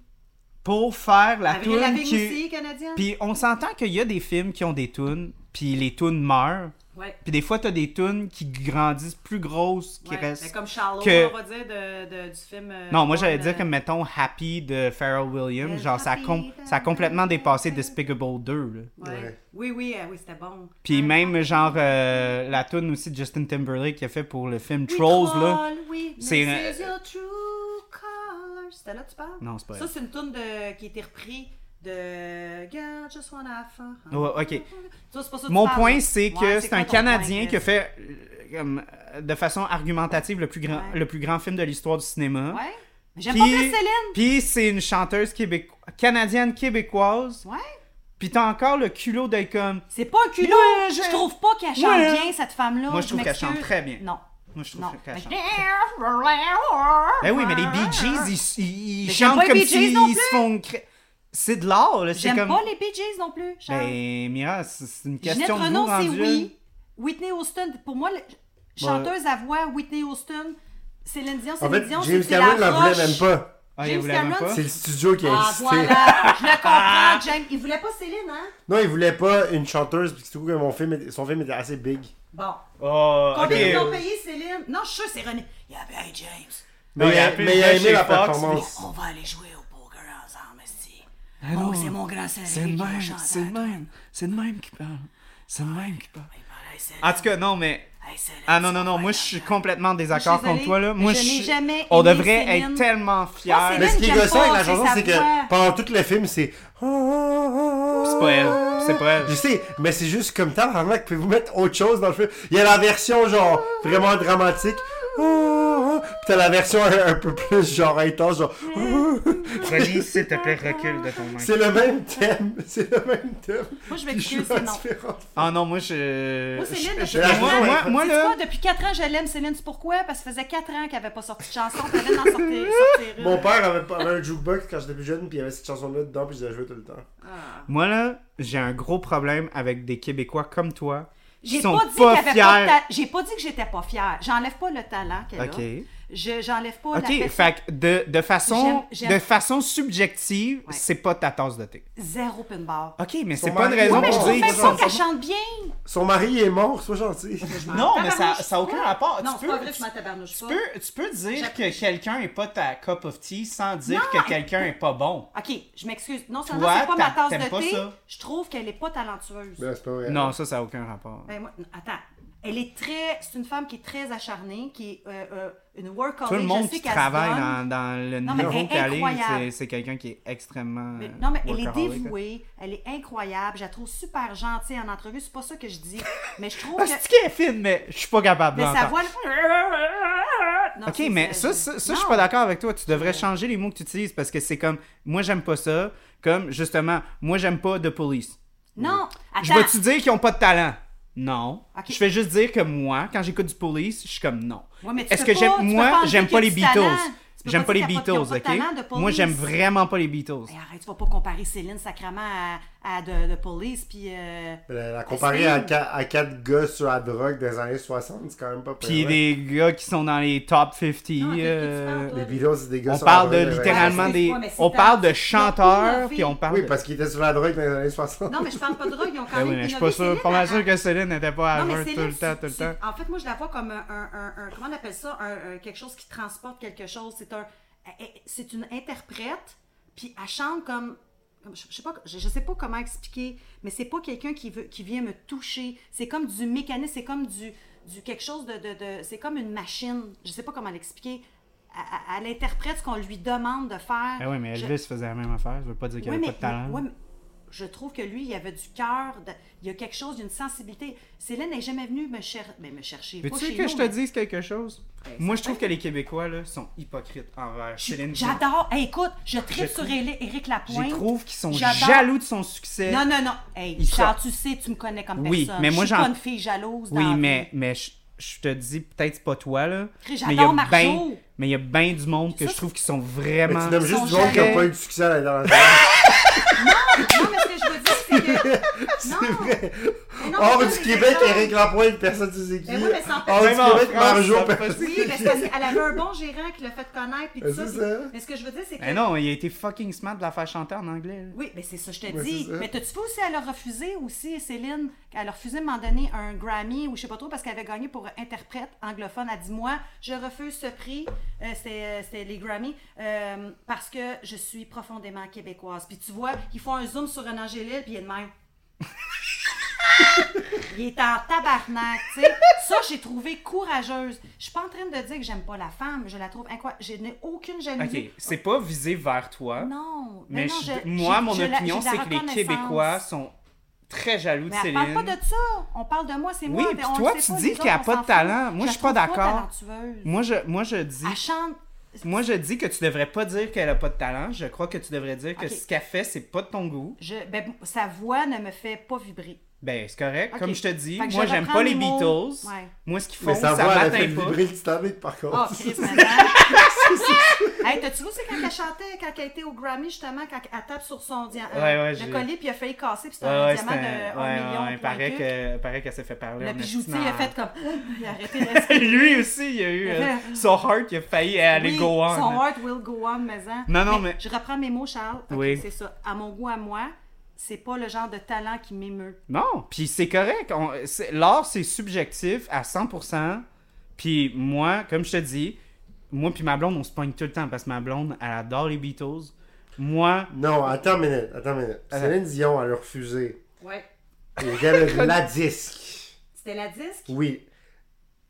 Speaker 1: pour faire la
Speaker 2: Avril
Speaker 1: toune
Speaker 2: Lavigne
Speaker 1: qui...
Speaker 2: aussi, canadienne.
Speaker 1: Puis on s'entend qu'il y a des films qui ont des tunes, puis les tunes meurent.
Speaker 2: Ouais.
Speaker 1: Puis des fois, t'as des tunes qui grandissent plus grosses, qui
Speaker 2: Ouais,
Speaker 1: restent.
Speaker 2: ben comme Charlotte,
Speaker 1: que-
Speaker 2: on va dire, de, de- du film. euh,
Speaker 1: Non, moi j'allais
Speaker 2: Bourne,
Speaker 1: dire
Speaker 2: euh,
Speaker 1: comme mettons Happy de Pharrell Williams,
Speaker 2: Yes,
Speaker 1: genre ça a,
Speaker 2: Happy,
Speaker 1: com-
Speaker 2: da,
Speaker 1: ça a complètement
Speaker 2: da,
Speaker 1: dépassé
Speaker 2: da.
Speaker 1: Despicable 2. là.
Speaker 2: ouais.
Speaker 3: Ouais.
Speaker 2: Oui, oui, euh, oui, c'était bon.
Speaker 1: Puis
Speaker 2: Ah,
Speaker 1: même genre euh, la tune aussi de Justin Timberlake qui a fait pour le film
Speaker 2: Ah, We
Speaker 1: Trolls là.
Speaker 2: crawl, we
Speaker 1: c'est-
Speaker 2: message your true colours. celle-là que tu parles?
Speaker 1: Non, c'est pas
Speaker 2: Ça,
Speaker 1: elle.
Speaker 2: c'est une toune de... qui a été reprise de Girl Just Wanna Have Fun.
Speaker 1: Ouais, ok.
Speaker 2: Ça, c'est pas ça que tu
Speaker 1: Mon
Speaker 2: parles,
Speaker 1: point,
Speaker 2: là.
Speaker 1: c'est
Speaker 2: Ouais,
Speaker 1: que c'est
Speaker 2: quoi
Speaker 1: un
Speaker 2: ton
Speaker 1: Canadien
Speaker 2: point,
Speaker 1: qui a
Speaker 2: Chris?
Speaker 1: fait euh, comme, euh, de façon argumentative le plus grand,
Speaker 2: Ouais.
Speaker 1: le plus grand film de l'histoire du cinéma.
Speaker 2: Ouais. Mais j'aime
Speaker 1: Puis-
Speaker 2: pas plus Céline.
Speaker 1: Puis c'est une chanteuse québéco- canadienne québécoise.
Speaker 2: Ouais.
Speaker 1: Puis t'as encore le culot d'être comme.
Speaker 2: C'est pas un culot.
Speaker 1: Ouais,
Speaker 2: je...
Speaker 1: je-
Speaker 2: trouve pas qu'elle chante
Speaker 1: Ouais.
Speaker 2: bien, cette femme-là.
Speaker 1: Moi, je trouve qu'elle
Speaker 2: m'excuse.
Speaker 1: chante très bien.
Speaker 2: Non.
Speaker 1: Moi, je trouve
Speaker 2: Non.
Speaker 1: qu'elle
Speaker 2: Mais-
Speaker 1: chante. Ben oui, mais les Bee Gees, ils, ils- ils
Speaker 2: Ah. Mais j'aime
Speaker 1: chantent
Speaker 2: pas les
Speaker 1: comme
Speaker 2: Bee Gees
Speaker 1: s'ils
Speaker 2: non
Speaker 1: se font. cra- C'est de l'art, là. C'est
Speaker 2: J'aime
Speaker 1: comme.
Speaker 2: pas les Bee Gees non plus, Charles.
Speaker 1: Ben, Mira, c'est c'est une
Speaker 2: Ginette
Speaker 1: question de goût Bah,
Speaker 2: Renault, c'est
Speaker 1: rendue.
Speaker 2: oui. Whitney Houston, pour moi, le- chanteuse à voix, Whitney Houston, Céline Dion,
Speaker 3: En
Speaker 2: Céline
Speaker 3: fait,
Speaker 2: Dion, c'est
Speaker 3: James
Speaker 2: c'est
Speaker 3: Cameron
Speaker 2: la
Speaker 3: la voulait
Speaker 2: roche.
Speaker 3: même pas.
Speaker 1: Ah,
Speaker 2: James
Speaker 1: vous l'aimez
Speaker 2: Cameron,
Speaker 1: pas?
Speaker 3: C'est le studio qui a
Speaker 2: Ah,
Speaker 3: insisté.
Speaker 2: voilà, je le comprends, James. Il voulait pas Céline, hein?
Speaker 3: Non, il voulait pas une chanteuse, puis surtout que mon film, était- son film était assez big.
Speaker 2: Bon.
Speaker 1: Oh, ok.
Speaker 2: Combien ils l'ont payé, Céline? Non, je suis sûr que c'est René. Il y avait hey, James.
Speaker 3: Mais,
Speaker 1: Non, il
Speaker 3: il,
Speaker 1: a
Speaker 3: a,
Speaker 1: appelé
Speaker 3: mais il a
Speaker 1: le gars
Speaker 3: aimé
Speaker 1: chez
Speaker 3: la
Speaker 1: Fox,
Speaker 3: performance.
Speaker 2: On va aller jouer au poker ensemble, esti.
Speaker 1: Ah non.
Speaker 2: Oh, c'est mon grand Céline.
Speaker 1: C'est le même, c'est le même, c'est le même qui parle. C'est le même qui parle.
Speaker 2: Hey, Céline.
Speaker 1: En tout cas, non, mais.
Speaker 2: Hey, Céline,
Speaker 1: Ah non, non,
Speaker 2: c'est
Speaker 1: non,
Speaker 2: pas
Speaker 1: moi je
Speaker 2: grave.
Speaker 1: suis complètement en désaccord
Speaker 2: Je suis
Speaker 1: contre toi, là.
Speaker 2: désolée,
Speaker 1: Moi,
Speaker 2: je n'ai
Speaker 1: suis-
Speaker 2: jamais
Speaker 1: On
Speaker 2: aimé
Speaker 1: devrait
Speaker 2: Céline.
Speaker 1: être tellement fiers.
Speaker 2: Moi, Céline,
Speaker 3: Mais ce qui est
Speaker 2: j'aime
Speaker 3: gossant avec
Speaker 2: pas,
Speaker 3: la
Speaker 2: c'est
Speaker 3: chanson,
Speaker 2: sa
Speaker 3: c'est
Speaker 2: voix.
Speaker 3: que pendant tout le film, c'est. C'est
Speaker 1: C'est pas elle, c'est pas elle.
Speaker 3: Je sais, mais c'est juste comme tabarnak, pouvez-vous mettre autre chose dans le film? Il y a la version genre vraiment dramatique. Puis t'as la version un, un peu plus genre intense, genre.
Speaker 1: Relis, s'il te plaît, recule de ton main.
Speaker 3: C'est le même thème, c'est le même thème.
Speaker 2: Moi, je
Speaker 3: Puis je
Speaker 2: m'excuse,
Speaker 3: joue à
Speaker 2: c'est non.
Speaker 3: différentes-
Speaker 1: Ah non, moi je.
Speaker 2: Moi, Céline,
Speaker 1: Euh, je-
Speaker 2: depuis
Speaker 1: je-
Speaker 3: la
Speaker 1: moi,
Speaker 3: journée,
Speaker 1: moi,
Speaker 3: elle
Speaker 1: moi,
Speaker 2: Dis-tu
Speaker 1: là.
Speaker 2: quoi, depuis 4 ans, je l'aime, Céline. C'est pourquoi? Parce que ça faisait 4 ans qu'elle avait pas sorti de chanson. puis Elle vient d'en sortir, sortir une.
Speaker 3: Mon père avait, avait un jukebox quand j'étais plus jeune, puis il y avait cette chanson-là dedans, puis je la jouais tout le temps.
Speaker 2: Ah.
Speaker 1: Moi là, j'ai un gros problème avec des Québécois comme toi. qui
Speaker 2: J'ai
Speaker 1: sont
Speaker 2: pas dit
Speaker 1: pas
Speaker 2: qu'elle avait pas de
Speaker 1: fiers.
Speaker 2: ta- J'ai pas dit que j'étais pas fière. J'enlève pas le talent qu'elle
Speaker 1: Ok.
Speaker 2: a. Je- J'enlève pas la
Speaker 1: Ok,
Speaker 2: personne.
Speaker 1: fait que de, de façon,
Speaker 2: J'aime- j'aime-
Speaker 1: de façon subjective,
Speaker 2: Ouais.
Speaker 1: c'est pas ta tasse de thé.
Speaker 2: Zéro pin bar.
Speaker 1: Ok, mais c'est
Speaker 3: Son
Speaker 1: pas une
Speaker 3: mari-
Speaker 1: raison
Speaker 3: Ouais, mais
Speaker 1: pour
Speaker 3: je
Speaker 1: dire
Speaker 3: trouve
Speaker 1: qu'ils
Speaker 3: ça
Speaker 1: sont.
Speaker 2: même qu'elle chante bien. Ah,
Speaker 3: Son mari est mort, sois gentil.
Speaker 1: Non, mais ça
Speaker 2: Tabarnouche,
Speaker 1: ça a aucun
Speaker 2: quoi?
Speaker 1: rapport.
Speaker 2: Non,
Speaker 1: Tu
Speaker 2: c'est
Speaker 1: peux-
Speaker 2: pas vrai que je m'attabarnouche
Speaker 1: Tu
Speaker 2: pas.
Speaker 1: peux, tu peux dire que
Speaker 2: J'apprécie.
Speaker 1: quelqu'un est pas ta cup of tea sans dire
Speaker 2: Non,
Speaker 1: que quelqu'un est pas bon.
Speaker 2: Ok, je m'excuse. Non seulement
Speaker 1: Toi,
Speaker 2: c'est pas
Speaker 1: t'a-
Speaker 2: ma tasse
Speaker 1: t'aimes
Speaker 2: de
Speaker 1: pas
Speaker 2: thé,
Speaker 1: ça?
Speaker 2: je trouve qu'elle est pas talentueuse.
Speaker 3: Ben, c'est pas vrai.
Speaker 1: Non, ça, ça n'a aucun rapport.
Speaker 2: Ben, moi- attends, elle est très. C'est une femme qui est très acharnée, qui est euh, euh, une workaholic.
Speaker 1: Tout le
Speaker 2: je
Speaker 1: monde
Speaker 2: sais
Speaker 1: qui
Speaker 2: qu'elle se
Speaker 1: travaille dans,
Speaker 2: donne.
Speaker 1: dans le
Speaker 2: Non, mais elle
Speaker 1: niveau
Speaker 2: est
Speaker 1: qu'elle est,
Speaker 2: incroyable.
Speaker 1: c'est- c'est quelqu'un qui est extrêmement.
Speaker 2: Mais-
Speaker 1: euh,
Speaker 2: non, mais elle est
Speaker 1: workaholic, là.
Speaker 2: dévouée, elle est incroyable. Je la trouve super gentille en entrevue, c'est pas ça que je dis. Mais je trouve
Speaker 1: Ah,
Speaker 2: que.
Speaker 1: c'est qu'elle est fine, mais je suis pas capable de
Speaker 2: Mais sa
Speaker 1: l'entendre.
Speaker 2: voix. le- Non,
Speaker 1: Ok,
Speaker 2: c'est-
Speaker 1: mais ça,
Speaker 2: c'est-
Speaker 1: ça, ça, je
Speaker 2: Non.
Speaker 1: suis pas d'accord avec toi. Tu devrais changer les mots que tu utilises parce que c'est comme, moi, j'aime pas ça. Comme, justement, moi, j'aime pas The Police.
Speaker 2: Non,
Speaker 1: Je
Speaker 2: attends.
Speaker 1: vais-tu dire qu'ils ont pas de talent? Non.
Speaker 2: Ok.
Speaker 1: Je fais juste dire que moi, quand j'écoute du Police, je suis comme non.
Speaker 2: Ouais, mais tu
Speaker 1: Est-ce
Speaker 2: peux
Speaker 1: que
Speaker 2: pas-
Speaker 1: j'aime.
Speaker 2: tu peux pas
Speaker 1: Moi,
Speaker 2: enlever
Speaker 1: j'aime
Speaker 2: qu'il y
Speaker 1: pas
Speaker 2: a
Speaker 1: les
Speaker 2: du
Speaker 1: Beatles.
Speaker 2: talent. Tu peux
Speaker 1: J'aime
Speaker 2: pas
Speaker 1: pas les
Speaker 2: dire qu'il y a pas-
Speaker 1: Beatles,
Speaker 2: qu'ils ont pas de
Speaker 1: ok?
Speaker 2: talent, de
Speaker 1: Moi, j'aime
Speaker 2: Police.
Speaker 1: vraiment pas les Beatles.
Speaker 2: Mais arrête, tu vas pas comparer Céline Sacrament à, à de, de Police, puis. euh,
Speaker 3: La, la comparer à, qua- à quatre gars sur la drogue des années 60, c'est quand même pas
Speaker 1: Puis
Speaker 3: pire.
Speaker 1: des gars qui sont dans les top 50.
Speaker 2: Non, mais qu'est-ce que tu
Speaker 1: euh,
Speaker 2: parles, toi?
Speaker 3: hein. Les Beatles, c'est des gars
Speaker 1: on
Speaker 3: sur
Speaker 1: parle
Speaker 3: la
Speaker 1: de
Speaker 3: drogue des années
Speaker 1: littéralement
Speaker 2: Ouais,
Speaker 1: des.
Speaker 2: mais c'est
Speaker 1: On
Speaker 2: ta-
Speaker 1: parle de
Speaker 2: Ils ont
Speaker 1: chanteurs,
Speaker 2: innové.
Speaker 1: puis on parle.
Speaker 3: Oui,
Speaker 1: de-
Speaker 3: parce qu'ils étaient sur la drogue dans les années 60.
Speaker 2: Non, mais je parle pas de drogue, ils ont quand
Speaker 1: Ben
Speaker 2: même.
Speaker 1: oui, mais je suis
Speaker 2: innové
Speaker 1: pas sûr,
Speaker 2: Céline
Speaker 1: pas mal
Speaker 2: à-
Speaker 1: sûr que Céline n'était pas à
Speaker 2: Non, mais
Speaker 1: jeun
Speaker 2: c'est
Speaker 1: tout
Speaker 2: là,
Speaker 1: le
Speaker 2: tu-
Speaker 1: temps, tout le
Speaker 2: tu-
Speaker 1: temps.
Speaker 2: En fait, moi, je la vois comme un, un- un- un- comment on appelle ça, un, un- quelque chose qui transporte quelque chose. C'est un, eh, eh, c'est une interprète, puis elle chante comme, comme- je, je sais pas, je, je sais pas comment expliquer, mais c'est pas quelqu'un qui veut, qui vient me toucher. C'est comme du mécanisme, c'est comme du, du quelque chose de, de- de- c'est comme une machine. Je sais pas comment l'expliquer. Elle- Elle, elle interprète ce qu'on lui demande de faire.
Speaker 1: Ben oui, mais
Speaker 2: Je-
Speaker 1: Elvis faisait la même affaire. Je veux pas dire qu'il
Speaker 2: oui,
Speaker 1: avait
Speaker 2: mais,
Speaker 1: pas de talent.
Speaker 2: ouais, mais je trouve que lui, il avait du cœur, de- il y a quelque chose, d'une sensibilité. Céline n'est jamais venue me, cher- ben, me chercher. pas
Speaker 1: Veux-tu
Speaker 2: chez
Speaker 1: que
Speaker 2: nous,
Speaker 1: je te
Speaker 2: mais-
Speaker 1: dise quelque chose?
Speaker 2: Ben,
Speaker 1: Moi, je
Speaker 2: certain.
Speaker 1: trouve que les Québécois là, sont hypocrites envers
Speaker 2: Je-
Speaker 1: Céline. Dion.
Speaker 2: J'adore. Hey, écoute, je tripe
Speaker 1: Je
Speaker 2: sur
Speaker 1: trouve-
Speaker 2: Éric Lapointe.
Speaker 1: Je trouve qu'ils sont
Speaker 2: J'adore-
Speaker 1: jaloux de son succès.
Speaker 2: Non, non, non. Hey,
Speaker 1: Il
Speaker 2: Charles,
Speaker 1: sort.
Speaker 2: tu sais, tu me connais comme
Speaker 1: Oui,
Speaker 2: personne.
Speaker 1: mais moi,
Speaker 2: je suis
Speaker 1: j'en-
Speaker 2: pas une fille jalouse. dans
Speaker 1: Oui,
Speaker 2: la
Speaker 1: mais,
Speaker 2: vie.
Speaker 1: mais je, je te dis, peut-être c'est pas toi, là.
Speaker 2: Chris,
Speaker 1: mais il y
Speaker 2: j'adore
Speaker 1: a
Speaker 2: Marjo.
Speaker 1: ben- mais il y a bien du monde que
Speaker 2: Ça,
Speaker 1: je trouve qui sont
Speaker 3: Mais
Speaker 1: vraiment.
Speaker 3: tu nommes juste
Speaker 2: sont
Speaker 3: du monde qui
Speaker 1: jamais-
Speaker 3: n'a pas eu de succès à l'international.
Speaker 2: Non, mais ce que je veux dire, c'est que. non.
Speaker 3: C'est vrai.
Speaker 2: mais non,
Speaker 3: Hors
Speaker 2: mais
Speaker 3: du
Speaker 2: ça,
Speaker 3: Québec,
Speaker 2: c'est ça.
Speaker 3: Éric Lapointe, personne ne sait qui.
Speaker 2: Mais oui, mais ça en fait-
Speaker 3: Hors du
Speaker 1: Même en
Speaker 3: Québec,
Speaker 1: France,
Speaker 3: Marjo,
Speaker 1: ça fait
Speaker 3: personne
Speaker 2: Oui, mais c'est parce qu'elle avait un bon gérant qui l'a fait connaître. Puis tout
Speaker 3: Ben,
Speaker 2: ça,
Speaker 3: c'est
Speaker 2: puis-
Speaker 3: ça.
Speaker 2: Mais ce que je veux dire, c'est que.
Speaker 1: Mais Ben non, il a été fucking smart de la faire chanter en anglais. là.
Speaker 2: Oui, mais c'est ça, je te
Speaker 3: Ouais,
Speaker 2: dis.
Speaker 3: c'est ça.
Speaker 2: Mais t'as-tu fait aussi, elle a refusé aussi, Céline, elle a refusé de m'en donner un Grammy ou je sais pas trop parce qu'elle avait gagné pour interprète anglophone. Elle dit Moi, je refuse ce prix, euh, c'est euh, c'est les Grammy, euh, parce que je suis profondément québécoise. Puis tu vois, ils font un zoom sur Renan Angélil, puis il est de même. Il est en tabarnak, tu sais. Ça, j'ai trouvé courageuse. Je suis pas en train de dire que j'aime pas la femme. Je la trouve incroyable. Je n'ai aucune jalousie.
Speaker 1: Ok, c'est pas visé vers toi.
Speaker 2: Non.
Speaker 1: Mais
Speaker 2: non,
Speaker 1: je-
Speaker 2: je-
Speaker 1: moi,
Speaker 2: j'ai-
Speaker 1: mon
Speaker 2: j'ai la-
Speaker 1: opinion,
Speaker 2: j'ai
Speaker 1: c'est
Speaker 2: la
Speaker 1: que les
Speaker 2: reconnaissance.
Speaker 1: Québécois sont très jaloux de
Speaker 2: Mais elle
Speaker 1: Céline.
Speaker 2: parle pas de ça. On parle de moi, c'est
Speaker 1: Oui,
Speaker 2: moi.
Speaker 1: puis
Speaker 2: mais on
Speaker 1: toi,
Speaker 2: le sait
Speaker 1: tu
Speaker 2: pas,
Speaker 1: dis
Speaker 2: nous autres,
Speaker 1: qu'elle a
Speaker 2: on
Speaker 1: pas de
Speaker 2: s'en
Speaker 1: talent.
Speaker 2: fout.
Speaker 1: Moi, je suis
Speaker 2: la
Speaker 1: pas
Speaker 2: trouve
Speaker 1: d'accord.
Speaker 2: talentueuse.
Speaker 1: Moi, je, moi, je dis.
Speaker 2: Elle chante.
Speaker 1: Moi, je dis que tu devrais pas dire qu'elle a pas de talent. Je crois que tu devrais dire que
Speaker 2: Ok.
Speaker 1: ce qu'elle fait, c'est pas de ton goût.
Speaker 2: Je, ben, sa voix ne me fait pas vibrer.
Speaker 1: Ben, c'est correct.
Speaker 2: Ok.
Speaker 1: Comme je te dis,
Speaker 2: Fait que
Speaker 1: moi,
Speaker 2: je
Speaker 1: j'aime
Speaker 2: reprends
Speaker 1: pas les
Speaker 2: mes mots.
Speaker 1: Beatles.
Speaker 2: Ouais.
Speaker 1: Moi, ce qu'ils font,
Speaker 3: Mais
Speaker 1: ça
Speaker 3: ça va, elle a fait
Speaker 1: m'atteint pas.
Speaker 3: vibrer le Titanic, par contre.
Speaker 2: Oh, Chris, madame! hey, t'as-tu vu, c'est quand elle chantait, quand elle était au Grammy, justement, quand elle tape sur son diamant,
Speaker 1: Ouais, ouais, j'ai-
Speaker 2: le collier, puis il a failli casser, puis c'était
Speaker 1: Ah
Speaker 2: un
Speaker 1: ouais,
Speaker 2: diamant
Speaker 1: c'est
Speaker 2: de 1
Speaker 1: un- ouais,
Speaker 2: million.
Speaker 1: ouais,
Speaker 2: point
Speaker 1: paraît
Speaker 2: quelques.
Speaker 1: que Paraît qu'elle s'est fait parler.
Speaker 2: Le
Speaker 1: en
Speaker 2: bijoutier,
Speaker 1: esti
Speaker 2: il a
Speaker 1: en-
Speaker 2: fait comme. Il a arrêté de
Speaker 1: Lui aussi, il a eu. euh, son heart, il a failli aller
Speaker 2: Oui,
Speaker 1: go on. hein.
Speaker 2: Son heart will go on, mais hein.
Speaker 1: Non, non, mais-
Speaker 2: Je reprends mes mots, Charles. Ok,
Speaker 1: Oui.
Speaker 2: C'est ça. À mon goût, à moi, c'est pas le genre de talent qui m'émeut.
Speaker 1: Non, puis c'est correct. On- c'est- L'art, c'est subjectif à 100%. Puis moi, comme je te dis, moi puis ma blonde, on se pogne tout le temps parce que ma blonde, elle adore les Beatles. Moi,
Speaker 3: Non, attends une minute, attends une minute. Céline Dion, elle a refusé.
Speaker 2: Ouais.
Speaker 3: Au gala de la disque.
Speaker 2: C'était la disque?
Speaker 3: Oui.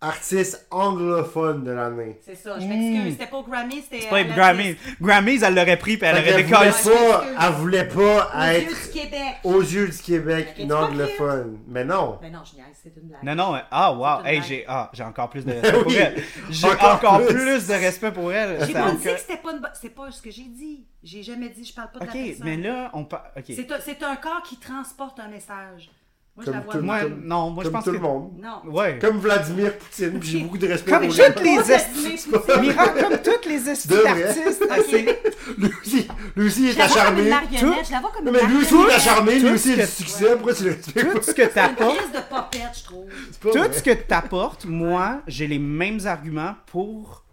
Speaker 3: Artiste anglophone de l'année.
Speaker 2: C'est ça. Je m'excuse. C'était pas au Grammy, c'était. euh,
Speaker 1: c'est pas Grammys. Grammys, elle l'aurait pris puis elle
Speaker 3: Fait
Speaker 1: aurait
Speaker 3: qu'elle
Speaker 1: décollé.
Speaker 3: voulait
Speaker 2: décalé.
Speaker 3: pas, elle voulait pas
Speaker 2: Dieu
Speaker 3: être
Speaker 2: du Québec.
Speaker 3: aux yeux du Québec
Speaker 2: Fait que
Speaker 3: une
Speaker 2: tu vois,
Speaker 3: anglophone. Mais non.
Speaker 2: Mais non, je niaise, c'est une blague.
Speaker 1: Non, non, euh, ah, wow,
Speaker 2: C'est une
Speaker 1: hey,
Speaker 2: blague.
Speaker 1: j'ai ah, j'ai encore plus de respect pour
Speaker 3: Oui,
Speaker 1: elle. J'ai encore,
Speaker 3: encore
Speaker 1: plus.
Speaker 3: plus.
Speaker 1: de respect pour elle. Ça
Speaker 2: J'ai pas
Speaker 1: a
Speaker 2: dit
Speaker 1: aucun-
Speaker 2: que c'était pas une bonne. C'est pas ce que j'ai dit. J'ai jamais dit, je parle pas de
Speaker 1: Ok,
Speaker 2: la personne.
Speaker 1: mais là, on parle. Ok.
Speaker 2: C'est un- C'est un corps qui transporte un message. Moi, je
Speaker 3: Comme
Speaker 2: la vois
Speaker 3: tout le
Speaker 2: pas.
Speaker 1: Moi,
Speaker 3: comme-
Speaker 1: non, moi, je
Speaker 3: Comme
Speaker 1: pense
Speaker 3: tout
Speaker 1: que.
Speaker 3: le monde.
Speaker 2: Non.
Speaker 1: Ouais.
Speaker 3: Comme Vladimir Poutine, puis j'ai beaucoup de respect
Speaker 1: Comme
Speaker 3: pour
Speaker 1: toutes
Speaker 3: lui.
Speaker 1: les
Speaker 2: Moi,
Speaker 1: estis-
Speaker 2: Vladimir Poutine.
Speaker 1: Miracle, comme toutes les estis
Speaker 3: De vrai.
Speaker 1: artistes. c'est-
Speaker 3: Lui aussi, lui aussi, il
Speaker 2: Je
Speaker 3: est
Speaker 2: la vois comme une
Speaker 3: acharné.
Speaker 2: marionnette. Je la vois comme
Speaker 3: Non,
Speaker 2: une
Speaker 3: mais lui aussi, il est
Speaker 2: marionnette.
Speaker 3: acharné, lui
Speaker 1: Tout
Speaker 3: aussi, il a du
Speaker 1: ce que-
Speaker 3: succès. Pourquoi tu le respectes
Speaker 1: Tout ce que
Speaker 2: C'est une
Speaker 1: t'apportes,
Speaker 2: crise de popette, je trouve.
Speaker 3: pas?
Speaker 1: tout ce que t'apportes, moi, j'ai les mêmes arguments pour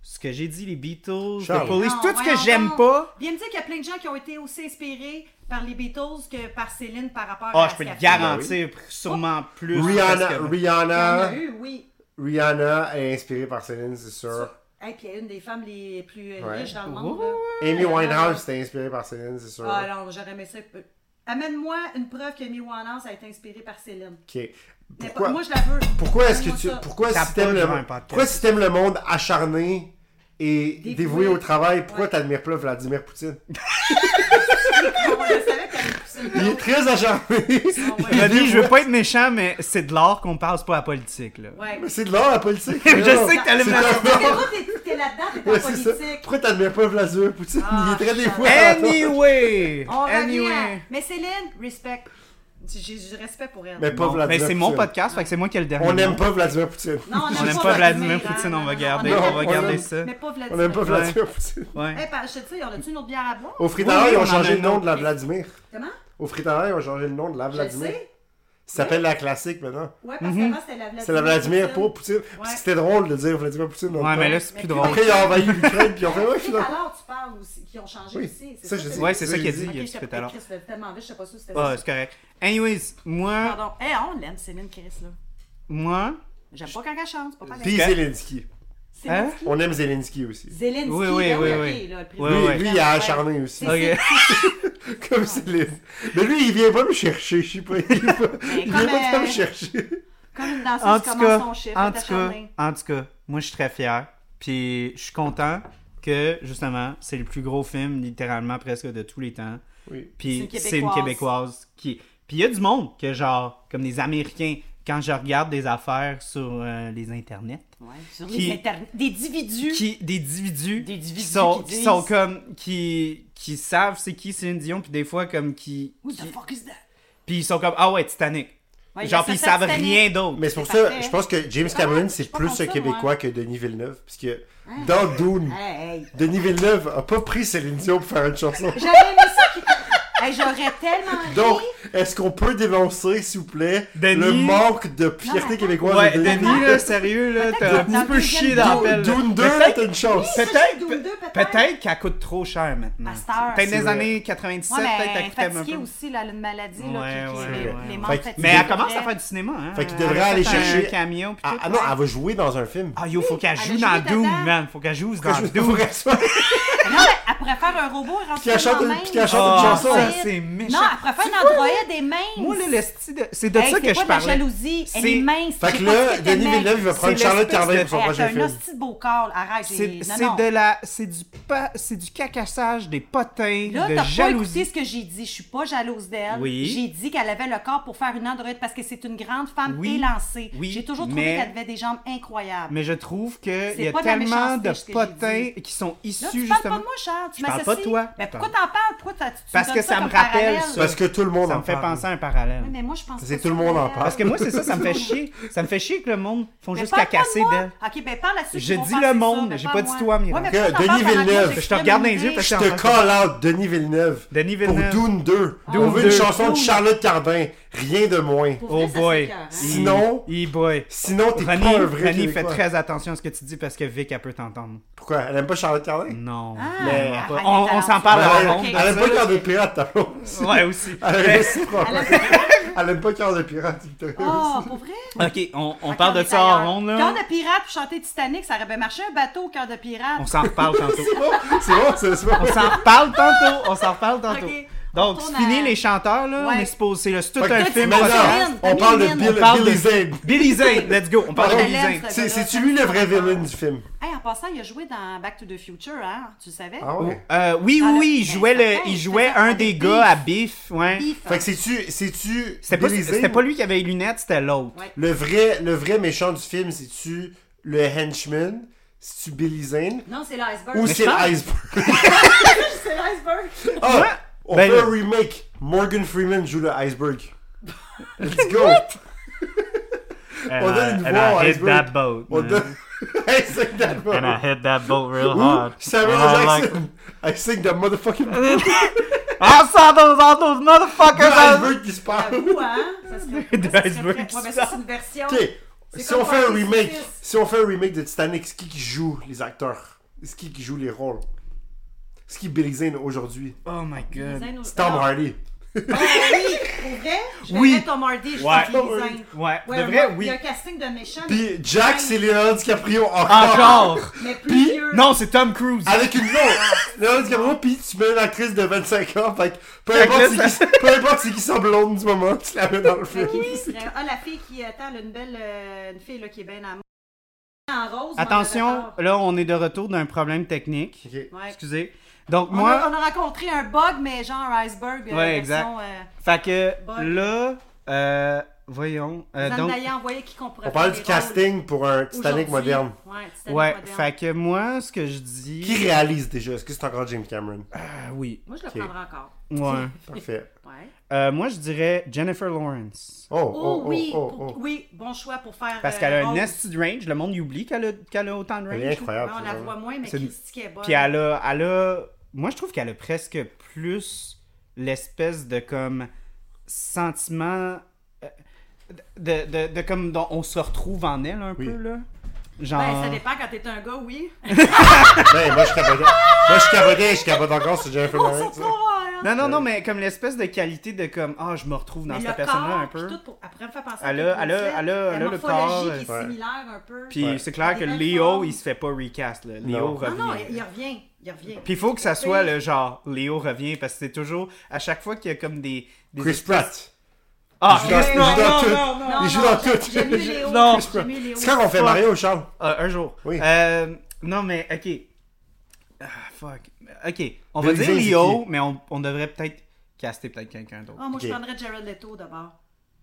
Speaker 1: ce que j'ai dit, les Beatles, les
Speaker 3: Charles.
Speaker 1: Police,
Speaker 2: Non,
Speaker 1: tout ce que
Speaker 2: voyons
Speaker 1: j'aime
Speaker 2: donc.
Speaker 1: pas. Ah,
Speaker 2: Viens me dire qu'il y a plein de gens qui ont été aussi inspirés par les Beatles que par Céline par rapport
Speaker 1: Ah,
Speaker 2: à
Speaker 1: je peux
Speaker 2: ce
Speaker 1: te
Speaker 2: qu'elle fait.
Speaker 1: garantir sûrement plus.
Speaker 3: Rihanna,
Speaker 1: parce que-
Speaker 2: Il y en
Speaker 3: Rihanna,
Speaker 2: a eu, oui.
Speaker 3: Rihanna est inspirée par Céline, c'est sûr.
Speaker 2: Et puis, elle est une des femmes les plus euh,
Speaker 3: Ouais.
Speaker 2: riches dans le
Speaker 1: Ouais,
Speaker 2: monde.
Speaker 1: ouais,
Speaker 2: là.
Speaker 3: Amy Winehouse était inspirée par Céline, c'est sûr.
Speaker 2: Ah non, j'aurais aimé ça. euh, Amène-moi une preuve que Amy Winehouse a été inspirée par Céline.
Speaker 3: Ok.
Speaker 2: Mais
Speaker 3: Pourquoi,
Speaker 2: pas- moi, je la veux.
Speaker 3: pourquoi est-ce que
Speaker 2: Amène-moi
Speaker 3: tu,
Speaker 2: ça.
Speaker 3: pourquoi
Speaker 1: Ça
Speaker 3: si t'aimes
Speaker 1: pas
Speaker 3: le,
Speaker 1: dans un podcast.
Speaker 3: pourquoi si t'aimes le monde acharné et
Speaker 2: Dévoué.
Speaker 3: dévoué, au travail, pourquoi
Speaker 2: Ouais.
Speaker 3: t'admires pas Vladimir Poutine
Speaker 2: On le savait qu'elle allait pousser le
Speaker 3: Il est
Speaker 2: dos.
Speaker 3: très acharné.
Speaker 2: Ah ouais.
Speaker 1: Je me dis, je veux pas être méchant, mais c'est de l'art qu'on parle, c'est pas la politique. Là.
Speaker 2: Ouais.
Speaker 3: Mais c'est de l'art la politique.
Speaker 1: Je
Speaker 3: voyons.
Speaker 1: sais que t'allais me
Speaker 3: C'est
Speaker 1: la
Speaker 3: un
Speaker 1: sortir.
Speaker 2: Parce que
Speaker 3: art.
Speaker 2: toi, t'es- t'es là-dedans, t'es
Speaker 3: Ouais,
Speaker 2: pas
Speaker 3: c'est ça.
Speaker 2: politique.
Speaker 3: Pourquoi t'admires pas Vladimir Poutine
Speaker 2: Ah,
Speaker 3: Il est très
Speaker 2: Charles.
Speaker 3: dévoué. à l'art.
Speaker 1: Anyway!
Speaker 2: On
Speaker 1: anyway!
Speaker 2: revient. Mais Céline, respect. J'ai du respect pour elle.
Speaker 3: Mais pas
Speaker 1: Bon, mais
Speaker 3: Vladimir
Speaker 1: c'est mon
Speaker 3: Poutine.
Speaker 1: podcast, fait que c'est moi qui ai le dernier.
Speaker 3: On n'aime
Speaker 1: mot.
Speaker 3: pas Vladimir Poutine.
Speaker 2: Non,
Speaker 1: On aime
Speaker 2: n'aime
Speaker 1: pas Vladimir Poutine, on va garder,
Speaker 2: aime
Speaker 3: on va
Speaker 2: Vladimir,
Speaker 3: garder
Speaker 1: ça.
Speaker 2: Mais pas
Speaker 3: On
Speaker 2: Vladimir.
Speaker 3: n'aime pas
Speaker 1: Ouais.
Speaker 3: Vladimir Poutine.
Speaker 1: Ouais.
Speaker 2: Eh, ben, je te dis, on a-tu une autre bière à boire?
Speaker 3: Au fritaneur,
Speaker 1: Oui,
Speaker 3: ils
Speaker 1: on en
Speaker 3: ont changé
Speaker 1: a
Speaker 3: le
Speaker 1: un
Speaker 3: nom
Speaker 1: autre.
Speaker 3: de la Vladimir.
Speaker 2: Comment?
Speaker 3: Au fritaneur, ils ont changé le nom de la
Speaker 2: Je le
Speaker 3: Vladimir.
Speaker 2: sais.
Speaker 3: Ça s'appelle la classique maintenant.
Speaker 2: Ouais,
Speaker 1: Mhm.
Speaker 2: parce qu'avant, c'était la Vladimir.
Speaker 3: C'est la Vladimir
Speaker 2: Poutine.
Speaker 3: pour Poutine. Parce que c'était drôle de dire Vladimir Poutine. dans le
Speaker 1: Ouais, mais
Speaker 3: temps.
Speaker 1: là, c'est plus
Speaker 2: Mais
Speaker 1: drôle.
Speaker 3: Après, ils ont envahi l'Ukraine, puis ils ont fait, ouais,
Speaker 2: Tout à
Speaker 3: finalement.
Speaker 2: l'heure, tu parles aussi, qui ont changé
Speaker 3: Oui,
Speaker 2: aussi.
Speaker 3: ça, je
Speaker 2: que-
Speaker 3: sais.
Speaker 1: Ouais, c'est ça qu'il a dit,
Speaker 2: Ok,
Speaker 1: il a
Speaker 2: je
Speaker 1: dit
Speaker 2: t'ai-
Speaker 1: tout à l'heure.
Speaker 2: Chris, c'était tellement vite, je sais pas si c'était
Speaker 1: Ah,
Speaker 2: ça.
Speaker 1: c'est correct. Anyways, moi,
Speaker 2: Pardon. Eh, on l'aime, Céline Chris, là.
Speaker 1: moi,
Speaker 2: J'aime pas quand elle chante, c'est pas pareil.
Speaker 3: Puis
Speaker 1: Hein? Hein?
Speaker 3: Zelensky.
Speaker 2: Zelensky.
Speaker 3: On aime Zelensky aussi.
Speaker 2: Zelensky,
Speaker 1: Oui, oui,
Speaker 2: là,
Speaker 1: oui,
Speaker 2: ok,
Speaker 1: oui. Oui,
Speaker 2: là, le
Speaker 3: Lui,
Speaker 2: président.
Speaker 1: oui.
Speaker 3: lui, il a
Speaker 2: Ouais.
Speaker 3: acharné aussi.
Speaker 2: C'est-
Speaker 1: Ok.
Speaker 3: Comme Céline. Mais lui, il vient pas me chercher, je sais pas. Il vient pas, il vient
Speaker 2: comme,
Speaker 3: pas tant
Speaker 2: euh,
Speaker 3: me chercher.
Speaker 2: Comme une
Speaker 1: en
Speaker 2: danseuse qui
Speaker 1: tout
Speaker 2: commence
Speaker 1: cas,
Speaker 2: son chiffre,
Speaker 1: en
Speaker 2: elle est
Speaker 1: tout cas,
Speaker 2: acharnée.
Speaker 1: en tout cas, moi je suis très fier. Puis je suis content que justement, c'est le plus gros film littéralement presque de tous les temps.
Speaker 3: Oui.
Speaker 1: Puis
Speaker 2: C'est une
Speaker 1: c'est une
Speaker 2: Québécoise.
Speaker 1: québécoise qui Puis il y a du monde que genre comme des Américains quand je regarde des affaires sur euh, les internets
Speaker 2: Ouais, sur
Speaker 1: Qui-
Speaker 2: les interne- des individus.
Speaker 1: qui des individus,
Speaker 2: Des individus
Speaker 1: qui sont
Speaker 2: qui disent-
Speaker 1: sont comme qui qui savent c'est qui Céline Dion puis des fois comme qui,
Speaker 2: Who
Speaker 1: qui-
Speaker 2: the fuck is that?
Speaker 1: puis ils sont comme ah ouais Titanic.
Speaker 2: Ouais,
Speaker 1: genre
Speaker 2: ça
Speaker 1: puis ils
Speaker 2: fait
Speaker 1: savent
Speaker 2: Titanic.
Speaker 1: rien d'autre.
Speaker 3: Mais c'est pour
Speaker 2: C'est
Speaker 3: ça,
Speaker 2: parfait.
Speaker 3: je pense que James
Speaker 2: C'est pas
Speaker 3: Cameron,
Speaker 2: mal, je
Speaker 3: c'est
Speaker 2: suis pas
Speaker 3: plus
Speaker 2: contre
Speaker 3: un
Speaker 2: ça,
Speaker 3: Québécois
Speaker 2: moi. Ah.
Speaker 3: que Denis Villeneuve. Parce que dans Dune,
Speaker 2: Hey, hey.
Speaker 3: Denis Villeneuve a pas pris Céline Dion pour faire une chanson.
Speaker 2: J'avais aimé ça. qui- Hey, J'aurais tellement ri.
Speaker 3: Donc, est-ce qu'on peut dénoncer, s'il vous plaît,
Speaker 1: Denis?
Speaker 3: le manque de fierté
Speaker 2: attends.
Speaker 3: québécoise
Speaker 1: Ouais,
Speaker 3: de Denis?
Speaker 1: Denis, là, sérieux, là, t'as un
Speaker 2: dans
Speaker 1: petit
Speaker 2: le
Speaker 1: peu
Speaker 2: deuxième
Speaker 1: chié dans
Speaker 2: Dune-
Speaker 1: la pelle. là.
Speaker 3: Dune 2,
Speaker 1: Peut-être-
Speaker 3: t'as une chance.
Speaker 1: Peut-être
Speaker 2: Dune deux,
Speaker 1: peut-
Speaker 2: peut-être.
Speaker 1: peut-être qu'elle coûte trop cher maintenant.
Speaker 2: À cette heure.
Speaker 1: Peut-être
Speaker 3: C'est
Speaker 1: des
Speaker 3: vrai.
Speaker 1: années 97,
Speaker 2: Moi,
Speaker 1: peut-être
Speaker 2: mais
Speaker 1: qu'elle coûtait un
Speaker 2: fatiguée
Speaker 1: peu.
Speaker 2: aussi, là, elle a une maladie,
Speaker 1: Ouais,
Speaker 2: là, qui- qui,
Speaker 1: ouais,
Speaker 2: les,
Speaker 3: ouais.
Speaker 2: les
Speaker 3: Fait
Speaker 2: membres
Speaker 3: que-
Speaker 2: fatigués.
Speaker 1: Mais elle commence à
Speaker 2: Ouais.
Speaker 1: faire du cinéma, hein.
Speaker 3: Fait qu'il
Speaker 1: Elle
Speaker 3: devrait
Speaker 1: a
Speaker 3: aller
Speaker 1: fait
Speaker 3: chercher-
Speaker 1: un camion, pis
Speaker 3: Ah,
Speaker 1: tout.
Speaker 3: ah non, elle va jouer dans un film.
Speaker 1: Ah yo, faut qu'elle
Speaker 2: Elle
Speaker 1: joue
Speaker 2: a
Speaker 1: dans
Speaker 2: joué
Speaker 1: Doom,
Speaker 2: dedans.
Speaker 1: man. Faut qu'elle joue
Speaker 3: Pourquoi
Speaker 1: dans
Speaker 3: je
Speaker 1: Doom.
Speaker 3: pourrais ça?
Speaker 2: Non, mais elle elle pourrait faire un robot et
Speaker 3: Qui
Speaker 2: rentrer
Speaker 3: achète
Speaker 2: dans
Speaker 3: une-
Speaker 2: le même.
Speaker 3: qui achète une
Speaker 2: Ah,
Speaker 3: chanson.
Speaker 2: ouais.
Speaker 1: c'est méchant.
Speaker 2: Non, elle pourrait faire un androïde des minces.
Speaker 1: Moi, là, le style de- c'est de
Speaker 2: Hey,
Speaker 1: ça
Speaker 2: c'est
Speaker 1: que je
Speaker 2: quoi de la
Speaker 1: parlais.
Speaker 2: jalousie? Elle
Speaker 1: C'est-
Speaker 2: est mince.
Speaker 3: Fait
Speaker 2: je
Speaker 3: que
Speaker 2: sais pas
Speaker 3: là,
Speaker 2: ce que
Speaker 3: Denis
Speaker 2: t'aimais.
Speaker 3: Villeneuve, il va
Speaker 1: C'est
Speaker 3: prendre Charlotte
Speaker 1: l'espèce
Speaker 3: Cardin
Speaker 1: de-
Speaker 3: pour son
Speaker 2: Hey,
Speaker 3: prochain
Speaker 2: elle a un
Speaker 3: film.
Speaker 2: hostie de beau corps. Arrête, j'ai.
Speaker 1: C'est
Speaker 2: Non,
Speaker 1: c'est
Speaker 2: non.
Speaker 1: de la c'est du pa- c'est du cacassage des potins
Speaker 2: Là,
Speaker 1: de
Speaker 2: t'as pas écouté
Speaker 1: jalousie.
Speaker 2: ce que j'ai dit. Je suis pas jalouse d'elle.
Speaker 1: Oui.
Speaker 2: J'ai dit qu'elle avait le corps pour faire une androïde parce que c'est une grande femme
Speaker 1: Oui.
Speaker 2: élancée.
Speaker 1: Oui,
Speaker 2: J'ai toujours trouvé
Speaker 1: mais-
Speaker 2: qu'elle avait des jambes incroyables.
Speaker 1: Mais je trouve que
Speaker 2: C'est
Speaker 1: il y a
Speaker 2: pas de la
Speaker 1: tellement
Speaker 2: méchanceté,
Speaker 1: de
Speaker 2: ce que j'ai
Speaker 1: potins
Speaker 2: dit.
Speaker 1: qui sont issus
Speaker 2: Là, tu parles
Speaker 1: justement
Speaker 2: pas de moi, Charles. Tu
Speaker 1: Je parle
Speaker 2: m'associes.
Speaker 1: pas de toi.
Speaker 2: Mais
Speaker 1: Je
Speaker 2: pourquoi
Speaker 1: parle-
Speaker 2: t'en parles? Pourquoi t'as- tu, tu
Speaker 1: Parce
Speaker 2: donnes
Speaker 1: que ça
Speaker 2: comme
Speaker 1: me rappelle
Speaker 2: parallèle?
Speaker 1: ça.
Speaker 3: Parce que tout le monde
Speaker 1: ça
Speaker 3: en
Speaker 1: me fait
Speaker 3: parle.
Speaker 1: penser à un parallèle.
Speaker 2: Oui, mais moi, je pense
Speaker 3: C'est
Speaker 2: pas
Speaker 3: tout le
Speaker 2: ça,
Speaker 3: monde en
Speaker 2: Gabriel.
Speaker 3: parle.
Speaker 1: Parce que moi c'est ça, ça me fait chier. Ça me fait chier que le monde font
Speaker 2: Mais
Speaker 1: juste
Speaker 2: parle
Speaker 1: qu'à
Speaker 2: pas de
Speaker 1: casser
Speaker 2: moi.
Speaker 1: d'elle.
Speaker 2: Ok, ben parle à ceux
Speaker 1: Je
Speaker 2: qui vont
Speaker 1: dis
Speaker 2: penser
Speaker 1: le
Speaker 2: ça,
Speaker 1: monde,
Speaker 2: mais
Speaker 1: j'ai
Speaker 2: pas
Speaker 1: pas
Speaker 2: à
Speaker 1: dit
Speaker 2: moi.
Speaker 1: toi, Mira.
Speaker 2: Ouais, mais
Speaker 3: Que
Speaker 2: pourquoi t'en
Speaker 3: Denis
Speaker 2: parles en anglais,
Speaker 3: Villeneuve,
Speaker 2: j'ai
Speaker 1: je te regarde dans les
Speaker 2: extrêmement
Speaker 1: yeux parce
Speaker 3: Je
Speaker 2: aimé.
Speaker 1: que
Speaker 3: te call out Denis Villeneuve
Speaker 1: Denis
Speaker 3: pour
Speaker 1: Villeneuve.
Speaker 3: Dune 2.
Speaker 1: Dune
Speaker 3: On veut une
Speaker 1: 2.
Speaker 3: chanson de
Speaker 2: Dune.
Speaker 3: Charlotte Cardin. Rien de moins.
Speaker 1: Oh
Speaker 2: Pour vrai, ça, c'est
Speaker 1: boy.
Speaker 2: écœurant.
Speaker 3: Sinon-
Speaker 1: E boy.
Speaker 3: Sinon, t'es pas
Speaker 1: René,
Speaker 3: un vrai
Speaker 1: René fait
Speaker 3: Québécois.
Speaker 1: très attention à ce que tu dis parce que Vic, elle peut t'entendre.
Speaker 3: Pourquoi? Elle aime pas Charlotte Cardin?
Speaker 1: Non.
Speaker 2: Ah,
Speaker 1: Mais-
Speaker 2: arrête,
Speaker 1: on- on
Speaker 2: t'as
Speaker 1: s'en
Speaker 2: l'air
Speaker 1: parle
Speaker 3: elle,
Speaker 1: à
Speaker 2: sûr.
Speaker 1: la
Speaker 2: Ok.
Speaker 1: ronde.
Speaker 3: elle aime pas
Speaker 1: Ah, ça.
Speaker 3: Cœur de pirate, ta blonde.
Speaker 1: Ouais, aussi.
Speaker 3: Elle aime
Speaker 1: Mais-
Speaker 3: pas si propre.
Speaker 2: Elle a-
Speaker 3: Elle aime pas Cœur de pirate, Victoria.
Speaker 1: Ah.
Speaker 2: Oh, pour vrai?
Speaker 1: Ok, on, on
Speaker 2: Ah,
Speaker 1: parle
Speaker 2: cœur
Speaker 1: de ça en
Speaker 2: tailleur.
Speaker 1: ronde,
Speaker 2: Cœur
Speaker 1: là.
Speaker 2: de pirate pour chanter Titanic, ça aurait bien marché un bateau au cœur de pirate.
Speaker 1: On s'en reparle tantôt.
Speaker 3: C'est bon, c'est bon, c'est- c'est bon.
Speaker 1: On s'en reparle tantôt. On s'en reparle tantôt.
Speaker 2: Ok, on
Speaker 1: Donc,
Speaker 2: retourne
Speaker 1: c'est fini
Speaker 2: à-
Speaker 1: les chanteurs, là.
Speaker 2: Ouais.
Speaker 1: On est supposé. C'est le- c'est tout
Speaker 3: Fait que
Speaker 1: un
Speaker 3: toi,
Speaker 1: film.
Speaker 2: tu
Speaker 1: podcast.
Speaker 2: m'as
Speaker 3: Maintenant,
Speaker 2: Zane,
Speaker 3: on parle de
Speaker 2: Billy
Speaker 1: Zane.
Speaker 3: Bill-
Speaker 1: On parle de-
Speaker 3: Billy Zane.
Speaker 1: Billy Zane, let's go. On parle de
Speaker 2: Pardon.
Speaker 1: Billy Zane.
Speaker 2: Zane.
Speaker 3: C'est- C'est-tu lui le vrai villain du film?
Speaker 2: Hey, en passant, il a joué dans Back to the Future, hein? Tu le savais?
Speaker 3: Ah ouais?
Speaker 1: Euh, oui,
Speaker 2: Dans
Speaker 1: oui,
Speaker 2: le-
Speaker 1: oui, il
Speaker 2: Ben,
Speaker 1: jouait,
Speaker 2: certain,
Speaker 1: le, il
Speaker 2: il
Speaker 1: jouait
Speaker 2: faisait
Speaker 1: un
Speaker 2: ça
Speaker 1: des
Speaker 2: avec
Speaker 1: gars à Biff, ouais.
Speaker 2: Beef.
Speaker 3: Fait que c'est-tu, c'est-tu
Speaker 1: C'était pas,
Speaker 3: Billy Zane?
Speaker 1: c'était pas lui qui avait les lunettes, c'était l'autre.
Speaker 2: Ouais.
Speaker 3: Le vrai, le vrai méchant du film, c'est-tu le henchman? C'est-tu Billy Zane?
Speaker 2: Non, c'est l'iceberg.
Speaker 3: Ou
Speaker 1: je
Speaker 3: c'est
Speaker 1: pense-
Speaker 3: l'iceberg?
Speaker 2: C'est l'iceberg.
Speaker 3: Ah! On
Speaker 1: Ben,
Speaker 3: fait un remake. Morgan Freeman joue le iceberg. Let's go!
Speaker 1: And
Speaker 3: On
Speaker 1: I-
Speaker 3: donne une
Speaker 1: Euh, and
Speaker 3: voix
Speaker 1: I
Speaker 3: au
Speaker 1: hit
Speaker 3: iceberg.
Speaker 1: that boat,
Speaker 3: On
Speaker 1: man.
Speaker 3: donne... I sing that
Speaker 1: And I
Speaker 3: boat.
Speaker 1: hit that boat real
Speaker 3: Ou
Speaker 1: hard.
Speaker 3: Samuel
Speaker 1: And I like-
Speaker 3: Jackson. I sing that motherfucking boat.
Speaker 1: I saw those, all those motherfuckers. I was-
Speaker 3: Iceberg qui se parle.
Speaker 2: J'avoue, hein? Ça serait
Speaker 1: De
Speaker 2: ça serait
Speaker 1: l'iceberg
Speaker 2: très-
Speaker 1: qui
Speaker 2: Ouais, mais
Speaker 1: se
Speaker 2: ça, c'est une version.
Speaker 3: Ok,
Speaker 2: C'est
Speaker 3: si
Speaker 2: comme
Speaker 3: on fait un
Speaker 2: Party
Speaker 3: remake,
Speaker 2: Six.
Speaker 3: si on fait un remake de Titanic, c'est qui qui joue les acteurs C'est qui qui joue les rôles C'est qui Billy Zane aujourd'hui
Speaker 1: Oh my god.
Speaker 2: Design au-
Speaker 3: C'est Tom
Speaker 2: Alors,
Speaker 3: Hardy.
Speaker 2: Tom Hardy, pour vrai? Je
Speaker 1: Oui.
Speaker 2: oui. Tom Hardy, je
Speaker 1: Ouais.
Speaker 2: suis design.
Speaker 1: Ouais,
Speaker 2: Ouais,
Speaker 1: de vrai,
Speaker 2: moi, Il
Speaker 1: oui.
Speaker 2: y a un casting de méchant.
Speaker 3: Puis Jack, c'est Leonardo DiCaprio encore.
Speaker 1: Encore.
Speaker 2: Mais plus
Speaker 3: Puis-
Speaker 2: vieux.
Speaker 1: Ah, Non, c'est Tom Cruise.
Speaker 3: Avec une autre Leonardo DiCaprio, puis tu mets une actrice de 25 ans, fait que peu
Speaker 1: Fait que
Speaker 3: importe
Speaker 1: là,
Speaker 3: c'est qui- peu importe c'est qui sont blondes du moment, tu la mets dans le
Speaker 2: Mais
Speaker 3: film.
Speaker 2: qui qui serait- Ah, la fille qui attend, là, une belle. euh, Une fille là, qui est bien en en rose. mais en
Speaker 1: Attention,
Speaker 2: retard.
Speaker 1: là, on est de retour d'un problème technique.
Speaker 3: Ok.
Speaker 2: Ouais.
Speaker 1: Excusez. Donc,
Speaker 2: On,
Speaker 1: moi,
Speaker 2: a, on a rencontré un bug, mais genre iceberg. euh,
Speaker 1: Ouais, exact.
Speaker 2: version, euh,
Speaker 1: fait que
Speaker 2: Bug.
Speaker 1: là, euh, voyons. euh,
Speaker 2: Vous en
Speaker 1: donc,
Speaker 2: avez envoyé qui qu'on pourrait
Speaker 3: On parle
Speaker 2: faire
Speaker 3: du
Speaker 2: les rôles
Speaker 3: casting pour un Titanic
Speaker 2: aujourd'hui.
Speaker 3: moderne.
Speaker 2: Ouais, Titanic
Speaker 1: ouais,
Speaker 2: moderne.
Speaker 1: fait que moi, ce que je dis.
Speaker 3: Qui réalise déjà Est-ce que c'est encore James Cameron
Speaker 1: Ah oui.
Speaker 2: Moi, je le
Speaker 3: Ok.
Speaker 2: prendrais encore.
Speaker 1: Ouais.
Speaker 3: Parfait.
Speaker 2: Ouais.
Speaker 1: Euh, moi, je dirais Jennifer Lawrence.
Speaker 3: Oh,
Speaker 2: Oh,
Speaker 3: oh, oh,
Speaker 2: oui,
Speaker 3: oh,
Speaker 2: pour-
Speaker 3: oh.
Speaker 2: oui, bon choix pour faire.
Speaker 1: Parce
Speaker 2: euh,
Speaker 1: qu'elle a un
Speaker 2: rose.
Speaker 1: nasty de range. Le monde y oublie qu'elle a, qu'elle a autant de
Speaker 3: Elle est
Speaker 1: range.
Speaker 2: Ouais,
Speaker 3: incroyable.
Speaker 2: on
Speaker 3: cette
Speaker 2: la
Speaker 3: genre-là.
Speaker 2: voit moins, mais
Speaker 1: C'est une-
Speaker 2: Christy qui est bonne.
Speaker 1: Puis elle a, elle a. Moi, je trouve qu'elle a presque plus l'espèce de comme sentiment. euh, De, de, de comme dont on se retrouve en elle un
Speaker 3: Oui.
Speaker 1: peu, là. Genre.
Speaker 2: Ben, ça dépend quand t'es un gars, oui.
Speaker 3: Ben, moi, je capotais. Moi, je capotais, je capote encore sur Jennifer
Speaker 2: On se
Speaker 3: Lawrence.
Speaker 2: retrouve, ouais, hein.
Speaker 1: Non, non, non, mais comme l'espèce de qualité de comme. Ah, je me retrouve dans
Speaker 2: Mais
Speaker 1: cette
Speaker 2: le
Speaker 1: personne-là
Speaker 2: corps,
Speaker 1: un peu.
Speaker 2: puis tout pour- Après, me faire penser
Speaker 1: Elle
Speaker 2: à
Speaker 1: a- elle a-
Speaker 2: Kate
Speaker 1: elle a- elle
Speaker 2: Winslet,
Speaker 1: a le
Speaker 2: la
Speaker 1: corps,
Speaker 2: morphologie qui est
Speaker 3: ouais.
Speaker 2: similaire un peu.
Speaker 1: Puis
Speaker 3: Ouais.
Speaker 1: c'est clair
Speaker 2: Des
Speaker 1: que
Speaker 2: belles
Speaker 1: Léo,
Speaker 2: formes.
Speaker 1: il se fait pas recast. Là. Léo
Speaker 3: Non.
Speaker 1: revient.
Speaker 2: non, non, il il revient. Il revient.
Speaker 1: Puis il faut que ça soit le genre Léo revient parce que c'est toujours à chaque fois qu'il y a comme des. des
Speaker 3: Chris Pratt.
Speaker 1: Ah,
Speaker 3: Il joue
Speaker 1: Chris
Speaker 3: dans- il joue dans
Speaker 1: Pratt.
Speaker 3: tout.
Speaker 1: Non, non, non, non.
Speaker 3: Il joue
Speaker 2: non,
Speaker 3: dans
Speaker 2: j'ai-
Speaker 3: tout.
Speaker 2: J'aime mieux
Speaker 3: Il
Speaker 2: Léo.
Speaker 1: Non.
Speaker 2: j'aime mieux Léo.
Speaker 3: C'est quand qu'on fait Mario, Charles
Speaker 1: Euh, un jour.
Speaker 3: Oui.
Speaker 1: Euh, non, mais ok. Ah, fuck. Ok. On va
Speaker 3: Mais
Speaker 1: dire
Speaker 3: c'est
Speaker 1: Léo,
Speaker 3: qui?
Speaker 1: mais on, on devrait peut-être caster peut-être quelqu'un d'autre.
Speaker 2: Ah, moi, je
Speaker 3: Ok.
Speaker 2: prendrais Jared Leto d'abord.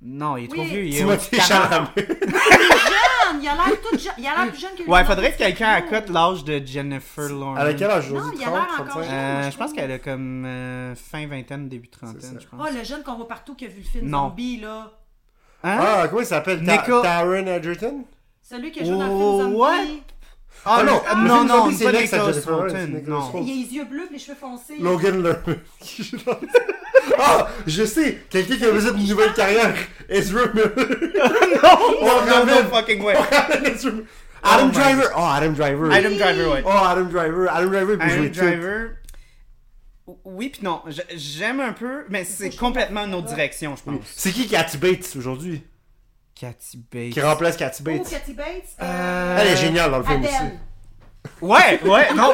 Speaker 1: Non, il est trop
Speaker 2: Oui.
Speaker 1: vieux. Il est
Speaker 3: Timothée
Speaker 1: 40.
Speaker 3: Chalamet.
Speaker 2: Il a l'air tout jeune. Il a l'air plus jeune que
Speaker 1: Ouais,
Speaker 2: lui.
Speaker 1: faudrait que quelqu'un accote l'âge de Jennifer Lawrence.
Speaker 3: À quel âge
Speaker 2: Non,
Speaker 3: aujourd'hui?
Speaker 2: il a l'air
Speaker 3: 30,
Speaker 2: encore
Speaker 3: 35?
Speaker 2: jeune.
Speaker 1: Euh, je pense qu'elle a comme euh, fin vingtaine, début trentaine,
Speaker 3: ça.
Speaker 1: je pense.
Speaker 2: Oh, le jeune qu'on voit partout qui a vu le film
Speaker 1: Non.
Speaker 2: Zombie, là.
Speaker 1: Hein?
Speaker 3: Ah, comment il s'appelle? Ta-
Speaker 1: Nico-
Speaker 3: Taron Edgerton?
Speaker 2: Celui qui a joué dans le
Speaker 1: Oh,
Speaker 2: film Zombie.
Speaker 1: ouais. Ah,
Speaker 3: Ah,
Speaker 1: le-
Speaker 3: non, le
Speaker 1: non, non,
Speaker 3: film zombie, c'est
Speaker 1: c'est pas
Speaker 3: l'ex à
Speaker 1: Nicholas
Speaker 3: Jennifer Lawrence,
Speaker 1: Fenton,
Speaker 3: Nicholas
Speaker 1: non.
Speaker 3: Fenton.
Speaker 2: Il a les yeux bleus, puis les cheveux foncés.
Speaker 3: Logan Lerman. qui joue dans- Ah, je sais! Quelqu'un qui a besoin d'une nouvelle carrière. Ezra Miller.
Speaker 1: Oh, non,
Speaker 3: On
Speaker 1: non,
Speaker 3: ramène.
Speaker 1: no fucking way.
Speaker 3: Ezra Miller. Adam
Speaker 1: my
Speaker 3: Driver. Oh, Adam Driver.
Speaker 1: Adam Driver, ouais.
Speaker 3: Oh, Adam Driver. Adam Driver peut
Speaker 1: Adam
Speaker 3: jouer tout.
Speaker 1: Driver. Oui, puis non, Je- j'aime un peu, mais c'est complètement une autre direction, je pense.
Speaker 3: C'est qui Cathy Bates aujourd'hui?
Speaker 1: Cathy Bates.
Speaker 3: Qui remplace Cathy
Speaker 2: Ou
Speaker 3: Bates?
Speaker 2: Cathy Oh, Bates.
Speaker 1: Euh,
Speaker 2: Euh...
Speaker 3: Elle est géniale dans le film aussi.
Speaker 2: Adèle.
Speaker 1: Ouais, ouais, non,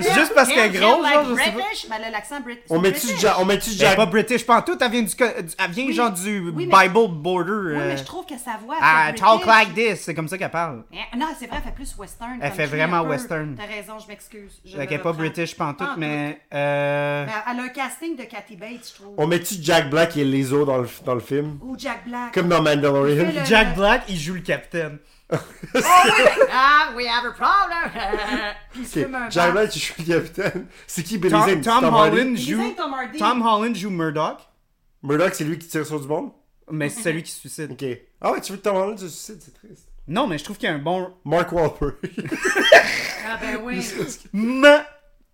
Speaker 2: C'est
Speaker 1: Juste parce qu'elle est grosse, genre, je sais pas.
Speaker 2: British, mais elle a l'accent brit-
Speaker 3: On met-tu
Speaker 2: british.
Speaker 3: Jack, on met-tu
Speaker 1: Elle est
Speaker 3: Jack,
Speaker 1: pas british pantoute, elle vient du, co- du- elle vient
Speaker 2: Oui.
Speaker 1: genre du
Speaker 2: Oui, mais-
Speaker 1: Bible border.
Speaker 2: Oui,
Speaker 1: euh,
Speaker 2: mais je trouve que sa voix. elle
Speaker 1: ah,
Speaker 2: fait
Speaker 1: talk
Speaker 2: british.
Speaker 1: like this, c'est comme ça qu'elle parle.
Speaker 2: Eh, Non, c'est vrai, elle fait plus western.
Speaker 1: Elle
Speaker 2: country
Speaker 1: fait vraiment
Speaker 2: un peu.
Speaker 1: western.
Speaker 2: T'as raison, je m'excuse. Je
Speaker 1: Fait
Speaker 2: me
Speaker 1: qu'elle est pas
Speaker 2: reprends. Ah,
Speaker 1: british pantoute,
Speaker 2: Pantoute.
Speaker 1: mais euh,
Speaker 2: Mais Ben, elle a un casting de Cathy Bates, je trouve.
Speaker 3: on met-tu Jack Black et les autres dans le, dans le film?
Speaker 2: Ou Jack Black.
Speaker 3: Comme dans Mandalorian.
Speaker 2: Fais le-
Speaker 1: Jack Black, il joue le capitaine.
Speaker 2: Ah, we have a problem! Puis il se
Speaker 3: Ok,
Speaker 2: fume un
Speaker 3: Jack
Speaker 2: bat.
Speaker 3: Black, je suis le capitaine. C'est qui Billy
Speaker 1: Tom,
Speaker 3: Zane?
Speaker 1: Tom Holland
Speaker 2: Il
Speaker 1: joue
Speaker 2: disait Tom Hardy.
Speaker 1: Tom Holland joue Murdoch,
Speaker 3: Murdoch, c'est lui qui tire sur du monde?
Speaker 1: mais c'est celui qui se suicide.
Speaker 3: Ok. Ah ouais, tu veux que Tom Holland se suicide, c'est triste.
Speaker 1: Non, mais je trouve qu'il y a un bon
Speaker 3: Mark Wahlberg.
Speaker 2: Ah, ben oui.
Speaker 1: Mais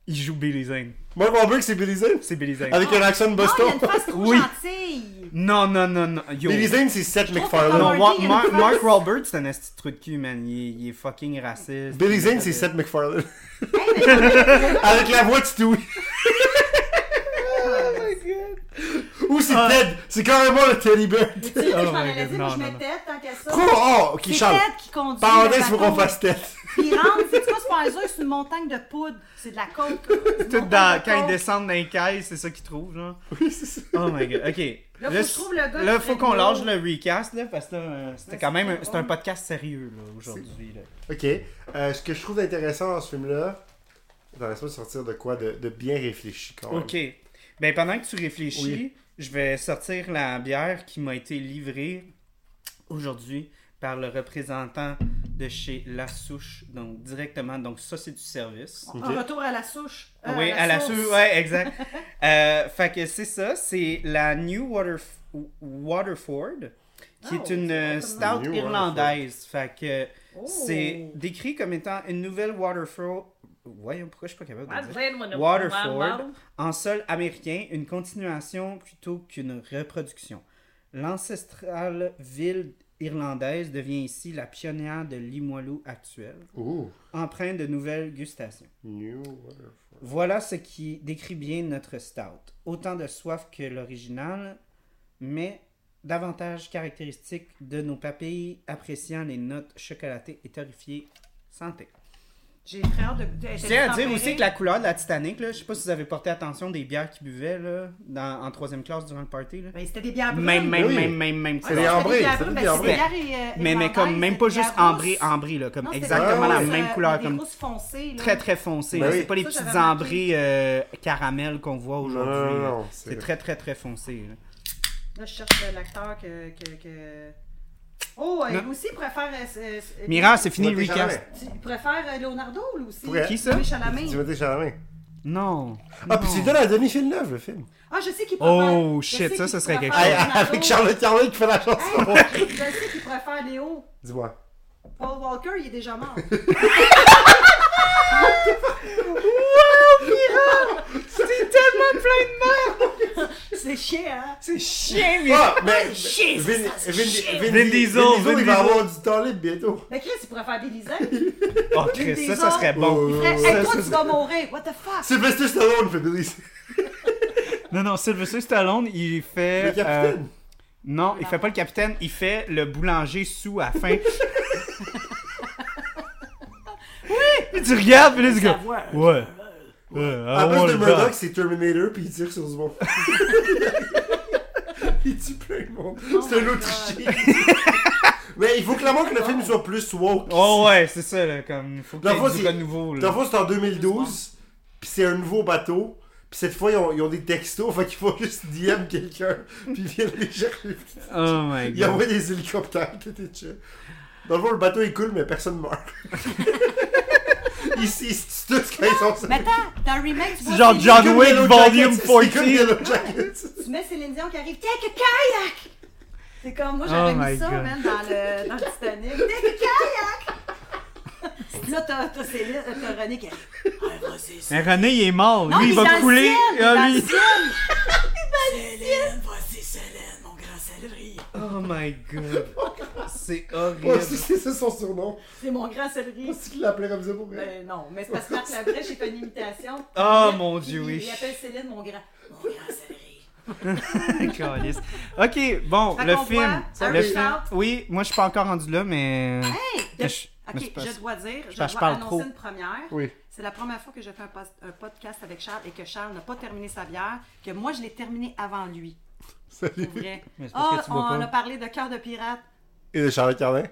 Speaker 1: il joue Billy Zane.
Speaker 3: Mark Wahlberg, c'est Billy Zane?
Speaker 1: C'est Billy Zane.
Speaker 3: Avec un accent de
Speaker 2: Oh. Non, il
Speaker 3: Boston?
Speaker 2: a une face trop
Speaker 1: Oui.
Speaker 2: gentille.
Speaker 1: Non, non, non, non. Yo.
Speaker 3: Billy Zane, c'est Seth
Speaker 2: trouve que
Speaker 3: McFarlane.
Speaker 2: Tom
Speaker 1: Non,
Speaker 2: Hardy,
Speaker 1: Wa-
Speaker 2: il a une
Speaker 1: Mar-
Speaker 2: face.
Speaker 1: Mark Wahlberg, c'est un esti de trou de cul, man. Il est, il est fucking raciste.
Speaker 3: Billy Zane, c'est Seth McFarlane. Avec la voix de Stewie. Oh Ou c'est
Speaker 1: Ah.
Speaker 3: Ted. C'est carrément le teddy bear.
Speaker 2: Tu sais, je
Speaker 1: Oh
Speaker 2: m'en
Speaker 1: my
Speaker 2: allais
Speaker 1: God,
Speaker 2: dire,
Speaker 1: non,
Speaker 2: moi, je
Speaker 1: non,
Speaker 2: mets
Speaker 1: non.
Speaker 2: tête tant qu'à ça.
Speaker 3: Quoi? Oh, ok,
Speaker 2: C'est
Speaker 3: Charles.
Speaker 2: Ted qui conduit. le
Speaker 3: Parenthèse, faut qu'on
Speaker 2: bateau.
Speaker 3: fasse tête.
Speaker 2: Puis il rentre, c'est quoi, c'est pas un zoo, c'est une montagne de poudre. C'est de la coke. C'est
Speaker 1: Tout
Speaker 2: une
Speaker 1: dans,
Speaker 2: montagne de
Speaker 1: quand ils
Speaker 2: coke.
Speaker 1: descendent dans les cailles, c'est ça qu'ils trouvent, genre.
Speaker 3: Oui, c'est ça.
Speaker 1: Oh my god, ok.
Speaker 2: Là, faut que je trouve le gars
Speaker 1: là,
Speaker 2: qui
Speaker 1: faut
Speaker 2: fait
Speaker 1: qu'on
Speaker 2: le-
Speaker 1: lâche le recast, là, parce que là, euh, c'était
Speaker 2: Ouais,
Speaker 1: quand
Speaker 2: c'est
Speaker 1: même un-
Speaker 2: pas
Speaker 1: c'est un
Speaker 2: drôle.
Speaker 1: podcast sérieux, là, aujourd'hui. là.
Speaker 3: Ok. Euh, ce que je trouve intéressant dans ce film-là, dans laisse-moi sortir de quoi de, de bien réfléchi quand même.
Speaker 1: Ok. Ben, pendant que tu réfléchis,
Speaker 3: Oui.
Speaker 1: je vais sortir la bière qui m'a été livrée aujourd'hui par le représentant de chez La Souche, donc directement. Donc, ça, c'est du service.
Speaker 3: Ok.
Speaker 2: Un retour à la souche. Euh,
Speaker 1: oui, à la
Speaker 2: source.
Speaker 1: souche, ouais, exact. euh, fait que c'est ça, c'est la New Waterf- Waterford, qui
Speaker 2: Oh,
Speaker 1: est une
Speaker 2: c'est
Speaker 1: euh,
Speaker 2: pas
Speaker 1: stout
Speaker 3: New
Speaker 1: irlandaise. Fait que
Speaker 2: Oh.
Speaker 1: c'est décrit comme étant une nouvelle Waterford. Voyons, pourquoi je suis pas capable
Speaker 2: Ah,
Speaker 1: de dire. Waterford
Speaker 2: Waterford.
Speaker 1: en sol américain, une continuation plutôt qu'une reproduction. L'ancestrale ville irlandaise devient ici la pionnière de Limoilou actuelle,
Speaker 3: Ouh.
Speaker 1: empreinte de nouvelles gustations.
Speaker 3: New Waterford.
Speaker 1: Voilà ce qui décrit bien notre stout. Autant de soif que l'original, mais davantage caractéristique de nos papilles appréciant les notes chocolatées et torréfiées. Santé.
Speaker 2: J'ai très hâte de goûter.
Speaker 1: Je tiens à dire aussi que la couleur de la Titanic, là, je sais pas si vous avez porté attention des bières qu'ils buvaient là, dans- en troisième classe durant le party. là.
Speaker 2: Ben, c'était des bières brunes.
Speaker 1: Même, même,
Speaker 3: Oui.
Speaker 1: même, même, même.
Speaker 3: C'est
Speaker 1: couleur.
Speaker 3: des ambrées,
Speaker 2: C'était
Speaker 3: c'est
Speaker 2: brunes,
Speaker 3: des
Speaker 2: ben,
Speaker 3: ambrées.
Speaker 2: c'était des bières, euh,
Speaker 1: mais, mais comme
Speaker 2: irlandaises,
Speaker 1: même pas
Speaker 2: c'était
Speaker 1: juste
Speaker 2: des
Speaker 1: ambré,
Speaker 2: grosses.
Speaker 1: ambré, là, comme
Speaker 2: Non, c'était
Speaker 1: exactement
Speaker 2: des
Speaker 1: la
Speaker 2: grosses,
Speaker 1: même
Speaker 2: euh,
Speaker 1: couleur,
Speaker 2: des
Speaker 1: comme
Speaker 2: grosses foncées, là.
Speaker 1: très très foncé.
Speaker 3: Ben
Speaker 1: là.
Speaker 3: oui.
Speaker 1: C'est pas les
Speaker 2: Ça,
Speaker 1: petits
Speaker 2: j'avais remarqué.
Speaker 1: ambrés euh, caramel qu'on voit aujourd'hui.
Speaker 3: Non, non,
Speaker 1: là.
Speaker 3: non, c'est-
Speaker 1: c'est très très très foncé. là.
Speaker 2: Là, je cherche le- l'acteur que, que, que- Oh, euh,
Speaker 1: Non.
Speaker 2: lui aussi, il préfère. euh, euh, euh,
Speaker 1: Mira, c'est fini le
Speaker 3: Timothée
Speaker 1: recast.
Speaker 3: Chalamet.
Speaker 2: tu- Il préfère euh, Leonardo, lui aussi.
Speaker 3: Pourrait.
Speaker 1: Qui ça?
Speaker 2: Louis Chalamet.
Speaker 3: Timothée Chalamet.
Speaker 1: Non.
Speaker 3: Ah, puis c'est donne à Denis Villeneuve, le film.
Speaker 2: Ah, je sais qu'il préfère.
Speaker 1: Oh,
Speaker 2: je
Speaker 1: shit,
Speaker 2: sais
Speaker 1: ça,
Speaker 2: qu'il
Speaker 1: ça serait quelque
Speaker 2: préfère
Speaker 1: chose.
Speaker 2: Leonardo.
Speaker 3: Ah, Avec Charlotte Carlin qui fait la chanson.
Speaker 2: Hey, je sais qu'il préfère Léo.
Speaker 3: Ah, Dis-moi.
Speaker 2: Paul Walker, il est déjà mort.
Speaker 1: C'est tellement plein de mal.
Speaker 2: C'est chiant, hein?
Speaker 1: C'est chien,
Speaker 3: Ah, mais.
Speaker 2: Jesus,
Speaker 3: Vin, Vin,
Speaker 2: c'est
Speaker 3: Vin,
Speaker 2: chiant.
Speaker 3: Vin-
Speaker 1: Vin
Speaker 3: Vin
Speaker 1: Diesel, Vin
Speaker 3: il va
Speaker 1: Diesel.
Speaker 3: avoir du temps libre bientôt.
Speaker 2: Mais Chris, il pourrait faire des lisettes.
Speaker 1: Oh, Chris, ça, ça serait bon.
Speaker 3: Oh.
Speaker 2: Il ferait,
Speaker 3: Ça,
Speaker 2: hey, toi,
Speaker 1: ça,
Speaker 2: tu vas mourir. What the fuck?
Speaker 3: Sylvester Stallone fait Billy.
Speaker 1: Non, non, Sylvester Stallone, il fait.
Speaker 3: Le capitaine.
Speaker 1: euh, non, il fait pas le capitaine, il fait le boulanger sous à la fin. oui! Puis tu regardes, puis là, tu gars. Ouais.
Speaker 2: euh,
Speaker 1: Ah Ouais, bah. I
Speaker 3: En
Speaker 1: want
Speaker 3: plus de
Speaker 1: it
Speaker 3: Murdoch,
Speaker 1: back.
Speaker 3: c'est Terminator puis il tire sur ce monde. il tue plein de monde. c'est un
Speaker 2: my
Speaker 3: autrichien. Mais il faut clairement que le film soit plus woke.
Speaker 1: Oh, ouais, c'est ça, là, comme. Faut que
Speaker 3: Dans le fond,
Speaker 1: tu
Speaker 3: c'est-
Speaker 1: du nouveau,
Speaker 3: Dans
Speaker 1: là.
Speaker 3: le fond, c'est en 2012, puis c'est un nouveau bateau. Puis cette fois, ils ont, ils ont des textos, fait qu'il faut juste DM quelqu'un, puis ils viennent les chercher.
Speaker 1: Oh, my
Speaker 3: Ils
Speaker 1: god.
Speaker 3: envoient des hélicoptères, tout est chill. Dans le fond, le bateau est cool, mais personne meurt. Ici, c'est tout ce qu'ils sont sur-
Speaker 2: Mais attends, dans le remake, tu vois.
Speaker 1: C'est genre
Speaker 2: Céline-
Speaker 1: John
Speaker 3: Comme
Speaker 1: Wick,
Speaker 3: Yellow
Speaker 1: volume
Speaker 3: Jackets, c'est comme
Speaker 1: 14.
Speaker 3: Yellow Jackets.
Speaker 2: Tu mets Céline Dion qui arrive. Take a kayak! C'est comme moi, j'avais
Speaker 1: Oh my
Speaker 2: mis ça,
Speaker 1: God.
Speaker 2: man, dans le, dans le Titanic. Take a kayak! Là, t'as, t'as Céline, euh, t'as René qui arrive. Ah, vas-y,
Speaker 1: Mais René, il est mort.
Speaker 2: Non,
Speaker 1: lui,
Speaker 2: mais
Speaker 1: il va
Speaker 2: dans le
Speaker 1: couler.
Speaker 2: ciel, il est
Speaker 1: Ah,
Speaker 2: dans le
Speaker 1: lui-
Speaker 2: ciel.
Speaker 7: Célène, voici Célène, mon grand céleri.
Speaker 1: Oh my god. C'est
Speaker 3: Ouais,
Speaker 1: horrible.
Speaker 3: c'est c'est son surnom.
Speaker 2: C'est mon grand céleri.
Speaker 3: C'est qu'il l'appelait comme ça pour vrai.
Speaker 2: Ben non, mais c'est parce que Marc Labrèche, j'ai fait une imitation.
Speaker 1: Oh,
Speaker 2: Il-
Speaker 1: mon Dieu,
Speaker 2: il-
Speaker 1: oui.
Speaker 2: Il appelle Céline mon grand. Mon grand céleri.
Speaker 1: Calisse. ok, bon,
Speaker 2: Fait
Speaker 1: le
Speaker 2: qu'on
Speaker 1: film.
Speaker 2: voit
Speaker 1: le
Speaker 2: Harry
Speaker 1: film.
Speaker 2: Potter.
Speaker 1: Oui, moi je suis pas encore rendu là, mais.
Speaker 2: Hey!
Speaker 1: Mais je- Mais c'est
Speaker 2: OK,
Speaker 1: parce-
Speaker 2: je dois dire, je,
Speaker 1: parce que je
Speaker 2: dois
Speaker 1: parle
Speaker 2: annoncer
Speaker 1: trop.
Speaker 2: une première.
Speaker 3: Oui.
Speaker 2: C'est la première fois que je fais un, post- un podcast avec Charles et que Charles n'a pas terminé sa bière, que moi, je l'ai terminé avant lui.
Speaker 3: Salut.
Speaker 2: Pour vrai.
Speaker 1: Mais c'est parce
Speaker 2: Ah,
Speaker 1: que tu
Speaker 2: on
Speaker 1: bois pas.
Speaker 2: a parlé de cœur de pirate.
Speaker 3: Et de Charlotte Cardin.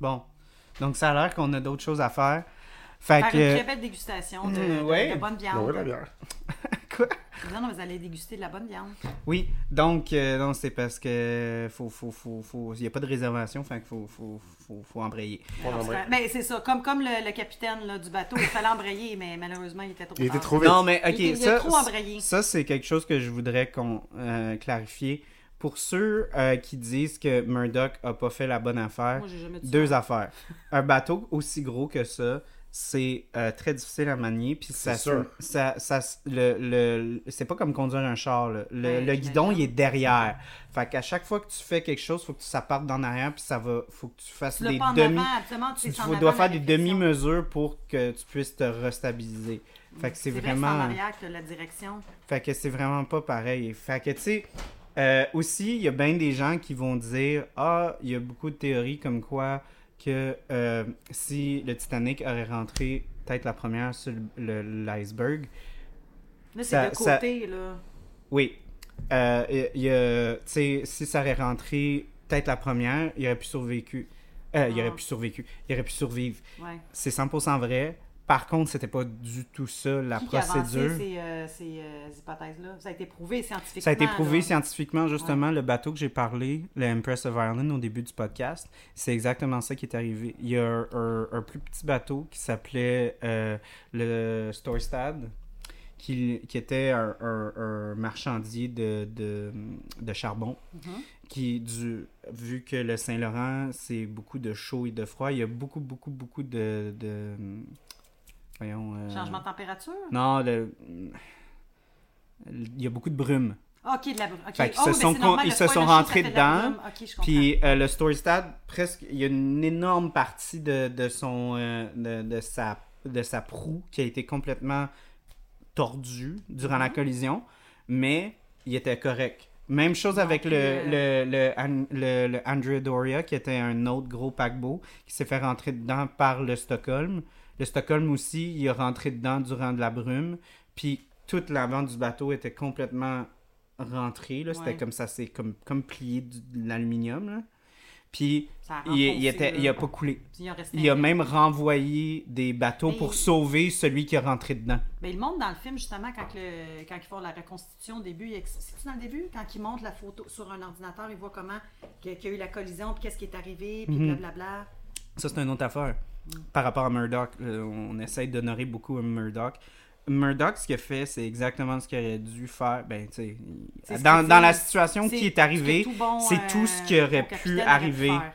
Speaker 1: Bon. Donc, ça a l'air qu'on a d'autres choses à faire. Fait
Speaker 2: Faire une
Speaker 1: que. Mm,
Speaker 2: très belle dégustation de, de-
Speaker 1: ouais.
Speaker 2: de bonne viande.
Speaker 3: Ben oui, la bière.
Speaker 2: Non, non, vous allez déguster de la bonne viande.
Speaker 1: Oui, donc, euh, non, c'est parce que. Faut, faut, faut, faut- Il n'y a pas de réservation, fait qu'il faut, faut, faut, faut embrayer.
Speaker 3: On en
Speaker 1: ben
Speaker 2: Mais
Speaker 3: brille.
Speaker 2: Ben, c'est ça, comme, comme le, le capitaine là, du bateau, il fallait embrayer, mais malheureusement, il était trop
Speaker 3: Il était
Speaker 2: tard.
Speaker 3: trop vite.
Speaker 1: Non, mais ok,
Speaker 2: Il- il
Speaker 1: ça,
Speaker 2: a trop embrayé.
Speaker 1: ça c'est quelque chose que je voudrais qu'on euh, clarifie. Pour ceux euh, qui disent que Murdoch a pas fait la bonne affaire,
Speaker 2: Moi, j'ai jamais dit ça.
Speaker 1: deux affaires. Un bateau aussi gros que ça, c'est euh, très difficile à manier, puis ça,
Speaker 3: C'est sûr.
Speaker 1: ça, ça, le, le- c'est pas comme conduire un char. là. Le,
Speaker 2: Ouais,
Speaker 1: le guidon, il
Speaker 2: j'imagine.
Speaker 1: est derrière. Fait qu'à chaque fois que tu fais quelque chose, faut que ça parte d'en arrière, puis ça va, faut que tu fasses
Speaker 2: Tu
Speaker 1: des
Speaker 2: l'as pas en
Speaker 1: demi
Speaker 2: avant, absolument, tu
Speaker 1: tu
Speaker 2: sais, c'est en
Speaker 1: faut-
Speaker 2: avant
Speaker 1: dois
Speaker 2: la
Speaker 1: faire des
Speaker 2: réflexion.
Speaker 1: demi-mesures pour que tu puisses te restabiliser. Fait que c'est
Speaker 2: vrai que Mm. C'est en
Speaker 1: vraiment
Speaker 2: arrière que la direction.
Speaker 1: fait que c'est vraiment pas pareil. Fait que tu sais euh, aussi il y a bien des gens qui vont dire ah, il y a beaucoup de théories comme quoi que euh, si le Titanic aurait rentré peut-être la première sur le- le- l'iceberg,
Speaker 2: Là,
Speaker 1: Ça-
Speaker 2: c'est de
Speaker 1: ça-
Speaker 2: côté, là.
Speaker 1: oui. Euh, il y a- tu sais, si ça aurait rentré peut-être la première, il aurait pu survécu. Euh, Il
Speaker 2: Ah.
Speaker 1: aurait pu survécu. Il aurait pu survivre.
Speaker 2: Ouais.
Speaker 1: C'est 100% vrai. Par contre, c'était pas du tout ça la
Speaker 2: Qui qui a avancé
Speaker 1: procédure.
Speaker 2: ces, euh, ces, euh, ces hypothèses-là? Ça a été prouvé scientifiquement.
Speaker 1: ça a été prouvé
Speaker 2: là.
Speaker 1: scientifiquement, justement, le bateau que j'ai parlé, le Empress of Ireland, au début du podcast, c'est exactement ça qui est arrivé. Il y a un, un- un plus petit bateau qui s'appelait euh, le Storstad, qui, qui était un, un- un marchandier de, de- de charbon,
Speaker 2: Mm-hmm.
Speaker 1: qui, du, vu que le Saint-Laurent, c'est beaucoup de chaud et de froid, il y a beaucoup, beaucoup, beaucoup de... de- voyons... euh,
Speaker 2: Changement de température?
Speaker 1: non, le- il y a beaucoup de brume.
Speaker 2: Ok, de la OK.
Speaker 1: Fait qu'ils se
Speaker 2: Ah oui,
Speaker 1: sont
Speaker 2: mais c'est normal,
Speaker 1: con- ils
Speaker 2: le
Speaker 1: se
Speaker 2: foie,
Speaker 1: sont
Speaker 2: le chou, ça
Speaker 1: rentrés
Speaker 2: fait de la
Speaker 1: dedans,
Speaker 2: brume. Ok, je comprends.
Speaker 1: Puis euh, le Story Stad, presque, il y a une énorme partie de, de son euh, de, de sa de sa proue qui a été complètement tordue durant
Speaker 2: Mhm.
Speaker 1: la collision, mais il était correct. Même chose avec le,
Speaker 2: puis,
Speaker 1: le, le, An- le, le Andrea Doria, qui était un autre gros paquebot, qui s'est fait rentrer dedans par le Stockholm. Le Stockholm aussi, il est rentré dedans durant de la brume. Puis toute l'avant du bateau était complètement rentrée. là. C'était
Speaker 2: Ouais.
Speaker 1: comme ça, c'est comme, comme plié du- de l'aluminium. là. Puis
Speaker 2: Ça a
Speaker 1: il, il,
Speaker 2: renfoncé,
Speaker 1: était,
Speaker 2: Ah, là.
Speaker 1: il a pas coulé.
Speaker 2: Puis il a resté
Speaker 1: Il a
Speaker 2: intact.
Speaker 1: même renvoyé des bateaux pour
Speaker 2: Mais-
Speaker 1: sauver celui qui est rentré dedans.
Speaker 2: Mais il montre dans le film, justement, quand, le, quand ils font la reconstitution au début. il ex- C'est-tu dans le début? Quand ils montrent la photo sur un ordinateur, ils voient comment que- qu'il y a eu la collision, puis qu'est-ce qui est arrivé, puis
Speaker 1: Mhm.
Speaker 2: blablabla.
Speaker 1: Ça, c'est une autre affaire.
Speaker 2: Mm.
Speaker 1: Par rapport à Murdoch, euh, on essaie d'honorer beaucoup euh, Murdoch. Murdoch, ce qu'il a fait, c'est exactement ce qu'il aurait dû faire. Ben, tu sais,
Speaker 2: C'est ce
Speaker 1: dans,
Speaker 2: que-
Speaker 1: dans la situation
Speaker 2: C'est
Speaker 1: qui est
Speaker 2: ce que
Speaker 1: arrivée,
Speaker 2: tout bon, euh,
Speaker 1: c'est tout ce qui aurait
Speaker 2: bon
Speaker 1: pu
Speaker 2: capitaine
Speaker 1: arriver.
Speaker 2: faire.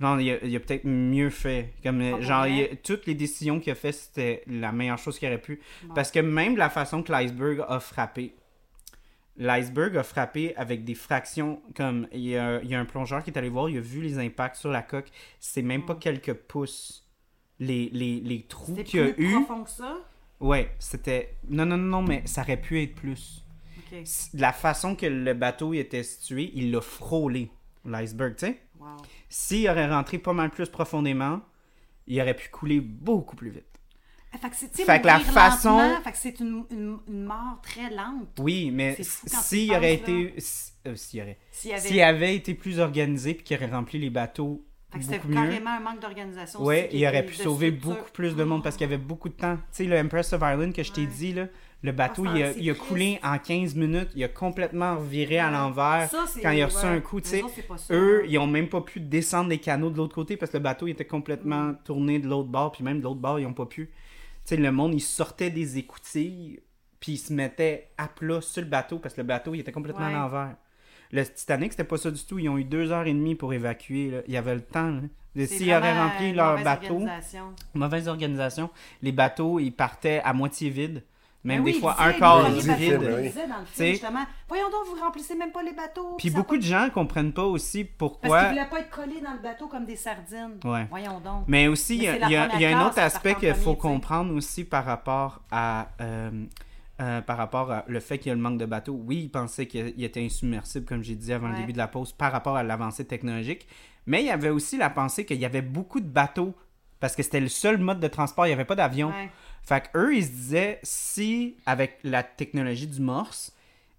Speaker 1: Non, il a, il a peut-être mieux fait. Comme, euh,
Speaker 2: Ah, pour
Speaker 1: genre, il
Speaker 2: vrai.
Speaker 1: a- toutes les décisions qu'il a fait, c'était la meilleure chose qu'il aurait pu.
Speaker 2: Bon.
Speaker 1: Parce que même la façon que l'iceberg a frappé, l'iceberg a frappé avec des fractions. Comme il y, a, il y a un plongeur qui est allé voir, il a vu les impacts sur la coque. C'est même pas quelques pouces. Les, les, les trous
Speaker 2: Hmm. C'était
Speaker 1: qu'il y a
Speaker 2: plus
Speaker 1: eu.
Speaker 2: profond que ça.
Speaker 1: Ouais, c'était. Non, non, non, non, mais ça aurait pu être plus.
Speaker 2: OK.
Speaker 1: S- La façon que le bateau y était situé, il l'a frôlé, l'iceberg, tu sais.
Speaker 2: Wow.
Speaker 1: S'il aurait rentré pas mal plus profondément, il aurait pu couler beaucoup plus vite.
Speaker 2: Ah, Fait que, c'est- tu sais,
Speaker 1: Fait que la
Speaker 2: mourir
Speaker 1: façon-
Speaker 2: lentement, Fait que c'est une, une, une mort très lente.
Speaker 1: Oui, mais
Speaker 2: C'est fou quand tu
Speaker 1: s'il
Speaker 2: penses,
Speaker 1: aurait
Speaker 2: là.
Speaker 1: été. si- euh, s'il aurait.
Speaker 2: S'il y avait...
Speaker 1: S'il avait été plus organisé puis qu'il aurait rempli les bateaux
Speaker 2: Fait que c'était
Speaker 1: beaucoup mieux,
Speaker 2: carrément un manque d'organisation.
Speaker 1: ouais,
Speaker 2: aussi,
Speaker 1: il aurait
Speaker 2: de-
Speaker 1: pu
Speaker 2: de
Speaker 1: sauver
Speaker 2: structure.
Speaker 1: beaucoup plus de monde parce qu'il y avait beaucoup de temps. Tu sais, le Empress of Ireland que je t'ai
Speaker 2: Ouais.
Speaker 1: dit, là, le bateau,
Speaker 2: Ah,
Speaker 1: il a,
Speaker 2: c'est
Speaker 1: il a
Speaker 2: triste.
Speaker 1: coulé en 15 minutes. Il a complètement viré à
Speaker 2: Ouais.
Speaker 1: l'envers
Speaker 2: Ça, c'est-
Speaker 1: quand il a reçu
Speaker 2: ouais.
Speaker 1: un coup. Tu
Speaker 2: Les
Speaker 1: sais,
Speaker 2: autres, c'est pas ça.
Speaker 1: eux, ils ont même pas pu descendre les canaux de l'autre côté parce que le bateau il était complètement
Speaker 2: Mm.
Speaker 1: tourné de l'autre bord. Puis même de l'autre bord, ils ont pas pu. Tu sais, le monde, il sortait des écoutilles puis il se mettait à plat sur le bateau parce que le bateau, il était complètement
Speaker 2: Ouais.
Speaker 1: à l'envers. Le Titanic, c'était pas ça du tout. Ils ont eu deux heures et demie pour évacuer. là. Il y avait le temps. là. De-
Speaker 2: C'est
Speaker 1: S'ils auraient
Speaker 2: vraiment
Speaker 1: rempli
Speaker 2: une
Speaker 1: leur
Speaker 2: mauvaise
Speaker 1: bateau,
Speaker 2: organisation.
Speaker 1: mauvaise organisation, les bateaux, ils partaient à moitié vides. Même
Speaker 2: Ben
Speaker 1: des
Speaker 2: oui,
Speaker 1: fois,
Speaker 2: il
Speaker 1: un
Speaker 2: disait,
Speaker 1: quart
Speaker 2: il
Speaker 3: du
Speaker 2: disait,
Speaker 3: vide.
Speaker 2: parce que
Speaker 3: Oui.
Speaker 2: Il disait dans le
Speaker 1: T'sais.
Speaker 2: film, justement, voyons donc, vous remplissez même pas les bateaux.
Speaker 1: Puis
Speaker 2: ça
Speaker 1: beaucoup
Speaker 2: va-
Speaker 1: de gens comprennent pas aussi
Speaker 2: Parce
Speaker 1: pourquoi.
Speaker 2: qu'ils voulaient pas être collés dans le bateau comme des sardines.
Speaker 1: Ouais.
Speaker 2: Voyons donc.
Speaker 1: Mais aussi, il y, a-
Speaker 2: Mais c'est la
Speaker 1: il y a-
Speaker 2: première
Speaker 1: il y a un
Speaker 2: classe
Speaker 1: autre
Speaker 2: qui
Speaker 1: aspect
Speaker 2: part en
Speaker 1: qu'il faut
Speaker 2: premier, tu sais.
Speaker 1: comprendre aussi par rapport à. euh, euh, par rapport à le fait qu'il y a le manque de bateaux, oui, ils pensaient qu'il était insubmersible, comme j'ai dit avant le
Speaker 2: Ouais.
Speaker 1: début de la pause, par rapport à l'avancée technologique. Mais il y avait aussi la pensée qu'il y avait beaucoup de bateaux parce que c'était le seul mode de transport, il n'y avait pas d'avion.
Speaker 2: Ouais.
Speaker 1: Fait qu'eux, ils se disaient, si, avec la technologie du morse,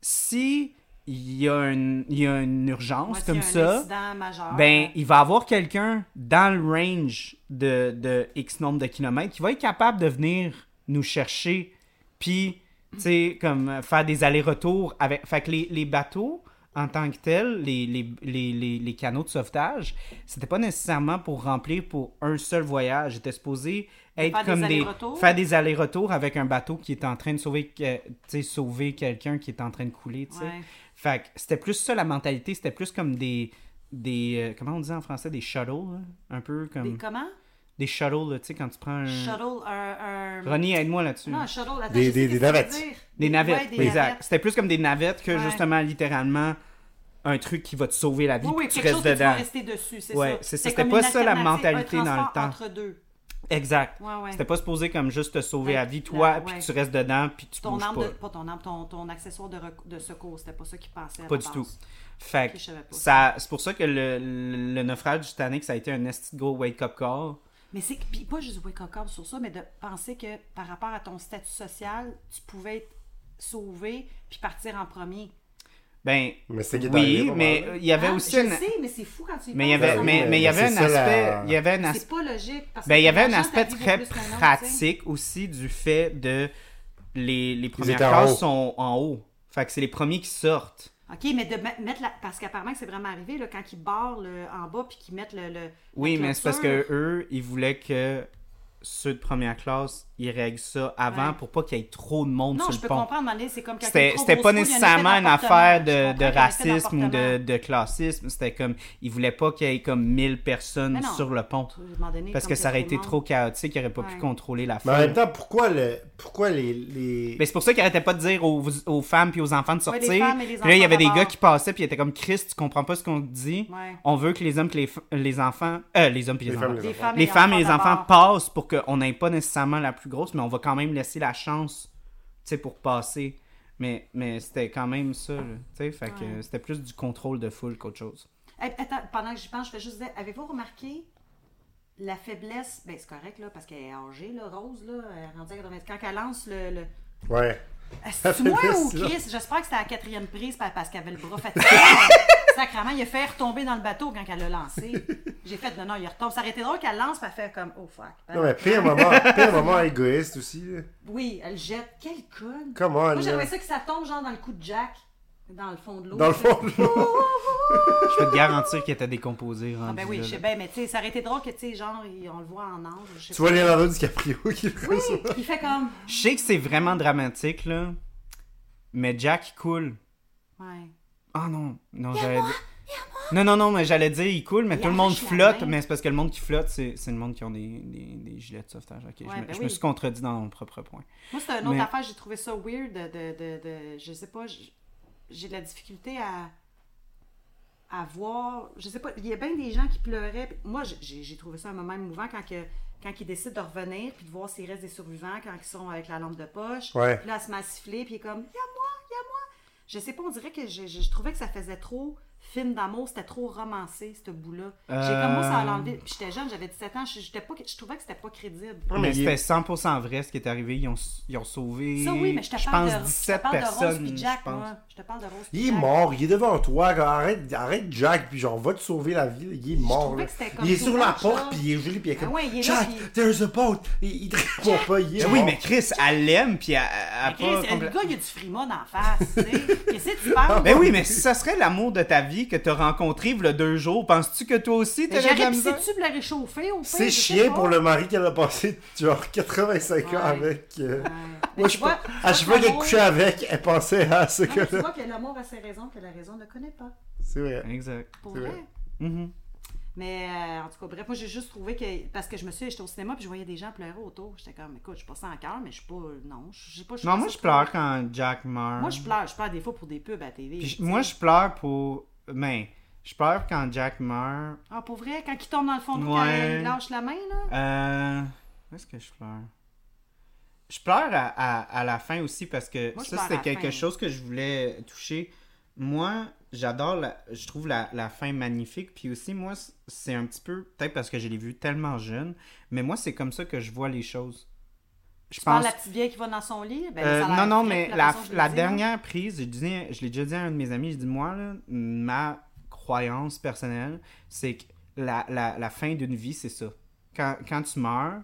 Speaker 1: si il y a une, il y a une urgence
Speaker 2: Moi, s'il y a
Speaker 1: comme
Speaker 2: un
Speaker 1: ça,
Speaker 2: incident majeur,
Speaker 1: ben,
Speaker 2: là,
Speaker 1: il va avoir quelqu'un dans le range de, de X nombre de kilomètres qui va être capable de venir nous chercher, puis, tu sais, comme euh, faire des allers-retours avec. Fait que les, les bateaux, en tant que tels, les, les, les, les, les canaux de sauvetage, c'était pas nécessairement pour remplir pour un seul voyage. C'était supposé être
Speaker 2: Faire des
Speaker 1: comme des.
Speaker 2: allers-retours.
Speaker 1: faire des allers-retours avec un bateau qui est en train de sauver, que- tu sais, sauver quelqu'un qui est en train de couler, tu sais.
Speaker 2: Ouais.
Speaker 1: Fait que c'était plus ça la mentalité, c'était plus comme des. des euh, comment on dit en français Des shuttles, là? un peu comme.
Speaker 2: des-
Speaker 1: Des,
Speaker 2: comment?
Speaker 1: shuttles, là, tu sais, quand tu prends un.
Speaker 2: Shuttle, un... un-
Speaker 1: Ronnie, aide-moi là-dessus.
Speaker 2: Non, un shuttle, attends,
Speaker 3: Des-
Speaker 2: je sais
Speaker 3: des-
Speaker 2: ce
Speaker 3: des
Speaker 2: que ça veut
Speaker 3: navettes.
Speaker 2: dire.
Speaker 1: Des navettes,
Speaker 2: Ouais, des
Speaker 1: exact.
Speaker 2: navettes.
Speaker 1: C'était plus comme des navettes que
Speaker 2: Ouais.
Speaker 1: justement, littéralement, un truc qui va te sauver la vie,
Speaker 2: Oui, oui,
Speaker 1: puis tu
Speaker 2: quelque chose
Speaker 1: restes
Speaker 2: que tu vas
Speaker 1: dedans.
Speaker 2: rester dessus, c'est
Speaker 1: Ouais,
Speaker 2: ça.
Speaker 1: c'est ça,
Speaker 2: C'est
Speaker 1: c'était
Speaker 2: comme
Speaker 1: pas
Speaker 2: une
Speaker 1: ça, la
Speaker 2: alternative,
Speaker 1: mentalité
Speaker 2: un
Speaker 1: dans le
Speaker 2: transport
Speaker 1: temps.
Speaker 2: entre deux.
Speaker 1: Exact.
Speaker 2: Ouais, ouais.
Speaker 1: C'était pas supposé comme juste te sauver
Speaker 2: Ouais,
Speaker 1: la vie, toi,
Speaker 2: là,
Speaker 1: puis
Speaker 2: ouais.
Speaker 1: tu restes dedans, puis tu
Speaker 2: ton
Speaker 1: bouges
Speaker 2: arme
Speaker 1: pas.
Speaker 2: de, pas ton arme, ton, ton accessoire de, rec- de secours, c'était pas ça qu'ils pensaient. à
Speaker 1: Pas
Speaker 2: la
Speaker 1: du
Speaker 2: base.
Speaker 1: tout. Fait
Speaker 2: Ok, je savais
Speaker 1: que
Speaker 2: pas.
Speaker 1: ça, c'est pour ça que le, le, le naufrage du Titanic, ça a été un esti de gros wake-up call.
Speaker 2: Mais c'est que- puis pas juste wake up sur ça, mais de penser que par rapport à ton statut social, tu pouvais être sauvé puis partir en premier.
Speaker 1: Ben,
Speaker 3: Mais c'est qui est arrivé,
Speaker 1: oui,
Speaker 3: pas
Speaker 1: mais
Speaker 3: mal.
Speaker 1: euh, il y avait
Speaker 2: Hein?
Speaker 1: aussi
Speaker 2: Je
Speaker 1: une-
Speaker 2: sais, mais c'est fou quand tu y
Speaker 1: Mais il y
Speaker 2: penses,
Speaker 1: avait,
Speaker 3: Ben
Speaker 2: hein?
Speaker 3: oui,
Speaker 1: mais,
Speaker 3: mais-
Speaker 1: mais il y
Speaker 3: mais
Speaker 1: avait un
Speaker 3: c'est ça,
Speaker 1: aspect,
Speaker 3: la-
Speaker 1: il y avait un
Speaker 2: C'est
Speaker 1: aspect,
Speaker 2: pas logique. Parce
Speaker 1: ben,
Speaker 2: que
Speaker 1: il y avait un
Speaker 2: les gens
Speaker 1: aspect
Speaker 2: t'arrivent
Speaker 1: très
Speaker 2: plus qu'un autre, tu sais.
Speaker 1: pratique aussi du fait de les, les premières
Speaker 3: étaient en haut.
Speaker 1: classes sont en haut. Fait que c'est les premiers qui sortent.
Speaker 2: OK, mais de met- mettre la. Parce qu'apparemment, que c'est vraiment arrivé, là, quand ils barrent le- en bas puis qu'ils mettent le. le-
Speaker 1: Oui,
Speaker 2: la
Speaker 1: mais c'est parce que
Speaker 2: clôture.
Speaker 1: eux, ils voulaient que ceux de première classe, ils règlent ça avant
Speaker 2: Ouais.
Speaker 1: pour pas qu'il y ait trop de monde
Speaker 2: Non,
Speaker 1: sur
Speaker 2: je
Speaker 1: le
Speaker 2: peux
Speaker 1: pont.
Speaker 2: comprendre, mais c'est comme quand il y a
Speaker 1: C'était
Speaker 2: trop
Speaker 1: c'était
Speaker 2: gros
Speaker 1: pas
Speaker 2: trou, il y a un effet
Speaker 1: nécessairement une
Speaker 2: d'appartement.
Speaker 1: affaire
Speaker 2: Je
Speaker 1: de,
Speaker 2: comprends
Speaker 1: de
Speaker 2: qu'il y a un effet
Speaker 1: racisme ou de,
Speaker 2: d'appartement.
Speaker 1: de classisme. C'était comme, ils voulaient pas qu'il y ait comme 1000 personnes
Speaker 2: Mais non.
Speaker 1: sur le pont.
Speaker 2: À un moment donné,
Speaker 1: Parce
Speaker 2: comme
Speaker 1: que
Speaker 2: il y a
Speaker 1: ça aurait été
Speaker 2: de monde.
Speaker 1: trop chaotique, ils n'auraient pas pu
Speaker 2: Ouais.
Speaker 1: contrôler la
Speaker 3: Mais en
Speaker 1: foule.
Speaker 3: même temps, pourquoi, le, pourquoi les. les...
Speaker 1: Mais c'est pour ça qu'ils arrêtaient pas de dire aux, aux femmes puis aux enfants de
Speaker 2: Ouais,
Speaker 1: sortir.
Speaker 2: les femmes et les
Speaker 1: Puis là, il y
Speaker 2: enfants
Speaker 1: avait des
Speaker 2: d'abord.
Speaker 1: gars qui passaient puis ils étaient comme Christ, tu comprends pas ce qu'on te dit.
Speaker 2: Ouais.
Speaker 1: On veut que les hommes, que les, f- les enfants, euh, les hommes puis les,
Speaker 3: Les
Speaker 1: enfants.
Speaker 3: femmes,
Speaker 2: Les femmes,
Speaker 1: les femmes et les enfants
Speaker 2: d'abord.
Speaker 1: passent pour qu'on n'ait pas nécessairement la plus grosse, mais on va quand même laisser la chance, tu sais, pour passer. Mais, mais c'était quand même ça, là, tu sais, fait que
Speaker 2: Ouais.
Speaker 1: euh, c'était plus du contrôle de foule qu'autre chose.
Speaker 2: Hey, Eh, attends, pendant que j'y pense, je vais juste dire, avez-vous remarqué la faiblesse? Ben, c'est correct, là, parce qu'elle est âgée, là, Rose, là, elle est rendue à 80. Quand elle lance le. le...
Speaker 3: Ouais.
Speaker 2: Ah, C'est-tu moi ou
Speaker 3: faiblesse, là.
Speaker 2: Chris? J'espère que c'était à la quatrième prise pa- parce qu'elle avait le bras fatigué. Sacrement, il a fait retomber dans le bateau quand elle l'a lancé. J'ai fait, non, non, il retombe. Ça aurait été drôle qu'elle lance, puis elle fait comme, oh fuck. Ben,
Speaker 3: Non, mais pire moment, pire moment égoïste aussi. là.
Speaker 2: Oui, elle jette. Quel con!
Speaker 3: Come on,
Speaker 2: Moi,
Speaker 3: là.
Speaker 2: j'aimerais ça que ça tombe, genre, dans le coup de Jack, dans le fond de l'eau.
Speaker 3: Dans le fond, là.
Speaker 1: Je peux te garantir qu'il était décomposé.
Speaker 2: Ah,
Speaker 1: rendu
Speaker 2: ben oui,
Speaker 1: là,
Speaker 2: je sais
Speaker 1: là.
Speaker 2: bien, mais tu sais, ça aurait été drôle que, tu sais, genre, il- on le voit en ange. je sais
Speaker 3: tu vois Leonardo DiCaprio qui est comme ça.
Speaker 2: pas. Il fait comme.
Speaker 1: Je sais que c'est vraiment dramatique, là, mais Jack il coule.
Speaker 2: Ouais.
Speaker 1: Ah non, non, j'allais dire- Non, non, non, mais j'allais dire, il coule, mais
Speaker 2: Il
Speaker 1: tout le monde
Speaker 2: arrache la
Speaker 1: flotte,
Speaker 2: main.
Speaker 1: mais c'est parce que le monde qui flotte, c'est c'est le monde qui ont des, des- des gilets de sauvetage. Ok, je,
Speaker 2: Ouais,
Speaker 1: me,
Speaker 2: ben
Speaker 1: je
Speaker 2: oui.
Speaker 1: me suis contredit dans mon propre point.
Speaker 2: Moi, c'est une autre
Speaker 1: Mais-
Speaker 2: affaire, j'ai trouvé ça weird de. de, de, de- je sais pas, j- j'ai de la difficulté à. à voir. Je sais pas, il y a bien des gens qui pleuraient. puis Moi, j'ai- j'ai j'ai trouvé ça un moment émouvant quand, que, quand ils décident de revenir puis de voir s'il reste des survivants quand ils sont avec la lampe de poche.
Speaker 3: Ouais.
Speaker 2: Puis là, elle se met à siffler, puis il est comme, y'a moi, y'a moi. Je sais pas, on dirait que je, je- je trouvais que ça faisait trop film d'amour, c'était trop romancé, ce bout-là. J'ai comme moi, ça
Speaker 1: Euh.
Speaker 2: a enlevé. Puis j'étais jeune, j'avais 17 ans, je- j'étais pas, je trouvais que c'était pas crédible.
Speaker 3: Ouais, mais
Speaker 1: mais
Speaker 3: il-
Speaker 1: c'était 100% vrai ce qui est arrivé. Ils ont, ils ont sauvé,
Speaker 2: Ça, oui, mais je te parle
Speaker 1: pense,
Speaker 2: de,
Speaker 1: 17
Speaker 2: je te parle de
Speaker 1: personnes.
Speaker 2: Rose puis Jack,
Speaker 1: je pense.
Speaker 2: moi. Je te parle de Rose puis
Speaker 3: Il est
Speaker 2: Jack.
Speaker 3: mort, il est devant toi. gars. Arrête, arrête Jack, puis genre, va te sauver la vie. là. Il est mort.
Speaker 2: trouvais
Speaker 3: là.
Speaker 2: que c'était comme
Speaker 3: Il est
Speaker 2: tout
Speaker 3: sur la
Speaker 2: un
Speaker 3: porte,
Speaker 2: chat.
Speaker 3: puis il est gelé, puis il est
Speaker 2: Ah
Speaker 3: comme.
Speaker 2: ouais, il est là,
Speaker 3: Jack,
Speaker 2: puis-
Speaker 3: there's a boat. Il, il te répond pas, il est
Speaker 1: Ben oui,
Speaker 3: mort.
Speaker 1: mais Chris, elle l'aime, puis elle, elle a
Speaker 2: Mais Chris,
Speaker 1: pas
Speaker 2: le
Speaker 1: complè-
Speaker 2: gars, il y a du frima d'en face, tu sais. Qu'est-ce que tu parles?
Speaker 1: Ben oui, mais si ça serait l'amour de ta vie que t'as rencontré le deux jours, penses-tu que toi aussi
Speaker 2: Mais
Speaker 1: t'aurais de
Speaker 2: J'aurais
Speaker 1: la
Speaker 2: pissé
Speaker 1: misère?
Speaker 2: dessus pour le réchauffer, au pire.
Speaker 3: C'est
Speaker 2: je sais
Speaker 3: chiant
Speaker 2: pas.
Speaker 3: pour le mari qu'elle a passé genre 85
Speaker 2: Ouais.
Speaker 3: ans avec. euh,
Speaker 2: Ouais.
Speaker 3: Moi,
Speaker 2: Mais
Speaker 3: je
Speaker 2: tu vois-
Speaker 3: pas-
Speaker 1: ah,
Speaker 3: à chaque fois qu'elle
Speaker 2: l'amour-
Speaker 3: couchait avec, elle pensait à ce
Speaker 2: Ah, mais Tu
Speaker 3: que.
Speaker 2: vois que l'amour a ses raisons que la raison ne connaît pas.
Speaker 3: C'est vrai.
Speaker 1: Exact.
Speaker 2: Pour
Speaker 3: C'est
Speaker 2: vrai.
Speaker 3: vrai.
Speaker 1: Mhm.
Speaker 2: Mais euh, en tout cas, bref, moi j'ai juste trouvé que. Parce que je me suis. J'étais au cinéma puis je voyais des gens pleurer autour. J'étais comme, écoute, je passais en cœur, mais je suis pas. Non, je sais pas.
Speaker 1: Non, moi,
Speaker 2: suis
Speaker 1: je
Speaker 2: pas
Speaker 1: pleure quand Jack meurt.
Speaker 2: Moi, je pleure. Je pleure des fois pour des pubs à TV.
Speaker 1: Puis je-
Speaker 2: tu sais.
Speaker 1: moi, je pleure pour. Ben, je pleure quand Jack meurt.
Speaker 2: Ah, pour vrai, quand il tombe dans le fond de
Speaker 1: Ouais.
Speaker 2: quand il lâche la main, là.
Speaker 1: Euh. Où est-ce que je pleure Je pleure à, à- à la fin aussi parce que
Speaker 2: Moi, je
Speaker 1: ça,
Speaker 2: pleure à
Speaker 1: c'était
Speaker 2: la
Speaker 1: quelque
Speaker 2: fin.
Speaker 1: chose que je voulais toucher. Moi, j'adore, la- je trouve la, la fin magnifique. Puis aussi, moi, c- c'est un petit peu. Peut-être parce que je l'ai vu tellement jeune, mais moi, c'est comme ça que je vois les choses. Je
Speaker 2: Tu parles de la petite vieille qui va dans son lit. Ben,
Speaker 1: Euh,
Speaker 2: ça a l'air
Speaker 1: non, non,
Speaker 2: frais,
Speaker 1: mais
Speaker 2: la
Speaker 1: la,
Speaker 2: façon que je
Speaker 1: la
Speaker 2: le dis, là.
Speaker 1: dernière prise, je, dis, je l'ai déjà dit à un de mes amis, je dis, moi, là, ma croyance personnelle, c'est que la, la- la fin d'une vie, c'est ça. Quand, quand tu meurs,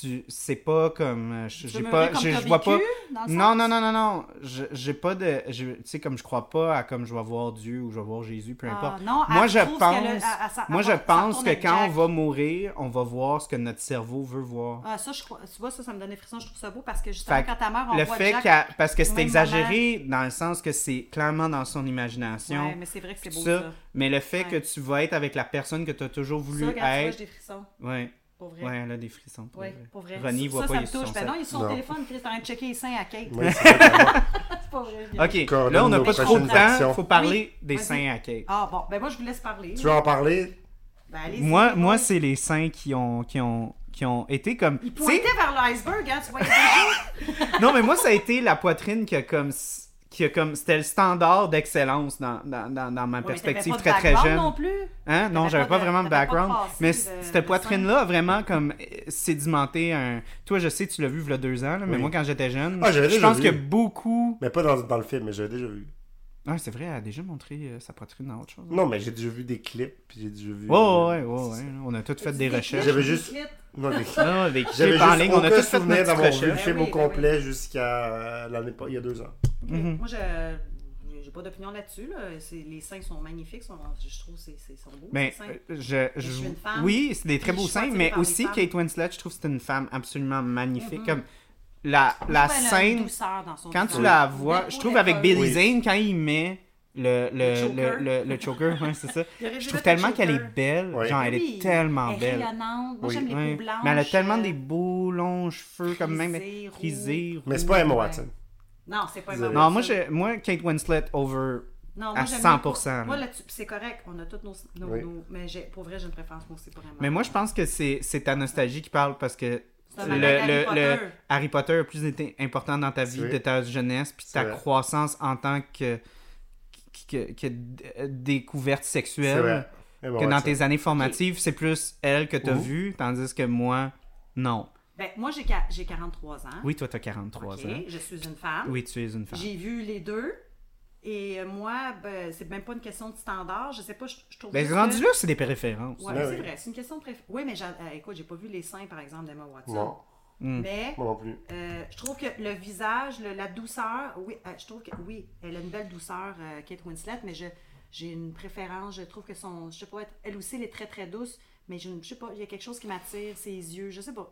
Speaker 1: tu, c'est pas comme... euh, Je,
Speaker 2: Tu
Speaker 1: j'ai
Speaker 2: veux me
Speaker 1: pas,
Speaker 2: dire comme
Speaker 1: je,
Speaker 2: t'as
Speaker 1: je vois pas...
Speaker 2: vécu, dans le
Speaker 1: Non,
Speaker 2: sens?
Speaker 1: non, non, non, non. Je- J'ai pas de... je- Tu sais, comme je crois pas à comme je vais voir Dieu ou je vais voir Jésus, peu
Speaker 2: Ah,
Speaker 1: importe.
Speaker 2: non, elle
Speaker 1: moi, je
Speaker 2: trouve
Speaker 1: pense...
Speaker 2: qu'elle a- elle- elle s'en-
Speaker 1: moi,
Speaker 2: elle
Speaker 1: je
Speaker 2: va- ça
Speaker 1: pense
Speaker 2: retourne
Speaker 1: que
Speaker 2: avec
Speaker 1: quand on
Speaker 2: Jack.
Speaker 1: va mourir, on va voir ce que notre cerveau veut voir.
Speaker 2: Ah, ça, je crois. Tu vois, ça, ça me donnait frisson. Je trouve ça beau parce que justement,
Speaker 1: Fait que
Speaker 2: quand ta mère, on
Speaker 1: le
Speaker 2: voit
Speaker 1: fait
Speaker 2: Jack-
Speaker 1: qu'à- parce que
Speaker 2: au
Speaker 1: c'est
Speaker 2: même
Speaker 1: exagéré dans le sens que c'est clairement dans son imagination
Speaker 2: Ouais, mais c'est vrai que c'est
Speaker 1: tout
Speaker 2: beau,
Speaker 1: ça,
Speaker 2: ça.
Speaker 1: mais le fait
Speaker 2: Ouais.
Speaker 1: que tu vas être avec la personne que tu as toujours
Speaker 2: Ça,
Speaker 1: voulu
Speaker 2: quand tu vois, j'ai
Speaker 1: être
Speaker 2: des frissons.
Speaker 1: ouais
Speaker 2: Pour vrai.
Speaker 1: ouais elle a des frissons pour
Speaker 2: Ouais,
Speaker 1: vrai.
Speaker 2: pour vrai.
Speaker 1: Ronnie
Speaker 2: ça,
Speaker 1: voit
Speaker 2: ça,
Speaker 1: pas
Speaker 2: ça
Speaker 1: les
Speaker 2: me touche. Ben
Speaker 1: sunsets.
Speaker 2: non, il est sur son
Speaker 3: Non.
Speaker 2: téléphone, Chris, t'es en train de checker les seins à Kate.
Speaker 3: Ouais, c'est ça, vraiment.
Speaker 2: C'est pas vrai. je-
Speaker 1: ok
Speaker 3: Colin,
Speaker 1: là on n'a
Speaker 3: nos
Speaker 1: pas trop
Speaker 3: prochaines
Speaker 1: de
Speaker 3: actions.
Speaker 1: temps faut parler des
Speaker 2: vas-y.
Speaker 1: seins à cake
Speaker 2: Ah bon, ben moi, je vous laisse parler.
Speaker 3: tu veux en parler?
Speaker 2: Ben, allez-y,
Speaker 1: moi
Speaker 2: les
Speaker 1: moi
Speaker 2: boys.
Speaker 1: c'est les seins qui ont qui ont qui ont été comme
Speaker 2: Il
Speaker 1: tu sais,
Speaker 2: pointait vers l'iceberg, hein, tu voyais déjà.
Speaker 1: non mais moi ça a été la poitrine qui a comme qui a comme c'était le standard d'excellence dans, dans, dans, dans ma
Speaker 2: Ouais, mais t'avais
Speaker 1: perspective
Speaker 2: pas de
Speaker 1: très très
Speaker 2: background
Speaker 1: jeune
Speaker 2: non plus.
Speaker 1: Hein? Non,
Speaker 2: T'avais
Speaker 1: j'avais
Speaker 2: pas
Speaker 1: pas,
Speaker 2: de-
Speaker 1: vraiment de
Speaker 2: t'avais pas de
Speaker 1: background.
Speaker 2: passé
Speaker 1: mais
Speaker 2: de-
Speaker 1: c-
Speaker 2: de
Speaker 1: cette poitrine-là a vraiment comme euh, sédimenté un. Toi, je sais, tu l'as vu il y a deux ans, là, mais
Speaker 3: Oui.
Speaker 1: moi, quand j'étais jeune,
Speaker 3: Ah, j'avais
Speaker 1: je
Speaker 3: déjà
Speaker 1: pense
Speaker 3: vu.
Speaker 1: que beaucoup.
Speaker 3: Mais pas dans, dans le film, mais j'avais déjà vu.
Speaker 1: Ah, c'est vrai, elle a déjà montré euh, sa poitrine dans autre chose. hein.
Speaker 3: Non, mais j'ai déjà vu des clips, puis j'ai déjà vu...
Speaker 1: Oh,
Speaker 3: euh,
Speaker 1: ouais, ouais, ouais. On a toutes fait des recherches.
Speaker 3: J'avais juste- Non, des clips.
Speaker 1: Non, des
Speaker 3: J'avais
Speaker 1: clips
Speaker 3: juste
Speaker 1: en ligne, on a
Speaker 3: aucun
Speaker 1: toutes fait Ah nos
Speaker 3: souvenir
Speaker 1: petites
Speaker 3: d'avoir vu le
Speaker 1: recherches.
Speaker 3: film
Speaker 2: Ben
Speaker 3: au
Speaker 2: oui, ben oui.
Speaker 3: complet jusqu'à euh, l'année... pas- il y a deux ans.
Speaker 1: Mhm.
Speaker 2: Moi, je. J'ai pas d'opinion là-dessus. Là. C'est- Les seins sont magnifiques. Sont, je trouve que c'est sont beaux.
Speaker 1: Mais
Speaker 2: les seins.
Speaker 1: euh, je, je-
Speaker 2: je suis une femme,
Speaker 1: oui, c'est des très
Speaker 2: puis
Speaker 1: beaux
Speaker 2: je suis
Speaker 1: seins,
Speaker 2: attirée
Speaker 1: mais
Speaker 2: par les
Speaker 1: aussi
Speaker 2: femmes.
Speaker 1: Kate Winslet, je trouve que c'est une femme absolument magnifique. Comme la, la
Speaker 2: Ouais, elle a une
Speaker 1: scène,
Speaker 2: douceur dans son
Speaker 1: quand
Speaker 2: visage.
Speaker 1: tu la
Speaker 2: Une
Speaker 1: vois,
Speaker 2: belle
Speaker 1: je
Speaker 2: peau
Speaker 1: trouve avec
Speaker 2: d'école.
Speaker 1: Billy
Speaker 3: Oui.
Speaker 1: Zane, quand il met le, le,
Speaker 2: Le choker.
Speaker 1: le, le, le choker, ouais, c'est ça.
Speaker 2: Le résumé
Speaker 1: Je
Speaker 2: de
Speaker 1: trouve tellement
Speaker 2: Joker.
Speaker 1: qu'elle est belle.
Speaker 3: Ouais.
Speaker 1: Genre, elle
Speaker 2: Oui,
Speaker 1: est tellement
Speaker 2: elle est
Speaker 1: belle.
Speaker 2: rayonnante. Moi,
Speaker 3: Oui.
Speaker 2: j'aime les
Speaker 1: Ouais.
Speaker 2: peaux blanches.
Speaker 1: Mais elle a tellement des
Speaker 2: euh,
Speaker 1: beaux longs cheveux, comme même
Speaker 2: frisés, roux.
Speaker 1: frisés.
Speaker 3: Mais c'est
Speaker 1: roux.
Speaker 3: pas Emma
Speaker 2: Ouais.
Speaker 3: Watson.
Speaker 2: Non, c'est pas un
Speaker 3: Désolé.
Speaker 2: moment
Speaker 1: Non, moi,
Speaker 2: de ça.
Speaker 1: je- moi, Kate Winslet over.
Speaker 2: Non,
Speaker 1: à
Speaker 2: j'aime
Speaker 1: 100%,
Speaker 2: les- Moi,
Speaker 1: là.
Speaker 2: là-dessus, pis c'est correct. On a toutes nos. nos-
Speaker 3: Oui.
Speaker 2: nos- mais j'ai- pour vrai, j'ai une préférence, moi aussi, pour Emma.
Speaker 1: Mais moi, je pense que c'est c'est ta nostalgie qui parle parce que
Speaker 2: C'est un
Speaker 1: le,
Speaker 2: malade Harry
Speaker 1: le-
Speaker 2: Potter.
Speaker 1: le- Harry Potter a plus été important dans ta vie,
Speaker 3: vrai.
Speaker 1: de ta jeunesse, puis ta
Speaker 3: vrai.
Speaker 1: croissance en tant que, que, que- que découverte
Speaker 3: C'est
Speaker 1: sexuelle.
Speaker 3: vrai. Emma
Speaker 1: Que dans
Speaker 3: Watson.
Speaker 1: tes années formatives, c'est plus elle que t'as
Speaker 3: Ouh.
Speaker 1: vue, tandis que moi, non.
Speaker 2: Ben, moi, j'ai qua- j'ai 43 ans.
Speaker 1: Oui, toi, t'as 43
Speaker 2: Ok,
Speaker 1: ans.
Speaker 2: Je suis une femme.
Speaker 1: Oui, tu es une femme.
Speaker 2: J'ai vu les deux. Et euh, moi, ben, c'est même pas une question de standard. Je sais pas, je, je trouve.
Speaker 1: Ben,
Speaker 2: juste
Speaker 1: rendu
Speaker 2: que-
Speaker 1: là, c'est des préférences.
Speaker 2: Ouais,
Speaker 3: Ben
Speaker 2: c'est
Speaker 3: oui.
Speaker 2: vrai. C'est une question de préf... Oui, mais j'ai- euh, écoute, j'ai pas vu les seins, par exemple, d'Emma Watson.
Speaker 3: Non,
Speaker 2: Mais
Speaker 3: moi non plus.
Speaker 2: euh, je trouve que le visage, le- la douceur, oui, euh, je trouve que oui, elle a une belle douceur, euh, Kate Winslet, mais je j'ai une préférence. Je trouve que son, je sais pas, elle aussi, elle est très très douce, mais je ne je sais pas, il y a quelque chose qui m'attire, ses yeux, je sais pas.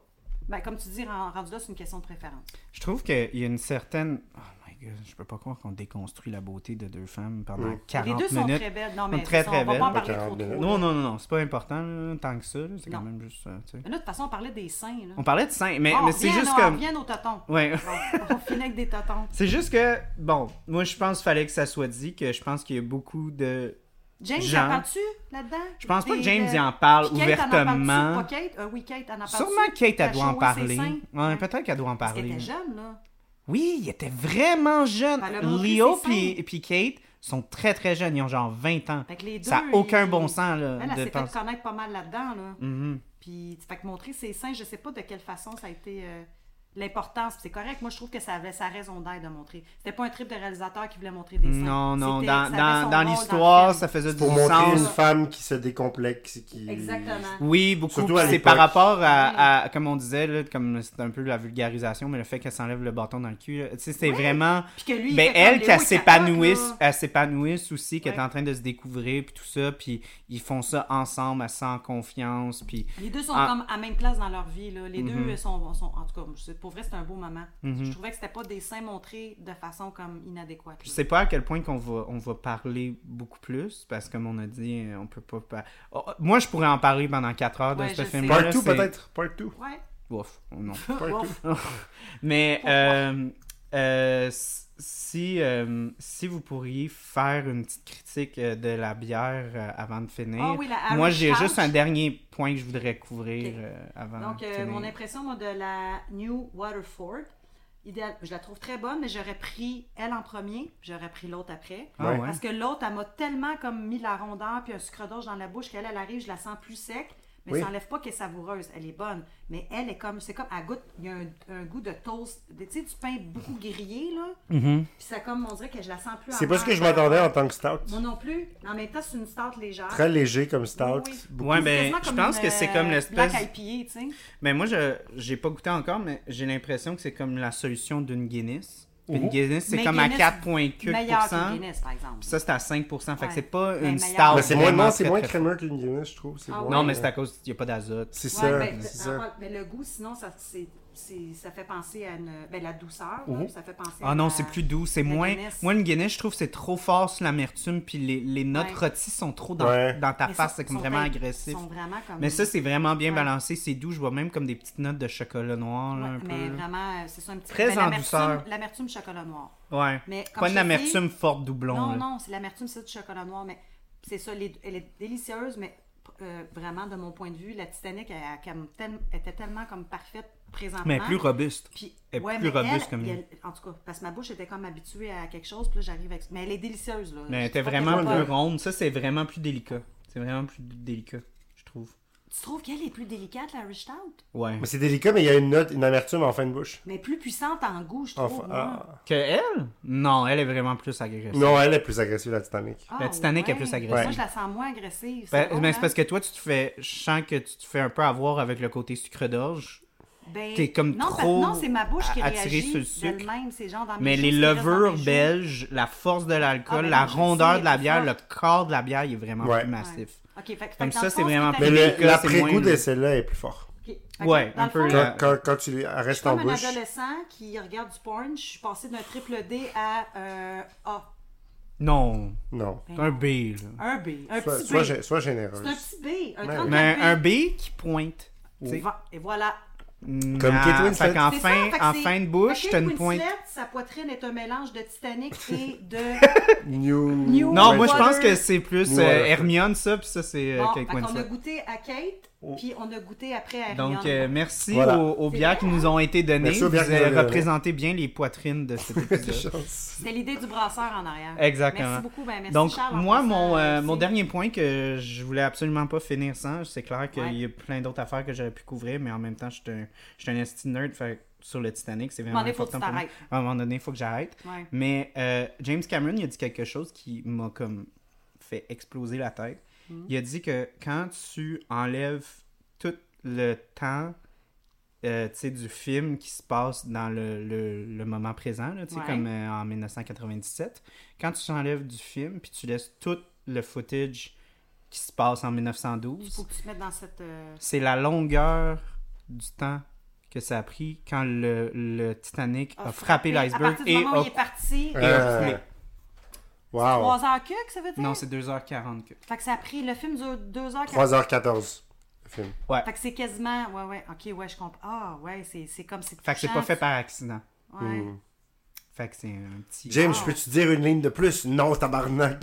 Speaker 2: Ben, comme tu dis, ren- rendu là, c'est une question de préférence.
Speaker 1: Je trouve qu'il y a une certaine. Oh my god, je peux pas croire qu'on déconstruit la beauté de deux femmes pendant
Speaker 3: Mm.
Speaker 1: 40
Speaker 2: les deux
Speaker 1: minutes.
Speaker 2: sont très belles. Non, mais
Speaker 1: Très,
Speaker 2: ça,
Speaker 1: très
Speaker 2: on va
Speaker 1: belles.
Speaker 2: pas en parler
Speaker 3: 40
Speaker 2: trop trop.
Speaker 3: minutes.
Speaker 1: Non, non, non, non, c'est pas important là, tant que ça. là, C'est quand
Speaker 2: Non. Oh,
Speaker 1: même juste. euh, tu sais.
Speaker 2: Mais là, de toute façon, on parlait des seins. Là.
Speaker 1: On parlait de seins, mais,
Speaker 2: Bon,
Speaker 1: mais c'est
Speaker 2: revient,
Speaker 1: juste
Speaker 2: là, On
Speaker 1: comme.
Speaker 2: revient aux totons.
Speaker 1: Ouais.
Speaker 2: on, on finit avec des totons.
Speaker 1: C'est juste que, bon, moi je pense qu'il fallait que ça soit dit, que je pense qu'il y a beaucoup de.
Speaker 2: James,
Speaker 1: Jean.
Speaker 2: j'en parles-tu là-dedans?
Speaker 1: Je pense pas
Speaker 2: Des- euh,
Speaker 1: que James
Speaker 2: de-
Speaker 1: y en parle
Speaker 2: Puis Kate, en a
Speaker 1: ouvertement.
Speaker 2: parlé-tu? Pas Kate? Euh, oui, Kate, en a parlé.
Speaker 1: Sûrement Kate, elle doit en parler. Ouais,
Speaker 2: Ouais,
Speaker 1: peut-être qu'elle doit en
Speaker 2: Parce qu'elle
Speaker 1: parler.
Speaker 2: était jeune, là.
Speaker 1: Oui, il était vraiment jeune.
Speaker 2: Elle a montré
Speaker 1: Léo
Speaker 2: ses seins.
Speaker 1: puis puis Kate sont très très jeunes, ils ont genre 20 ans.
Speaker 2: Fait que les Ben, deux,
Speaker 1: Ça n'a aucun
Speaker 2: ils-
Speaker 1: bon sens là,
Speaker 2: Elle, elle
Speaker 1: de
Speaker 2: s'est fait
Speaker 1: penser.
Speaker 2: connaître pas mal là-dedans, là.
Speaker 1: Mhm.
Speaker 2: Puis, fait que montrer ses seins, je sais pas de quelle façon ça a été euh, l'importance. Puis c'est correct. Moi, je trouve que ça avait sa raison d'être de montrer. C'était pas un trip de réalisateur qui voulait montrer des seins.
Speaker 1: Non, non,
Speaker 2: C'était-
Speaker 1: dans,
Speaker 2: ça avait
Speaker 1: dans,
Speaker 2: son
Speaker 1: dans
Speaker 2: rôle le
Speaker 1: l'histoire,
Speaker 2: film.
Speaker 1: ça faisait du
Speaker 3: Pour montrer une
Speaker 1: sens.
Speaker 3: femme qui se décomplexe. Qui...
Speaker 2: Exactement.
Speaker 1: Oui, beaucoup.
Speaker 3: Surtout
Speaker 1: puis
Speaker 3: à
Speaker 1: C'est par
Speaker 3: l'époque.
Speaker 1: rapport à, à- comme on disait, là, comme c'est un peu la vulgarisation, mais le fait qu'elle s'enlève le bâton dans le cul, là, tu sais, c'est vraiment.
Speaker 2: Puis que lui, il
Speaker 1: Ben,
Speaker 2: fait
Speaker 1: elle,
Speaker 2: comme Léo,
Speaker 1: qu'elle
Speaker 2: il
Speaker 1: s'épanouisse,
Speaker 2: capote, là.
Speaker 1: elle s'épanouisse aussi, qu'elle
Speaker 2: Ouais.
Speaker 1: est en train de se découvrir, puis tout ça, puis ils font ça ensemble, elle sent confiance, puis
Speaker 2: Les deux sont
Speaker 1: Ah.
Speaker 2: comme à même place dans leur vie, là. Les deux sont, sont- En tout cas, je sais pas, pour vrai, c'était un beau moment.
Speaker 1: Mhm.
Speaker 2: Je trouvais que c'était pas des seins montrés de façon comme inadéquate.
Speaker 1: Je sais pas à quel point qu'on va, on va parler beaucoup plus, parce que comme on a dit, on peut pas... par- Oh, oh, moi, je pourrais en parler pendant 4 heures de
Speaker 2: Ouais,
Speaker 1: ce
Speaker 2: je
Speaker 1: film-là.
Speaker 2: sais.
Speaker 1: là,
Speaker 3: Part 2,
Speaker 1: c'est-
Speaker 3: peut-être. Part 2.
Speaker 2: Ouais.
Speaker 1: Ouf, oh non.
Speaker 2: Bon,
Speaker 1: Mais euh, euh, s- si, euh, si vous pourriez faire une petite critique euh, de la bière euh, avant de finir,
Speaker 2: Ah oui, la Irish
Speaker 1: moi j'ai
Speaker 2: Couch.
Speaker 1: juste un dernier point que je voudrais couvrir
Speaker 2: Ok.
Speaker 1: euh, avant
Speaker 2: Donc,
Speaker 1: de
Speaker 2: euh,
Speaker 1: finir.
Speaker 2: mon impression moi, de la New Waterford, idéal, je la trouve très bonne, mais j'aurais pris elle en premier, j'aurais pris l'autre après.
Speaker 1: Ah ouais.
Speaker 2: Parce que l'autre, elle m'a tellement comme mis la rondeur puis un sucre d'orge dans la bouche qu'elle, elle arrive, je la sens plus sec, mais
Speaker 3: Oui.
Speaker 2: ça n'enlève pas qu'elle est savoureuse. Elle est bonne. Mais elle est comme, c'est comme, à goûte, il y a un, un goût de toast, tu sais, du pain beaucoup grillé, là.
Speaker 1: Mhm.
Speaker 2: Puis ça, comme, on dirait que je la sens plus
Speaker 3: Mm-hmm. C'est pas ce
Speaker 2: amère.
Speaker 3: que je m'attendais en tant que stout.
Speaker 2: Moi non plus. Mais En même temps, c'est une start légère.
Speaker 3: Très léger comme stout.
Speaker 2: Oui, oui.
Speaker 3: Beaucoup-
Speaker 1: Ouais,
Speaker 2: C'est
Speaker 1: ben,
Speaker 2: quasiment
Speaker 1: je
Speaker 2: comme
Speaker 1: pense
Speaker 2: une,
Speaker 1: que c'est comme
Speaker 2: euh,
Speaker 1: l'espèce.
Speaker 2: Black IPA, tu sais.
Speaker 1: Mais moi, je j'ai pas goûté encore, mais j'ai l'impression que c'est comme la solution d'une Guinness. Puis
Speaker 3: Oh.
Speaker 1: Une Guinness, c'est
Speaker 2: Mais
Speaker 1: comme
Speaker 2: Guinness,
Speaker 1: à 4,4%.
Speaker 2: Meilleur que Guinness, par exemple.
Speaker 1: Puis ça, c'est à 5%. Fait que
Speaker 2: Ouais.
Speaker 1: c'est pas
Speaker 2: Mais
Speaker 1: une
Speaker 2: meilleur.
Speaker 1: star.
Speaker 3: Mais c'est moins, non,
Speaker 1: vraiment
Speaker 3: c'est
Speaker 1: très,
Speaker 3: moins
Speaker 1: très
Speaker 3: crémeux qu'une Guinness, je trouve. C'est
Speaker 2: Ah
Speaker 3: moins,
Speaker 1: Non,
Speaker 2: Ouais.
Speaker 1: mais c'est
Speaker 3: euh,
Speaker 1: à cause qu'il n'y a pas d'azote.
Speaker 3: C'est
Speaker 2: Ouais,
Speaker 3: ça.
Speaker 2: ben,
Speaker 3: c'est
Speaker 2: en
Speaker 3: ça.
Speaker 2: fait, ben, le goût, sinon, ça, c'est, c'est- ça fait penser à une, ben, la douceur. là, ça fait penser
Speaker 1: Ah
Speaker 2: à
Speaker 1: non,
Speaker 2: la-
Speaker 1: c'est plus doux, c'est
Speaker 2: la
Speaker 1: moins.
Speaker 2: Guinness.
Speaker 1: Moi, une Guinness, je trouve que c'est trop fort sur l'amertume, puis les, les notes
Speaker 2: Ouais.
Speaker 1: rôties sont trop dans,
Speaker 3: Ouais.
Speaker 1: dans ta
Speaker 2: Mais
Speaker 1: face,
Speaker 2: ça,
Speaker 1: c'est comme
Speaker 2: sont
Speaker 1: vraiment
Speaker 2: in-
Speaker 1: agressif.
Speaker 2: sont vraiment comme-
Speaker 1: Mais ça, c'est vraiment bien
Speaker 2: Ouais.
Speaker 1: balancé, c'est doux, je vois même comme des petites notes de chocolat noir, là,
Speaker 2: Ouais,
Speaker 1: un peu.
Speaker 2: mais vraiment, euh, c'est ça un petit
Speaker 1: Très
Speaker 2: ben,
Speaker 1: en
Speaker 2: l'amertume-
Speaker 1: douceur.
Speaker 2: L'amertume chocolat noir.
Speaker 1: Ouais.
Speaker 2: Mais comme
Speaker 1: Pas une
Speaker 2: je te dis-
Speaker 1: amertume forte doublon.
Speaker 2: non,
Speaker 1: là.
Speaker 2: non, c'est l'amertume, c'est du chocolat noir, mais c'est ça, les- elle est délicieuse, mais euh, vraiment, de mon point de vue, la Titanic, elle, elle- comme tel- était tellement comme parfaite présentement.
Speaker 1: Mais plus robuste.
Speaker 2: Puis,
Speaker 1: Elle est
Speaker 2: ouais,
Speaker 1: plus
Speaker 2: mais
Speaker 1: robuste
Speaker 2: elle,
Speaker 1: comme
Speaker 2: il y a- En tout cas, parce que ma bouche était comme habituée à quelque chose, puis là, j'arrive avec. Mais elle est délicieuse, là.
Speaker 1: Mais elle
Speaker 2: Je
Speaker 1: était
Speaker 2: trouve qu'elle
Speaker 1: vraiment
Speaker 2: va
Speaker 1: plus
Speaker 2: pas-
Speaker 1: ronde. Ça, c'est vraiment plus délicat. C'est vraiment plus délicat, je trouve.
Speaker 2: Tu trouves qu'elle est plus délicate, la Rich Stout?
Speaker 1: Ouais.
Speaker 3: Mais c'est délicat, mais il y a une note, une amertume en fin de bouche.
Speaker 2: Mais plus puissante en goût, je
Speaker 3: En
Speaker 2: trouve.
Speaker 3: fin-
Speaker 2: moi.
Speaker 3: ah.
Speaker 1: Que elle Non, elle est vraiment plus agressive.
Speaker 3: Non, elle est plus agressive, la Titanic.
Speaker 2: Ah,
Speaker 1: La Titanic est plus agressive.
Speaker 2: Moi, je la sens moins agressive.
Speaker 1: Ben,
Speaker 2: drôle,
Speaker 1: mais c'est
Speaker 2: hein?
Speaker 1: parce que toi, tu te fais. Je sens que tu te fais un peu avoir avec le côté sucre d'orge.
Speaker 2: Ben,
Speaker 1: t'es comme
Speaker 2: non, parce-
Speaker 1: trop
Speaker 2: non, c'est ma bouche qui
Speaker 1: a- attirée
Speaker 2: réagit
Speaker 1: sur le sucre.
Speaker 2: d'elle-même, c'est genre dans mes
Speaker 1: Mais les
Speaker 2: choses qui restent dans mes
Speaker 1: levures
Speaker 2: joues.
Speaker 1: belges, la force de l'alcool,
Speaker 2: Ah, ben
Speaker 1: la
Speaker 2: non, je
Speaker 1: rondeur
Speaker 2: sais,
Speaker 1: de la
Speaker 2: elle est
Speaker 1: bière,
Speaker 2: plus
Speaker 1: le
Speaker 2: forte.
Speaker 1: corps de la bière, il est vraiment
Speaker 3: Ouais.
Speaker 1: plus
Speaker 2: Ouais.
Speaker 1: massif.
Speaker 2: OK, fait- fait
Speaker 1: Comme
Speaker 2: que dans
Speaker 1: ça,
Speaker 2: le
Speaker 1: c'est
Speaker 2: fond,
Speaker 1: vraiment
Speaker 2: ce qui
Speaker 3: Mais
Speaker 1: plus-
Speaker 2: est
Speaker 1: délicat,
Speaker 3: le-
Speaker 1: c'est moins Euh,
Speaker 3: l'après-goût
Speaker 1: le-
Speaker 3: de celle-là est plus fort.
Speaker 2: arrivé- OK, fait que
Speaker 1: Ouais,
Speaker 2: dans
Speaker 1: un
Speaker 2: le
Speaker 1: peu
Speaker 2: fond,
Speaker 1: la-
Speaker 3: Quand, quand, quand tu les- elle
Speaker 2: Je suis
Speaker 3: reste en
Speaker 2: comme un
Speaker 3: bouche.
Speaker 2: adolescent qui regarde du porn, je suis passée d'un triple D à euh, A.
Speaker 1: Non,
Speaker 3: Non.
Speaker 2: Ben,
Speaker 1: c'est un B. là.
Speaker 2: Un B. Un
Speaker 3: Sois,
Speaker 2: petit
Speaker 3: sois
Speaker 2: B.
Speaker 3: gé- sois
Speaker 2: C'est un
Speaker 3: généreuse.
Speaker 2: petit B. Un
Speaker 3: Mais-
Speaker 2: 34
Speaker 1: Mais
Speaker 2: B.
Speaker 1: un B qui pointe.
Speaker 2: Et va- Et voilà.
Speaker 1: Comme
Speaker 3: Kate Winslet.
Speaker 1: en
Speaker 2: C'est
Speaker 1: fin,
Speaker 2: ça, fait que
Speaker 1: en
Speaker 2: c'est-
Speaker 1: fin de bouche,
Speaker 2: fait que
Speaker 1: t'as une
Speaker 2: Kate
Speaker 1: pointe.
Speaker 2: Winslet, sa poitrine est un mélange de Titanic et de...
Speaker 3: New.
Speaker 2: New-
Speaker 1: Non,
Speaker 2: Ouais.
Speaker 1: moi je pense
Speaker 2: Water.
Speaker 1: que c'est plus euh,
Speaker 3: Water.
Speaker 1: Hermione ça, puis ça c'est euh,
Speaker 2: Bon, ben,
Speaker 1: Kate
Speaker 2: fait qu'on a
Speaker 1: Winslet.
Speaker 2: goûté à Kate, puis on a goûté après à Ariane.
Speaker 1: Oh. Donc euh, merci
Speaker 3: Voilà.
Speaker 1: aux, aux bières qui nous ont été données.
Speaker 3: Merci aux
Speaker 1: Vous
Speaker 3: bières qui nous ont
Speaker 1: avez
Speaker 3: été données.
Speaker 1: représenté bien les poitrines de cet épisode.
Speaker 2: C'était l'idée du brasseur en arrière.
Speaker 1: Exactement.
Speaker 2: Merci beaucoup, ben, merci
Speaker 1: Donc,
Speaker 2: Charles, en
Speaker 1: moi,
Speaker 2: passant,
Speaker 1: mon, euh,
Speaker 2: merci.
Speaker 1: mon dernier point que je voulais absolument pas finir sans, c'est clair qu'il
Speaker 2: Ouais.
Speaker 1: y a plein d'autres affaires que j'aurais pu couvrir, mais en même temps, je suis un, je suis un esti nerd fait que sur le Titanic, c'est vraiment
Speaker 2: À un moment donné, faut que tu
Speaker 1: important pour moi.
Speaker 2: t'arrêtes.
Speaker 1: À un moment donné, il faut que j'arrête.
Speaker 2: Ouais.
Speaker 1: Mais euh, James Cameron, il a dit quelque chose qui m'a comme fait exploser la tête.
Speaker 2: Hmm.
Speaker 1: Il a dit que quand tu enlèves tout le temps euh, tu sais, du film qui se passe dans le, le- le moment présent, là, tu sais,
Speaker 2: Ouais.
Speaker 1: comme euh, en 1997, quand tu t'enlèves du film puis tu laisses tout le footage qui se passe en
Speaker 2: Il faut
Speaker 1: 1912,
Speaker 2: que tu te mettes dans cette... euh,
Speaker 1: c'est la longueur du temps que ça a pris quand le, le Titanic a frappé
Speaker 2: À
Speaker 1: l'iceberg
Speaker 2: partir du
Speaker 1: et
Speaker 2: moment où il est
Speaker 1: a
Speaker 2: parti,
Speaker 1: et a
Speaker 3: Euh,
Speaker 1: coulé.
Speaker 3: Wow.
Speaker 2: 3 heures que, que ça veut dire?
Speaker 1: Non, c'est 2h40 que.
Speaker 2: Fait que ça a pris... Le film dure 2 heures...
Speaker 3: 3h14, le film.
Speaker 1: Ouais.
Speaker 2: Fait que c'est quasiment... Ouais, ouais, OK, ouais, je comprends. Ah, ouais, c'est c'est comme...
Speaker 1: Fait que c'est pas fait par accident.
Speaker 2: Ouais.
Speaker 3: Mm.
Speaker 1: Fait que c'est un petit.
Speaker 3: James,
Speaker 2: Wow.
Speaker 3: peux-tu dire une ligne de plus? Non, tabarnak.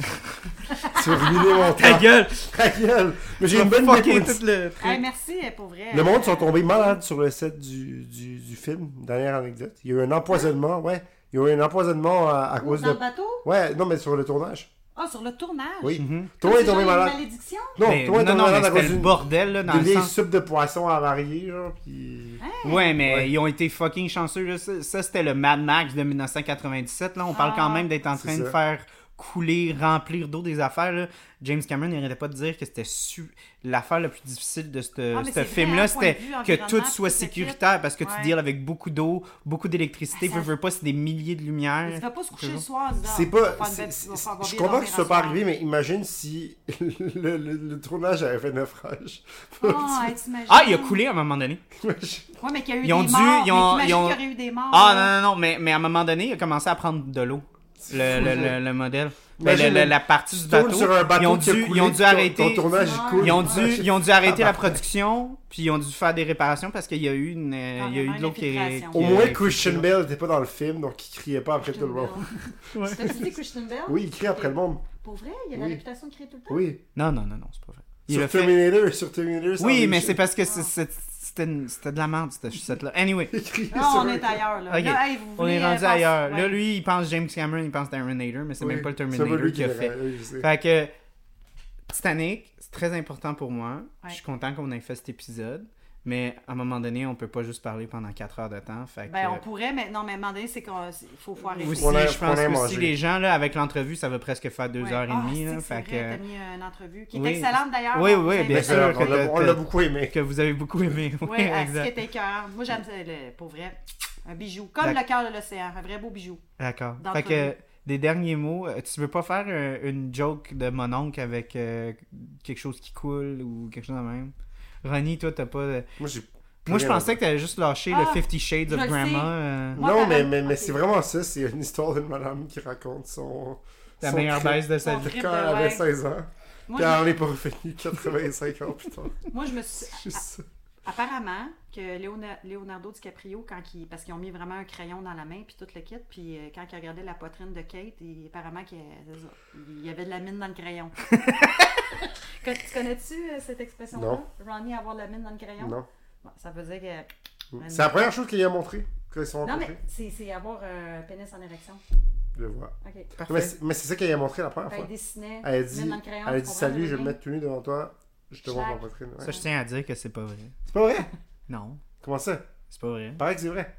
Speaker 3: tu as ruiné mon temps.
Speaker 1: Ta gueule!
Speaker 3: Ta gueule. Mais j'ai une bonne
Speaker 1: Fucker
Speaker 3: mécanique.
Speaker 1: Ah! tout le
Speaker 2: Hey,
Speaker 1: truc.
Speaker 2: merci euh, pour vrai.
Speaker 3: Le monde sont tombés malades sur le set du, du, du film. Dernière anecdote. Il y a eu un empoisonnement, ouais. Il y a eu un empoisonnement à, à
Speaker 2: Où,
Speaker 3: cause
Speaker 2: Dans
Speaker 3: de.
Speaker 2: le bateau?
Speaker 3: Ouais, non, mais sur le tournage.
Speaker 2: Ah, sur le tournage?
Speaker 3: Oui.
Speaker 1: Mm-hmm.
Speaker 2: Comme
Speaker 3: Tout le monde
Speaker 2: c'est
Speaker 3: est tombé
Speaker 2: genre une
Speaker 3: malade.
Speaker 2: malédiction?
Speaker 3: Non,
Speaker 1: Mhm. Mais-
Speaker 3: tout le monde est
Speaker 1: non,
Speaker 3: tombé
Speaker 1: non, mais
Speaker 3: malade à
Speaker 1: c'était
Speaker 3: cause
Speaker 1: le
Speaker 3: d'une
Speaker 1: bordel, là, dans
Speaker 3: d'une
Speaker 1: le
Speaker 3: vieille
Speaker 1: sens.
Speaker 3: soupe de poisson avariée, genre, puis.
Speaker 1: Ouais, mais
Speaker 3: Ouais.
Speaker 1: ils ont été fucking chanceux. là. Ça, ça, c'était le Mad Max de 1997. Là, on parle
Speaker 2: Ah.
Speaker 1: quand même d'être en
Speaker 3: C'est
Speaker 1: train de
Speaker 3: ça.
Speaker 1: faire couler, remplir d'eau des affaires. là. James Cameron n'arrêtait pas de dire que c'était su... l'affaire la plus difficile de ce
Speaker 2: Ah,
Speaker 1: ce
Speaker 2: mais c'est vrai,
Speaker 1: film-là,
Speaker 2: hein, point de
Speaker 1: c'était
Speaker 2: vue,
Speaker 1: que tout
Speaker 2: environnement,
Speaker 1: soit
Speaker 2: tout le kit.
Speaker 1: sécuritaire parce que tu
Speaker 2: Ouais.
Speaker 1: deals avec beaucoup d'eau, beaucoup d'électricité,
Speaker 2: Ben, ça-
Speaker 1: veux, veux pas, c'est des milliers de lumières.
Speaker 2: Tu vas pas se coucher le
Speaker 1: Toujours.
Speaker 2: soir en disant,
Speaker 3: C'est
Speaker 2: on va faire
Speaker 3: pas.
Speaker 2: une
Speaker 3: c'est-
Speaker 2: belle- on
Speaker 3: c'est-
Speaker 2: va faire- on va
Speaker 3: Je
Speaker 2: bien
Speaker 3: comprends que
Speaker 2: dormir
Speaker 3: ça peut
Speaker 2: à soir.
Speaker 3: arriver, mais imagine si le, le- le tournage avait fait naufrage.
Speaker 2: Ah, ouais, t'imagines.
Speaker 1: Ah, il a coulé à un moment donné.
Speaker 3: Imagine-
Speaker 2: Ouais, mais qu'il y a eu
Speaker 1: Ils ont
Speaker 2: des
Speaker 1: dû-
Speaker 2: morts.
Speaker 1: ils ont-
Speaker 2: mais
Speaker 1: ils ont-
Speaker 2: t'imagines qu'il y aurait eu des morts.
Speaker 1: Ah
Speaker 2: là.
Speaker 1: non, non, non, mais, mais à un moment donné, il a commencé à prendre de l'eau, le, le, le, le modèle. Ben,
Speaker 3: Imagine
Speaker 1: le- le-
Speaker 3: le-
Speaker 1: la partie du
Speaker 3: tu
Speaker 1: bateau.
Speaker 3: tournes sur un bateau
Speaker 1: ils, ont
Speaker 3: qui a
Speaker 1: dû,
Speaker 3: coulé,
Speaker 1: ils ont
Speaker 3: ton-
Speaker 1: dû arrêter.
Speaker 3: Ton tournage il
Speaker 2: Ouais.
Speaker 3: coule.
Speaker 1: Ils ont dû,
Speaker 3: Imagine-
Speaker 1: ils ont dû arrêter la
Speaker 3: Tabarnak.
Speaker 1: production, puis ils ont dû faire des réparations parce qu'il y a eu une, euh, il y a eu de l'eau qui est.
Speaker 2: Carrément,
Speaker 1: qui
Speaker 3: Au
Speaker 1: est-
Speaker 3: moins,
Speaker 1: qui-
Speaker 3: Christian Bell n'était pas dans le film, donc il criait pas après tout le monde.
Speaker 2: T'as-tu dit Christian Bell?
Speaker 3: Oui, il crie après le monde.
Speaker 2: Pour vrai, il a la
Speaker 3: Oui.
Speaker 2: réputation de crier tout le temps.
Speaker 3: Oui.
Speaker 1: Non, non, non, non, c'est pas vrai. Il
Speaker 3: sur
Speaker 1: l'a fait-
Speaker 3: Terminator, sur Terminator. ça
Speaker 1: Oui,
Speaker 3: en
Speaker 1: mais
Speaker 3: est-
Speaker 1: c'est parce que c'est- c'est- c'était une- c'était de la merde, cette chaussette-là. Anyway,
Speaker 3: Il crie
Speaker 2: Non,
Speaker 3: sur
Speaker 2: on
Speaker 3: un-
Speaker 2: est ailleurs, là.
Speaker 1: Ok.
Speaker 2: Là, hey, vous
Speaker 1: on est
Speaker 2: voulez,
Speaker 1: rendu
Speaker 2: euh,
Speaker 1: ailleurs.
Speaker 2: passer-
Speaker 1: Là,
Speaker 2: ouais.
Speaker 1: lui, il pense James Cameron, il pense Terminator, mais c'est
Speaker 3: Oui,
Speaker 1: même pas le
Speaker 3: c'est pas
Speaker 1: Terminator
Speaker 3: lui hein.
Speaker 1: qui a
Speaker 3: l'a
Speaker 1: fait.
Speaker 3: oui, je sais.
Speaker 1: Fait que Titanic, c'est très important pour moi.
Speaker 2: Ouais.
Speaker 1: Je suis content qu'on ait fait cet épisode, mais à un moment donné, on peut pas juste parler pendant 4 heures de temps. Fait que
Speaker 2: Ben, on pourrait, mais non, mais demander, c'est qu'il faut, faut arrêter.
Speaker 1: aussi,
Speaker 3: On a-
Speaker 1: je
Speaker 3: on
Speaker 1: pense
Speaker 3: a
Speaker 1: que
Speaker 3: mangé.
Speaker 1: si les gens là avec l'entrevue, ça va presque faire 2
Speaker 2: Ouais.
Speaker 1: heures et
Speaker 2: Ah,
Speaker 1: demie
Speaker 2: c'est
Speaker 1: là,
Speaker 2: que c'est
Speaker 1: fait
Speaker 2: vrai,
Speaker 1: que
Speaker 2: T'as mis une entrevue qui est
Speaker 1: Oui.
Speaker 2: excellente d'ailleurs.
Speaker 1: Oui,
Speaker 2: donc,
Speaker 1: oui,
Speaker 2: vous
Speaker 1: bien
Speaker 3: Mais
Speaker 2: invite-
Speaker 1: sûr.
Speaker 3: ça,
Speaker 1: que
Speaker 3: on l'a-
Speaker 1: t'as-
Speaker 3: on l'a
Speaker 1: t'as-
Speaker 3: beaucoup aimé.
Speaker 1: que vous avez beaucoup aimé. Oui,
Speaker 2: Ouais, euh, ce qui
Speaker 1: exact.
Speaker 2: était écœurant. Moi, j'aime ça, le- pour vrai. Un bijou. Comme
Speaker 1: D'ac-
Speaker 2: le cœur de l'océan. Un vrai beau bijou.
Speaker 1: D'accord. Fait
Speaker 2: D'entrevue.
Speaker 1: que des derniers mots, euh, tu veux pas faire euh, une joke de mon oncle avec euh, quelque chose qui coule ou quelque chose de même Ronnie, toi t'as pas de-
Speaker 3: Moi, j'ai.
Speaker 1: Moi je
Speaker 3: rien
Speaker 1: pensais que t'avais juste lâché
Speaker 2: Ah,
Speaker 1: le Fifty Shades
Speaker 2: je
Speaker 1: of
Speaker 2: le
Speaker 1: Grandma.
Speaker 2: sais.
Speaker 1: euh,
Speaker 2: Moi, madame-
Speaker 3: non, mais, mais, mais
Speaker 2: ok.
Speaker 3: c'est vraiment ça. C'est une histoire d'une madame qui raconte son.
Speaker 1: La
Speaker 3: son
Speaker 1: meilleure
Speaker 3: trip
Speaker 1: baisse de sa
Speaker 2: Son
Speaker 1: vie.
Speaker 2: trip
Speaker 3: Quand
Speaker 2: de
Speaker 3: elle avait
Speaker 2: rêve.
Speaker 3: 16 ans.
Speaker 2: Moi,
Speaker 3: Puis elle n'est pas revenue 85 ans plus tard.
Speaker 2: je- moi, je me suis.
Speaker 3: Juste ça.
Speaker 2: Apparemment que Léona- Leonardo DiCaprio, quand il, parce qu'ils ont mis vraiment un crayon dans la main, puis tout le kit, puis euh, quand il regardait la poitrine de Kate, il, apparemment qu'il c'est ça, il y avait de la mine dans le crayon. Quand- tu connais-tu euh, cette expression-là?
Speaker 3: Non.
Speaker 2: Ronnie avoir de la mine dans le crayon?
Speaker 3: Non.
Speaker 2: Bon, ça veut dire que...
Speaker 3: C'est la première chose qu'il lui a montré quand ils se sont
Speaker 2: Non,
Speaker 3: rencontrés.
Speaker 2: mais c'est c'est avoir euh, un pénis en érection.
Speaker 3: Je le vois.
Speaker 2: OK.
Speaker 3: Mais c'est mais c'est ça qu'elle lui a montré la première
Speaker 2: Fait, il
Speaker 3: fois.
Speaker 2: dessinait
Speaker 3: Ah, Elle a dit,
Speaker 2: mine dans le crayon.
Speaker 3: elle a
Speaker 2: tu
Speaker 3: dit
Speaker 2: comprends,
Speaker 3: Salut,
Speaker 2: le
Speaker 3: je vais me
Speaker 2: lien?
Speaker 3: mettre tout nu devant toi. Je te montre
Speaker 2: Chac.
Speaker 3: ma poitrine. Ouais.
Speaker 1: Ça, je tiens à dire que c'est pas vrai.
Speaker 3: C'est pas vrai
Speaker 1: Non,
Speaker 3: Comment ça
Speaker 1: c'est pas vrai.
Speaker 3: Pareil que c'est vrai.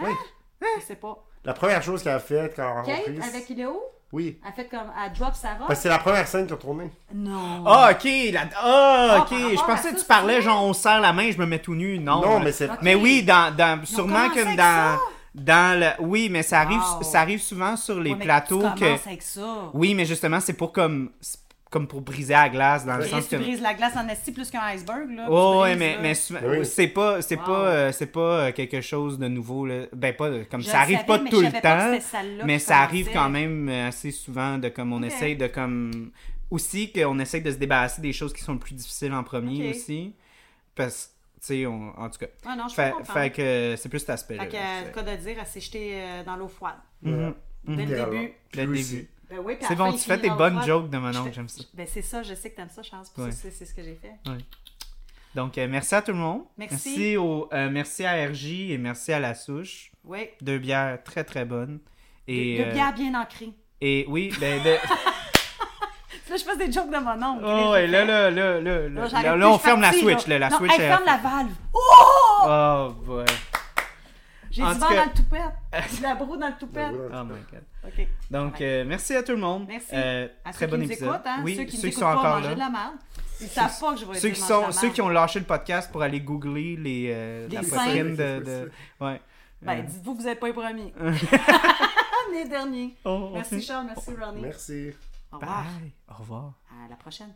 Speaker 2: Je sais pas.
Speaker 3: La première chose qu'elle a faite quand elle a rencontré.
Speaker 2: Kate, avec Ah. Léo,
Speaker 3: Oui.
Speaker 2: elle fait comme... Elle drop sa robe.
Speaker 3: Parce que c'est la première scène qu'ils ont tournée.
Speaker 2: Non!
Speaker 1: Ah, ok, la... ah,
Speaker 2: Ah,
Speaker 1: ok.
Speaker 2: par
Speaker 1: je
Speaker 2: rapport à
Speaker 1: pensais que
Speaker 2: ça,
Speaker 1: tu
Speaker 2: c'est
Speaker 1: parlais
Speaker 2: vrai.
Speaker 1: genre on serre la main, je me mets tout nu. Non,
Speaker 3: Non,
Speaker 1: euh,
Speaker 3: mais c'est.
Speaker 1: Mais
Speaker 2: Ok.
Speaker 1: oui, dans, dans
Speaker 2: Ils ont
Speaker 1: sûrement
Speaker 2: commencé
Speaker 1: que
Speaker 2: avec
Speaker 1: dans,
Speaker 2: ça.
Speaker 1: dans le. Oui, mais ça arrive,
Speaker 2: Wow.
Speaker 1: ça arrive souvent sur les
Speaker 2: Ouais, Oh, mais
Speaker 1: plateaux
Speaker 2: tu
Speaker 1: que.
Speaker 2: commences avec ça.
Speaker 1: Oui, mais justement, c'est pour comme, c'est comme pour briser la glace dans le
Speaker 2: Et
Speaker 1: sens
Speaker 2: tu
Speaker 1: que.
Speaker 2: brises la glace en esti plus qu'un iceberg, là. puis
Speaker 1: Oh,
Speaker 2: tu
Speaker 1: ouais,
Speaker 2: brises,
Speaker 1: mais,
Speaker 2: là.
Speaker 1: mais souvent-
Speaker 3: Oui.
Speaker 1: c'est pas c'est
Speaker 2: Wow.
Speaker 1: pas euh, c'est pas euh, quelque chose de nouveau là. ben pas de- comme
Speaker 2: Je
Speaker 1: ça arrive
Speaker 2: savais,
Speaker 1: pas
Speaker 2: mais je
Speaker 1: tout le
Speaker 2: savais pas que
Speaker 1: temps
Speaker 2: c'était celle-là
Speaker 1: mais
Speaker 2: qui
Speaker 1: ça arrive
Speaker 2: commençait.
Speaker 1: quand même euh, assez souvent de comme on
Speaker 2: Ok.
Speaker 1: essaye de comme aussi qu'on essaye de se débarrasser des choses qui sont le plus difficiles en premier
Speaker 2: Ok.
Speaker 1: aussi parce tu sais on- en tout cas
Speaker 2: Ah non, je
Speaker 1: fait,
Speaker 2: peux comprendre.
Speaker 1: fait que euh, c'est plus cet aspect là
Speaker 2: Fait que, euh, le cas de dire, elle s'est jetée euh, dans l'eau froide. Dès le
Speaker 3: Littéralement.
Speaker 2: début.
Speaker 1: Mhm. Dès le
Speaker 3: Lui
Speaker 1: début.
Speaker 3: aussi.
Speaker 2: Ben oui, puis
Speaker 1: C'est
Speaker 2: à la
Speaker 1: bon,
Speaker 2: fin,
Speaker 1: tu
Speaker 2: il
Speaker 1: fais
Speaker 2: finit
Speaker 1: tes
Speaker 2: dans
Speaker 1: bonnes
Speaker 2: l'eau froide.
Speaker 1: jokes de mon
Speaker 2: Je
Speaker 1: oncle,
Speaker 2: fais-
Speaker 1: j'aime ça.
Speaker 2: Ben c'est ça, je sais que t'aimes ça, Charles. Pour
Speaker 1: Ouais.
Speaker 2: ça, c'est c'est ce que j'ai fait.
Speaker 1: Donc, euh, merci à tout le monde.
Speaker 2: Merci.
Speaker 1: au, euh, merci à RJ et merci à La Souche.
Speaker 2: Oui.
Speaker 1: Deux bières très très bonnes. Et,
Speaker 2: de
Speaker 1: euh,
Speaker 2: bière bien ancrée.
Speaker 1: et oui, ben. de-
Speaker 2: Là, je fais des jokes de mon nom.
Speaker 1: oh, et là, là, là, là, là,
Speaker 2: Là,
Speaker 1: là,
Speaker 2: j'arrête
Speaker 1: là,
Speaker 2: plus,
Speaker 1: on
Speaker 2: je suis
Speaker 1: ferme la
Speaker 2: partie,
Speaker 1: Switch. Là. La
Speaker 2: Non,
Speaker 1: Switch
Speaker 2: elle
Speaker 1: est-
Speaker 2: ferme la valve. Oh!
Speaker 1: Oh, boy.
Speaker 2: J'ai
Speaker 1: En
Speaker 2: du
Speaker 1: tout
Speaker 2: vent
Speaker 1: cas-
Speaker 2: dans le toupette. Du labro dans le toupette.
Speaker 1: Oh, my God.
Speaker 2: OK.
Speaker 1: Donc,
Speaker 2: Ah, Ouais.
Speaker 1: euh, merci à tout le monde.
Speaker 2: Merci.
Speaker 1: Euh,
Speaker 2: À
Speaker 1: très
Speaker 2: ceux
Speaker 1: bon
Speaker 2: qui nous
Speaker 1: épisode.
Speaker 2: écoutent, hein,
Speaker 1: oui,
Speaker 2: ceux qui nous
Speaker 1: ceux qui
Speaker 2: écoutent
Speaker 1: sont
Speaker 2: pas
Speaker 1: encore
Speaker 2: manger
Speaker 1: là.
Speaker 2: de la merde. Ils savent pas que je vais
Speaker 1: Ceux qui,
Speaker 2: essayer de manger
Speaker 1: sont,
Speaker 2: de la
Speaker 1: ceux
Speaker 2: merde.
Speaker 1: qui ont lâché le podcast pour aller googler les, euh,
Speaker 2: Des
Speaker 1: la
Speaker 2: seins.
Speaker 1: poitrine de, de- Ouais. Hein?
Speaker 2: Ben, dites-vous que vous n'êtes pas les premiers. On est les derniers.
Speaker 1: Oh, on
Speaker 2: Merci
Speaker 1: fait-
Speaker 2: Charles, merci Ronnie.
Speaker 3: Merci.
Speaker 2: Au revoir.
Speaker 1: Bye. Au revoir.
Speaker 2: À la prochaine.